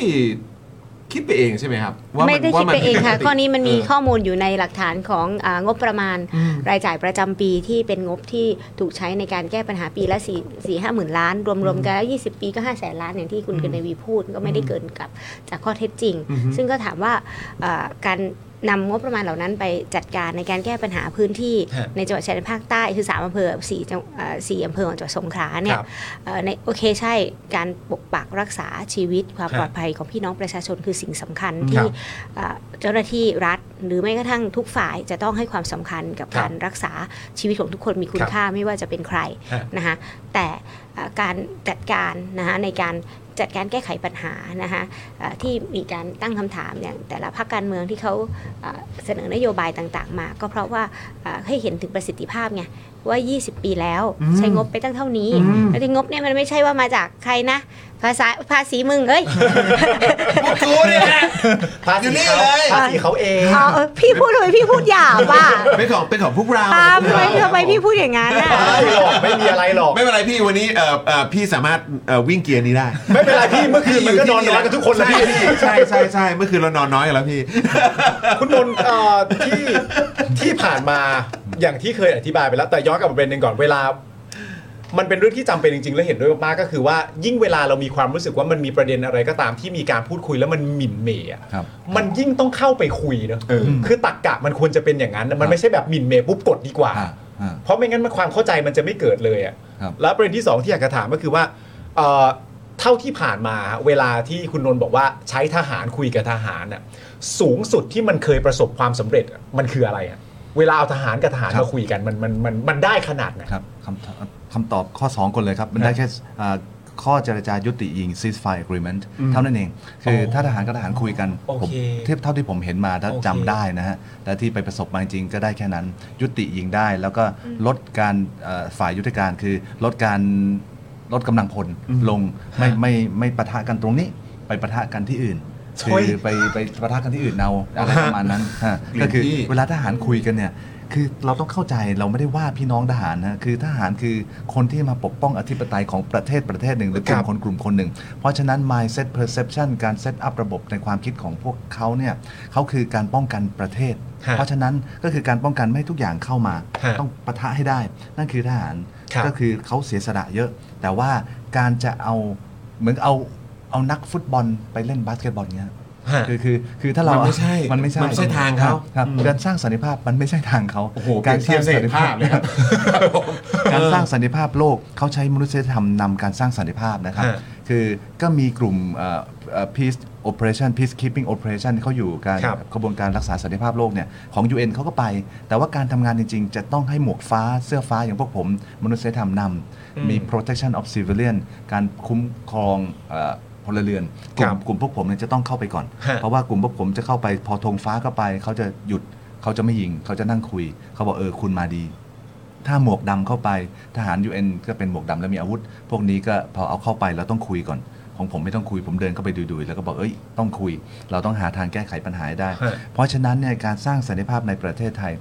Speaker 1: คิดไปเองใช่ไหมครับว่าน
Speaker 5: ไม่ได้คิด
Speaker 1: ว่า
Speaker 5: ไปเองค่ะ
Speaker 1: ผิปกติ
Speaker 5: ข้อนี้มันมี
Speaker 1: เออ
Speaker 5: ข้อมูลอยู่ในหลักฐานของอางบประมาณ
Speaker 1: อืม
Speaker 5: รายจ่ายประจำปีที่เป็นงบที่ถูกใช้ในการแก้ปัญหาปีละ4 4 5หมื่นล้าน รวมๆกันแล้ว 20 ปีก็5แสนล้านอย่างที่คุณกนวีพูดก็ไม่ได้เกินกับจากข้อเท็จจริง ซึ่งก็ถามว่าเอ่อการนำงบประมาณเหล่านั้นไปจัดการในการแก้ปัญหาพื้นที่
Speaker 3: ฮะ
Speaker 5: ในจังหวัดชายแดนภาคใต้คือสามอำเภอสี่จังเอ่อสี่อำเภอของจังหวัดสงขลาเนี่
Speaker 3: ค
Speaker 5: ย
Speaker 3: รับ
Speaker 5: เอ่อในโอเคใช่การปกปักรักษาชีวิตความ
Speaker 3: ครับ
Speaker 5: ปลอดภัยของพี่น้องประชาชนคือสิ่งสำคัญ
Speaker 3: ครั
Speaker 5: ที่
Speaker 3: บ
Speaker 5: เอ่อเจ้าหน้าที่รัฐ หรือแม้กระทั่งทุกฝ่ายจะต้องให้ความสำคัญกับ
Speaker 3: ครับ
Speaker 5: การรักษาชีวิตของทุกคนมีคุ
Speaker 3: ค
Speaker 5: ณ
Speaker 3: รับ
Speaker 5: ค่าไม่ว่าจะเป็นใคร
Speaker 3: ฮะ
Speaker 5: นะคะแต่เอ่อการจัดการนะคะในการจัดการแก้ไขปัญหานะคะเอ่อที่มีการตั้งคำถามอย่างแต่ละพรรคการเมืองที่เขาเอ่อเสนอนโยบายต่างๆ มา ก็เพราะว่าเอ่อให้เห็นถึงประสิทธิภาพไงว่า 20 ปีแล้วใช้งบไปตั้งเท่านี้ แล้วที่งบเนี่ยมันไม่ใช่ว่ามาจากใครนะ ภาษาภาษีมึงเอ้ย
Speaker 1: พวกกูเนี่ยแหละ
Speaker 3: ภา
Speaker 1: อยู่
Speaker 3: ษี
Speaker 1: นี่
Speaker 3: เขา
Speaker 1: เลย
Speaker 3: ภาษีเขาเอง
Speaker 5: อ๋อเออพี่พูดเลยพี่พูดหยาบอ่ะ
Speaker 1: เป็นของเป็นของพวกเรา
Speaker 5: ปาล์ม
Speaker 1: เป็น
Speaker 5: ทำ
Speaker 1: ข
Speaker 5: ไม
Speaker 1: องพวกเรา
Speaker 5: ทำไมพี่พูดอย่างนั้นอ่ะ
Speaker 3: ไม่หรอกไม่มีอะไรหรอก
Speaker 1: ไม่เป็นไรพี่วันนี้เอ่อเอ่อพี่สามารถเอ่อวิ่งเกียร์นี้ได้
Speaker 3: ไม่เป็นไรพี่เมื่อคืนมันก็นอนน้อยกันทุกคนแล้ว
Speaker 1: ใช่
Speaker 3: พี่
Speaker 1: ใช่ใช่ใช่เมื่อคืนเรานอนน้อยกันแล้วพี่
Speaker 3: คุณนนท์เอ่อที่ที่ผ่านมาอย่างที่เคยอธิบายไปแล้วแต่ย้อนกลับมาประเด็นหนึ่งก่อนเวลา มันเป็นเรื่องที่จำเป็นจริงๆ และเห็นด้วยมากๆก็คือว่ายิ่งเวลาเรามีความรู้สึกว่ามันมีประเด็นอะไรก็ตามที่มีการพูดคุยแล้วมันหมิ่นเหม่อะ
Speaker 4: ครับ
Speaker 3: มันยิ่งต้องเข้าไปคุยเนอะ
Speaker 1: เออ
Speaker 3: คือตักกะมันควรจะเป็นอย่างนั้นนะมันไม่ใช่แบบหมิ่นเหม่ปุ๊บกดดีกว่า
Speaker 4: อ่าอ่า
Speaker 3: เพราะไม่งั้นมันความเข้าใจมันจะไม่เกิดเลยอะ
Speaker 4: ครับ
Speaker 3: แล้วประเด็นที่สองที่อยากจะถามก็คือว่าเอ่อเท่าที่ผ่านมาเวลาที่คุณนนท์บอกว่าใช้ทหารคุยกับทหารน่ะสูงสุดที่มันเคยประสบความสำเร็จอะมันคืออะไรอะเวลาเอาทหารกับทหารมาคุยกันมันมันมันมันได้ขนาดไหน
Speaker 4: ครับคำตอบคำตอบข้อ 2 คนเลยครับ มันได้แค่อ่าข้อเจรจายุติยิง ceasefire agreement เท่านั้นเอง คือถ้าทหารกับทหารคุยกัน
Speaker 3: โอเค
Speaker 4: ผมเทียบเท่าที่ผมเห็นมาถ้า
Speaker 3: โอเค
Speaker 4: จำได้นะฮะ และที่ไปประสบมาจริงๆก็ได้แค่นั้น ยุติยิงได้ แล้วก็ลดการเอ่อฝ่ายยุทธการคือลดการลดกำลังพลลงไม่ไม่ไม่ปะทะกันตรงนี้ ไปปะทะกันที่อื่น
Speaker 3: โถ่
Speaker 4: คื
Speaker 3: ย
Speaker 4: อไปไปปะทะกันที่อื่นเอาอะไรประมาณนั้นฮะ
Speaker 1: หรือ
Speaker 4: ก็คือ
Speaker 1: ที่
Speaker 4: เวลาทหารคุยกันเนี่ย คือเราต้องเข้าใจเราไม่ได้ว่าพี่น้องทหารนะคือทหารคือคนที่มาปกป้องอธิปไตยของประเทศประเทศหนึ่งหรือกลุ่
Speaker 3: ครับ
Speaker 4: มคนกลุ่มคนหนึ่ง เพราะฉะนั้น mindset perception การเซตอัพระบบในความคิดของพวกเขาเนี่ยเขาคือการป้องกันประเทศ
Speaker 3: ฮะ
Speaker 4: เพราะฉะนั้นก็คือการป้องกันไม่ให้ทุกอย่างเข้ามา
Speaker 3: ฮะ
Speaker 4: ต้องปะทะให้ได้ นั่นคือทหาร
Speaker 3: ครับ
Speaker 4: ก็คือเขาเสียสละเยอะ แต่ว่าการจะเอาเหมือนเอาเอานักฟุตบอลไปเล่นบาสเกตบอลเงี้ย
Speaker 3: ฮะ
Speaker 4: คือคือคือถ้าเราม
Speaker 1: นไม่ใช่
Speaker 4: มันไม่ใช่
Speaker 1: มันไม่ใช่ทางเขา
Speaker 4: ครับ
Speaker 1: อืม
Speaker 4: การสร้างสันติภาพมันไม่ใช่ทางเขา
Speaker 1: โอ้โห
Speaker 4: การ
Speaker 1: เปรียบเทียบ
Speaker 4: ติ
Speaker 1: เสรีภาพเลยครับ
Speaker 4: การสร้างสันติภาพโลกเขาใช้มนุษยธรรมนำการสร้างสันติภาพนะครับ
Speaker 3: ฮะ
Speaker 4: คือก็มีกลุ่มเอ่อเอ่อ peace operation peacekeeping operation ที่เขาอยู่การ
Speaker 3: ครับ
Speaker 4: กระบวนการรักษาสันติภาพโลกเนี่ยของ UN เขาก็ไป แต่ว่าการทำงานจริง ๆ จะต้องให้หมวกฟ้าเสื้อฟ้าอย่างพวกผม มนุษยธรรมนำ
Speaker 3: อืม
Speaker 4: มี protection of civilian การคุ้มครองเอ่อพลเรือน
Speaker 3: ค
Speaker 4: กลุ่
Speaker 3: รั
Speaker 4: ม
Speaker 3: บ
Speaker 4: กลุ่มพวกผมเนี่ยจะต้องเข้าไปก่อน
Speaker 3: ฮะ
Speaker 4: เพราะว่ากลุ่มพวกผมจะเข้าไปพอธงฟ้าเข้าไป เขาจะหยุดเขาจะไม่ยิง เขาจะนั่งคุย เขาบอกเออคุณมาดี ถ้าหมวกดำเข้าไปทหาร UN ก็เป็นหมวกดำแล้วมีอาวุธ พวกนี้ก็พอเอาเข้าไปเราต้องคุยก่อน ของผมไม่ต้องคุยผมเดินเข้าไปดุยๆแล้วก็บอกเอ้ยต้องคุย เราต้องหาทางแก้ไขปัญหาให้ได้
Speaker 3: ฮะ
Speaker 4: เพราะฉะนั้นเนี่ยการสร้างสันติภาพในประเทศไทย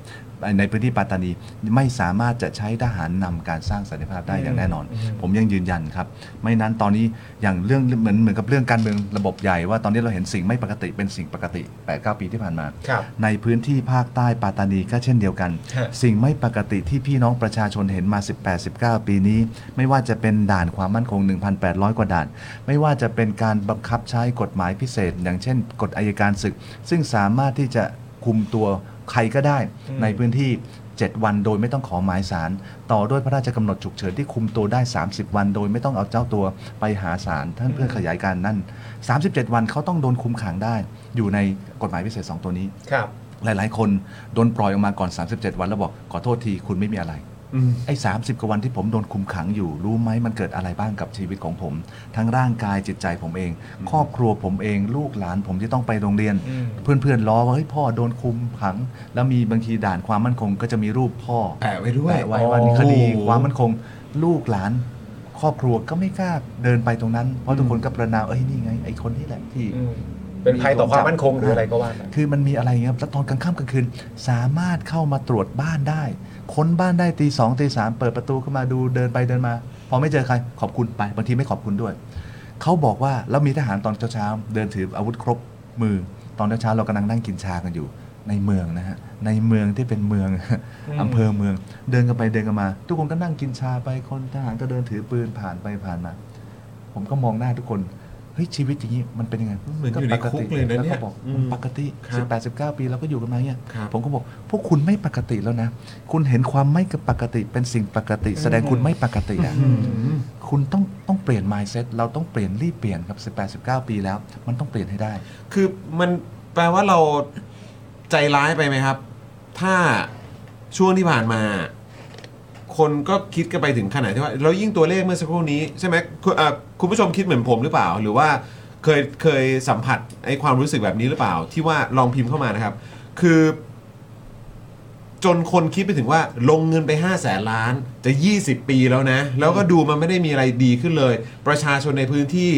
Speaker 4: ในพื้นที่ปัตตานีไม่สามารถจะใช้ทหารนำการสร้างสันติภาพได้อย่างแน่นอน ผมยังยืนยันครับ ไม่นั้นตอนนี้อย่างเรื่องเหมือนเหมือนกับเรื่องการเมืองระบบใหญ่ว่าตอนนี้เราเห็นสิ่งไม่ปกติเป็นสิ่งปกติ8ปดปีที่ผ่านมา
Speaker 3: ครับ
Speaker 4: ในพื้นที่ภาคใต้ปัตตานีก็เช่นเดียวกัน
Speaker 3: ฮะ
Speaker 4: สิ่งไม่ปกติที่พี่น้องประชาชนเห็นมา 18-19 ปีนี้ ไม่ว่าจะเป็นด่านความมั่นคง 1,800 กว่าด่าน ไม่ว่าจะเป็นการบังคับใช้กฎหมายพิเศษ อย่างเช่น กฎอายการศึก ซึ่งสามารถที่จะคุมตัวใครก็ได้
Speaker 3: อืม
Speaker 4: ในพื้นที่ 7 วันโดยไม่ต้องขอหมายสาร ต่อด้วยพระราชกำหนดฉุกเฉินที่คุมตัวได้ 30 วันโดยไม่ต้องเอาเจ้าตัวไปหาศาลท่านเพื่อขยายการนั่น 37 วันเขาต้องโดนคุมขังได้ อยู่ในกฎหมายพิเศษสองตัวนี้
Speaker 3: ครับ
Speaker 4: หลาย ๆ คนโดนปล่อยออกมาก่อน 37 วันแล้วบอกขอโทษทีคุณไม่มีอะไร ไอ้สามสิบกว่าวันที่ผมโดนคุมขังอยู่ รู้ไหมมันเกิดอะไรบ้างกับชีวิตของผม ทั้งร่างกายจิตใจผมเอง ครอบครัวผมเอง ลูกหลานผมที่ต้องไปโรงเรียน
Speaker 3: อืม
Speaker 4: เพื่อน ๆ ล้อว่าเฮ้ยพ่อโดนคุมขัง แล้วมีบางทีด่านความมั่นคงก็จะมีรูปพ่อ
Speaker 1: แปะไว้ด้วย
Speaker 4: แปะไว้ว่าคดีความมั่นคงลูกหลาน ครอบครัวก็ไม่กล้าเดินไปตรงนั้น เพราะทุกคนก็ประนามเอ้ยนี่ไงไอ้คนนี้แหละที่
Speaker 3: อืมเป็นภัยต่อความมั่นคงหรืออะไรก็ว่าไป
Speaker 4: คือมันมีอะไรเงี้ยครับแล้วตอนกลางค่ำกลางคืน สามารถเข้ามาตรวจบ้านได้ ค้นบ้านได้ตีสองตีสามเปิดประตูเข้ามาดูเดินไปเดินมา พอไม่เจอใครขอบคุณไป บางทีไม่ขอบคุณด้วย เขาบอกว่า แล้วมีทหารตอนเช้าๆเดินถืออาวุธครบมือ ตอนเช้าๆเรากำลังนั่งกินชากันอยู่ ในเมืองนะฮะ ในเมืองที่เป็นเมือง อำเภอเมือง เดินกันไปเดินกันมา ทุกคนก็นั่งกินชาไปคนทหารก็เดินถือปืนผ่านไปผ่านมา ผมก็มองหน้าทุกคนเฮ้ยชีวิตอย่างนี้มันเป็นยังไง
Speaker 1: เหมือนอยู่ในคุกเลยนะเนี่ย
Speaker 4: แล้วก็บอก
Speaker 1: อืม
Speaker 4: มันปกติ
Speaker 1: ครับ
Speaker 4: 18 19 ปีเราก็อยู่กันมาเนี่ย
Speaker 1: ครับ
Speaker 4: ผมก็บอก พวกคุณไม่ปกติแล้วนะ คุณเห็นความไม่ปกติเป็นสิ่งปกติ แสดงคุณไม่ปกติอะคุณต้องต้องเปลี่ยน mindset เราต้องเปลี่ยนรีบเปลี่ยนครับ 18 19 ปีแล้ว มันต้องเปลี่ยนให้ได้
Speaker 1: คือมันแปลว่าเราใจร้ายไปไหมครับ ถ้าช่วงที่ผ่านมา คนก็คิดกันไปถึงขนาดที่ว่าแล้วยิ่งตัวเลขเมื่อสักครู่นี้ใช่ไหมคุณเอ่อคุณผู้ชมคิดเหมือนผมหรือเปล่า หรือว่าเคยเคยสัมผัสไอ้ความรู้สึกแบบนี้หรือเปล่า ที่ว่าลองพิมพ์เข้ามานะครับ คือ จนคนคิดไปถึงว่าลงเงินไป5้าแสนล้านจะ 20 ปีแล้วนะ แล้วก็ดูมันไม่ได้มีอะไรดีขึ้นเลย ประชาชนในพื้นที่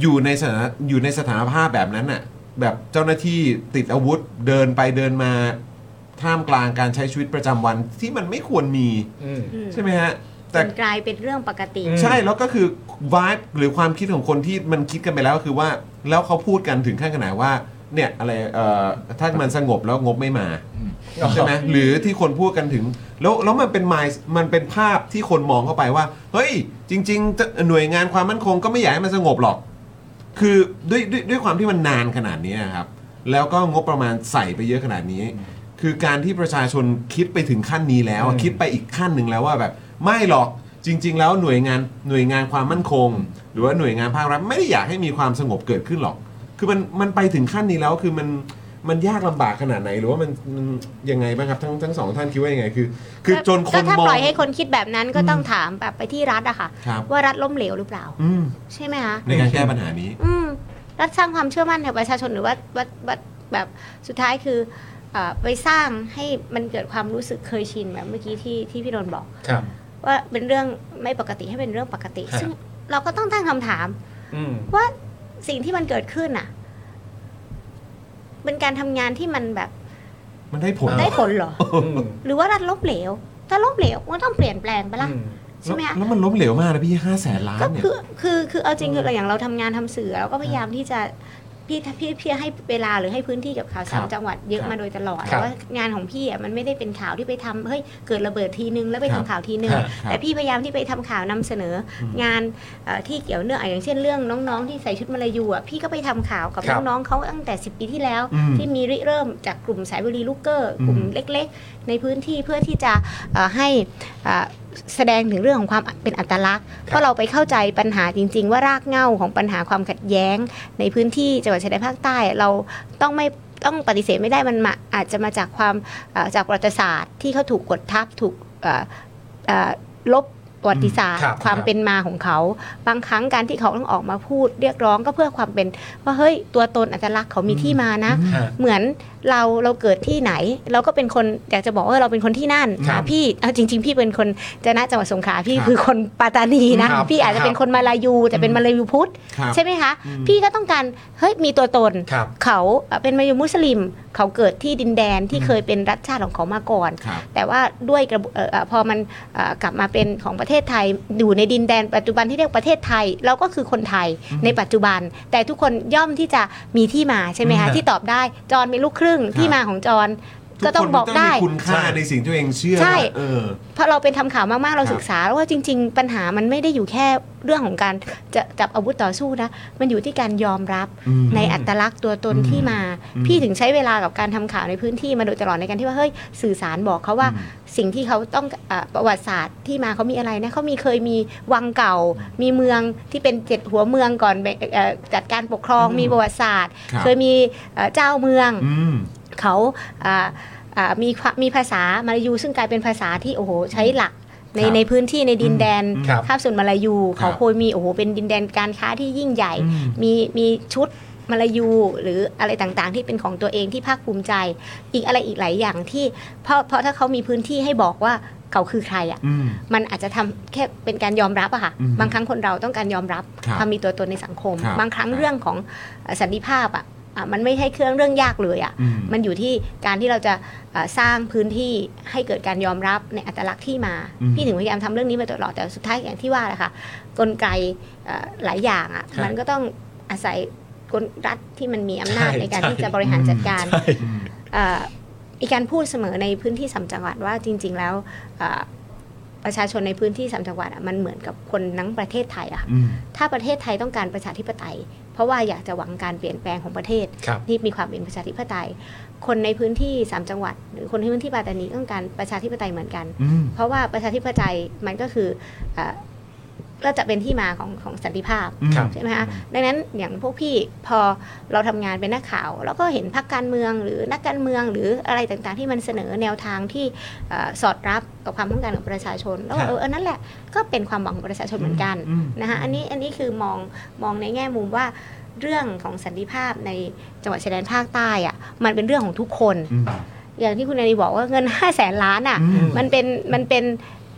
Speaker 1: อยู่ในสถานอยู่ในสถานภาพแบบนั้นน่ะ แบบเจ้าหน้าที่ติดอาวุธเดินไปเดินมาท่ามกลางการใช้ชีวิตประจำวันที่มันไม่ควรมี
Speaker 5: อืม
Speaker 1: ใช่ไหมฮะ
Speaker 5: จ
Speaker 1: แต่
Speaker 5: นกลายเป็นเรื่องปกติ
Speaker 1: ใช่แล้วก็คือ vibe หรือความคิดของคนที่มันคิดกันไปแล้วก็คือว่า แล้วเขาพูดกันถึงขั้นขนาดว่า เนี่ยอะไรเอ่อถ้ามันสงบแล้วงบไม่มา ใช่ไหมหรือที่คนพูดกันถึง แล้วแล้วมันเป็นไมล์มันเป็นภาพที่คนมองเข้าไปว่า เฮ้ย จริง ๆ จะหน่วยงานความมั่นคงก็ไม่อยากให้มันสงบหรอก คือด้วยด้วยด้วยความที่มันนานขนาดนี้นะครับ แล้วก็งบประมาณใส่ไปเยอะขนาดนี้ คือการที่ประชาชนคิดไปถึงขั้นนี้แล้วอะคิดไปอีกขั้นหนึ่งแล้วว่าแบบ ไม่หรอกจริง ๆ แล้วหน่วยงานหน่วยงานความมั่นคง หรือว่าหน่วยงานภาครัฐไม่ได้อยากให้มีความสงบเกิดขึ้นหรอก คือมันมันไปถึงขั้นนี้แล้วคือมันมันยากลำบากขนาดไหน หรือว่ามันมันยังไงบ้างครับทั้งทั้งสองท่านคิดว่ายังไงคือ คือ
Speaker 5: ก็
Speaker 1: จนค
Speaker 5: ก็
Speaker 1: น
Speaker 5: ถ้าม
Speaker 1: อง
Speaker 5: ปล่อยให้คนคิดแบบนั้นก็ต้องถามแบบไปที่รัฐอะค่ะ
Speaker 1: ครับ
Speaker 5: ว่ารัฐล้มเหลวหรือเปล่า
Speaker 1: อืม
Speaker 5: ใช่ไหมคะ
Speaker 1: ในการแก้ปัญหานี้
Speaker 5: อืมรัฐสร้างความเชื่อมั่นให้ประชาชนหรือว่าว่าว่าแบบสุดท้ายคือเอ่อไปสร้างให้มันเกิดความรู้สึกเคยชินแบบเมื่อกี้ที่ที่พี่นนท์บอก
Speaker 3: ครับ
Speaker 5: ว่าเป็นเรื่องไม่ปกติให้เป็นเรื่องปกติ
Speaker 3: ครับ
Speaker 5: ซึ่งเราก็ต้องตั้งคำถาม
Speaker 3: อืม
Speaker 5: ว่าสิ่งที่มันเกิดขึ้นน่ะเป็นการทำงานที่มันแบบ
Speaker 6: มันได้ผล
Speaker 5: ได้ผลเหรอ หรือว่ารัฐล้มเหลว ถ้าล้มเหลวมันต้องเปลี่ยนแปลงไปละใช่ไหม
Speaker 6: แล้ว
Speaker 5: คะ
Speaker 6: แล้วมันล้มเหลวมากนะพี่ห้าแสนล้าน
Speaker 5: ก็
Speaker 6: เนี่ย
Speaker 5: คือคือคือเอาจริงคือเราอย่างเราทำงานทำสื่อเราก็พยายามที่จะพี่พี่พี่ให้เวลาหรือให้พื้นที่กับข่าวสาร
Speaker 6: ครับ
Speaker 5: จังหวัดเย
Speaker 6: ค
Speaker 5: อะ
Speaker 6: รับ
Speaker 5: มาโดยตลอด
Speaker 3: ครั
Speaker 5: แต่
Speaker 3: บ
Speaker 5: ว่างานของพี่อ่ะมันไม่ได้เป็นข่าวที่ไปทำเฮ้ยเกิดระเบิดทีนึงแล้วไป
Speaker 6: ครั
Speaker 5: ทำ
Speaker 6: บ
Speaker 5: ข่าวทีนึง
Speaker 6: ครับ
Speaker 5: แต่พี่พยายามที่ไปทำข่าวนำเสนอองานเอ่อที่เกี่ยวเนื่องอ่ะอย่างเช่นเรื่องน้องๆ ที่ใส่ชุดมาลายูอ่ะพี่ก็ไปทำข่าวกับ
Speaker 3: ครับ
Speaker 5: น้องๆเขาตั้งแต่ 10 ปีที่แล้ว
Speaker 6: อืม
Speaker 5: ที่มีริเริ่มจากกลุ่มสายบุรีลูกเกอร์
Speaker 6: อืม
Speaker 5: กลุ่มเล็ก ๆ ในพื้นที่เพื่อที่จะเอ่อให้เอ่อ แสดงถึงเรื่องของความเป็นอัตลักษณ์เพราะเราไปเข้าใจปัญหาจริง ๆ ว่ารากเหง้าของปัญหาความขัดแย้ง ในพื้นที่จังหวัดชายแดนภาคใต้ เราต้องไม่ต้องปฏิเสธไม่ได้มันมาอาจจะมาจากความเอ่อจากประวัติศาสตร์ ที่เขาถูกกดทับถูกเอ่อเอ่อลบประวัติศาสตร์
Speaker 3: ครับ
Speaker 5: ความ
Speaker 3: ครับ
Speaker 5: เป็นมาของเขา บางครั้งการที่เขาต้องออกมาพูดเรียกร้องก็เพื่อความเป็นว่าเฮ้ยตัวตนอัตลักษณ์เขามีที่มานะ
Speaker 3: อ่า
Speaker 5: เหมือนเราเราเกิดที่ไหน เราก็เป็นคนอยากจะบอกว่าเราเป็นคนที่นั่น
Speaker 3: ครับ
Speaker 5: อ่ะพี่เอาจริง ๆ พี่เป็นคนจะนะจังหวัดสงขลาพี่
Speaker 6: ครับ
Speaker 5: คือคนปัตตานีนะครับ พี่อาจจะเป็นคนมาลายูแต่เป็นมาลายูพุทธ
Speaker 6: ครับ
Speaker 5: ใช่ไหมคะ
Speaker 6: อืม
Speaker 5: พี่ก็ต้องการเฮ้ยมีตัวตน
Speaker 3: ครับ
Speaker 5: เขาเอ่อเป็นมาลายูมุสลิม เขาเกิดที่ดินแดนที่เคยเป็นรัฐชาติของเขามาก่อน
Speaker 6: ครับ
Speaker 5: แต่ว่าด้วยกระบวเอ่อเอ่อพอมันเอ่อกลับมาเป็นของประเทศไทย อยู่ในดินแดนปัจจุบันที่เรียกประเทศไทย เราก็คือคนไทยในปัจจุบัน แต่ทุกคนย่อมที่จะมีที่มาใช่ไหม คะที่ตอบได้จอนเป็นลูกครึ่งที่มาของจอน
Speaker 6: ทุ
Speaker 5: ก็
Speaker 6: ค
Speaker 5: ต้อง
Speaker 6: น
Speaker 5: บอก
Speaker 6: มัน
Speaker 5: ได้
Speaker 6: มีคุณค่าในสิ่งที่ตัวเองเชื่อ
Speaker 5: ใช่
Speaker 6: ว่าเออ
Speaker 5: เพราะเราเป็นทำข่าวมากๆ เรา
Speaker 6: ครับ
Speaker 5: ศึกษาแล้วว่าจริง ๆ ปัญหามันไม่ได้อยู่แค่เรื่องของการจะจับอาวุธต่อสู้นะ มันอยู่ที่การยอมรับ
Speaker 6: อืม
Speaker 5: ในอัตลักษณ์ตัวตน
Speaker 6: อืม
Speaker 5: ที่มา
Speaker 6: อืม
Speaker 5: พี่ถึงใช้เวลากับการทำข่าวในพื้นที่มาโดยตลอดในการที่ว่าเฮ้ยสื่อสารบอกเขาว่า
Speaker 6: อืม
Speaker 5: สิ่งที่เขาต้องอาประวัติศาสตร์ที่มาเขามีอะไรนะเขามีเคยมีวังเก่า มีเมืองที่เป็นเจ็ดหัวเมืองก่อนแบ่งเอ่อจัดการปกครอง
Speaker 6: อืม
Speaker 5: มีประวัติศาสตร์
Speaker 6: ครับ
Speaker 5: เคยมีเอ่อเจ้าเมือง
Speaker 6: อืม
Speaker 5: เขาอ่าอ่ามีความมีภาษามาลายูซึ่งกลายเป็นภาษาที่โอ้โหใช้หลักใน
Speaker 6: ครับ
Speaker 5: ในพื้นที่ในดินแดน
Speaker 6: อืมครับ
Speaker 5: คาบส่วนมาลายู
Speaker 6: ครับ
Speaker 5: เขาโคยมีโอ้โหเป็นดินแดนการค้าที่ยิ่งใหญ่
Speaker 6: อืม
Speaker 5: มีมีชุดมาลายูหรืออะไรต่างๆ ที่เป็นของตัวเองที่ภาคภูมิใจ อีกอะไรอีกหลายอย่างที่เพราะเพราะถ้าเขามีพื้นที่ให้บอกว่าเขาคือใครอะ่ะ
Speaker 6: อืม
Speaker 5: มันอาจจะทำแค่เป็นการยอมรับอะค่ะ
Speaker 6: อืม
Speaker 5: บางครั้งคนเราต้องการยอมรับ
Speaker 6: ครับ
Speaker 5: ความมีตัวตนในสังคม
Speaker 6: ครับ
Speaker 5: บางครั้ง
Speaker 6: ครับ
Speaker 5: เรื่องของเอ่อสันติภาพอะอ่ะมันไม่ใช่เครื่องเรื่องยากเลยอ่ะ
Speaker 6: อืม
Speaker 5: มันอยู่ที่การที่เราจะเอ่อสร้างพื้นที่ให้เกิดการยอมรับในอัตลักษณ์ที่มา
Speaker 6: อืม
Speaker 5: พี่ถึงพยายามทำเรื่องนี้มาตลอดแต่สุดท้ายอย่างที่ว่าแหละค่ะกลไกเอ่อหลายอย่างอ่ะ
Speaker 3: ครับ
Speaker 5: มันก็ต้องอาศัยกลรัฐที่มันมีอำนาจ
Speaker 3: ใช่
Speaker 5: ในการ
Speaker 3: ใช่
Speaker 5: ที่จะบริหารจัดการ
Speaker 3: ใช่
Speaker 5: เอ่อมีการพูดเสมอในพื้นที่สามจังหวัดว่าจริง ๆ แล้วเอ่อประชาชนในพื้นที่สามจังหวัดอะมันเหมือนกับคนทั้งประเทศไทยอะค่ะ
Speaker 6: อืม
Speaker 5: ถ้าประเทศไทยต้องการประชาธิปไตย เพราะว่าอยากจะหวังการเปลี่ยนแปลงของประเทศ
Speaker 3: ครับ
Speaker 5: ที่มีความเป็นประชาธิปไตย คนในพื้นที่ 3 จังหวัด หรือคนในพื้นที่ปัตตานีต้องการประชาธิปไตยเหมือนกัน
Speaker 6: อืม
Speaker 5: เพราะว่าประชาธิปไตยมันก็คือเอ่อก็จะเป็นที่มาของของสันติภาพ
Speaker 3: ครับ
Speaker 5: ใช่ไหมคะดังนั้นอย่างพวกพี่พอเราทำงานเป็นนักข่าว แล้วก็เห็นพรรคการเมืองหรือนักการเมืองหรืออะไรต่างๆ ที่มันเสนอแนวทางที่เอ่อสอดรับกับความต้องการของประชาชนแล้วก็เออเออนั่นแหละก็เป็นความหวังของประชาชนเหมือนกัน
Speaker 6: อืม
Speaker 5: นะคะอันนี้อันนี้คือมองมองในแง่มุมว่าเรื่องของสันติภาพในจังหวัดชายแดนภาคใต้อะมันเป็นเรื่องของทุกคน
Speaker 6: อืม
Speaker 5: อย่างที่คุณอานีบอกว่าเงิน 5 0 0แสนล้านอ่ะ
Speaker 6: อืม
Speaker 5: มันเป็นมันเป็น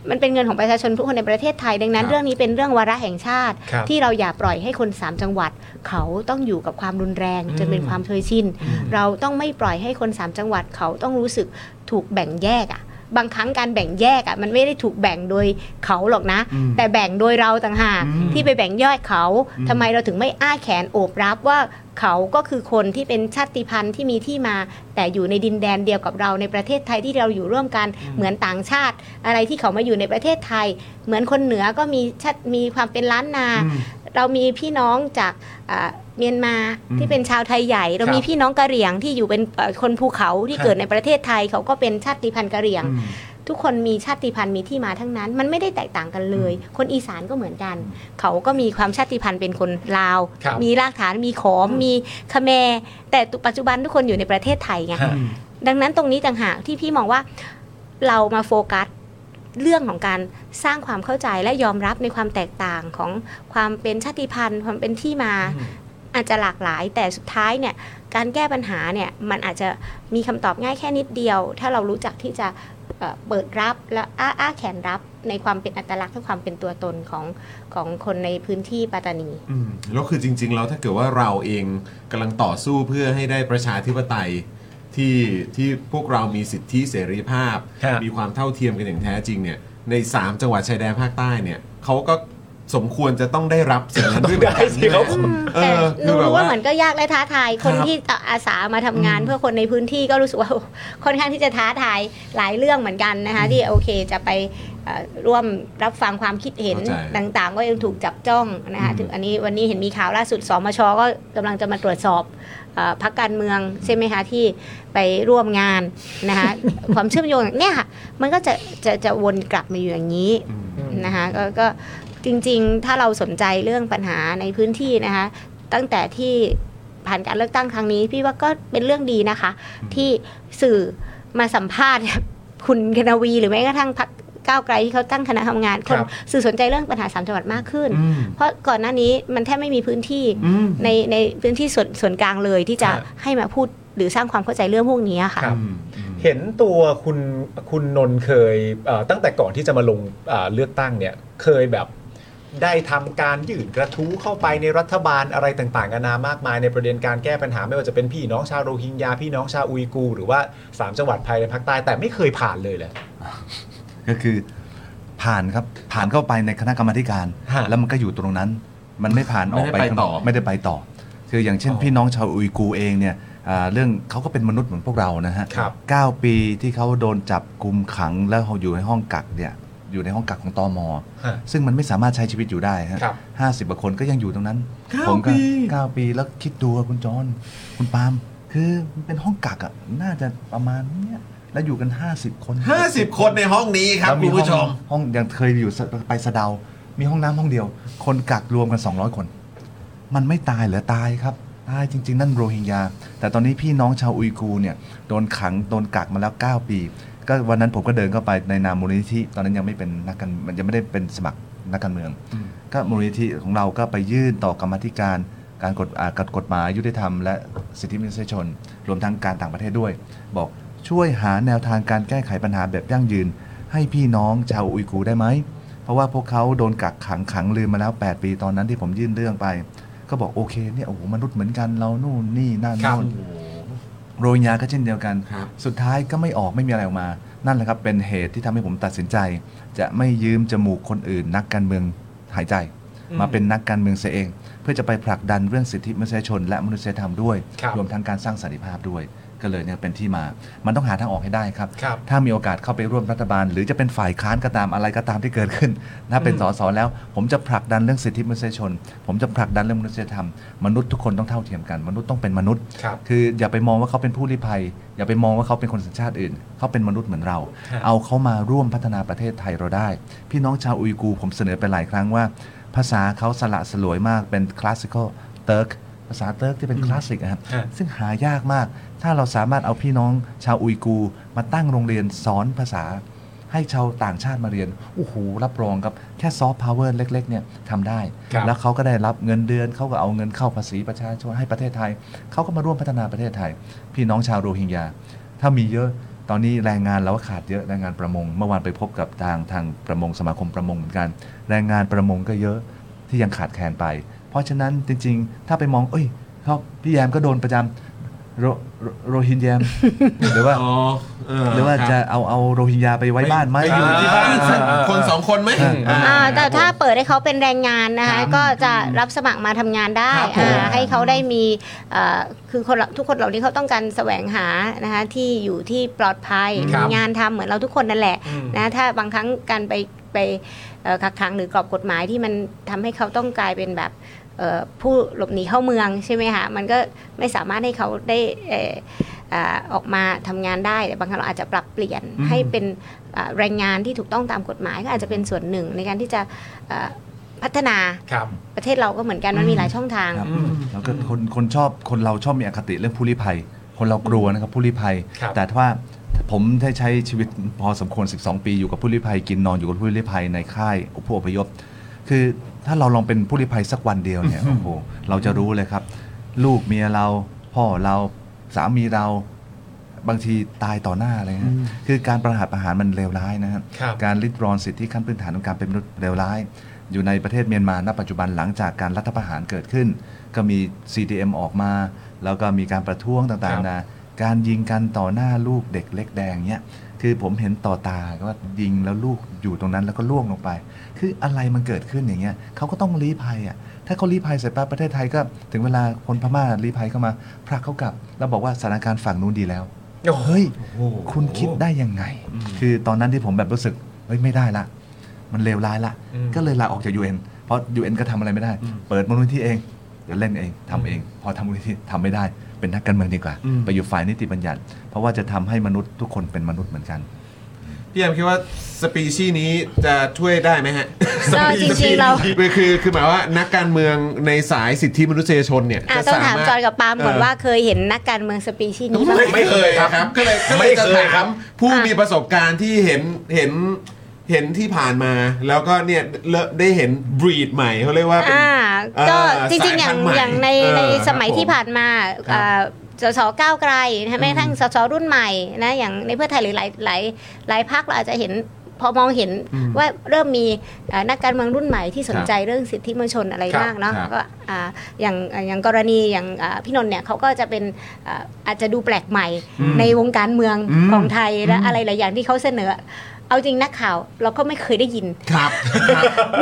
Speaker 5: มันเป็นเงินของประชาชนทุกคนในประเทศไทย ดังนั้
Speaker 6: ค
Speaker 5: น
Speaker 6: รับ
Speaker 5: เรื่องนี้เป็นเรื่องวาระแห่งชาติ
Speaker 3: ครับ
Speaker 5: ที่เราอย่าปล่อยให้คน 3 จังหวัด เขาต้องอยู่กับความรุนแรงจนเป็นความเคยชินเราต้องไม่ปล่อยให้คน 3 จังหวัดเขาต้องรู้สึกถูกแบ่งแยกอ่ะบางครั้งการแบ่งแยกอ่ะมันไม่ได้ถูกแบ่งโดยเขาหรอกนะ
Speaker 6: อืม
Speaker 5: แต่แบ่งโดยเราต่างหาก
Speaker 6: อืม
Speaker 5: ที่ไปแบ่งย่อยเขา
Speaker 6: อืม
Speaker 5: ทำไมเราถึงไม่อ้าแขนโอบรับว่าเขาก็คือคนที่เป็นชาติพันธุ์ที่มีที่มา แต่อยู่ในดินแดนเดียวกับเราในประเทศไทยที่เราอยู่ร่วมกันเหมือนต่างชาติ อะไรที่เขามาอยู่ในประเทศไทย เหมือนคนเหนือก็มีชาติมีความเป็นล้านนา
Speaker 6: อืม
Speaker 5: เรามีพี่น้องจากอ่าเมียนมา
Speaker 6: อืม
Speaker 5: ที่เป็นชาวไทยใหญ่ เรามีพี่น้องกะเหรี่ยงที่อยู่เป็นเอ่อคนภูเขาที่เกิดในประเทศไทย เขาก็เป็นชาติพันธุ์กะเหรี่ยง
Speaker 6: อืม
Speaker 5: ทุกคนมีชาติพันธุ์มีที่มาทั้งนั้น มันไม่ได้แตกต่างกันเลย คนอีสานก็เหมือนกัน เขาก็มีความชาติพันธุ์เป็นคนลาว
Speaker 3: ครับ
Speaker 5: มีรากฐานมีขอมมีคแมร์แต่ปัจจุบันทุกคนอยู่ในประเทศไทยไง
Speaker 3: ฮะ
Speaker 5: ดังนั้นตรงนี้ต่างหากที่พี่มองว่าเรามาโฟกัสเรื่องของการสร้างความเข้าใจและยอมรับในความแตกต่างของความเป็นชาติพันธุ์ ความเป็นที่มาอาจจะหลากหลาย แต่สุดท้ายเนี่ยการแก้ปัญหาเนี่ยมันอาจจะมีคำตอบง่ายแค่นิดเดียว ถ้าเรารู้จักที่จะเอ่อเปิดรับและอ้าอ้าแขนรับในความเป็นอัตลักษณ์และความเป็นตัวตนของของคนในพื้นที่ปัตตานี
Speaker 6: อืมแล้วคือจริง ๆ แล้วถ้าเกิดว่าเราเองกำลังต่อสู้เพื่อให้ได้ประชาธิปไตย ที่ที่พวกเรามีสิทธิเสรีภาพ
Speaker 7: ครับ
Speaker 6: มีความเท่าเทียมกันอย่างแท้จริงเนี่ยใน 3 จังหวัดชายแดนภาคใต้เนี่ยเขาก็สมควรจะต้องได้รับสิ่งนั้นด้วยเหมือนกัน
Speaker 3: ต้องได้สิครับ
Speaker 6: ใช่ไหมเอ
Speaker 5: แต่
Speaker 6: อ
Speaker 5: ห
Speaker 6: คื
Speaker 5: นู
Speaker 6: อแบบ
Speaker 5: รู้
Speaker 6: ว่า
Speaker 5: ว่ามันก็ยากและท้าทาย คน
Speaker 6: ครับ
Speaker 5: ที่อาสามาทำงานเพื่อคนในพื้นที่ก็รู้สึกว่า ค่อนข้างที่จะท้าทายหลายเรื่องเหมือนกันนะคะที่โอเคจะไปเอ่อร่วมรับฟังความคิดเห็น
Speaker 6: เข้าใจ
Speaker 5: ต่างๆ ก็ยังถูกจับจ้องนะคะ
Speaker 6: อืม
Speaker 5: ถึงอันนี้วันนี้เห็นมีข่าวล่าสุดสมชก็กำลังจะมาตรวจสอบเอ่อพักการเมืองใช่ไหมคะที่ไปร่วมงานนะคะ ความเชื่อมโยงเนี่ยค่ะมันก็จะจะจะวนกลับมาอยู่อย่างนี้
Speaker 6: อืม
Speaker 5: นะคะก็ก็จริงๆ ถ้าเราสนใจเรื่องปัญหาในพื้นที่นะคะ ตั้งแต่ที่ผ่านการเลือกตั้งครั้งนี้ พี่ว่าก็เป็นเรื่องดีนะคะ ที่สื่อมาสัมภาษณ์ คุณกนวี หรือแม้กระทั่งพักก้าวไกลที่เขาตั้งคณะทำงานค
Speaker 6: ค
Speaker 5: น
Speaker 6: รับ
Speaker 5: สื่อสนใจเรื่องปัญหาสามจังหวัดมากขึ้น
Speaker 6: อืม
Speaker 5: เพราะก่อนหน้านี้มันแทบไม่มีพื้นที่
Speaker 6: อืม
Speaker 5: ในในพื้นที่ส่วนส่วนกลางเลยที่จะ
Speaker 7: ครับ
Speaker 5: ให้มาพูดหรือสร้างความเข้าใจเรื่องพวกนี้ค่ะ
Speaker 3: ครับ เห็นตัวคุณคุณนนท์เคยเอ่อตั้งแต่ก่อนที่จะมาลงเอ่อเลือกตั้งเนี่ยเคยแบบได้ทำการยื่นกระทู้เข้าไปในรัฐบาลอะไรต่างๆนานามากมายในประเด็นการแก้ปัญหา ไม่ว่าจะเป็นพี่น้องชาวโรฮิงญาพี่น้องชาวอุยกูร์หรือว่า 3 จังหวัดภายในภาคใต้แต่ไม่เคยผ่านเลยแหละ
Speaker 4: ก็คือผ่านครับผ่านเข้าไปในคณะกรรมาธิการ
Speaker 3: ฮะ
Speaker 4: แล้วมันก็อยู่ตรงนั้น มันไม่ผ่านออกไป
Speaker 6: ไม่ได้ไปต่อ
Speaker 4: ข้างนอกไม่ได้ไปต่อ คืออย่างเช่น พี่น้องชาวอุยกูร์เองเนี่ยอ่าเรื่องเขาก็เป็นมนุษย์เหมือนพวกเรานะฮะ
Speaker 3: ครับ
Speaker 4: เก้าปีที่เขาโดนจับกุมขังแล้วเขาอยู่ในห้องกักเนี่ยอยู่ในห้องกักของตอม
Speaker 3: ฮะ
Speaker 4: ซึ่งมันไม่สามารถใช้ชีวิตอยู่ได้ฮะ
Speaker 3: ครับ
Speaker 4: ห้าสิบกว่าคนก็ยังอยู่ตรงนั้น
Speaker 6: เก้า
Speaker 4: ผมก็
Speaker 6: ปี
Speaker 4: เก้าปีแล้วคิดดูว่าคุณจอนคุณปาล์มคือมันเป็นห้องกักอะน่าจะประมาณเนี้ยแล้วอยู่กัน 50 คน
Speaker 6: ห้าสิบคนในห้องนี้ครับ
Speaker 4: แล้ว
Speaker 6: คุณผู้ชม
Speaker 4: ห้องห้องยังเคยอยู่สะไปสะเดา มีห้องน้ำห้องเดียว คนกักรวมกัน 200 คน มันไม่ตายเหรือตายครับ ตายจริง ๆ นั่นโรฮิงญา แต่ตอนนี้พี่น้องชาวอุยกูร์เนี่ยโดนขังโดนกักมาแล้ว 9 ปี ก็วันนั้นผมก็เดินเข้าไปในนามมูลนิธิ ตอนนั้นยังไม่เป็นนักการมันยังไม่ได้เป็นสมัครนักการเมือง ก็มูลนิธิของเราก็ไปยื่นต่อกรรมาธิการการกฎอ่าการกฎหมายยุติธรรมและสิทธิมนุษยชน รวมทั้งการต่างประเทศด้วย บอกช่วยหาแนวทางการแก้ไขปัญหาแบบยั่งยืน ให้พี่น้องชาวอุยกูร์ได้ไหม เพราะว่าพวกเขาโดนกักขังขังลืมมาแล้ว 8 ปีตอนนั้นที่ผมยื่นเรื่องไป ก็บอกโอเคเนี่ยโอ้โหมนุษย์เหมือนกันเรานู่นนี่นั่น
Speaker 3: ครับ
Speaker 4: โน่น โรยยาก็เช่นเดียวกัน
Speaker 6: ครับ
Speaker 4: สุดท้ายก็ไม่ออกไม่มีอะไรออกมา นั่นแหละครับเป็นเหตุที่ทำให้ผมตัดสินใจ จะไม่ยืมจมูกคนอื่น นักการเมืองหายใจ
Speaker 3: อืม
Speaker 4: มาเป็นนักการเมืองเสียเอง เพื่อจะไปผลักดันเรื่องสิทธิมนุษยชน และมนุษยธรรมด้วย
Speaker 3: ครับ
Speaker 4: วมทั้งการสร้างสันติภาพด้วย ก็เลยเนี่ยเป็นที่มา มันต้องหาทางออกให้ได้ครับ
Speaker 3: ครับ
Speaker 4: ถ้ามีโอกาสเข้าไปร่วมรัฐบาล หรือจะเป็นฝ่ายค้านก็ตามอะไรก็ตามที่เกิดขึ้นถ้าเป็น
Speaker 3: อืม
Speaker 4: สสแล้ว ผมจะผลักดันเรื่องสิทธิมนุษยชน ผมจะผลักดันเรื่องมนุษยธรรมมนุษย์ทุกคนต้องเท่าเทียมกัน มนุษย์ต้องเป็นมนุษย์
Speaker 3: ครับ
Speaker 4: คืออย่าไปมองว่าเขาเป็นผู้ลี้ภัย อย่าไปมองว่าเขาเป็นคนสัญชาติอื่น เขาเป็นมนุษย์เหมือนเรา
Speaker 3: ครับ
Speaker 4: เอาเขามาร่วมพัฒนาประเทศไทยเราได้ พี่น้องชาวอุยกูร์ผมเสนอไปหลายครั้งว่า ภาษาเขาสละสลวยมากเป็นคลาสสิคอลเติร์กภาษาเติร์กที่เป็นคลาสสิกนะครับ
Speaker 3: ฮะ
Speaker 4: ซึ่งหายากมาก ถ้าเราสามารถเอาพี่น้องชาวอุยกูร์มาตั้งโรงเรียนสอนภาษา ให้ชาวต่างชาติมาเรียน โอ้โห รับรองครับ แค่ซอฟต์พาวเวอร์เล็ก ๆ เนี่ยทำได้
Speaker 3: ครับ
Speaker 4: แล้วเขาก็ได้รับเงินเดือน เขาก็เอาเงินเข้าภาษีประชาชนให้ประเทศไทย เขาก็มาร่วมพัฒนาประเทศไทย พี่น้องชาวโรฮิงญา ถ้ามีเยอะ ตอนนี้แรงงานเราก็ขาดเยอะแรงงานประมง เมื่อวานไปพบกับทางทางประมงสมาคมประมงเหมือนกัน แรงงานประมงก็เยอะที่ยังขาดแคลนไป เพราะฉะนั้นจริง ๆ ถ้าไปมอง เอ้ยเขาพี่แยมก็โดนประจำโรโรโรฮิงญาหรือว่า
Speaker 6: อ๋อเห
Speaker 4: รือว่าจะเอาเอาโรฮิงญาไปไว้บ้านไหม
Speaker 6: ไป
Speaker 4: อ
Speaker 6: อยู่ยู่
Speaker 4: ที่
Speaker 6: ที่
Speaker 4: บ้า
Speaker 6: บ้าน นคนสองคนไหมอ่า
Speaker 5: อ่าแต่ถ้าเปิดให้เขาเป็นแรงงานนะ
Speaker 6: ค
Speaker 5: คะ
Speaker 6: รับ
Speaker 5: ก็จะรับสมัครมาทำงานได้
Speaker 6: ครับผม
Speaker 5: อ่าให้เขาได้มีเอ่อคือคนเราทุกคนเหล่านี้เขาต้องการแสวงหานะคะที่อยู่ที่ปลอดภัย
Speaker 3: ครับ
Speaker 5: มีงานทำเหมือนเราทุกคนนั่นแหละ
Speaker 3: อืม
Speaker 5: นะถ้าบางครั้งการไปไปเอ่อกักขังหรือกรอบกฎหมายที่มันทำให้เขาต้องกลายเป็นแบบเอ่อผู้หลบหนีเข้าเมืองใช่ไหมคะมันก็ไม่สามารถให้เขาได้เอ่ออ่าออกมาทำงานได้แต่บางครั้งเราอาจจะปรับเปลี่ยน
Speaker 6: อืม
Speaker 5: ให้เป็น อ่าแรงงานที่ถูกต้องตามกฎหมายก็อาจจะเป็นส่วนหนึ่งในการที่จะเอ่อพัฒนา
Speaker 3: ครับ
Speaker 5: ประเทศเราก็เหมือนกันมันมีหลายช่องทาง
Speaker 4: ครับแล้วก็คนคนชอบคนเราชอบมีอคติเรื่องผู้ลี้ภัย คนเรากลัวนะครับผู้ลี้ภัย
Speaker 3: ครับ
Speaker 4: แต่ถ้าว่าผมได้ใช้ชีวิตพอสมควร 12 ปีอยู่กับผู้ลี้ภัย กินนอนอยู่กับผู้ลี้ภัยในค่ายผู้อพยพ คือถ้าเราลองเป็นผู้ลี้ภัยสักวันเดียวเนี่ยโอ้โหเราจะรู้เลยครับ ลูกเมียเราพ่อเราสามีเราบางทีตายต่อหน้าเลยฮะคือการประหารประหารมันเลวร้ายนะฮะ
Speaker 3: ครับ
Speaker 4: การริดรอนสิทธิขั้นพื้นฐานของการเป็นมนุษย์เลวร้าย อยู่ในประเทศเมียนมาณปัจจุบันหลังจากการรัฐประหารเกิดขึ้น ก็มี CDM ออกมา แล้วก็มีการประท้วงต่า
Speaker 3: ค
Speaker 4: ง
Speaker 3: รับ
Speaker 4: ๆนะ การยิงกันต่อหน้าลูกเด็กเล็กแดงเนี่ยคือผมเห็นต่อตาว่ายิงแล้วลูกอยู่ตรงนั้นแล้วก็ล่วงลงไป คืออะไรมันเกิดขึ้นอย่างเงี้ยเขาก็ต้องลี้ภัยอ่ะถ้าเขาลี้ภัยเสร็จปั๊บประเทศไทยก็ถึงเวลาคนพม่าลี้ภัยเข้ามาพรากเขากลับ แล้วบอกว่าสถานการณ์ฝั่งนู้นดีแล้ว เฮ้ย คุณคิดได้ยังไง คือตอนนั้นที่ผมแบบรู้สึก เฮ้ย ไม่ได้ละ มันเลวร้ายละ ก็เลยลาออกจาก UN เพราะ UN ก็ทำอะไรไม่ได้ เปิดมูลนิธิเอง เดี๋ยวเล่นเองทำเอง พอทำมูลนิธิทำไม่ได้ เป็นนักการเมืองดีกว่า ไปอยู่ฝ่ายนิติบัญญัติ เพราะว่าจะทำให้มนุษย์ทุกคนเป็นมนุษย์เหมือนกัน
Speaker 1: พี่แอมคิดว่าสปีชีส์นี้จะช่วยได้ไหมฮะ
Speaker 5: เออจริงๆเรา
Speaker 1: คือคือคือหมายว่านักการเมืองในสายสิทธิมนุษยชนเนี่ย
Speaker 5: อ่ะ
Speaker 1: จะ
Speaker 5: ต้อง
Speaker 1: สา
Speaker 5: ถาม
Speaker 1: มารถ
Speaker 5: จอยกับปาล์มก่อนว่าเคยเห็นนักการเมืองสปีชีส์นี้บ้างไหม
Speaker 1: ไม่เคยครับก็เลยก็เล
Speaker 3: ไม่
Speaker 1: ย
Speaker 3: เค
Speaker 1: จะ
Speaker 3: ยครั
Speaker 1: ถา
Speaker 3: บ
Speaker 1: มผู้
Speaker 5: อ่ะ
Speaker 1: มีประสบการณ์ที่เห็นเห็นเห็นที่ผ่านมา แล้วก็เนี่ยเลอะได้เห็นบรีดใหม่เขาเรียกว่าเป็น
Speaker 5: อ่าก็
Speaker 1: เอ่อ
Speaker 5: จริงๆอย่าง
Speaker 1: สายพันธุ์ใหม่
Speaker 5: อย่างใน
Speaker 1: เออ
Speaker 5: ใน
Speaker 1: ครับ
Speaker 5: สมัยที่ผ่านมา
Speaker 1: ครับ
Speaker 5: อ่าสสก้าวไกลนะแม้กระทั่งสสรุ่นใหม่นะอย่างในเพื่อไทยหรือหลายหลายหลายพักเราอาจจะเห็นพอมองเห็นว่าเริ่มมีอ่านักการเมืองรุ่นใหม่ที่สนใจเรื่องสิทธิมนชนอะไร
Speaker 1: ครับ
Speaker 5: มากเนาะ
Speaker 1: ครับ
Speaker 5: ก็อ่าอย่างอย่างกรณีอย่างอ่าพี่นนท์เนี่ยเขาก็จะเป็นอ่าอาจจะดูแปลกใหม่ในวงการเมืองของไทยและอะไรหลายอย่างที่เขาเสนอ เอาจริงนักข่าวเราก็ไม่เคยได้ยิน
Speaker 1: ครับ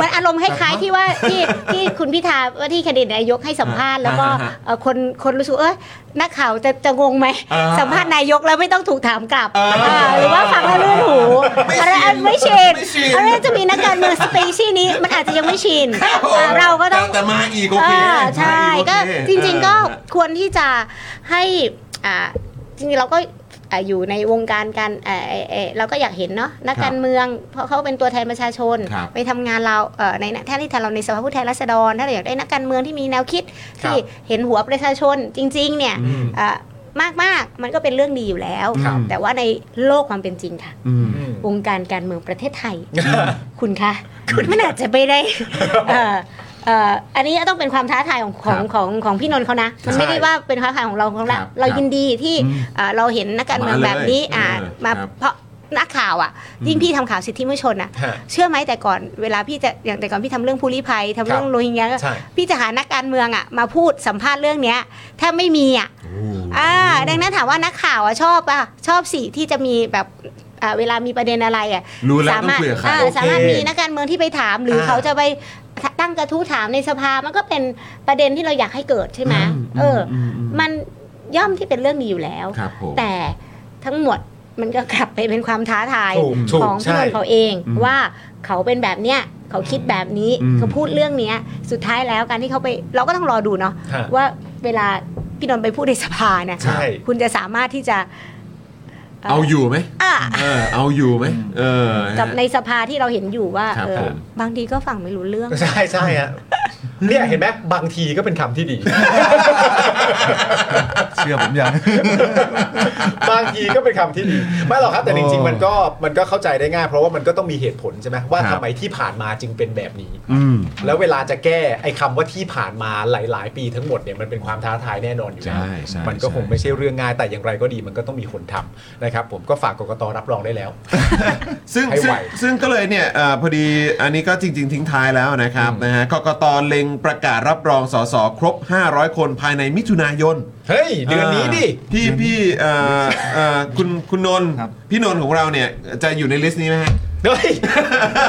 Speaker 5: มันอารมณ์คล้ายๆ ที่ว่าที่ที่คุณพิธาว่าที่แคนดิเดตนายกให้สัมภาษณ์แล้วก็
Speaker 1: อ่าฮะ
Speaker 5: เอ่อคนคนรู้สึกเอ้ยนักข่าวจะจะงงไหม
Speaker 1: อ่า
Speaker 5: สัมภาษณ์นายกแล้วไม่ต้องถูกถามกลับ
Speaker 1: เอออ่
Speaker 5: าหรือว่าฟังแล้วลื่นหู
Speaker 1: ไม่
Speaker 5: อะไร
Speaker 1: ชิน
Speaker 5: อันไม่ชิน
Speaker 1: ไม่ชิน
Speaker 5: อะไรจะมีนักการเมืองสเปเชียลนี้มันอาจจะยังไม่ชินอ่าเราก็ต้อง
Speaker 1: แต่แต่มาอีกโอเค
Speaker 5: อ่าใช่
Speaker 1: มาอี
Speaker 5: ก็
Speaker 1: โอเค
Speaker 5: จริงๆก็
Speaker 1: เออ
Speaker 5: ควรที่จะให้อ่าจริงๆเราก็อ่าอยู่ในวงการการเอ่อเอ่อเอ่อเราก็อยากเห็นเนาะนักการเมืองเพราะเขาเป็นตัวแทนประชาชน
Speaker 1: ครับ
Speaker 5: ไปทำงานเราเอ่อในแท่นที่แทนเราในสภาผู้แทนราษฎรถ้าเราอยากได้นักการเมืองที่มีแนวคิด
Speaker 1: ครับ
Speaker 5: ที่เห็นหัวประชาชนจริง ๆ เนี่ยอ่ามากมากๆมันก็เป็นเรื่องดีอยู่แล้ว
Speaker 1: ครับ
Speaker 5: แต่ว่าในโลกความเป็นจริงค่ะ
Speaker 1: อืม
Speaker 5: วงการการเมืองประเทศไทย คุณคะ คุณไม่น่าจะไปได้ เอ่อเอ่ออันนี้ต้องเป็นความท้าทายของของของของพี่นนท์เขานะมันไม่ได้ว่าเป็นความท้าทายของเราของเรา
Speaker 1: ครับ
Speaker 5: เรา
Speaker 1: ครับ
Speaker 5: ยินดีที่เอ่อเราเห็นนักการเมือง
Speaker 1: มาเลย
Speaker 5: แบบนี้อ่ะ
Speaker 1: เออ
Speaker 5: มา
Speaker 1: ครับ
Speaker 5: เพราะนักข่าวอ่ะ ยิ่งพี่ทำข่าวสิทธิมนุษยชนอ่ะ
Speaker 3: ฮะ
Speaker 5: เชื่อไหมแต่ก่อนเวลาพี่จะอย่างแต่ก่อนพี่ทำเรื่องผู้ลี้ภัยทำเรื่อง
Speaker 3: ครับ
Speaker 5: โรฮิงญาก็
Speaker 3: ใช่
Speaker 5: พี่จะหานักการเมืองอ่ะมาพูดสัมภาษณ์เรื่องเนี้ยถ้าไม่มีอ่ะ อ่าดังนั้นถามว่านักข่าวอ่ะชอบอ่ะชอบสิที่จะมีแบบอ่าเวลามีประเด็นอะไรอ่ะ
Speaker 1: รู้แล้ว
Speaker 5: สามารถ
Speaker 1: ต้องคุยกับใคร
Speaker 5: อ่า
Speaker 1: โอเค
Speaker 5: สามารถมีนักการเมืองที่ไปถาม หรือเขาจะไปตั้งกระทู้ถามในสภามันก็เป็นประเด็นที่เราอยากให้เกิดใช่ไหมเอออมันย่อมที่เป็นเรื่องดีอยู่แล้ว
Speaker 1: ครับผม
Speaker 5: แต่ทั้งหมดมันก็กลับไปเป็นความท้าทาย
Speaker 3: ถูกถูก
Speaker 5: ของพี่
Speaker 3: ใช่
Speaker 5: นนท์เขาเอง ว่าเขาเป็นแบบเนี้ยเขาคิดแบบนี้เขาพูดเรื่องเนี้ยสุดท้ายแล้วการที่เขาไปเราก็ต้องรอดูเนาะ
Speaker 3: ฮะ
Speaker 5: ว่าเวลาพี่นนท์ไปพูดในสภาเนี่ย
Speaker 3: ใช่
Speaker 5: คุณจะสามารถที่จะ
Speaker 1: เอาอยู่ไหม
Speaker 5: อ่ะ
Speaker 1: เออเอาอยู่ไหมเออ
Speaker 5: กับในสภาที่เราเห็นอยู่ว่า
Speaker 1: ครับ
Speaker 5: เออ
Speaker 1: ผม
Speaker 5: บางทีก็ฟังไม่รู้เรื่อง
Speaker 3: ใช่ใช่ฮะเนี่ยเห็นไหมบางทีก็เป็นคำที่ดี
Speaker 4: เชื่อผมยัง
Speaker 3: บางทีก็เป็นคำที่ดีไม่หรอกครับแต่จริงๆมันก็มันก็เข้าใจได้ง่าย เพราะว่ามันก็ต้องมีเหตุผลใช่ไหมว่า
Speaker 1: ครั
Speaker 3: ทำ
Speaker 1: บ
Speaker 3: ไมที่ผ่านมาจึงเป็นแบบนี้
Speaker 1: อืม
Speaker 3: แล้วเวลาจะแก้ไอ้คำว่าที่ผ่านมาหลาย ๆ ปีทั้งหมดเนี่ยมันเป็นความท้าทายแน่นอนอยู่แล้ว
Speaker 1: ใช่ใช่
Speaker 3: มันก็คง
Speaker 1: ใช่
Speaker 3: ไม่ใช่เรื่องง่ายแต่อย่างไรก็ดีมันก็ต้องมีคนทำนะครับ ผมก็ฝากกกตรับรองได้แล้ว
Speaker 1: ซึ่ง
Speaker 3: ให้
Speaker 1: ซึ่
Speaker 3: ไห
Speaker 1: ง
Speaker 3: ว
Speaker 1: ซึ่งก็เลยเนี่ยเออพอดีอันนี้ก็จริง ๆ ทิ้งท้ายแล้วนะครับนะฮะกกตเล็งประกาศรับรองสสครบ 500 คนภายในมิถุนายน
Speaker 3: เฮ้ยเดือนนี้ดิ
Speaker 1: าพี่พี่เอ่อเอ่อคุณคุณนนท์
Speaker 4: ครับ
Speaker 1: พี่นนท์ของเราเนี่ยจะอยู่ในลิสต์นี้ไหมฮะ
Speaker 3: เฮ้ย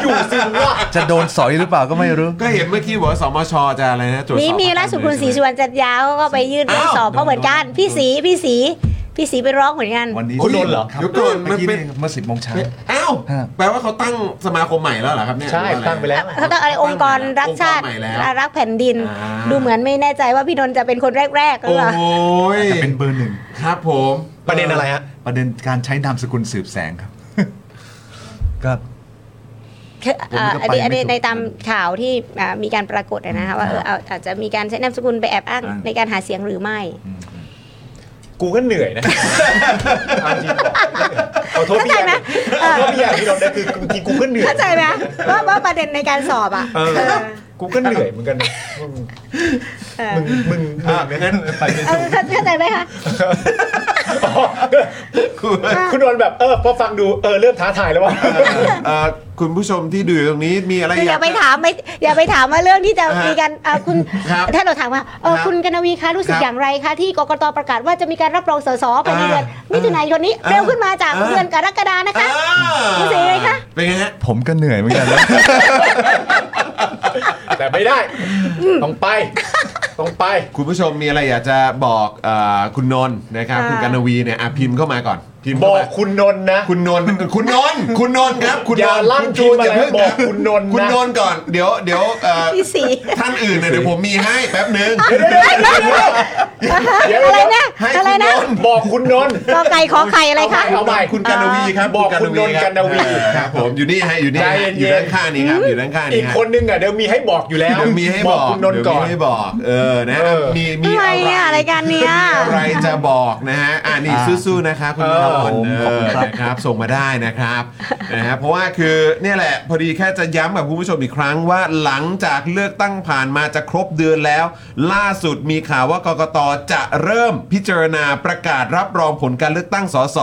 Speaker 3: อยู่สิวะ
Speaker 4: จะโดนสอยหรือเปล่าก็ไม่รู้
Speaker 1: ก็เห็นเมื่อกี้บอกว่าสมชจะอะไรนะตรวจสอบ
Speaker 5: มีมีล่าสุดคุณศรีสุวรรณจันยาวก็ไปยื่นเรื่องสอบเพราะเหมือนกัน พี่ศรีพี่ศรีพี่ศรีไปร้องเหมือนกัน
Speaker 4: วันนี้
Speaker 3: โอ้ยโดนเหรอ
Speaker 4: ครับ
Speaker 1: เดี๋ยวก่อนมั
Speaker 4: เมื่
Speaker 1: น
Speaker 4: อกี้
Speaker 1: เป็น
Speaker 4: นี่เมื่อสิบโมงเช้า
Speaker 1: อ้าว
Speaker 4: ฮะ
Speaker 1: แปลว่าเขาตั้งสมาคมใหม่แล้วเหรอครับเนี่ย
Speaker 3: ใช่
Speaker 1: หรือว่าอะร
Speaker 3: ตั้งไปแล้ว
Speaker 5: เขาต้องอะไรองค์กรรักชาติ
Speaker 1: องค์กรใหม่แล้ว
Speaker 5: รักแผ่นดิน
Speaker 1: อ่า
Speaker 5: ดูเหมือนไม่แน่ใจว่าพี่นนท์จะเป็นคนแรกๆหรือ
Speaker 1: โอ้
Speaker 5: เปล่า
Speaker 1: ย
Speaker 4: จะเป็นเบอร์หนึ่ง
Speaker 1: ครับผม
Speaker 3: ประเด็นอะไรฮะ
Speaker 4: ประเด็นการใช้นามสกุลสืบแสงครับ ก็
Speaker 5: คือเอ่อ
Speaker 4: ผมก็
Speaker 5: อัน
Speaker 4: ไป
Speaker 5: นี้อันนี้
Speaker 4: ไม่ถูก
Speaker 5: ในตามข่าวที่อ่ามีการปรากฏอะนะคะว่าเออเอาอาจจะมีการใช้นามสกุลไปแอบอ้าง
Speaker 4: อ่า
Speaker 5: ในการหาเสียงหรือไม่
Speaker 3: กูก็เหนื่อยนะเอาจริงขอโทษพี่แอม
Speaker 5: เข้าใจ
Speaker 3: ข
Speaker 5: ไหม
Speaker 3: อโทษพี่แอมพี่นนท์นะคือจริงๆกูก็เหนื่อย
Speaker 5: เข้าใจไหมว่าว่าประเด็นในการสอบอ่ะ
Speaker 3: เออกูก็เหนื่อยเหมือนกันนะ
Speaker 1: มึงมึงอ่ะงั้นไปใน
Speaker 5: เอ
Speaker 1: ถุ
Speaker 5: อง เข้าเข้าใจไหมคะ
Speaker 1: คุณ
Speaker 3: คุณนนท์แบบเออพอฟังดูเออเริ่มท้าทายแล้วว่า
Speaker 1: เอ่อคุณผู้ชมที่ดูอยู่ตรงนี้มีอะไร
Speaker 5: คืออย่าย
Speaker 1: อาก
Speaker 5: ไปถามไม่อย่าไปถามว่าเรื่องที่จะ
Speaker 1: อ่าฮะ
Speaker 5: มีการเอ่อคุณ
Speaker 1: ครับ
Speaker 5: ถ้าเราถามว่าเออ
Speaker 1: ครับ
Speaker 5: คุณกนวีคะรู้สึ
Speaker 1: ค
Speaker 5: ก
Speaker 1: รับ
Speaker 5: อย่างไรคะที่กกตประกาศว่าจะมีการรับรองสสภายในเดื
Speaker 1: อ่า
Speaker 5: อนมิถุนายนนี้
Speaker 1: อ่า
Speaker 5: เร็วขึ้นมาจาก
Speaker 1: อ่า
Speaker 5: เดือนกรกฎานะคะ
Speaker 1: อ่า
Speaker 5: คุณเสรีไหมคะ
Speaker 1: เป็นไงฮะ
Speaker 4: ผมก็เหนื่อยเหมือนกันนะ
Speaker 3: แต่ไม่ได้ ต้องไป ต้องไป
Speaker 1: คุณผู้ชมมีอะไรอยากจะบอกเออคุณนนท์นะครับ
Speaker 5: อ่า
Speaker 1: คุณกนวีเนี่ยอ่ะพิมพ์เข้ามาก่อน พิมพ์
Speaker 3: บ
Speaker 1: เข้า
Speaker 3: อก
Speaker 1: มา
Speaker 3: คุณนนท์นะ
Speaker 1: คุณนนท์คุณนนท์คุณนนท์ครับ คุณ
Speaker 3: อนย่าน
Speaker 1: ท์
Speaker 3: ลั่น
Speaker 1: คุณจูน
Speaker 3: พิมพ์
Speaker 1: อย่าเพิ่ง
Speaker 3: มาแล้วบอกคุณนนท์นะ
Speaker 1: คุณนนท์ก่อนเดี๋ยวเดี๋ยวเอ่อ
Speaker 5: ที่สี่
Speaker 1: ท่านอื่นเนี่ยเดี๋ยวผมมีให้แป๊บหนึ่ง
Speaker 5: อะไรนะ
Speaker 1: ให้
Speaker 5: อะไร
Speaker 1: คุณน
Speaker 5: นะ
Speaker 1: นท์
Speaker 3: บอกคุณนนท์
Speaker 5: กอไก่ขอไข่อะไรคะ
Speaker 3: เอาใหม่
Speaker 1: คุณกนวีครับ
Speaker 3: บอกคุณนนท์
Speaker 1: ครับ
Speaker 3: กนวี
Speaker 1: เออครับผมอยู่นี่ให้อยู่นี่
Speaker 3: ใจ
Speaker 1: ฮะอ
Speaker 3: เย็นๆ
Speaker 1: ยู่ด้านข้างนี้ครับอยู่ด้านข้าง
Speaker 3: อี
Speaker 1: นี้
Speaker 3: ก
Speaker 1: ฮะ
Speaker 3: คนนึงอ่ะเดี๋ยวมีให้บอกอยู่แล้ว
Speaker 1: เดี๋ยวมีให้บอก
Speaker 3: คุณนนท์
Speaker 1: เดี๋ยว
Speaker 3: ก่อ
Speaker 1: มี
Speaker 3: น
Speaker 1: ให้บอกเออนะฮะ
Speaker 3: เออ
Speaker 1: มีมี
Speaker 5: ทำไม
Speaker 1: อะไร
Speaker 5: อะรายการเนี้ย
Speaker 1: อะไรจะบอกนะฮะ อ่านี่
Speaker 4: อ่า
Speaker 1: สู้ๆนะคะคุณ
Speaker 3: เออ
Speaker 1: นนท์
Speaker 4: ขอบคุณครับ
Speaker 1: นะครับ ส่งมาได้นะครับนะฮะเพราะว่าคือเนี่ยแหละ พอดีแค่จะย้ำกับคุณผู้ชมอีกครั้งว่าหลังจากเลือกตั้งผ่านมาจะครบเดือนแล้ว ล่าสุดมีข่าวว่ากกตจะเริ่มพิจารณาประกาศรับรองผลการเลือกตั้งสส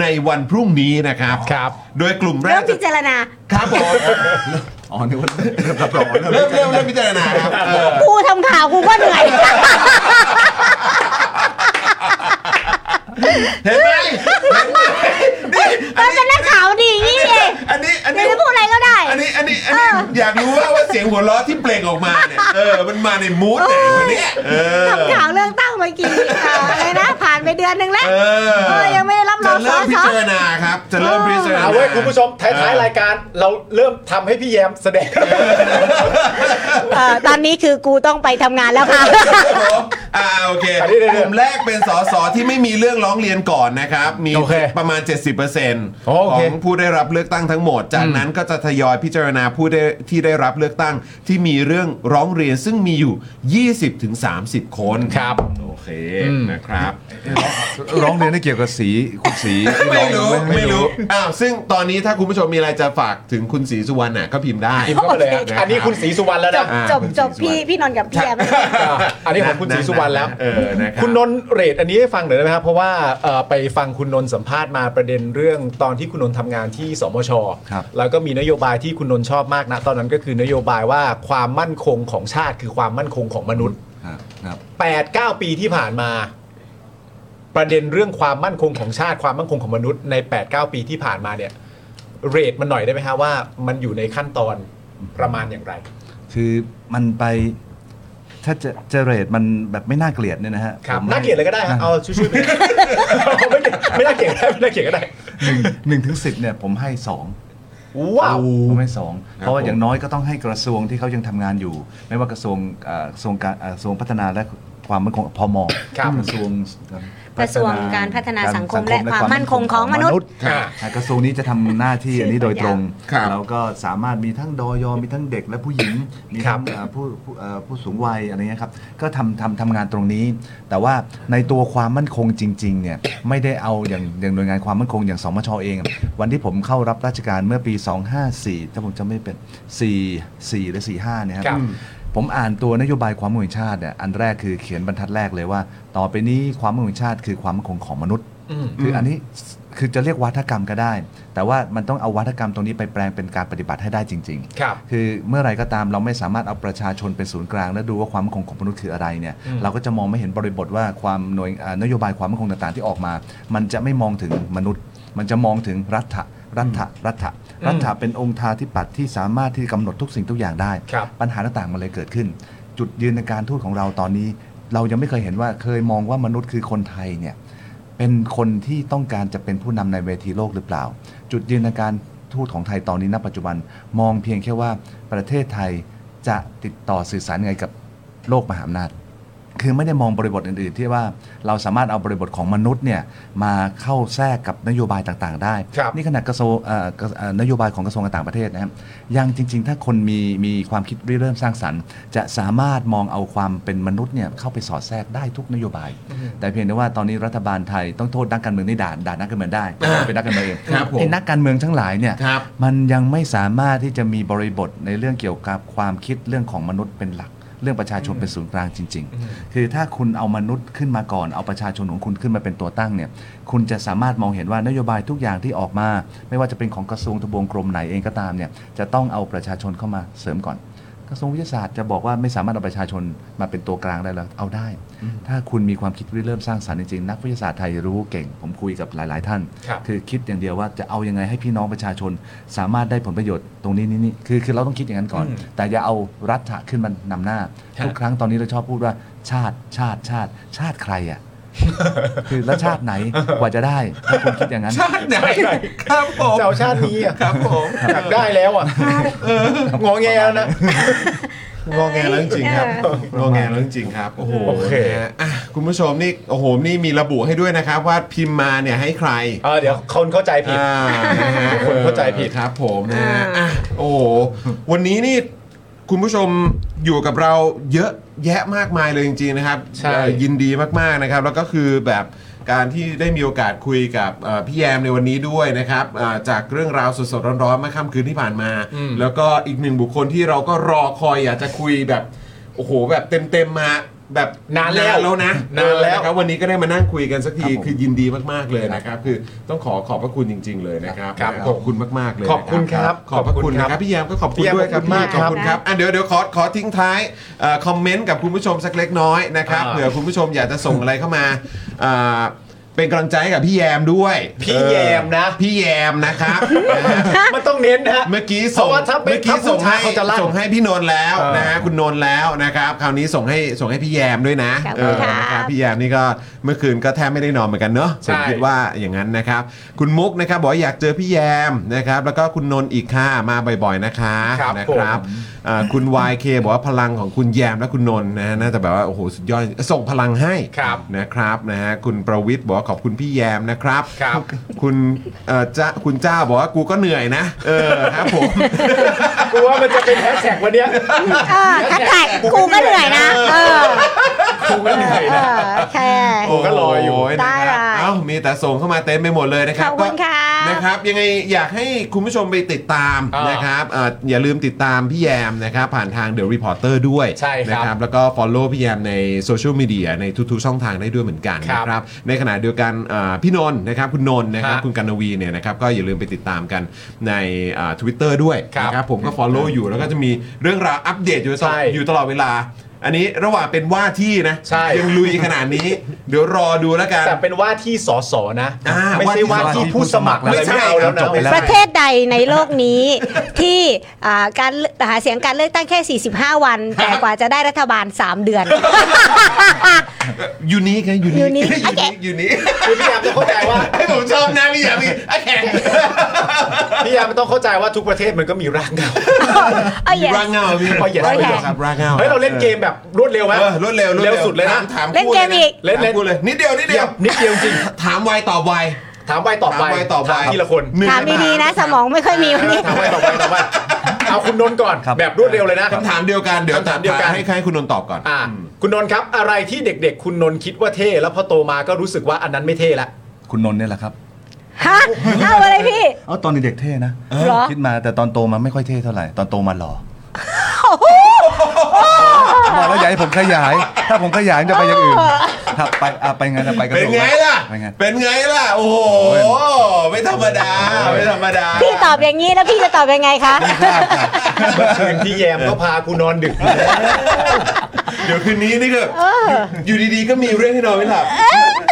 Speaker 1: ในวันพรุ่งนี้นะครับ
Speaker 3: ครับ
Speaker 1: โดยกลุ่มแร
Speaker 5: เริ่
Speaker 1: ก
Speaker 5: ม
Speaker 1: จะ
Speaker 5: พิจารณา
Speaker 1: ครับผม
Speaker 4: อ๋อนึกว่าเริ่มรับรอง
Speaker 1: เริ่มเริ่มเริ่มพิจารณาครับเออ
Speaker 5: กูทำข่าวกูก็เหนื่ อย
Speaker 1: เห็นไหมเห็นไหมนี่อั
Speaker 5: มัน นเป็
Speaker 1: นี้
Speaker 5: นนักข่าวดีนี่เอง
Speaker 1: อันนี้อัน
Speaker 5: ไม่
Speaker 1: นี้
Speaker 5: ได้พูดอะไรก็ได้
Speaker 1: อันนี้อันนี้อันนี้อยากรู้ว่าว่าเสียงหัวเราะที่เปล่งออกมาเนี่ย เออ มันมาในมูดไหนวันนี้เออ
Speaker 5: ทำข่าวเรื่องตั้งมากี่เอ่ออะไรนะ ผ่านไปเดือนหนึ่งแล้ว
Speaker 1: เอ
Speaker 5: เอ
Speaker 1: อ
Speaker 5: อยังไม่ได้รับรอง
Speaker 1: จะเริ่
Speaker 5: สอ
Speaker 1: ม
Speaker 5: สอ
Speaker 1: พิจารณาครับ จะเริ่มพิจารณา
Speaker 3: เอาไว้คุณผู้ชมท้ายๆรายการเราเริ่มทำให้พี่แยมแสดง
Speaker 5: เอ่อตอนนี้คือกูต้องไปทำงานแล้วค่ะ
Speaker 1: ครับผมอ่าโอเค
Speaker 3: อันนี้เดี๋ยว
Speaker 1: กลุ่มแรกเป็นสสที่ไม่มีเรื่องร้องเรียนก่อนนะครับ มี
Speaker 3: โอเค
Speaker 1: ประมาณ 70%
Speaker 3: โอ
Speaker 1: ข
Speaker 3: เค
Speaker 1: องผู้ได้รับเลือกตั้งทั้งหมด จากนั้นก็จะทยอยพิจารณาผู้ได้ที่ได้รับเลือกตั้งที่มีเรื่องร้องเรียนซึ่งมีอยู่ 20-30 คน
Speaker 3: ครับ
Speaker 1: โอเคนะครับ
Speaker 4: ร้องเรียนได้เกี่ยวกับสีคุณสี
Speaker 1: ไม่รู้ไม่รู้อ้าวซึ่งตอนนี้ถ้าคุณผู้ชมมีอะไรจะฝากถึงคุณศรีสุวรรณน่ะก็พิมพ์ได้
Speaker 3: พิมพ์เข้าไปเลยฮะ
Speaker 1: โอเค
Speaker 3: อันนี้คุณศรีสุวรรณแล้ว
Speaker 5: จ
Speaker 3: นะ
Speaker 5: บจบจบพี่พี่นนท์กับพี่แอม
Speaker 3: อันนี้ของคุณศรีสุวรรณแล้ว
Speaker 1: เออนะครับ
Speaker 3: คุณนนท์เรทอันนี้ให้ฟังหน่อยได้ไหมครับ เพราะว่าเอ่อไปฟังคุณนนท์สัมภาษณ์มาประเด็นเรื่องตอนที่คุณนนท์ทำงานที่สมช แล้วก็มีนโยบายที่คุณนนท์ชอบมากนะ ตอนนั้นก็คือนโยบายว่าความมั่นคงของชาติคือความมั่นคงของมนุษย์
Speaker 4: ครับ
Speaker 3: 8 9 ปีที่ผ่านมา ประเด็นเรื่องความมั่นคงของชาติความมั่นคงของมนุษย์ใน 8 9 ปีที่ผ่านมาเนี่ยเรทมันหน่อยได้ไหมฮะว่ามันอยู่ในขั้นตอนประมาณอย่างไร
Speaker 4: คือมันไปถ้าจะเจเรตมันแบบไม่น่าเกลียดเนี่ยนะฮะ
Speaker 3: ครับ
Speaker 4: ผม
Speaker 3: น่าเกลียดเลยก็ได้ฮะเอาช่วยๆไป ไม่เกลียดไม่น่าเกลียดก็ได้ไม่น่าเกลียดก็ได้
Speaker 4: หนึ่งหนึ่งถึงสิบเนี่ยผมให้สอง
Speaker 3: ว้าว
Speaker 4: ผมให้สอง
Speaker 1: ครับ
Speaker 4: เพราะว่า
Speaker 1: ผม
Speaker 4: อย่างน้อยก็ต้องให้กระทรวงที่เขายังทำงานอยู่ ไม่ว่ากระทรวงเอ่อกระทรวงการเอ่อกระทรวงพัฒนาและความมั่นคงพม
Speaker 3: ครับ
Speaker 4: กระทรวง
Speaker 5: กระทรวงการพัฒนาสังคมและความมั่นคงของมนุษย์
Speaker 3: ค่ะ
Speaker 4: อ่ะกระทรวงนี้จะทำหน้าที่อันนี้โดยตรง
Speaker 1: ครับ
Speaker 4: แล้วก็สามารถมีทั้งดอยมีทั้งเด็กและผู้หญิงมี
Speaker 3: ครั
Speaker 4: ทั้
Speaker 3: บ
Speaker 4: งเอ่อผู้ผู้เอ่อผู้สูงวัยอะไรเงี้ยครับก็ทำทำทำงานตรงนี้ แต่ว่าในตัวความมั่นคงจริงๆเนี่ยไม่ได้เอาอย่างอย่างหน่วยงานความมั่นคงอย่างสมชเอง วันที่ผมเข้ารับราชการเมื่อปี 254 ถ้าผมจำไม่เป็น 4 4 หรือ 45เนี่ยครั
Speaker 3: ครับ
Speaker 4: ผมอ่านตัวนโยบายความมั่นคงแห่งชาติเนี่ยอันแรกคือเขียนบรรทัดแรกเลยว่า ต่อไปนี้ความมั่นคงแห่งชาติคือความมั่นคงของมนุษย์
Speaker 3: อืม
Speaker 4: คืออันนี้คือจะเรียกวัฒกรรมก็ได้ แต่ว่ามันต้องเอาวัฒกรรมตรงนี้ไปแปลงเป็นการปฏิบัติให้ได้จริง ๆ
Speaker 3: ครับ
Speaker 4: คือเมื่อไหรก็ตามเราไม่สามารถเอาประชาชนเป็นศูนย์กลาง และดูว่าความมั่นคงของมนุษย์คืออะไรเนี่ย
Speaker 3: อืม
Speaker 4: เราก็จะมองไม่เห็นบริบทว่าความหน่วยอ่านโยบายความมั่นคงต่างๆที่ออกมา มันจะไม่มองถึงมนุษย์ มันจะมองถึงรัฐะรัฐะรัฐะ
Speaker 3: อืม
Speaker 4: รัฐะเป็นองค์ธาธิปัตย์ที่สามารถที่กำหนดทุกสิ่งทุกอย่างได้
Speaker 3: ครับ
Speaker 4: ปัญหาต่างๆมันเลยเกิดขึ้น จุดยืนในการทูตของเราตอนนี้ เรายังไม่เคยเห็นว่าเคยมองว่ามนุษย์คือคนไทยเนี่ย เป็นคนที่ต้องการจะเป็นผู้นำในเวทีโลกหรือเปล่า จุดยืนในการทูตของไทยตอนนี้ณปัจจุบันมองเพียงแค่ว่าประเทศไทยจะติดต่อสื่อสารยังไงกับโลกมหาอำนาจ คือไม่ได้มองบริบทอื่นๆ ที่ว่าเราสามารถเอาบริบทของมนุษย์เนี่ยมาเข้าแทรกกับนโยบายต่างๆ ได้
Speaker 3: ครับ
Speaker 4: นี่ขนาดกระทรวงเอ่อกระเอ่อนโยบายของกระทรวงการต่างประเทศนะครับยังจริง ๆ ถ้าคนมีมีความคิดริเริ่มสร้างสรรค์ จะสามารถมองเอาความเป็นมนุษย์เนี่ยเข้าไปสอดแทรกได้ทุกนโยบาย แต่เพียงแต่ว่าตอนนี้รัฐบาลไทยต้องโทษนักการเมืองนี่ด่าด่านักการเมืองได้เป็นนักการเมืองเอง
Speaker 1: ครับผม
Speaker 4: ไอ้นักการเมืองทั้งหลายเนี่ย
Speaker 1: ครับ
Speaker 4: มันยังไม่สามารถที่จะมีบริบทในเรื่องเกี่ยวกับความคิดเรื่องของมนุษย์เป็นหลัก เรื่องประชาชนเป็นศูนย์กลางจริง ๆ คือถ้าคุณเอามนุษย์ขึ้นมาก่อนเอาประชาชนของคุณขึ้นมาเป็นตัวตั้งเนี่ยคุณจะสามารถมองเห็นว่านโยบายทุกอย่างที่ออกมา ไม่ว่าจะเป็นของกระทรวงทบวงกรมไหนเองก็ตามเนี่ยจะต้องเอาประชาชนเข้ามาเสริมก่อน กระทรวงวิทยาศาสตร์จะบอกว่าไม่สามารถเอาประชาชนมาเป็นตัวกลางได้แล้วเอาได้ ถ้าคุณมีความคิดริเริ่มสร้างสรรค์จริงๆนักวิทยาศาสตร์ไทยรู้เก่ง ผมคุยกับหลายๆ ท่าน
Speaker 3: ครับ
Speaker 4: คือคิดอย่างเดียวว่าจะเอายังไงให้พี่น้องประชาชน สามารถได้ผลประโยชน์ตรงนี้นี่นี่คือคือเราต้องคิดอย่างนั้นก่อน แต่อย่าเอารัฐะขึ้นมานำหน้า ทุกครั้งตอนนี้เราชอบพูดว่าชาติชาติชาติ ชาติใครอ่ะ คือแล้วชาติไหนกว่าจะได้ถ้าคุณคิด อย่างนั้น
Speaker 6: ชาติไหนครับผม
Speaker 3: เจ้าชาตินี้อ่ะ
Speaker 6: ครับผม
Speaker 3: อยากได้แล้วอ่ะงอแงแล้วนะ
Speaker 1: งอแงแล้วจริงๆครับงอแงแล้วจริงๆครับ โอ้โห
Speaker 3: โอเค
Speaker 1: นะฮะอ่ะคุณผู้ชมนี่โอ้โหนี่มีระบุให้ด้วยนะครับว่าพิมพ์มาเนี่ยให้ใคร
Speaker 3: เออเดี๋ยวคนเข้าใจผิด
Speaker 1: อ่านะฮะ
Speaker 3: คนเข้าใจผิด
Speaker 1: ครับผมนะฮะอ่ะโอ้โหวันนี้นี่คุณผู้ชมอยู่กับเราเยอะแยะมากมายเลยจริงๆนะครับ
Speaker 3: ใช่
Speaker 1: เอ่อยินดีมากๆนะครับ แล้วก็คือแบบการที่ได้มีโอกาสคุยกับเอ่อพี่แยมในวันนี้ด้วยนะครับอ่าจากเรื่องราวสดๆร้อนๆเมื่อค่ำคืนที่ผ่านมา แล้วก็อีกหนึ่งบุคคลที่เราก็รอคอยอยากจะคุยแบบโอ้โหแบบเต็มๆมาแบบ
Speaker 3: นานแล้ว
Speaker 1: แล้วนะ
Speaker 3: นานแล้ว
Speaker 1: ะครับวันนี้ก็ได้มานั่งคุยกันสักที
Speaker 4: ครับผม
Speaker 1: คือ ยินดีมาก ๆ เลยนะครับ คือต้องขอขอบพระคุณจริง ๆ เลยนะครับ
Speaker 3: ครับ
Speaker 1: นะขอบคุณมาก ๆ เลย
Speaker 3: ขอบคุณครับ
Speaker 1: ขอบพระคุณ
Speaker 3: ขอบคุณ
Speaker 1: นะ
Speaker 3: ค
Speaker 1: ค
Speaker 3: รั
Speaker 1: รั
Speaker 3: บบ
Speaker 1: พี่แยมก็ขอบ
Speaker 3: พี่
Speaker 1: คุณ
Speaker 3: แยม
Speaker 1: ด้วยครับ
Speaker 3: ขอบคุณมาก
Speaker 1: ขอบคุณครับอ่ะเดี๋ยวเดี๋ยวขอขอทิ้งท้ายเอ่อคอมเมนต์กับคุณผู้ชมสักเล็กน้อยนะครับ
Speaker 3: อ่า
Speaker 1: เผื่อคุณผู้ชมอยากจะส่งอะไรเข้ามาอ่าเป็นกำลังใจให้กับพี่แยมด้วย
Speaker 3: พี่แยมนะ
Speaker 1: เออพี่แยม นะครับนะฮะ
Speaker 3: มันต้องเน้นนะ
Speaker 1: เมื่อกี้
Speaker 3: เพ
Speaker 1: ส่ง
Speaker 3: ราะว่าถ้าเป็น
Speaker 1: เมื่อกี้
Speaker 3: ถ้าผู้
Speaker 1: ส่ง
Speaker 3: ชาย
Speaker 1: ให้
Speaker 3: เขาจะลั่น
Speaker 1: ส่งให้พี่นนท์แล้ว
Speaker 3: เออ
Speaker 1: นะฮะคุณนนท์แล้วนะครับคราวนี้ส่งให้ส่งให้พี่แยมด้วยนะ
Speaker 5: ขอบ
Speaker 1: เอ
Speaker 5: คุณค
Speaker 1: อ
Speaker 5: รับ
Speaker 1: นะครับพี่แยมนี่ก็เมื่อคืนก็แทบไม่ได้นอนเหมือนกันเนอะผ
Speaker 3: ใช่
Speaker 1: มคิดว่าอย่างนั้นนะครับ คุณมุกนะครับบอกว่าอยากเจอพี่แยมนะครับแล้วก็คุณนนท์อีกค่ะมาบ่อยๆนะคะ
Speaker 3: ครับ
Speaker 1: นะครับอ่าคุณ YK บอกว่าพลังของคุณแยมและคุณนนท์นะฮะน่าจะแบบว่าโอ้โหสุดยอดส่งพลังให้
Speaker 3: ครับ
Speaker 1: นะครับนะฮะคุณประวิทย์บอกว่าขอบคุณพี่แยมนะครับ
Speaker 3: ครับ
Speaker 1: คุณเอ่อจ้าคุณเจ้าบอกว่ากูก็เหนื่อยนะ เออครับผม
Speaker 3: กลัวมันจะเป็นแฮชแท็กวันเนี้ย
Speaker 5: เออทักทายครูก็เหนื่อยนะเออ
Speaker 3: ครูก็เหนื่อยนะ
Speaker 5: เอโอเค
Speaker 1: โอ้ ก็รออยู่
Speaker 5: ได้
Speaker 1: นะครับ
Speaker 5: เลย
Speaker 1: เอ้ามีแต่ส่งเข้ามาเต็มไปหมดเลยนะครับ
Speaker 5: ขอบคุณ
Speaker 1: ก็
Speaker 5: ค่ะ
Speaker 1: นะครับ ยังไงอยากให้คุณผู้ชมไปติดตาม
Speaker 3: อ่าน
Speaker 1: นะครับเอ่ออย่าลืมติดตามพี่แยมนะครับ ผ่านทาง The Reporter ด้วย
Speaker 3: ใช่ครับ
Speaker 1: นะแล้วก็ Follow พี่แยมในโซเชียลมีเดียในทุกๆ ช่องทางได้ด้วยเหมือนกัน
Speaker 3: ครับ
Speaker 1: นะครับ ในขณะเดียวกันเอ่อพี่นนท์นะครับ คุณนนท์นะครับ
Speaker 3: ฮะ
Speaker 1: คุณกันนวีเนี่ยนะครับ ก็อย่าลืมไปติดตามกันในทวิตเตอร์ด้วย
Speaker 3: ครับ
Speaker 1: นะครับ ผมก็ Follow อยู่แล้วก็จะมีเรื่องราวอัปเดตอยู่ตลอ
Speaker 3: ใช่
Speaker 1: ดอยู่ตลอดเวลา อันนี้ระหว่างเป็นว่าที่นะ
Speaker 3: ใช่
Speaker 1: ยังลุยขนาดนี้ เดี๋ยวรอดูแล้วกัน
Speaker 3: แต่เป็นว่าที่สสนะ
Speaker 1: อ่า
Speaker 3: ไม่ใช่ว่า
Speaker 1: ว่าที่
Speaker 3: ที่ผู้สมัคร
Speaker 1: ไม่
Speaker 3: อะไร
Speaker 1: ใช่
Speaker 3: ไม่เอาแล้ว
Speaker 1: จบ
Speaker 3: นะ
Speaker 1: ไปแล้ว
Speaker 5: ประเทศใดในโลกนี้ ที่อ่าการเลือกหาเสียงการเลือกตั้งแค่ 45 วัน แต่กว่าจะได้รัฐบาล 3 เดือน
Speaker 1: ยูนิคไงยูนิค
Speaker 5: Unique โอเค
Speaker 1: ยูนิค
Speaker 3: คือพี่ยามต้องเข้าใจว่า
Speaker 1: ให้ผมชอบหนะพี่อย่างนี้โอเค
Speaker 3: พี่ยามมันต้องเข้าใจว่าทุกประเทศมันก็มีร่างเงา
Speaker 5: เออ yes
Speaker 1: ร่างเงาพี่
Speaker 3: โอ้ยอย่า
Speaker 1: ร่างเงา
Speaker 5: โอเค
Speaker 1: ครับร่างเงา
Speaker 3: เฮ้ยเราเล่นเกมแบบรวดเร็วไหม
Speaker 1: เออรวดเร็ว
Speaker 3: เร็วสุดเลยนะ
Speaker 1: ถามถาม
Speaker 5: เล่นเกมอีก
Speaker 3: เล่นเล่
Speaker 1: ถา
Speaker 3: น
Speaker 1: มกูเลยนิดเดียวนิด
Speaker 3: เดี
Speaker 1: เดี
Speaker 3: ย
Speaker 1: ยว ว
Speaker 3: นิดเดียวจริง
Speaker 1: ถามไวตอบไว
Speaker 3: ถามไปตอบ
Speaker 1: ถาม
Speaker 3: ไป
Speaker 1: ไวตอบไว
Speaker 3: ถามทีละคน
Speaker 1: หง
Speaker 5: ถามดีๆนะ สมองไม่ค่อยมีวันนี้
Speaker 3: ถามไปตอบไปตอบไปเอาคุณนนท์ก่อน
Speaker 4: ครับ
Speaker 3: แบบรวดเร็วเลยนะ
Speaker 1: คำถามเดียวกันเดี๋ยว
Speaker 3: คำถามเดียวกัน
Speaker 1: ให้ให้คุณนนท์ตอบก่อน
Speaker 3: อ่าคุณนนท์ครับ อะไรที่เด็กๆ คุณนนท์คิดว่าเท่ แล้วพอโตมาก็รู้สึกว่าอันนั้นไม่เท่ละ
Speaker 4: คุณนนท์เนี่ยแหละครับ
Speaker 5: ฮะเอาอะไรพี่
Speaker 4: เอาตอนเด็กๆเท่นะ
Speaker 5: เหรอ
Speaker 4: คิดมาแต่ตอนโตมาไม่ค่อยเท่เท่าไหร่ ตอนโตมาหล่อบอกแล้วอย่าให้ผมขยาย ถ้าผมขยายมันจะไปอย่างอื่นครับไปอ่ะไปงานอ่ะไปกัน
Speaker 1: เป็นไงล่ะ
Speaker 4: ไปงาน
Speaker 1: เป็นไงล่ะ โอ้โหไม่ธรรมดาไม่ธรรมดา
Speaker 5: พี่ตอบอย่างนี้แล้วพี่จะตอบยังไงคะ
Speaker 3: เมื่อคืนพี่แยมก็พากูนอนดึก
Speaker 1: เดี๋ยวคืนนี้นี่ก็อยู่ดีๆก็มีเรื่องให้นอนไม่หลับ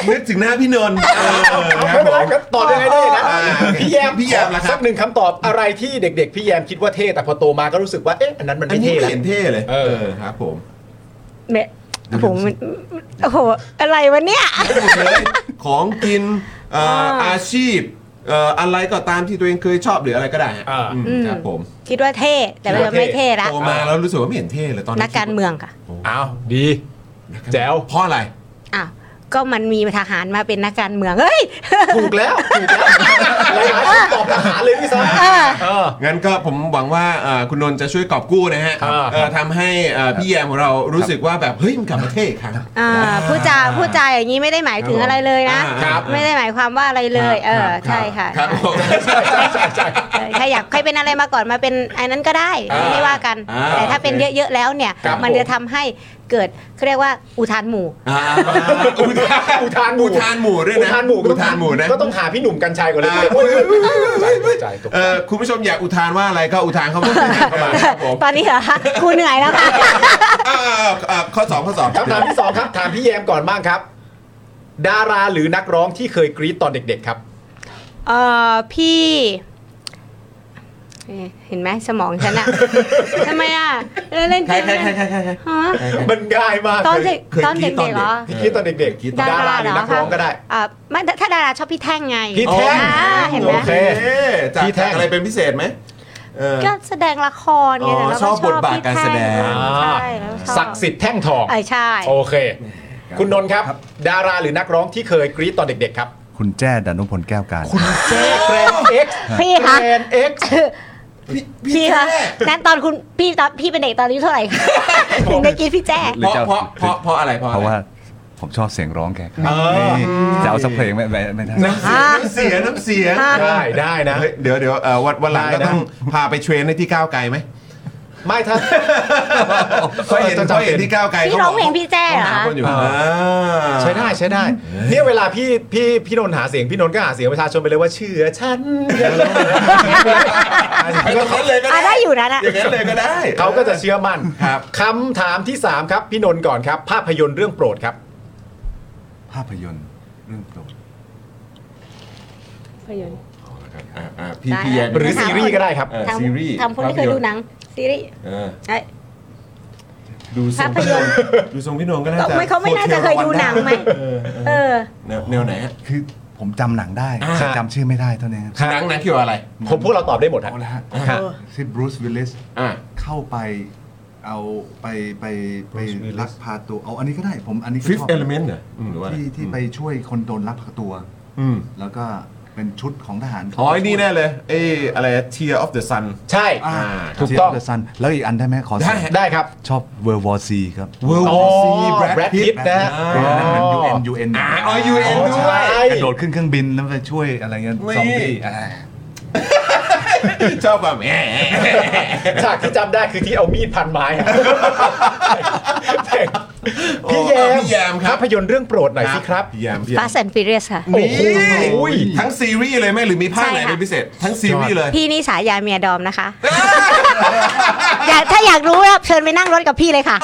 Speaker 1: นึกถึงหน้าพี่นนท์เออครับ
Speaker 3: ไม่เป็น
Speaker 1: ผ
Speaker 3: ไร
Speaker 1: ม
Speaker 3: ครับตอบยังไงได้นะ
Speaker 1: อ่า
Speaker 3: พี่แยม
Speaker 1: พี่แยมนะครับ
Speaker 3: สักหนึ่งคำตอบอะไรที่เด็ก ๆ พี่แยมคิดว่าเท่แต่พอโตมาก็รู้สึกว่าเอ๊ะอันนั้นมัน
Speaker 1: อั
Speaker 3: ไม่
Speaker 1: นนี้
Speaker 3: เท่
Speaker 1: ไม่
Speaker 3: ละ
Speaker 1: เห็นเท่เลย
Speaker 3: เออ
Speaker 1: ครับผม
Speaker 5: เมะโอ้โหมันโอ้โห อะไรวะเนี่ย
Speaker 1: หมดเลย ของกินเอ่ออาชีพเอ่ออะไรก็ตามที่ตัวเองเคยชอบหรืออะไรก็ได้ฮะ
Speaker 3: อ่า
Speaker 1: อืมครับผม
Speaker 5: คิดว่าเท่ แต่ว่าไม่เท่ละ
Speaker 1: โตมาแล้วรู้สึกว่าไม่เห็นเท่เลยตอน
Speaker 5: นักการเมืองค่ะ
Speaker 3: อ้าวดีแจ๋ว
Speaker 1: เพราะอะไร
Speaker 5: อ้าว ก็มันมีทหารมาเป็นนักการเมืองเฮ้ย
Speaker 3: ถูกแล้วถูกแล้วหลายๆคนตอบทหารเลยพี่ซ้ำ
Speaker 1: งั้นก็ผมหวังว่าเอ่อคุณนนท์จะช่วยกอบกู้นะฮะ
Speaker 3: ครับ
Speaker 1: เอ่อทำให้เอ่อพี่แยมของเรารู้สึกว่าแบบเฮ้ยมันกลับมาเท่อีกครั้ง
Speaker 5: อ่าพูดจาพูดจาอย่างนี้ไม่ได้หมายถึงอะไรเลยนะ
Speaker 1: ครับ
Speaker 5: ไม่ได้หมายความว่าอะไรเลย เออใช่ค่ะ
Speaker 1: ครับผม
Speaker 5: ใช่ใครอยากใครเป็นอะไรมาก่อนมาเป็นไอ้นั้นก็ได้
Speaker 1: อ่า
Speaker 5: ไม่ว่ากัน
Speaker 1: อ่า
Speaker 5: แต่ถ้าเป็นเยอะๆแล้วเนี่ย
Speaker 1: ครับ
Speaker 5: มันจะทำให้เกิดเขาเรียกว่าอุทานหมู่
Speaker 1: อ่าอุทาน
Speaker 3: อุทานหมู่
Speaker 1: อุทานหมู่ด้วย
Speaker 3: อุ
Speaker 1: นะ
Speaker 3: ทานหมู่
Speaker 1: อุทานหมู่นะ
Speaker 3: ก็ต้องหาพี่หนุ่มกัญชัยก่อนเลย
Speaker 1: อ่า
Speaker 3: โอ้ยใจใจตก
Speaker 1: เอ่อคุณผู้ชมอยากอุทานว่าอะไรก็อุทาน เข้ามาเข้ามาครับผม
Speaker 5: ตอนนี้เหรอคะครูเหนื่อยแล้วค่ะ
Speaker 1: อ่าอ่าอ่าข้อสองข้อสอง
Speaker 3: คำถามที่สองครับ ถามพี่แยมก่อนบ้างครับ ดาราหรือนักร้องที่เคยกรี๊ดตอนเด็ก ๆ ครับ
Speaker 5: เอ่อพี่เอ๊ะเห็นไหมสมองฉันอะ ทำไมอะเล่นเล่นเกมเนี่ยฮะ
Speaker 3: มันง่ายมาก
Speaker 5: ตอนเด็ก
Speaker 1: เคย
Speaker 5: ตอนเด็ก
Speaker 1: คิดตอน
Speaker 5: ๆ
Speaker 1: เด็ก
Speaker 5: เหรอ
Speaker 3: พี่กรี๊ดตอนเด็กๆ
Speaker 5: ดารา
Speaker 3: หรือนักร้องก็ได้
Speaker 5: อ่าไม่ถ้าดาราชอบพี่แท่งไง
Speaker 3: พี่แท่ง
Speaker 5: อ่าเห็นไหม
Speaker 3: โอเค
Speaker 1: จาก
Speaker 3: พี่แท่ง
Speaker 1: อะไรเป็นพิเศษไหมเออ
Speaker 5: ก็แสดงละครไง
Speaker 1: อ๋อ
Speaker 5: แต่เรา
Speaker 1: ช
Speaker 5: ก็
Speaker 1: อบ
Speaker 5: ช
Speaker 1: บ
Speaker 5: อบบ
Speaker 1: ทาท
Speaker 5: พี่
Speaker 1: การแส
Speaker 5: แท่ง
Speaker 1: ดง
Speaker 5: ใช่แล้วชอบ
Speaker 3: ศักดิ์สิทธิ์แท่งทอง
Speaker 5: เออใช่
Speaker 3: โอเค คุณนนท์ครับ ดาราหรือนักร้องที่เคยกรี๊ดตอนเด็ก ๆ ครับ
Speaker 4: คุณแจ้ดานุพลแก้วการ
Speaker 3: เจ๊แกรนเอ็กซ์
Speaker 5: พี่
Speaker 3: แก
Speaker 5: คะ
Speaker 3: รนเอ็กซ์
Speaker 5: พี่คะนั้นตอนคุณพี่ตอนพี่เป็นเด็กตอนอายุเท่าไหร่คะถึงได้กินพี่แจ้
Speaker 4: หรื
Speaker 1: เพราะ
Speaker 4: อจะ
Speaker 1: เพราะเพราะเพราะอะไรเพราะ
Speaker 4: เพ
Speaker 1: อะไร
Speaker 4: ราะว่าผมชอบเสียงร้องแกครับนี่จะเอาสักเพลงไหมไม่ไม่ได้
Speaker 1: น้ำเสียงน้ำเสียงน้ำเสียง
Speaker 3: ได้ได้นะ
Speaker 1: เฮ้ยเดี๋ยวเดี๋ยวเอ่อวันวันหลัง
Speaker 3: ได้
Speaker 1: เรา
Speaker 3: นะ
Speaker 1: ต้องพาไปเทรนในที่ก้าวไกลไหม
Speaker 3: ไม่ถ้า
Speaker 1: เคยเห็น
Speaker 3: ต้องจำ
Speaker 1: เคยเห็น
Speaker 3: เป็น
Speaker 1: ที่ก้าวไกล
Speaker 5: พี่ร้องเพลงพี่แจ้เหรอคะ
Speaker 1: คนอยู่อ่า
Speaker 3: ใช้ได้ใช้ได้ เนี่ยเวลาพี่พี่พี่นนท์หาเสียงพี่นนท์ก็หาเสียงประชาชนไปเลยว่าเชื่อฉัน
Speaker 1: ไปตรงนั้นเลยก็
Speaker 5: อ่ะ
Speaker 1: ได้
Speaker 5: ได้อยู่นั้นอะ
Speaker 1: อย่างนั้นเลยก็ได้
Speaker 3: เขาก็จะเชื่อมั่น
Speaker 1: ครับ
Speaker 3: คำถามที่ 3 ครับ พี่นนท์ก่อนครับ ภาพยนตร์เรื่องโปรดครับ
Speaker 4: ภาพยนตร์เรื่องโปรด
Speaker 1: อ่ะอ่ะพี่พี่แยน
Speaker 3: หรือซีรีส์ก็ได้ครับ
Speaker 1: เออ
Speaker 5: ทำ
Speaker 1: ซีรีส์
Speaker 5: ทำคนที่เคยดูหนังซีรีส์
Speaker 1: เออ
Speaker 5: เอ้ย
Speaker 1: ดูทรง
Speaker 5: ภาพยนตร์
Speaker 1: ดูทรงพี่นนท์ก็น่าจะ
Speaker 5: ไม่เขาไม่น่าจะเคยดูหนังไหม
Speaker 1: เออเออ
Speaker 5: เออ
Speaker 1: แนวแนวไหนฮะ
Speaker 4: คือผมจำหนังได้
Speaker 1: อ่า
Speaker 4: แต่จำชื่อไม่ได้เท่านั้นครับ
Speaker 1: หนังหนังเกี่ยวกับอะไร
Speaker 3: ผมพวกเราตอบได้หมดฮะ
Speaker 4: เอาละฮะ
Speaker 1: ครับ
Speaker 4: ที่บรูซวิลลิส
Speaker 1: อ่ะ
Speaker 4: เข้าไปเอาไปไปไป
Speaker 1: Bruce Willis
Speaker 4: ลักพาตัวเอาอันนี้ก็ได้ผมอันนี้ก็ช
Speaker 1: Fifth
Speaker 4: อบ
Speaker 1: Element เหรออืมหรือว่าอะไร
Speaker 4: ที่ที่ไปช่วยคนโดนลักพาตัว
Speaker 1: อืม
Speaker 4: แล้วก็เป็นชุดของทหาร
Speaker 1: อ๋อไอ้นี่แน่เลยเอ้ยอะไร Tear of the Sun
Speaker 3: ใช่
Speaker 4: อ่า
Speaker 3: ถูกต้อง
Speaker 4: เดอะซันแล้วอีกอันได้ไหมขอ
Speaker 1: ได้
Speaker 4: สอง
Speaker 3: ได้ครับ
Speaker 4: ชอบเวอร์วอร์ซีครับ
Speaker 1: World
Speaker 3: อ๋อ
Speaker 1: War C
Speaker 3: Brad
Speaker 1: Brad Pitt
Speaker 3: Pitt นะฮะ
Speaker 4: เป็นอันนั้นยูเอ็นยูเอ็น
Speaker 1: อ่าอ๋อ UN
Speaker 3: อ๋อ
Speaker 1: ด้
Speaker 3: ใช่
Speaker 1: วย
Speaker 4: กระโดดขึ้นเครื่องบินแล้วไปช่วยอะไรเงี้ย
Speaker 1: นี่
Speaker 4: ซอมบี้อ่า
Speaker 1: ชอบความแหม
Speaker 3: ฉากที่จำได้คือที่เอามีดพันไม้ฮะพี่แยม
Speaker 1: พี่แยมครับ
Speaker 3: ภาพยนตร์เรื่องโปรดหน่อยสิครับ
Speaker 1: พี่แยมพี่แยม
Speaker 5: Fast and Furious ค่ะ
Speaker 1: นี่
Speaker 3: โอ้ย
Speaker 1: ทั้งซีรีส์เลยไหมหรือมีภาคไหน
Speaker 5: ใช่ค่ะ
Speaker 1: เป็นพิเศษ ทั้งซีรีส์เลย
Speaker 5: พี่นี่สายยาเมียดอมนะคะ อยากถ้าอยากรู้อะเชิญไปนั่งรถกับพี่เลยค่ะ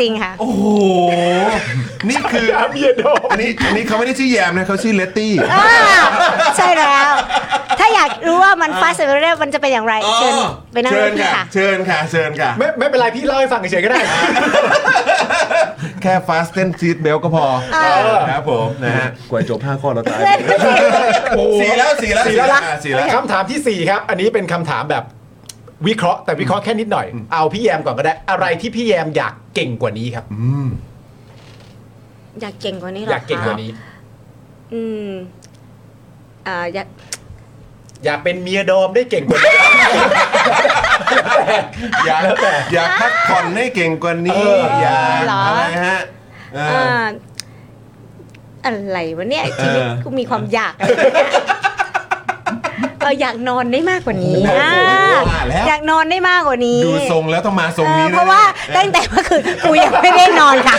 Speaker 5: จริงค่ะ
Speaker 1: โอ้โห นี่คือ
Speaker 3: อาเมียโดม
Speaker 1: อันนี้อันนี้เขาไม่ได้ชื่อแยมนะเขาชื่อเลตตี้
Speaker 5: อ่าใช่แล้ว ถ้าอยากรู้ว่ามัน Fast and Furious มันจะเป็นอย่างไร เชิญไปนั่งร
Speaker 1: เชิ
Speaker 5: ถ
Speaker 1: ญ
Speaker 5: พี่
Speaker 1: ค่ะ
Speaker 5: ค่ะ
Speaker 1: เชิญค่ะ เชิญค่ะ
Speaker 3: ไม่ไม่เป็นไรพี่เล่าให้ฟังเฉยๆก็ได้
Speaker 1: แค่ฟาสเทนซีดเบลก็พอ
Speaker 5: เออ
Speaker 1: ครับผมนะฮะ
Speaker 4: กว่าจบห้าข้อเราตาย
Speaker 1: สีแล้วสีแล้ว
Speaker 3: สี่แล้วนะ
Speaker 1: อ่ะสีแล้ว
Speaker 3: คำถามทีสี่4 ครับ อันนี้เป็นคำถามแบบวิเคราะห์แต่วิเคราะห์แค่นิดหน่อย เอาพี่แยมก่อนก็ได้ อะไรที่พี่แยมอยากเก่งกว่านี้ครับ
Speaker 5: อยากเก่งกว่านี้หรออย
Speaker 3: อากเก่งกว่านี้
Speaker 5: อืมอ่าอยาก
Speaker 3: อยากเป็นเมียโดมได้เก่งกว่านี้
Speaker 1: อยากอยากพักผ่อนให้เก่งกว่านี้
Speaker 3: เออ
Speaker 1: อ
Speaker 3: อ
Speaker 1: ยาก
Speaker 5: เหรออ
Speaker 1: อะไรฮะเออ
Speaker 5: อ่าอะไรวะเนี่ยชีวิตกูมีความอยากอะไรเนี่ยเอออยากนอนได้มากกว่านี้
Speaker 1: โอ้โห
Speaker 5: อ่า
Speaker 1: ว่าแล้ว
Speaker 5: อยากนอนได้มากกว่านี้
Speaker 1: ดูทรงแล้วต้องมาทรง
Speaker 5: เออ
Speaker 1: นี้น
Speaker 5: เพราะว่าตั้งแต่เมื่อคืนกูยังไม่ได้นอนค่ะ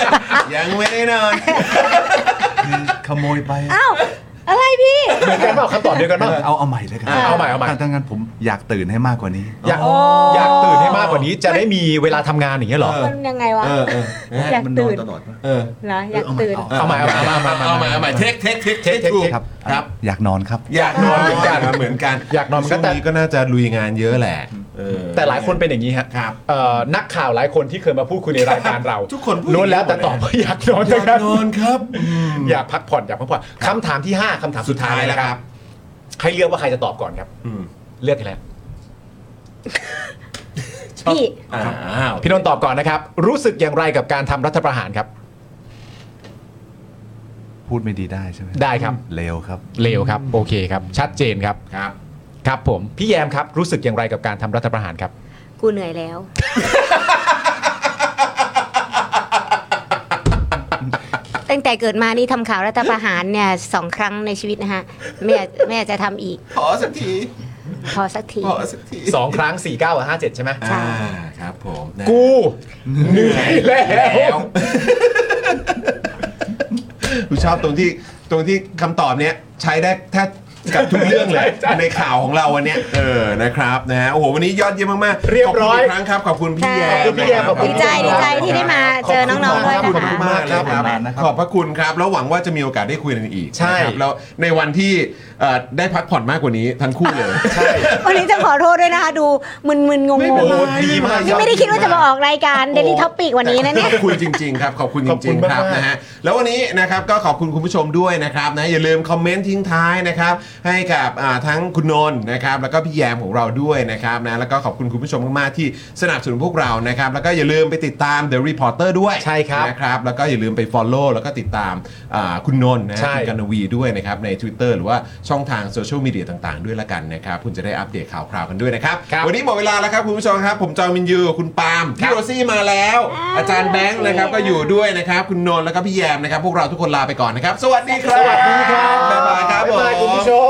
Speaker 1: ยังไม่ได้นอน
Speaker 4: ขโมยไป
Speaker 5: อ้าว อะไรพี่
Speaker 3: เหมือนกันเปล่าคำตอบเดียวกันเปล่า
Speaker 4: เอาเอาใหม่เลยกัน
Speaker 3: อ่ะเอาใหม่เอาใหม่
Speaker 4: ถ้างั้นผมอยากตื่นให้มากกว่านี้
Speaker 3: อยากอยากตื่นให้มากกว่านี้จะได้มีเวลาทำงานอย่างเงี้ยเหรอ
Speaker 1: เออ
Speaker 5: มันยังไงวะ
Speaker 1: เออเออ
Speaker 5: อยาก
Speaker 4: มันนอ
Speaker 5: ตื่
Speaker 4: น
Speaker 5: น
Speaker 4: ตลอดปะ
Speaker 1: เออ
Speaker 5: เหรออยากตื่น
Speaker 3: เอาใหม่เอาใหม่เอาใหม่เอาใหม่
Speaker 1: เอาใหม่เอาใหม่เทคเทคเทคเทคทู
Speaker 4: ครับ
Speaker 1: ครับ
Speaker 4: อยากนอนครับ
Speaker 1: อยากนอนเหมือนกันเหมือนกัน
Speaker 3: อยากนอนเหมือนกัน
Speaker 1: ช่วงนี้ก็น่าจะลุยงานเยอะแหละเออ
Speaker 3: แต่หลายคนเป็นอย่างนี้ฮะ
Speaker 1: ครับ
Speaker 3: เอ่อนักข่าวหลายคนที่เคยมาพูดคุยในรายการเรา
Speaker 1: ทุกคนพูดอย่างนี้
Speaker 3: ล้วนแล้วแต่
Speaker 1: หมดเลย
Speaker 3: ตอบว่าอยากนอน
Speaker 1: อยาก
Speaker 3: ทั้งนั้น
Speaker 1: นอนครับอืม
Speaker 3: อยากพักผ่อนอยากพักผ่อนคำถามที่ 5คำถามสุดท้ายแล้วครับ ให้เลือกว่าใครจะตอบก่อนครับ
Speaker 1: อืม
Speaker 3: เลือกกันแล้ว
Speaker 5: พี่
Speaker 1: อ้าว
Speaker 3: พี่นนท์ตอบก่อนนะครับ รู้สึกอย่างไรกับการทำรัฐประหารครับ
Speaker 4: พูดไม่ดีได้ใช่ไหม
Speaker 3: ได้ครับ
Speaker 4: เลวครับ
Speaker 3: เลวครับ โอเคครับ ชัดเจนครับ
Speaker 1: ครับ
Speaker 3: ครับผม พี่แยมครับ รู้สึกอย่างไรกับการทำรัฐประหารครับ
Speaker 5: กูเหนื่อยแล้ว ตั้งแต่เกิดมานี่ทำข่าวรัฐประหารเนี่ยสองครั้งในชีวิตนะฮะไม่อยากไม่อยากจะทำอีก
Speaker 1: ขอสักที
Speaker 5: พอสักที
Speaker 1: ขอสักที
Speaker 3: 2 ครั้ง 4 9กับ 57 ใช่ไหม
Speaker 1: อ่าครับผมนะ
Speaker 3: กูเหนื่อยแล้
Speaker 1: แล้ว วกูชอบตรงที่ตรงที่คำตอบเนี้ยใช้ได้แทบกับทุกเรื่องเลย
Speaker 3: ใช่ใช่
Speaker 1: ในข่าวของเราวันเนี้ยเออนะครับนะฮะโอ้โหวันนี้ยอดเยี่ยมมากๆ
Speaker 3: เรียบร้อย
Speaker 1: ขคุณกครั้งครับขอบคุณพี่แยม
Speaker 5: ใช่
Speaker 1: นะรับ
Speaker 3: ขอบคุณ
Speaker 5: ดี
Speaker 3: พี่แยม
Speaker 5: ใจดีใจที่ได้มาเจอน้องๆด้วย
Speaker 1: ขอบคุ
Speaker 5: นะ
Speaker 1: ณ
Speaker 5: คะ
Speaker 1: มากเลยครับขอบพระคุณครับ แล้วหวังว่าจะมีโอกาสได้คุยกันอีก
Speaker 3: ใช่
Speaker 1: นะครับแล้วในวันที่เอ่อได้พักผ่อนมากกว่านี้ทั้งคู่เลย ใช่
Speaker 5: วันนี้จะขอโทษด้วยนะคะ ดูมึนๆงง
Speaker 1: ไม่เป็นไร
Speaker 5: ง
Speaker 1: ดีมาก
Speaker 5: นี่ไม่ได้คิดว่าจะมาออกรายการ Daily Topic วันนี้นะเนี่ย
Speaker 1: ขอบคุณจริงๆครับ ขอบคุณจริงๆครับนะฮะ แล้ววันนี้นะครับก็ขอบคุณคุณผู้ชมด้วยนะครับนะอย่าลืมคอมเมนต์ทิ้งท้ายนะครับให้กับอ่าทั้งคุณนนท์นะครับแล้วก็พี่แยมของเราด้วยนะครับนะแล้วก็ขอบคุณคุณผู้ชมมากๆที่สนับสนุนพวกเรานะครับแล้วก็อย่าลืมไปติดตาม The Reporter ด้วย
Speaker 3: ใช่ครับ
Speaker 1: นะครับแล้วก็อย่าลืมไป Follow แล้วก็ติดตามอ่าคุณนนท์นะฮะ
Speaker 3: ใช่
Speaker 1: คุณกันวีด้วยนะครับใน Twitter หรือว่าช่องทางโซเชียลมีเดียต่างๆ ด้วยละกันนะครับคุณจะได้อัปเดตข่าวคราวกันด้วยนะครับ
Speaker 3: ครับ
Speaker 1: วันนี้หมดเวลาแล้วครับคุณผู้ชมครับผมจอห์นวินยูคุณปาล์มพี่โรซี่มาแล้ว อาจารย์แบงค์นะครับก็อยู่ด้วยนะครับ คุณนนท์แล้วก็พี่แยมนะครับ พวกเราทุกคนลาไปก่อนนะครับ สวัสดีครับ สวัสดีครับ บ๊ายบายครับผม